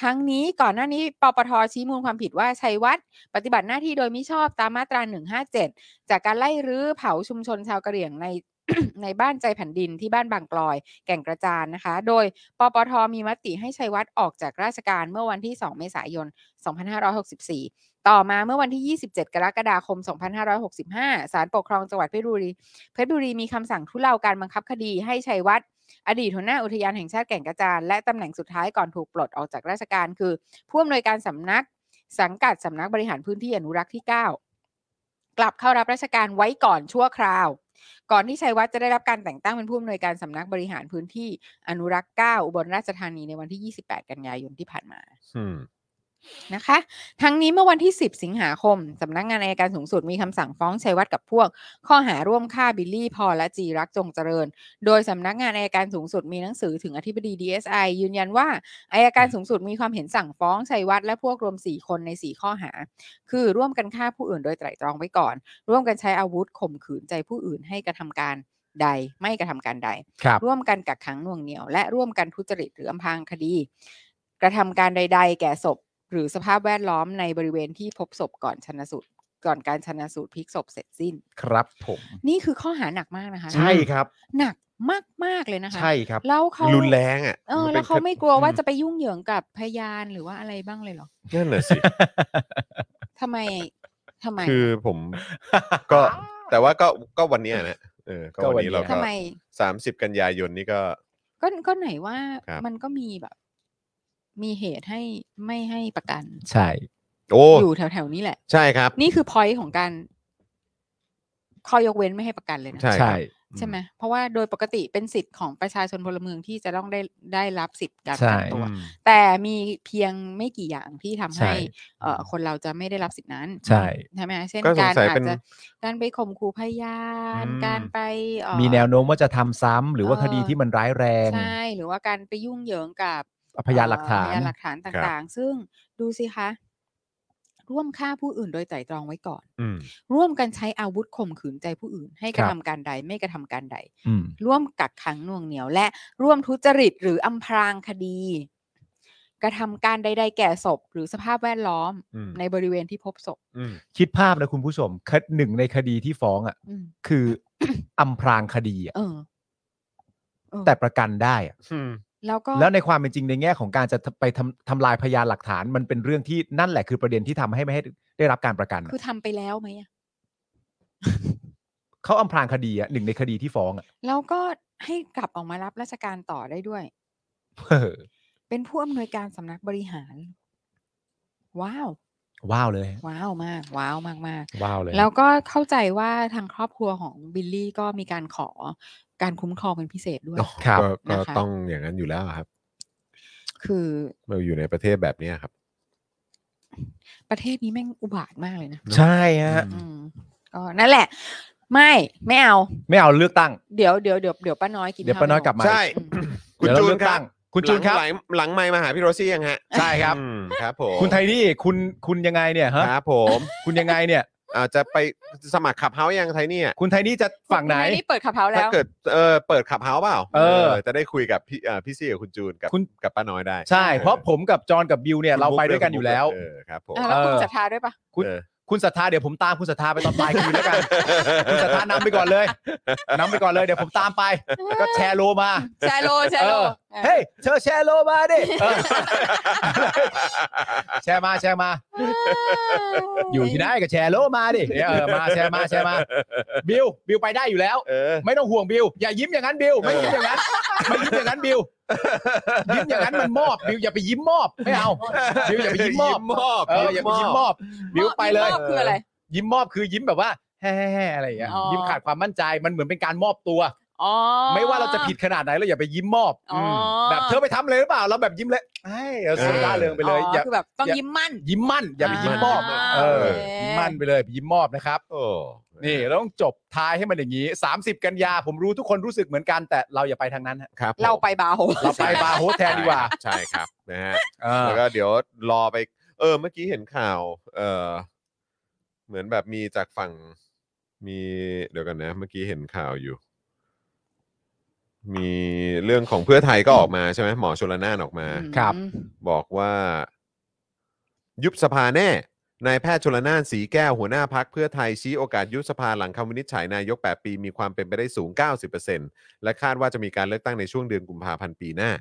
S3: ทั้งนี้ก่อนหน้านี้ปปทชี้มูลความผิดว่าชัยวัฒน์ปฏิบัติหน้าที่โดยมิชอบตามมาตรา *coughs* 157 จากการไล่รื้อเผาชุมชนชาวกะเหรี่ยงใน ในบ้านใจแผ่นดินที่บ้านบางกลอย แก่งกระจานนะคะ โดยปปทมีมติให้ชัยวัฒน์ออกจากราชการเมื่อวันที่ 2 เมษายน 2564 ต่อมาเมื่อวันที่ 27 กรกฎาคม 2565 ศาลปกครองจังหวัดเพชรบุรี เพชรบุรีมีคำสั่งทุเลาการบังคับคดีให้ชัยวัฒน์อดีตหัวหน้าอุทยานแห่งชาติแก่งกระจานและตำแหน่งสุดท้ายก่อนถูกปลดออกจากราชการคือ ผู้อำนวยการสำนักสังกัดสำนักบริหารพื้นที่อนุรักษ์ที่ 9 กลับเข้ารับราชการไว้ก่อนชั่วคราว ก่อนที่ชัยวัฒน์จะได้รับการแต่งตั้งเป็นผู้อำนวยการสำนักบริหารพื้นที่อนุรักษ์ 9 อุบลราชธานีในวันที่ 28 กันยายนที่ผ่านมา
S1: อืม
S3: นะคะ ทั้งนี้เมื่อวันที่ 10 สิงหาคม สำนักงานอายการสูงสุดมีคำสั่งฟ้องชัยวัฒน์กับพวก ข้อหาร่วมฆ่าบิลลี่ พอลและจีรักจงเจริญ โดยสำนักงานอายการสูงสุดมีหนังสือถึงอธิบดี DSI ยืนยันว่าอายการสูงสุดมีความเห็นสั่งฟ้องชัยวัฒน์และพวกรวม 4 คนใน 4 ข้อหา คือร่วมกันฆ่าผู้อื่นโดยไตร่ตรองไว้ก่อน ร่วมกันใช้อาวุธข่มขืนใจผู้อื่นให้กระทำการใด ไม่กระทำการใด
S2: ครับ
S3: ร่วมกันกักขังหน่วงเหนี่ยว และร่วมกันทุจริตหรืออำพรางคดี กระทำการใด ๆ แก่ศพ หรือสภาพแวดล้อมในบริเวณที่พบศพก่อนชนสูตรก่อนการชนสูตรพลิกศพเสร็จสิ้น
S2: ครับผม
S3: นี่คือข้อหาหนักมากนะคะ
S2: ใช่ครับ
S3: หนักมากๆเลยนะคะ
S2: ใช่ครับ
S3: แล้วเขา
S1: รุนแรงอ่ะ
S3: เออน
S1: ป็
S3: แล้
S1: น
S3: วเขาไม่กลัวว่า
S2: อืม
S3: จะไปยุ่งเหยิงกับพยานหรือว่าอะไรบ้างเลยเหรอ
S1: นั่นแหละสิ
S3: ทำไมทำไม
S1: คือผม
S3: *laughs*
S1: ก็แต่ว่าก็ก็วันเนี้ยนะเออก็วันนี้เรา
S2: ก็
S3: ทำ
S1: ก็
S3: ไม
S1: สามสิบกันยายนนี่ก็
S3: ก็ก็ไหนว่า
S1: ครับ
S3: มันก็มีแบบ มีเหตุให้ไม่ให้ประกัน
S2: ใช่
S1: โอ้
S3: อยู่แถวๆนี้แหละ
S1: ใช่ครับ
S3: นี่คือพอยต์ของการข้อยกเว้นไม่ให้ประกันเลยนะ
S1: ใช่
S2: ใช่
S3: ใช่ไหมเพราะว่าโดยปกติเป็นสิทธิ์ของประชาชนพลเมืองที่จะต้องได้ได้รับสิทธิ์การประ
S2: ใช่
S3: กันตัว แต่มีเพียงไม่กี่อย่างที่ทำ
S2: ใช่
S3: ให้เอ่อคนเราจะไม่ได้รับสิทธินั้น
S2: ใช่
S3: ใช่ไหมเช่น
S1: ก็สง
S3: การ
S1: สัย
S3: อา
S1: เป็
S3: จ
S1: น
S3: จะการไปข่มขู่พยาน
S1: อืม
S3: การไปเอ่อ
S2: มีแนวโน้มว่าจะทำซ้ำหรือว่า
S3: เอ่อ
S2: คดีที่มันร้ายแรง
S3: ใช่หรือว่าการไปยุ่งเหยิงกับ
S2: พยานหลักฐา
S3: เอ่อน พยานหลักฐานต่างๆ ซึ่งดูสิคะ ร่วมฆ่าผู้อื่นโดยไตร่ตรองไว้ก่อน
S1: อืม
S3: ร่วมกันใช้อาวุธข่มขืนใจผู้อื่น ให้ก
S2: ครั
S3: ระ
S2: บ
S3: ทำการใด ไม่กระทำการใด
S2: อืม
S3: ร่วมกักขังหน่วงเหนียว และร่วมทุจริตหรืออำพรางคดี กระทำการใด ๆ แก่ศพ หรือสภาพแวดล้อม
S1: อืม
S3: ในบริเวณที่พบศพ
S1: อืม
S2: คิดภาพนะคุณผู้ชมคดหนึ่งในคดีที่ฟ้องอ่ะ
S3: อืม
S2: คือ
S3: *coughs*
S2: อำพรางคดีอ่ะ
S3: เออเออ
S2: แต่ประกันได้อะ
S3: แล้วก็
S2: แล้วในความเป็นจริงในแง่ของการจะไปทำทำลายพยานหลักฐาน มันเป็นเรื่องที่นั่นแหละคือประเด็นที่ทำให้ไม่ให้ได้รับการประกันอะ
S3: คือทำไปแล้วไหมอะ
S2: เขาอำพรางคดีอ่ะหนึ่งในคดีที่ฟ้องอ่ะ
S3: แล้วก็ให้กลับออกมารับราชการต่อได้ด้วย
S2: เออ
S3: เป็นผู้อำนวยการสำนักบริหาร ว้าว
S2: ว้าวเลย
S3: ว้าวมาก ว้าวมากมาก
S2: ว้าวเลย
S3: แล้วก็เข้าใจว่าทางครอบครัวของบิลลี่ก็มีการขอการคุ้มครองเป็นพิเศษด้วย
S2: ครับ
S1: ก็ก็
S3: นะคะ
S1: ต้องอย่างนั้นอยู่แล้วอะครับ
S3: คือ
S1: เราอยู่ในประเทศแบบเนี้ยครับ
S3: ประเทศนี้แม่งอุบาทมากเลยนะ
S2: ใช่ฮะ
S3: อืมก็นั่นแหละ ไม่ไม่เอา
S2: ไม่เอาเลือกตั้ง
S3: เดี๋ยวเดี๋ยวเดี๋ยวเดี๋ยวป้าน้อยกิน
S2: เดี๋ยว
S3: ข้
S2: ป้าน้อย
S3: ไม่
S2: กลับมา
S1: ใช่
S3: อืม
S1: คุณ
S2: เดี๋ยวเรา
S1: จูน
S2: เลือก
S1: ครั
S2: ตั้
S1: บ
S2: งคุณจูนครับ
S1: หลังหลังไมค์มาหาพี่โรซี่ยังฮะ
S2: ใช่ครับ
S1: อืมครับผม
S2: คุณไทนี่คุณคุณยังไงเนี่ยฮะ
S1: ครับผม
S2: คุณยังไงเนี่ย
S1: อาจจะไปสมัครขับเฮายังไทยเนี่ย
S2: คุณไทนี่จะฝั่งไหน
S3: คุณม่ด้เปิดขับเฮาส์แล้
S1: ถ้าว เกิดเออเปิดขับเฮาเปล่า
S2: เออ
S1: จะได้คุยกับพี่เอ่อพี่ซี่กับคุณจูนกับ
S2: คุณ
S1: กับป้าน้อยได้
S2: ใช่ เพราะผมกับจอห์นกับบิวเนี่ย
S1: คุณ
S2: เรา
S1: มุ
S2: ไปด้วยกันอยู่แล้ว
S1: เออครับผม
S3: อ่ะแล้วคุณ
S2: เออ
S3: ศรัทธาด้วยปะ
S2: คุณ
S1: เออ
S2: คุณศรัทธาเดี๋ยวผมตามคุณศรัทธาไปตอนปลายคืน
S1: *laughs*
S2: แล้วกัน คุณศรัทธานำไปก่อนเลยนำไปก่อนเลยเดี๋ยวผมตามไป ก็แชร์โลมา
S3: แช
S2: *laughs*
S3: ร์โลแชร์โล
S2: เออ
S3: อ่ะ
S2: เฮ้ยเธอแชร์โลมาดิเออแชร์มาแชร์มา อยู่ที่ไหนก็แชร์โลมาดิเดี๋ยวเออมาแชร์มาแชร์มา บิวบิวไปได้อยู่แล้ว
S1: เออ
S2: ไม่ต้องห่วงบิวอย่ายิ้มอย่างนั้นบิวไม่ยิ้มอย่างนั้นไม่ยิ้มอย่างนั้นบิวยิ้มอย่างนั้นมันมอบบิวอย่าไปยิ้มมอบไม่เอาบิวอย่าไปยิ้มมอบ
S1: ยิ้มมอบ
S2: เอออย่าไปยิ้มมอบบิวไปเลย
S3: มอบคืออะไร
S2: ยิ้มมอบคือยิ้มแบบว่าแฮ่ๆอะไรอย่างเงี้ย
S3: อ๋อ
S2: ยิ้มขาดความมั่นใจมันเหมือนเป็นการมอบตัว
S3: อ๋อ
S2: ไม่ว่าเราจะผิดขนาดไหนเราอย่าไปยิ้มมอบ
S3: อ๋ออื
S2: มแบบเธอไปทำเลยหรือเปล่าเราแบบยิ้มเลยไอ้ยเราสดร่าเริงไปเลย
S3: อ๋อ
S2: อย่า
S3: คือแบบต้องยิ้มมั่น
S2: ยิ้มมั่น อย่าไปยิ้มมอบ
S3: อ่า
S2: เออ
S3: โอเค
S2: ยิ้มมั่นไปเลยยิ้มมอบนะครับ
S1: โอ้
S2: นี่เราต้องจบท้ายให้มันอย่างนี้ 30 กันยาผมรู้ทุกคนรู้สึกเหมือนกันแต่เราอย่าไปทางนั้นฮะ
S1: ครับผม
S3: เราไปบาร์โฮส
S2: เราไปบาร์โฮสแทนดีกว่า
S1: ใช่ครับนะฮะ
S2: เออ
S1: แล้วก็เดี๋ยวรอไป เออ เมื่อกี้เห็นข่าว เออเหมือนแบบมีจากฝั่ง มี เดี๋ยวกันนะ เมื่อกี้เห็นข่าวอยู่ มีเรื่องของเพื่อไทยก็ออกมาใช่ไหมหมอชลนานออกมา
S3: อืม
S2: ครับ
S1: บอกว่า ยุบสภาแน่ นายแพทย์ชลนานสีแก้วหัวหน้าพักเพื่อไทยชี้โอกาสยุบสภาหลังคำวินิจฉัยนายก 8 ปีมีความเป็นไปได้สูง 90%และคาดว่าจะมีการเลือกตั้งในช่วงเดือนกุมภาพันธ์ปีหน้า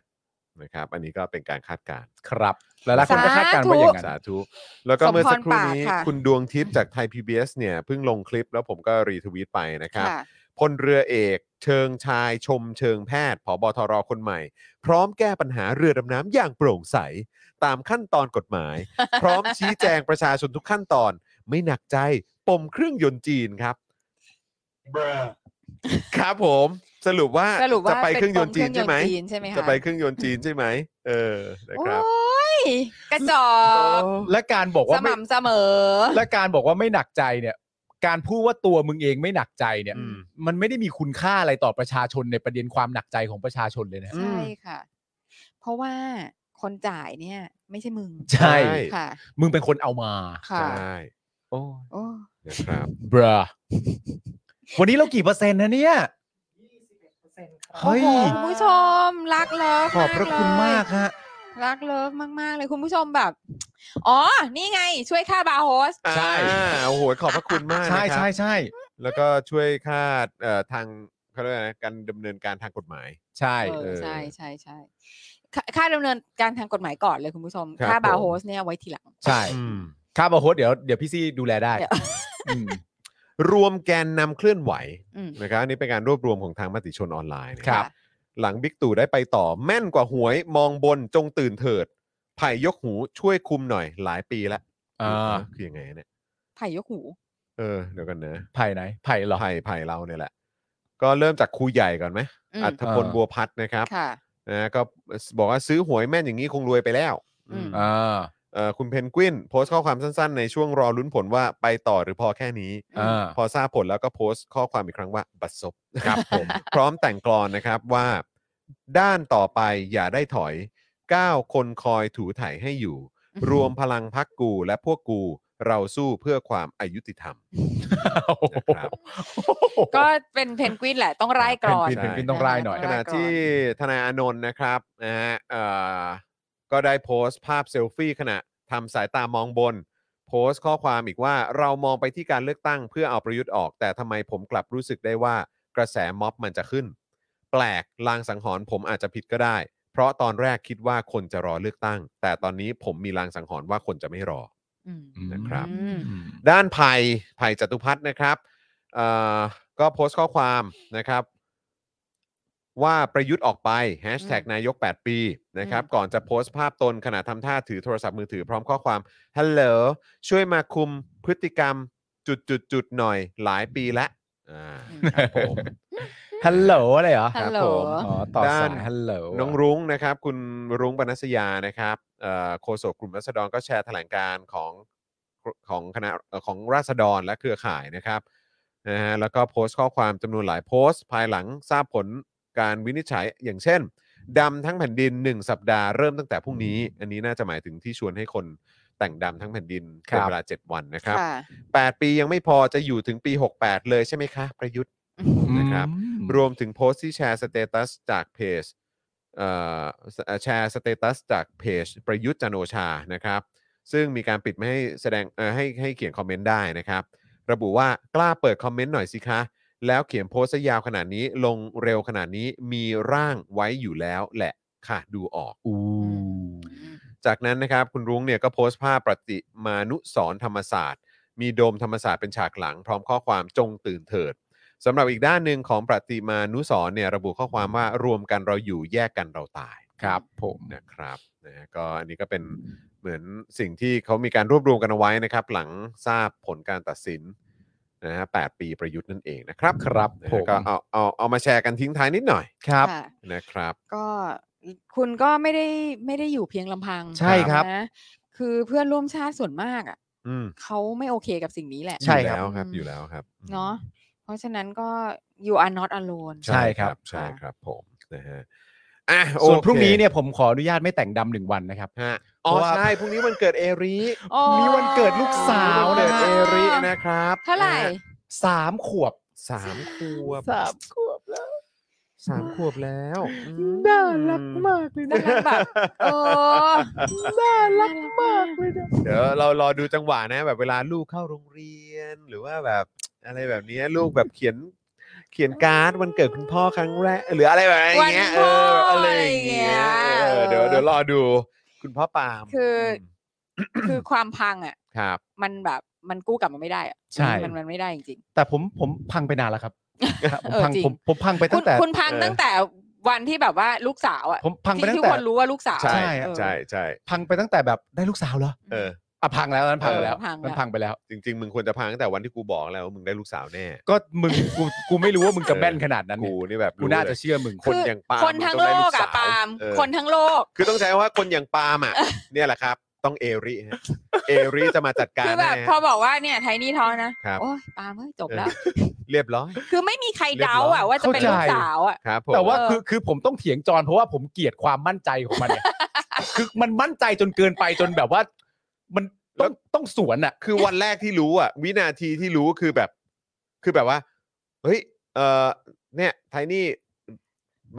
S1: นะครับอันนี้ก็เป็นการคาดการณ์
S2: ครับหลายๆคนก็คาดการณ์ว่าอย่างนั้น
S1: สาธุ แล้วก็
S3: สมพร
S1: เมื่อสักครู่นี้
S3: ปากค่ะ
S1: คุณดวงทิพย์จากไทย PBS เนี่ยเพิ่งลงคลิปแล้วผมก็รีทวีตไปนะครับ
S3: ค่ะ
S1: พลเรือเอกเชิงชายชมเชิงแพทย์ผบทรคนใหม่ พร้อมแก้ปัญหาเรือดำน้ำอย่างโปร่งใส ตามขั้นตอนกฎหมาย
S3: *laughs*
S1: พร้อมชี้แจงประชาชนทุกขั้นตอน ไม่หนักใจปมเครื่องยนต์จีนครับ ครับผมสรุปว่า
S3: สรุปว่า
S1: จะไปเครื่องยนต์จีนใช่ไหม
S3: เป็นปมเครื่องยนต์จีนใช่ไหมคะ
S1: จะไปเครื่องยนต์จีนใช่ไหมเออนะ
S3: โอ
S1: ครับ
S3: ้ยกระจอก
S2: และการบอกว่า
S3: ส
S2: ไม่
S3: ม่ำเสมอ
S2: และการบอกว่าไม่หนักใจเนี่ย การพูดว่าตัวมึงเองไม่หนักใจเนี่ย
S1: อืม
S2: มันไม่ได้มีคุณค่าอะไรต่อประชาชนในประเด็นความหนักใจของประชาชนเลยนะ
S3: ใช่ค่ะ เพราะว่าคนจ่ายเนี่ย ไม่ใช่มึง
S2: ใช่
S3: ค่ะ
S2: มึงเป็นคนเอามา
S3: ค่ะ
S1: ใช่
S2: โอ้
S3: โอ้
S1: นะครับ
S2: บราวันนี้เรากี่เปอร์เซ็นต์นะเนี่ยเฮ้ย
S3: โอ้โหคุณผู้ชมรักเลิฟ
S2: ขอบพระคุณมาก
S3: เลย
S2: ฮะ
S3: รักเลิฟมาก ๆ เลยคุณผู้ชมแบบ อ๋อ นี่ไง ช่วยค่าบาร์โฮส
S2: ใช่
S1: อ่าโอ้โห ขอบพระคุณมาก
S2: ใช่
S1: นะครับ
S2: ใช่ใช่
S1: แล้วก็ช่วยค่าเอ่อทางเขาเรียกว่าอะไรนะการดำเนินการทางกฎหมาย
S2: ใช่
S3: เอ
S1: เอ
S3: อ
S1: อ
S3: ใช่ใช่ใช่ค่าค่าดำเนินการทางกฎหมายก่อนเลยคุณผู้ชม
S1: ครับ
S3: ค่าบา
S1: ผ
S3: ร์
S1: ม
S3: โฮสเนี่ยไว้ทีหลัง
S2: ใช่
S1: อืม
S2: ค่าบาร์โฮสเดี๋ยวเดี๋ยวพี่ซี่ดูแลได้
S3: เดี๋ยว
S2: อืม
S1: รวมแกนนำเคลื่อนไหว
S3: อืม
S1: นะครับอันนี้เป็นการรวบรวมของทางมติชนออนไลน์นะ
S2: ครั
S3: ค่ะ
S2: บ
S1: หลังบิ๊กตู่ได้ไปต่อแม่นกว่าหวยมองบนจงตื่นเถิดไผ่ยกหูช่วยคุมหน่อยหลายปีละ
S2: อ่า
S1: คือยังไงเนี่ย
S3: ไผ่ยกหู
S1: เออเดี๋ยวกันนะ
S2: ไผ่ไหนไผ่เหรอ
S1: ไผ่ไผ่เราเนี่ยแหละ ก็เริ่มจากครูใหญ่ก่อนไหม
S3: อืม
S1: อัธพล
S2: เออ
S1: บัวพัฒน์นะครับ
S3: ค่ะ
S1: นะก็บอกว่าซื้อหวยแม่นอย่างนี้คงรวยไปแล้ว
S3: อืม
S2: อ่า
S1: เอ่อคุณเพนกวินโพสต์ข้อความสั้นๆ ในช่วงรอลุ้นผลว่าไปต่อหรือพอแค่นี้
S2: อ่า
S1: พอทราบผลแล้วก็โพสต์ข้อความอีกครั้งว่า บัดซบ
S2: ครับผม
S1: พร้อมแต่งกลอนนะครับว่า ด้านต่อไปอย่าได้ถอยก้าวคนคอยถูไถ่ให้อยู่ รวมพลังพักกูและพวกกูเราสู้เพื่อความอายุติธรรม นะครับ
S3: ก็เป็นเพนกวินแหละต้องไล่กรอน
S2: เพนกวินเพนกวินต้องไล่หน่อย
S1: ขณะที่ทนายอานนท์นะครับนะฮะเอ่อก็ได้โพสต์ภาพเซลฟี่ขณะทำสายตามองบน โพสต์ข้อความอีกว่าเรามองไปที่การเลือกตั้งเพื่อเอาประยุทธ์ออก แต่ทำไมผมกลับรู้สึกได้ว่ากระแสม็อบมันจะขึ้น แปลกลางสังหรณ์ผมอาจจะผิดก็ได้ เพราะตอนแรกคิดว่าคนจะรอเลือกตั้ง แต่ตอนนี้ผมมีลางสังหรณ์ว่าคนจะไม่รอ
S3: อืม
S1: นะครับ
S3: อืม
S1: ด้านไผ่ไผ่จตุพัฒน์นะครับเอ่อก็โพสต์ข้อความนะครับ ว่าประยุทธ์ออกไปแฮชแท็กนายก 8 ปีนะครับ ก่อนจะโพสต์ภาพตนขณะทำท่าถือโทรศัพท์มือถือพร้อมข้อความฮัลโหลช่วยมาคุมพฤติกรรมจุดจุดจุดๆๆหน่อยหลายปีละอ่าครับผม
S2: ฮัลโหลอะไรเหรอ
S3: ฮัลโห
S1: ครับ
S3: ล
S1: ผม
S2: อ๋อต่อสาย
S1: ด้าน
S2: ฮัลโหล
S1: น้องรุ้งนะครับ คุณรุ้งปนัสยานะครับเอ่อโฆษกกลุ่มรัษฎรก็แชร์แถลงการณ์ของของคณะเอ่อของราษฎรและเครือข่ายนะครับนะฮะแล้วก็โพสต์ข้อความจำนวนหลายโพสต์ ภายหลังทราบผลการวินิจฉัยอย่างเช่นดำทั้งแผ่นดิน 1 สัปดาห์เริ่มตั้งแต่พรุ่งนี้ อันนี้น่าจะหมายถึงที่ชวนให้คนแต่งดำทั้งแผ่นดินเป็น
S2: ครับ
S1: เวลา 7 วันนะครับ
S3: ค่ะ
S1: 8 ปียังไม่พอจะอยู่ถึงปี 68 เลยใช่ไหมคะ ประยุทธ์ นะครับ
S2: อืม
S1: รวมถึงโพสต์ที่แชร์สเตตัสจากเพจเอ่อสเอ่อแชร์สเตตัสจากเพจประยุทธ์จันทร์โอชานะครับ ซึ่งมีการปิดไม่ให้แสดงเอ่อให้ให้เขียนคอมเมนต์ได้นะครับ ระบุว่ากล้าเปิดคอมเมนต์หน่อยสิคะ แล้วเขียนโพสต์ซะยาวขนาดนี้ลงเร็วขนาดนี้มีร่างไว้อยู่แล้วแหละค่ะดูออก จากนั้นนะครับคุณรุ้งเนี่ยก็โพสต์ภาพปฏิมานุสรณ์ธรรมศาสตร์ มีโดมธรรมศาสตร์เป็นฉากหลัง พร้อมข้อความจงตื่นเถิดสำหรับอีกด้านหนึ่งของปฏิมานุสรณ์เนี่ยระบุข้อความว่ารวมกันเราอยู่แยกกันเราตาย
S2: ครับผม
S1: นะครับนะฮะก็อันนี้ก็เป็นเหมือนสิ่งที่เขามีการรวบรวมกันเอาไว้นะครับ หลังทราบผลการตัดสินนะฮะแปดปีประยุทธ์นั่นเองนะครับ
S2: ครับ
S1: นะฮะ
S2: ผม
S1: ก็เอาเอาเอามาแชร์กันทิ้งท้ายนิดหน่อย
S2: ครับ
S3: ค่ะ
S1: นะครับ
S3: ก็คุณก็ไม่ได้ไม่ได้อยู่เพียงลำพัง
S2: ใช่ครับ
S3: นะคือเพื่อนร่วมชาติส่วนมากอ่ะ
S1: อืม
S3: เขาไม่โอเคกับสิ่งนี้แหละ
S2: ใช่
S1: อยู่
S2: ครับ
S1: แล้วครับอยู่แล้วครับ
S3: เนาะเพราะฉะนั้นก็ you are not alone
S2: ใช่ครับ
S1: ใช่
S3: ค่ะ
S1: ครับผมนะฮะอ่ะ
S2: ส่วน
S1: โอค
S2: พรุ่งนี้เนี่ยผมขออนุญาตไม่แต่งดำหนึ่งวันนะครับ
S1: ฮะอ๋อ
S2: เพราะว่า
S1: ใช่พรุ่งนี้วันเกิดเอริ
S3: โอ้
S2: มีวันเกิดลูกสาว
S1: วัน
S2: นะ
S1: เกิด
S2: ฮะ
S1: เอรินะครับ
S3: เท่าไหร่
S1: นะฮะ
S2: สามขวบ
S1: สามขวบ
S4: สามขวบแล้ว
S1: สามขวบแล้ว
S7: น่ารักมากเลย
S3: น่า
S7: นะ
S3: รักแบบเออ
S7: น่ารักมากเลยนะ
S1: เดี๋ยวเรารอดูจังหวะนะ แบบเวลาลูกเข้าโรงเรียน หรือว่าแบบอะไรแบบเนี้ยลูกแบบเขียนเขียนการ์ดวันเกิดคุณพ่อครั้งแรกหรืออะไรแบบอย่างเงี้ย
S3: วันพ่อ
S1: เอออะไรอย่างเงี้ย
S3: อะไรอย่างเงี้ย
S1: เออเดี๋ยวเดี๋ยวรอดูคุณพ่อปาล์ม
S3: คือคือความพังอ่ะ
S1: ครับ
S3: มันแบบมันกู้กลับมาไม่ได้อะ
S2: ใช่
S3: มันมันไม่ได้จริง
S2: แต่ผมผมพังไปนานแล้วครับผม
S3: เออ
S2: พัง
S3: จริง
S2: ผมผมพังไป
S3: ๆคุ
S2: ตั้
S3: ณ
S2: งแต่
S3: คุณพัง
S1: เออ
S3: ตั้งแต่วันที่แบบว่าลูกสาวอ่ะ
S2: ผมพังไปตั้
S3: ที่
S2: ง
S3: ทุก
S2: แต่
S3: คนรู้ว่าลูกสาว
S1: ใช่
S3: เออ
S1: ใช่ใช่
S2: พังไปตั้งแต่แบบได้ลูกสาวเหรอ
S1: เออ
S2: อ่ะพังแล้วนั้นพังไปแล้ว
S3: เออพังแล้ว
S2: นั้นพังไปแล้ว
S1: จริง ๆ มึงควรจะพังตั้งแต่วันที่กูบอกแล้วว่ามึงได้ลูกสาวแน่
S2: ก็มึงกูกูไม่รู้ว่ามึงจะแม่นขนาดนั้น
S1: กู
S2: เนี่ย
S1: นี่แบบ
S2: กู
S1: รู้
S2: น่า
S1: เล
S2: จะ
S1: ย
S2: เชื่อมึง
S1: คน
S3: อ
S1: อย่างปาล์ม
S3: คนทั้งโลก
S1: มันต้องได้ลูก
S3: อ่ะ
S1: สาว
S3: ปาล์ม
S1: เออ
S3: คนทั้งโลก
S1: คือต้องใช้ว่าคนอย่างปาล์มอ่ะ เนี่ยแหละครับ ต้องเอริฮะเอริจะมาจัดการ
S3: คือแบบ
S1: ให้
S3: พอ
S1: ฮะ
S3: บอกว่าเนี่ยไทนี่ท้องนะครับ โอ้ยปาล์มเอ้ยจบแล้ว
S1: เรียบร้อย
S3: คือไม่มีใครเดาอ่ะว่าจะเป็นลูก
S2: เข้าใจ
S3: สาวอ่ะ
S1: ครับผม
S2: แต่ว่า
S3: เออ
S2: คือคือผมต้องเถียงจอนเพราะว่าผมเกลียดความมั่นใจของ *laughs* มันเนี่ย คือมันมั่นใจจนเกินไปจนแบบว่า มันต้องต้องสวนอ่ะ
S1: คือวันแรกที่รู้อ่ะ วินาทีที่รู้คือแบบ คือแบบว่า เฮ้ย เออเนี่ย ไทนี่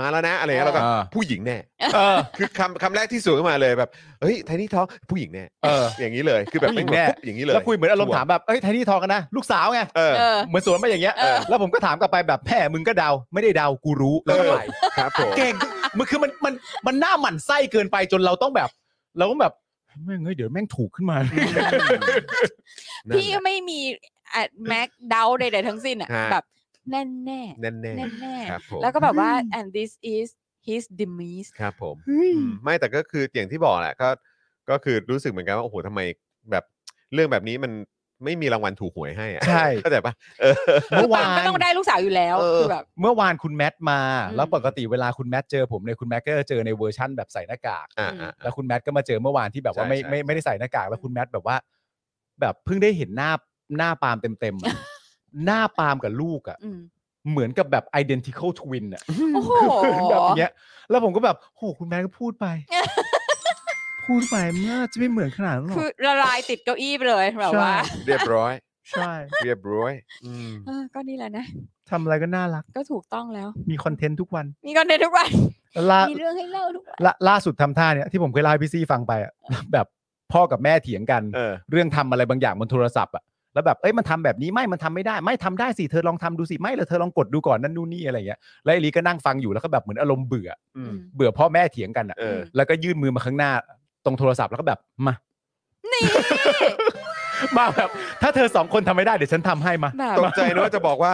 S1: มาแล้วนะ อะไรเงี้ยเราก็
S2: เออ
S1: ผู้หญิงแน่
S2: เออ
S1: คือคำคำแรกที่สวนขึ้นมาเลยแบบ เฮ้ย ไทนี่ท้องผู้หญิงแน่
S2: เออ
S1: อย่างนี้เลย คือแบบ
S2: ผู้หญิ
S1: ไม่แบ
S2: งแน่
S1: บปุ๊บอย่างนี้เลย
S2: แล้วคุยเหมือนอารมณ์ถามแบบเอ้ยไทนี่ทองกันนะลูกสาวไง
S1: เออ
S3: เออ
S2: เหมือนสวนมาอย่างเงี้ย
S3: เออ
S2: แล้วผมก็ถามกลับไปแบบแพ่มึงก็เดาไม่ได้เดากูรู้แล้วก็ไป
S1: ครับผม
S2: เก่งมันคือมันมันมันหน้าหมั่นไส้เกินไปจนเราต้องแบบ เราต้องแบบแม่งเฮ้ยเดี๋ยวแม่งถูกขึ้นมา
S3: พี่ก็ไม่มีอ่ะแม็กเดาใดๆทั้งสิ้นอ่ะ
S1: ฮะ
S3: แบบแน่แน่
S1: แน่นแน่
S3: แน่แน่
S1: ๆครับผม
S3: แล้วก็แบบว่า and this is his demise
S1: ครับผมอืมไม่แต่ก็คืออย่างที่บอกแหละก็ก็คือรู้สึกเหมือนกันว่าโอ้โหทำไมแบบเรื่องแบบนี้มันไม่มีรางวัลถูกหวยให้อะ
S2: ใช่
S1: *laughs* เข้าใจปะเออ
S3: คื
S2: เมื่
S3: อปา
S2: อา
S3: วล์มก็
S2: น
S3: ต้องได้ลูกสาวอยู่แล้ว
S1: เออ
S3: คือแบบ
S2: เมื่อวานคุณแมทมา
S3: อืม
S2: แล้วปกติเวลาคุณแมทเจอผมเนี่ยคุณแมทก็จะเจอในเวอร์ชั่นแบบใส่หน้ากาก
S1: อ่าอ่า
S2: แล้วคุณแมทก็มาเจอเมื่อวานที่แบบว่า
S1: ใช่
S2: ไม่
S1: ใช่
S2: ไม่ไม่ได้ใส่หน้ากากแล้วคุณแมทแบบว่า แบบเพิ่งได้เห็นหน้าหน้าปาล์มเต็มๆอะหน้าปาล์มกับลูกอ่ะ
S3: อืม
S2: เหมือนกับแบบ identical twin อ่ะ
S3: โอ้โห
S2: แบบเนี้ย แล้วผมก็แบบโหคุณแม่ก็พูด
S3: *laughs*
S2: ไป พูดไปเมื่อจะไม่เหมือนขนาดนั้นหรอก
S3: คือละลายติดเก้าอี้ไปเลยแบบว่า
S1: เรียบร้อย
S2: ใช่
S1: เรียบร้อยอืม
S3: เออก็นี่แหละนะ
S2: ทำอะไรก็น่ารัก
S3: ก็ถูกต้องแล้ว
S2: มีคอนเทนต์ทุกวัน
S3: มีคอนเทนต์ทุกวัน
S2: ล่า
S3: มีเรื่องให้เล่าทุกวัน
S2: ล่าล่าสุดทำท่าเนี่ยที่ผมเคยเล่าให้พี่ซี่ฟังไปอะแบบพ่อกับแม่เถียงกัน
S1: เออ
S2: เรื่องทำอะไรบางอย่างบนโทรศัพท์อะแล้วแบบเอ้ยมันทำแบบนี้ไม่มันทำไม่ได้ไม่ทำได้สิเธอลองทำดูสิไม่แล้วเธอลองกดดูก่อนนั่นนู่นนี่อะไรอย่างเงี้ยแล้วไอลีก็นั่งฟังอยู่แล้วก็แบบเหมือนอารมณ์เบื่อ
S1: อืม
S2: เบื่อพ่อแม่เถียงกันอะ
S1: เออ
S2: แล้วก็ยื่นมือมาข้างหน้าตรงโทรศัพท์แล้วก็แบบมา *laughs*
S3: นี่
S2: มาแบบถ้าเธอสองคนทำไม่ได้เดี๋ยวฉันทำให้มา
S3: แบบ
S1: ตกใจนะว่าจะบอกว่า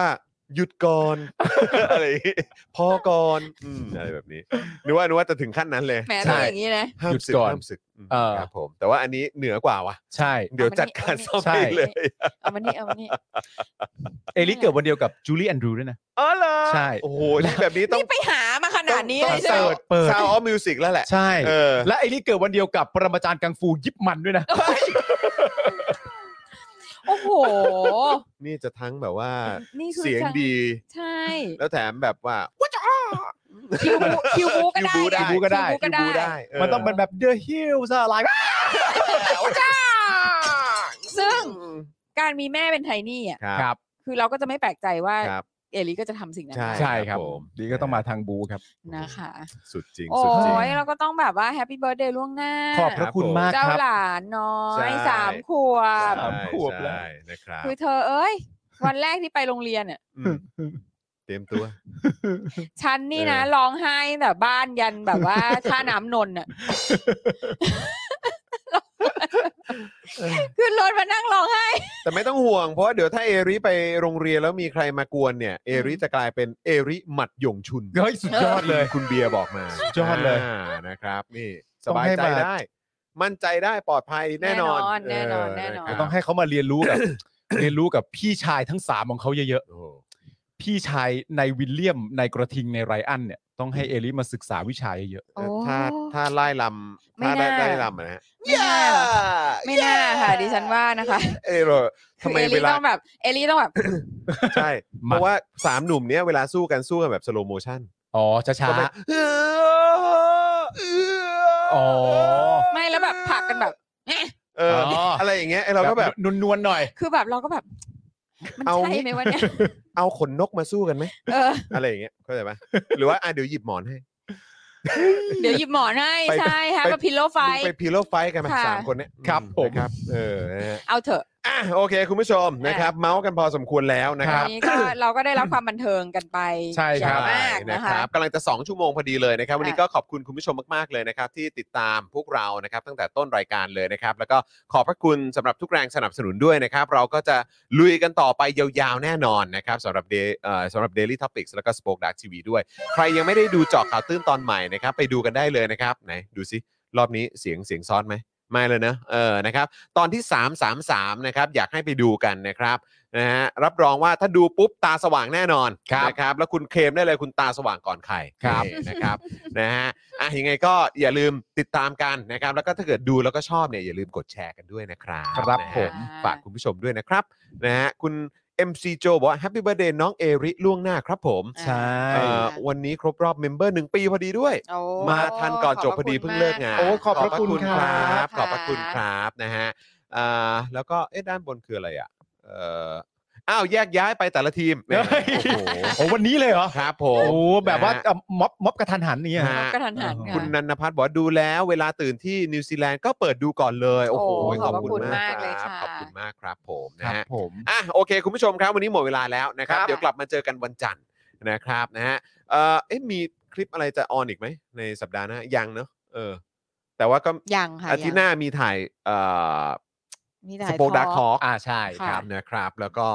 S1: หยุดก่อน *laughs* อะไรอย่างงี้พอก่อนอืมอะไรแบบนี้นึกว่านึกว่าจะถึงขั้นนั้นเลย
S3: แหม
S1: ใช่
S3: ต้องอย่างนี้นะ
S1: ห้าม
S2: หยุด
S1: ศึก
S2: ก่อน
S1: ห้ามศึกม
S2: เออ
S1: ครับผม แต่ว่าอันนี้เหนือกว่าว่ะ
S2: ใช่
S1: เดี๋ยวจัดการ *laughs* ซ่อม
S2: ใช่
S1: ให้เลย
S3: เอามานี่เอามานี่
S2: เอลิเกิดวันเดียวกับจูลี่แอนดรูด้วยนะ
S1: อ๋อเหรอ
S2: ใช่
S1: โอ้โหนี่แบบนี้ต้อง
S3: นี่ไปหามาขนาดนี้เลยใช่
S2: เปิ
S3: ไหม
S2: ดเปิด
S1: ซาวออฟมิวสิกแล้วแหละ
S2: ใช่
S1: เออ
S2: และเอลิเกิดวันเดียวกับปรมาจารย์กังฟูยิปมันด้วยนะ
S3: โอ้โห
S1: นี่จะทั้งแบบว่า
S3: นี่คือ
S1: เสียงดี
S3: ใช่
S1: แล้วแถมแบบว่า
S3: คิวบูคิวบูก็ได้
S1: คิวบูได้
S3: คิวบูก็ได้
S2: คิวบู
S3: คิวบู
S1: ดู
S3: ก็ได้
S1: ได้
S2: มันต้องเป็นแบบเดอะฮิลส์อะไร
S3: *laughs* ซึ่งการมีแม่เป็นไทนี่อ่ะ
S1: ครั
S2: ครับ บ
S3: คือเราก็จะไม่แปลกใจว่า
S1: ครับ
S3: เอลิก็จะทำสิ่งนั้น
S1: ใช่
S2: ใช่ครับ
S1: ผม
S2: ดีก็ต้องมาทางบูครับ
S3: นะคะ
S1: สุดจริง
S3: โอ้
S1: สุดจริง
S3: ยเราก็ต้องแบบว่าแฮปปี้เบิร์ดเดย์ล่วงหน้า
S2: ขอบพระคุณมาก
S3: เจ้า
S2: ครับ
S3: หลานน้อ
S1: ใช่
S3: ยสามขวบ
S1: ใช่
S2: สามขวบแล้ว
S1: ใช่นะครับ
S3: คือเธอเอ้ย วันแรกที่ไปโรงเรียนเนี่ย
S1: อืมเต็มตัว
S3: ฉันนี่นะ
S1: เออ
S3: ร้องไห้ตั้งแต่บ้านยันแบบ
S1: *laughs*
S3: ว่า ท่าน้ำนนท์อ่ะขึ้นรถมานั่งร้องไห้
S1: แต่ไม่ต้องห่วง เพราะว่าเดี๋ยวถ้าเอริไปโรงเรียนแล้วมีใครมากวนเนี่ย เอริจะกลายเป็นเอริหมัดหยงชุน
S2: เฮ้ยสุดยอดเลย
S1: คุณเบียร์บอกมา
S2: สุดยอดเลย
S1: านะครับ นี่ส
S2: ต้อง
S1: บาย
S2: ให้
S1: ใจ
S2: มา
S1: ได้ มั่นใจได้ปลอดภัยแน่นอน
S3: แน่นอนแน่นอน
S1: เะครับ
S2: ต้องให้เขามาเรียนรู้กับ *coughs* เรียนรู้กับพี่ชายทั้งสามของเขาเยอะ
S1: โอ้โห
S2: ๆ พี่ชายในวิลเลียมในกระทิงในไรอันเนี่ยต้องให้เอลิมาศึกษาวิชาเยอะ
S3: โอ้
S1: ถ้าถ้าไล่ลำ
S3: ไม่
S1: ถ้าได้
S3: น่า
S1: ได้ลำอะนะฮะ
S3: ไม่น่าหรอกไม่น่าค่ะ ดิฉันว่านะคะ
S1: เออเราทำไม
S3: คือเอ
S1: เว
S3: ลิ
S1: ลา
S3: ต้องแบบเอลิต้องแบบ
S1: ใช่
S3: *laughs*
S2: ๆ
S1: เพ
S2: มา
S1: ราะว่าสามหนุ่มเนี้ยเวลาสู้กันสู้กันแบบสโลโมชั่น
S2: อ๋อช้า *laughs*
S1: ก็แบบเออเอ
S2: อ๋อ
S3: ไม่แล้วแบบผลักกันแบบ
S1: เอออ
S2: อ
S1: อะไรอย่างเงี้ยไอ้
S2: ๆ
S1: เราก็แบบ
S2: นวลๆหน่อย
S3: คือแบบเราก็แบบ *sniffs* มัน
S1: เอา
S3: ใช่ไหมวะเนี่ย
S1: เอาขนนกมาสู้กันไหม
S3: เอ
S1: *laughs*
S3: อ
S1: อะไรอย่างเงี้ยเข้าใจ
S2: *laughs*
S1: ปะหรือว่าอ่ะเดี๋ยวหยิบหมอนให้
S3: เดี๋ยวหยิบหมอนให้
S1: ไป
S3: ใช่ฮะ
S1: ไป
S3: มาพิลโลไฟ
S1: มึงไปพีโลไฟท์กันไหม
S3: ค่ะ
S1: สามคนเนี้ย
S2: ครับ
S1: อื
S2: ผม
S1: นะครับเออนะฮะ
S3: เอาเถอะ
S1: อ่ะโอเค คุณผู้ชมนะครับ เมาส์กันพอสมควรแล้วนะครับ
S3: อันนี้ก็เราก็ได้รับความบันเทิงกันไป
S2: ใช่ครับ
S3: อย่างมาก
S1: นะ
S3: นะ
S1: ค
S3: คะ
S1: รับกำลังจะ 2 ชั่วโมงพอดีเลยนะครับ วันนี้ก็ขอบคุณคุณผู้ชมมาก ๆ เลยนะครับ ที่ติดตามพวกเรานะครับ ตั้งแต่ต้นรายการเลยนะครับ แล้วก็ขอบพระคุณสำหรับทุกแรงสนับสนุนด้วยนะครับ เราก็จะลุยกันต่อไปยาวๆ แน่นอนนะครับสำหรับ Day- เอ่อสำหรับ Daily Topics แล้วก็ Spoke Dark TV ด้วย ใครยังไม่ได้ดูเจอข่าวตื้นตอนใหม่นะครับ ไปดูกันได้เลยนะครับไหนดูซิรอบนี้เสียงเสียงซ้อนไหมไม่เลยนะเออนะครับตอนที่ 333นะครับอยากให้ไปดูกันนะครับ นะฮะรับรองว่าถ้าดูปุ๊บตาสว่างแน่นอน
S2: ครับ
S1: นะครับแล้วคุณเคลมได้เลยคุณตาสว่างก่อนใคร
S2: ครับ
S1: นี่นะครับ *laughs* นะฮะอ่ะยังไงก็อย่าลืมติดตามกันนะครับ แล้วก็ถ้าเกิดดูแล้วก็ชอบเนี่ยอย่าลืมกดแชร์กันด้วยนะครับ
S2: ครับ
S1: นะฮะ
S2: ผม
S1: ฝากคุณผู้ชมด้วยนะครับนะฮะคุณ MC โจบอกว่า Happy Birthday น้องเอริล่วงหน้าครับผม
S3: ใช่
S1: เอ่อวันนี้ครบรอบเมมเบอร์หนึ่งปีพอดีด้วย
S3: โอ้
S1: มาทันก่อนจบ
S3: ข
S1: พอดี
S3: คุณ
S1: เพิ่งเลิกงาน
S3: ม
S2: ขอบพระคุณครับ
S1: ขอบพระคุณครับนะฮะอ่าแล้วก็เอ๊ะด้านบนคืออะไรอ่ะเอ่ออ้าวแยกย้ายไปแต่ละทีมแหมโอ้โห
S2: โอ้วันนี้เลยเหรอ
S1: ครับผ
S2: โอ้
S1: ม
S2: แบบว่าเอ่อม็อบม็อบกระทันหันเนี่ย
S1: ฮะ
S3: กระทันหัน
S1: คุณ
S3: ะ
S1: นันพัฒน์บอกว่าดูแล้วเวลาตื่นที่นิวซีแลนด์ก็เปิดดูก่อนเลย โอ้โห
S3: โอ้
S1: ข
S3: ข
S1: อ
S3: อ
S1: บบ คุณ
S3: คุณ
S1: มาก
S3: มากเลย
S1: ครับ
S3: ค่ะ
S1: ขอบคุณมากครับผมนะครับ ฮะ
S2: ผม
S1: อ่ะโอเค คุณผู้ชมครับ วันนี้หมดเวลาแล้วนะครับ
S3: ครับ
S1: เดี๋ยวกลับมาเจอกันวันจันทร์นะครับนะฮะเอ่อเอ๊ะมีคลิปอะไรจะออนอีกไหม ในสัปดาห์หน้ายังเนอะเออ แต่ว่าก็
S3: ยังค่ะ
S1: อาทิตย์หน้ามีถ่ายเอ่อ
S3: นี่ได้
S1: สปอคดักท
S3: อ
S1: อล์ก
S2: อ่าใช่
S3: ค่ะ
S2: ครับ
S1: นะครับ แล้วก็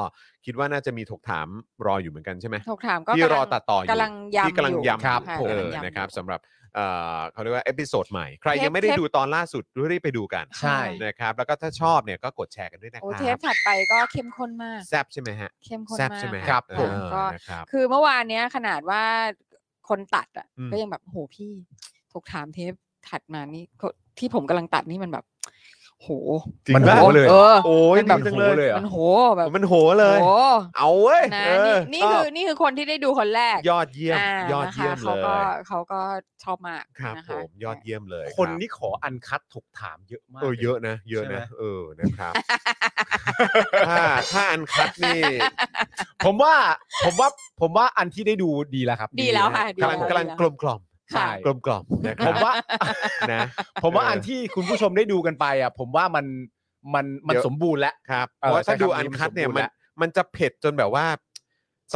S1: คิดว่าน่าจะมีถกถามรออยู่เหมือนกันใช่ไหม
S3: ถกถามก็
S1: ที่รอก
S3: ำลัง
S1: ตัดต่ออยู่
S3: กำลังย้ำ
S1: ที่กำลัง
S3: อยู่
S1: ย้ำ
S3: ครับ
S1: อยู่
S3: ค่ะ
S1: เอก
S3: ำลั
S1: อง
S3: ย้ำ
S1: นะครับ
S3: อยู่
S1: สำหรับเอ่อเขาเรียกว่าเอพิโซดใหม่ใครยังไม่ได้
S3: เทป
S1: ดูตอนล่าสุดรีบไปดูกัน
S2: ใช่
S1: นะครับ แล้วก็ถ้าชอบเนี่ยก็กดแชร์กันด้วยนะค
S3: โอ้
S1: รับ
S3: เทปถัดไปก็เข้มข้นมาก
S1: แซบใช่ไหมฮะ
S3: เข้มข้น
S1: แซ่บ
S3: มาก
S1: ใช่ไหม
S3: ะ
S1: เอ
S3: ผม
S1: อ
S3: ก็
S1: นะครับ
S3: คือเมื่อวานเนี้ยขนาดว่าคนตัดอ่ะ
S1: อืม
S3: ก็ยังแบบโหพี่ถกถามเทปถัดมานี่ที่ผมกำลังตัดนี่มันแบบ โห
S2: มันโหเลย
S3: เออ
S1: โอ้ย
S3: มันแบบ
S1: ดีจังเลย
S2: หรอ
S3: มันโหแบบ
S1: มันโหเลย
S3: โห
S1: เอาเว้ย
S3: นะ
S1: เอ
S3: นี่
S1: อ
S3: นี่
S1: ชบ
S3: คือนี่คือคนที่ได้ดูคนแรก
S1: ยอดเยี่ยม
S3: าย
S1: อดเยี่ยม
S3: นะคะ
S1: เลย
S3: เขาก็เขาก็ชอบมาก
S1: ครับ
S3: นะ
S1: ผ
S3: คะ
S1: มยอดเยี่ยมเลย
S2: คน
S1: รับ
S2: นี่ขออันคัดถกถามเยอะมาก
S1: เออเยอะนะ เยอะ
S2: ใช่ไหม
S1: นะเออนะครับถ้าถ้าอันคัดนี่
S2: ผมว่าผมว่าผมว่าอันที่ได้ดูดีแล้วครับ
S3: ดีแล้วค่ะดี
S1: กำลัง
S3: แว
S1: กำลัง
S3: ดี
S1: กลมกล่อม
S3: แค่ะ
S2: ใช่
S1: กลมกล่อมนะค
S2: ผ
S1: รับ
S2: มว่า
S1: นะ
S2: ผมว่า
S1: เ
S2: อันที่คุณผู้ชมได้ดูกันไปอ่ะ ผมว่ามันมันมัน
S1: เดี๋ยว
S2: สมบูรณ์แล้ว
S1: ครับเพ
S2: เออ
S1: ราะว่าถ้า
S2: ใช้คำ
S1: ดู
S2: นี้
S1: อันคัดเนี่ย
S2: มันสมบูรณ์
S1: มัน
S2: แล้ว
S1: มันจะเผ็ดจนแบบว่า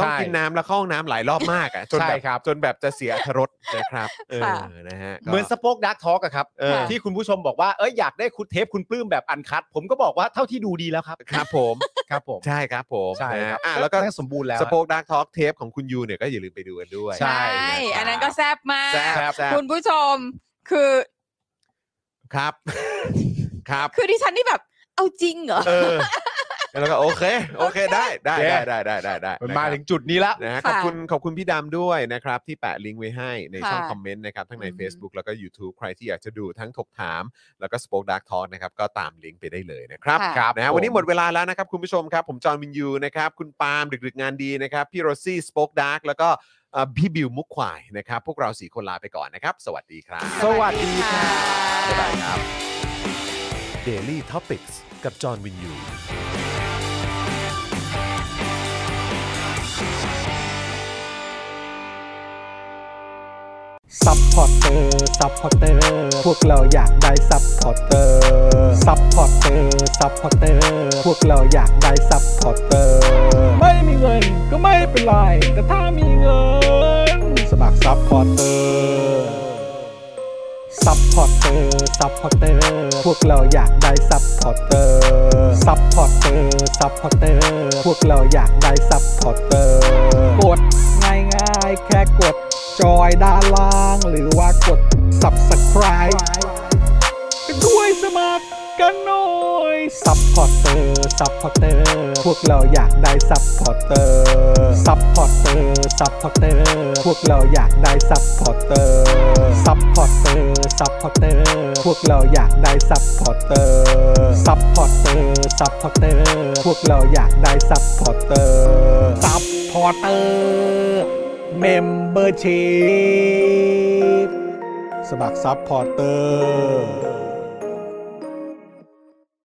S1: ต้อง
S2: ใช่
S1: กินน้ำแล้วเข้าห้องน้ำหลายรอบมากอ่ะจน
S2: ใช่
S1: แบบ
S2: ครับ
S1: จนแบบจะเสียอรรถรสนะครับเออ
S3: ค่ะ
S1: นะฮะก็
S2: เหมือนสป็อกดักทอกอะครับ
S1: เออ
S2: ที่คุณผู้ชมบอกว่าเอ้ยอยากได้คุณเทปคุณปลื้มแบบอันคัด ผมก็บอกว่าเท่าที่ดูดีแล้วครับ
S1: ครับผม
S2: ครับผม
S1: ใช่ครับผม
S2: ใช่
S1: นะ
S2: ครั
S1: ฮะ
S2: บ
S1: อ่ะแล้วก็
S2: น่าสมบูรณ์แล้ว
S1: สปอคดักทอล์กเทปของคุณยูเนี่ยก็อย่าลืมไปดูกันด้วย
S2: ใช่
S3: ใช่ อันนั้นก็แซบมาก
S1: แซ่บแซ่บ
S3: คุณผู้ชมคือ
S1: ครับ *laughs* ครับ
S3: คือดิฉันนี่แบบเอาจริงเหรอ
S1: เออ แล้วก็โอเค โอเคได้ได้ได้ได้ได้ได้ได้
S2: มัน
S1: นะค
S2: มา
S1: รับ
S2: ถึงจุดนี้แล้ว
S1: นะฮะ
S3: ค่ะ
S1: ขอบคุณขอบคุณพี่ดำด้วยนะครับ ที่แปะลิงก์ไว้ให้ในช่อง
S3: ค่ะ
S1: คอมเมนต์นะครับ ทั้งใน
S3: อืม
S1: Facebook แล้วก็ YouTube ใครที่อยากจะดูทั้งถกถาม แล้วก็ Spoke Dark Talk นะครับ ก็ตามลิงก์ไปได้เลยนะครับ
S3: ค่ะ
S2: ครับ
S1: นะฮะ
S2: ผม
S1: วันนี้หมดเวลาแล้วนะครับ คุณผู้ชมครับ ผมจอห์นวินยูนะครับ คุณปาล์มดึกๆงานดีนะครับ พี่โรซี่ Spoke Dark แล้วก็เอ่อพี่บิวมุกควายนะครับ พวกเราสี่คนลาไปก่อนนะครับ สวัสดีครับ
S2: สวัสดีค่ะ
S1: บ๊ายบายครับ
S8: Daily Topics กับจอห์นวินยู
S7: ซัพพอร์เตอร์ ซัพพอร์เตอร์ พวกเราอยากได้ซัพพอร์เตอร์ ซัพพอร์เตอร์ ซัพพอร์เตอร์ พวกเราอยากได้ซัพพอร์เตอร์ ไม่มีเงินก็ไม่เป็นไร แต่ถ้ามีเงิน สมัครซัพพอร์เตอร์ ซัพพอร์เตอร์ ซัพพอร์เตอร์ พวกเราอยากได้ซัพพอร์เตอร์ ซัพพอร์เตอร์ ซัพพอร์เตอร์ พวกเราอยากได้ซัพพอร์เตอร์ กดง่ายๆ แค่กด จอยด้านล่าง หรือว่ากด subscribe กันด้วยสมัครกันหน่อย ซัพพอร์เตอร์ ซัพพอร์เตอร์ พวกเราอยากได้ซัพพอร์เตอร์ ซัพพอร์เตอร์ ซัพพอร์เตอร์ พวกเราอยากได้ซัพพอร์เตอร์ ซัพพอร์เตอร์ ซัพพอร์เตอร์ พวกเราอยากได้ซัพพอร์เตอร์ ซัพพอร์เตอร์ ซัพพอร์เตอร์ พวกเราอยากได้ซัพพอร์เตอร์ ซัพพอร์เตอร์ เมมเบอร์ชีพสมัครซัพพอร์เตอร์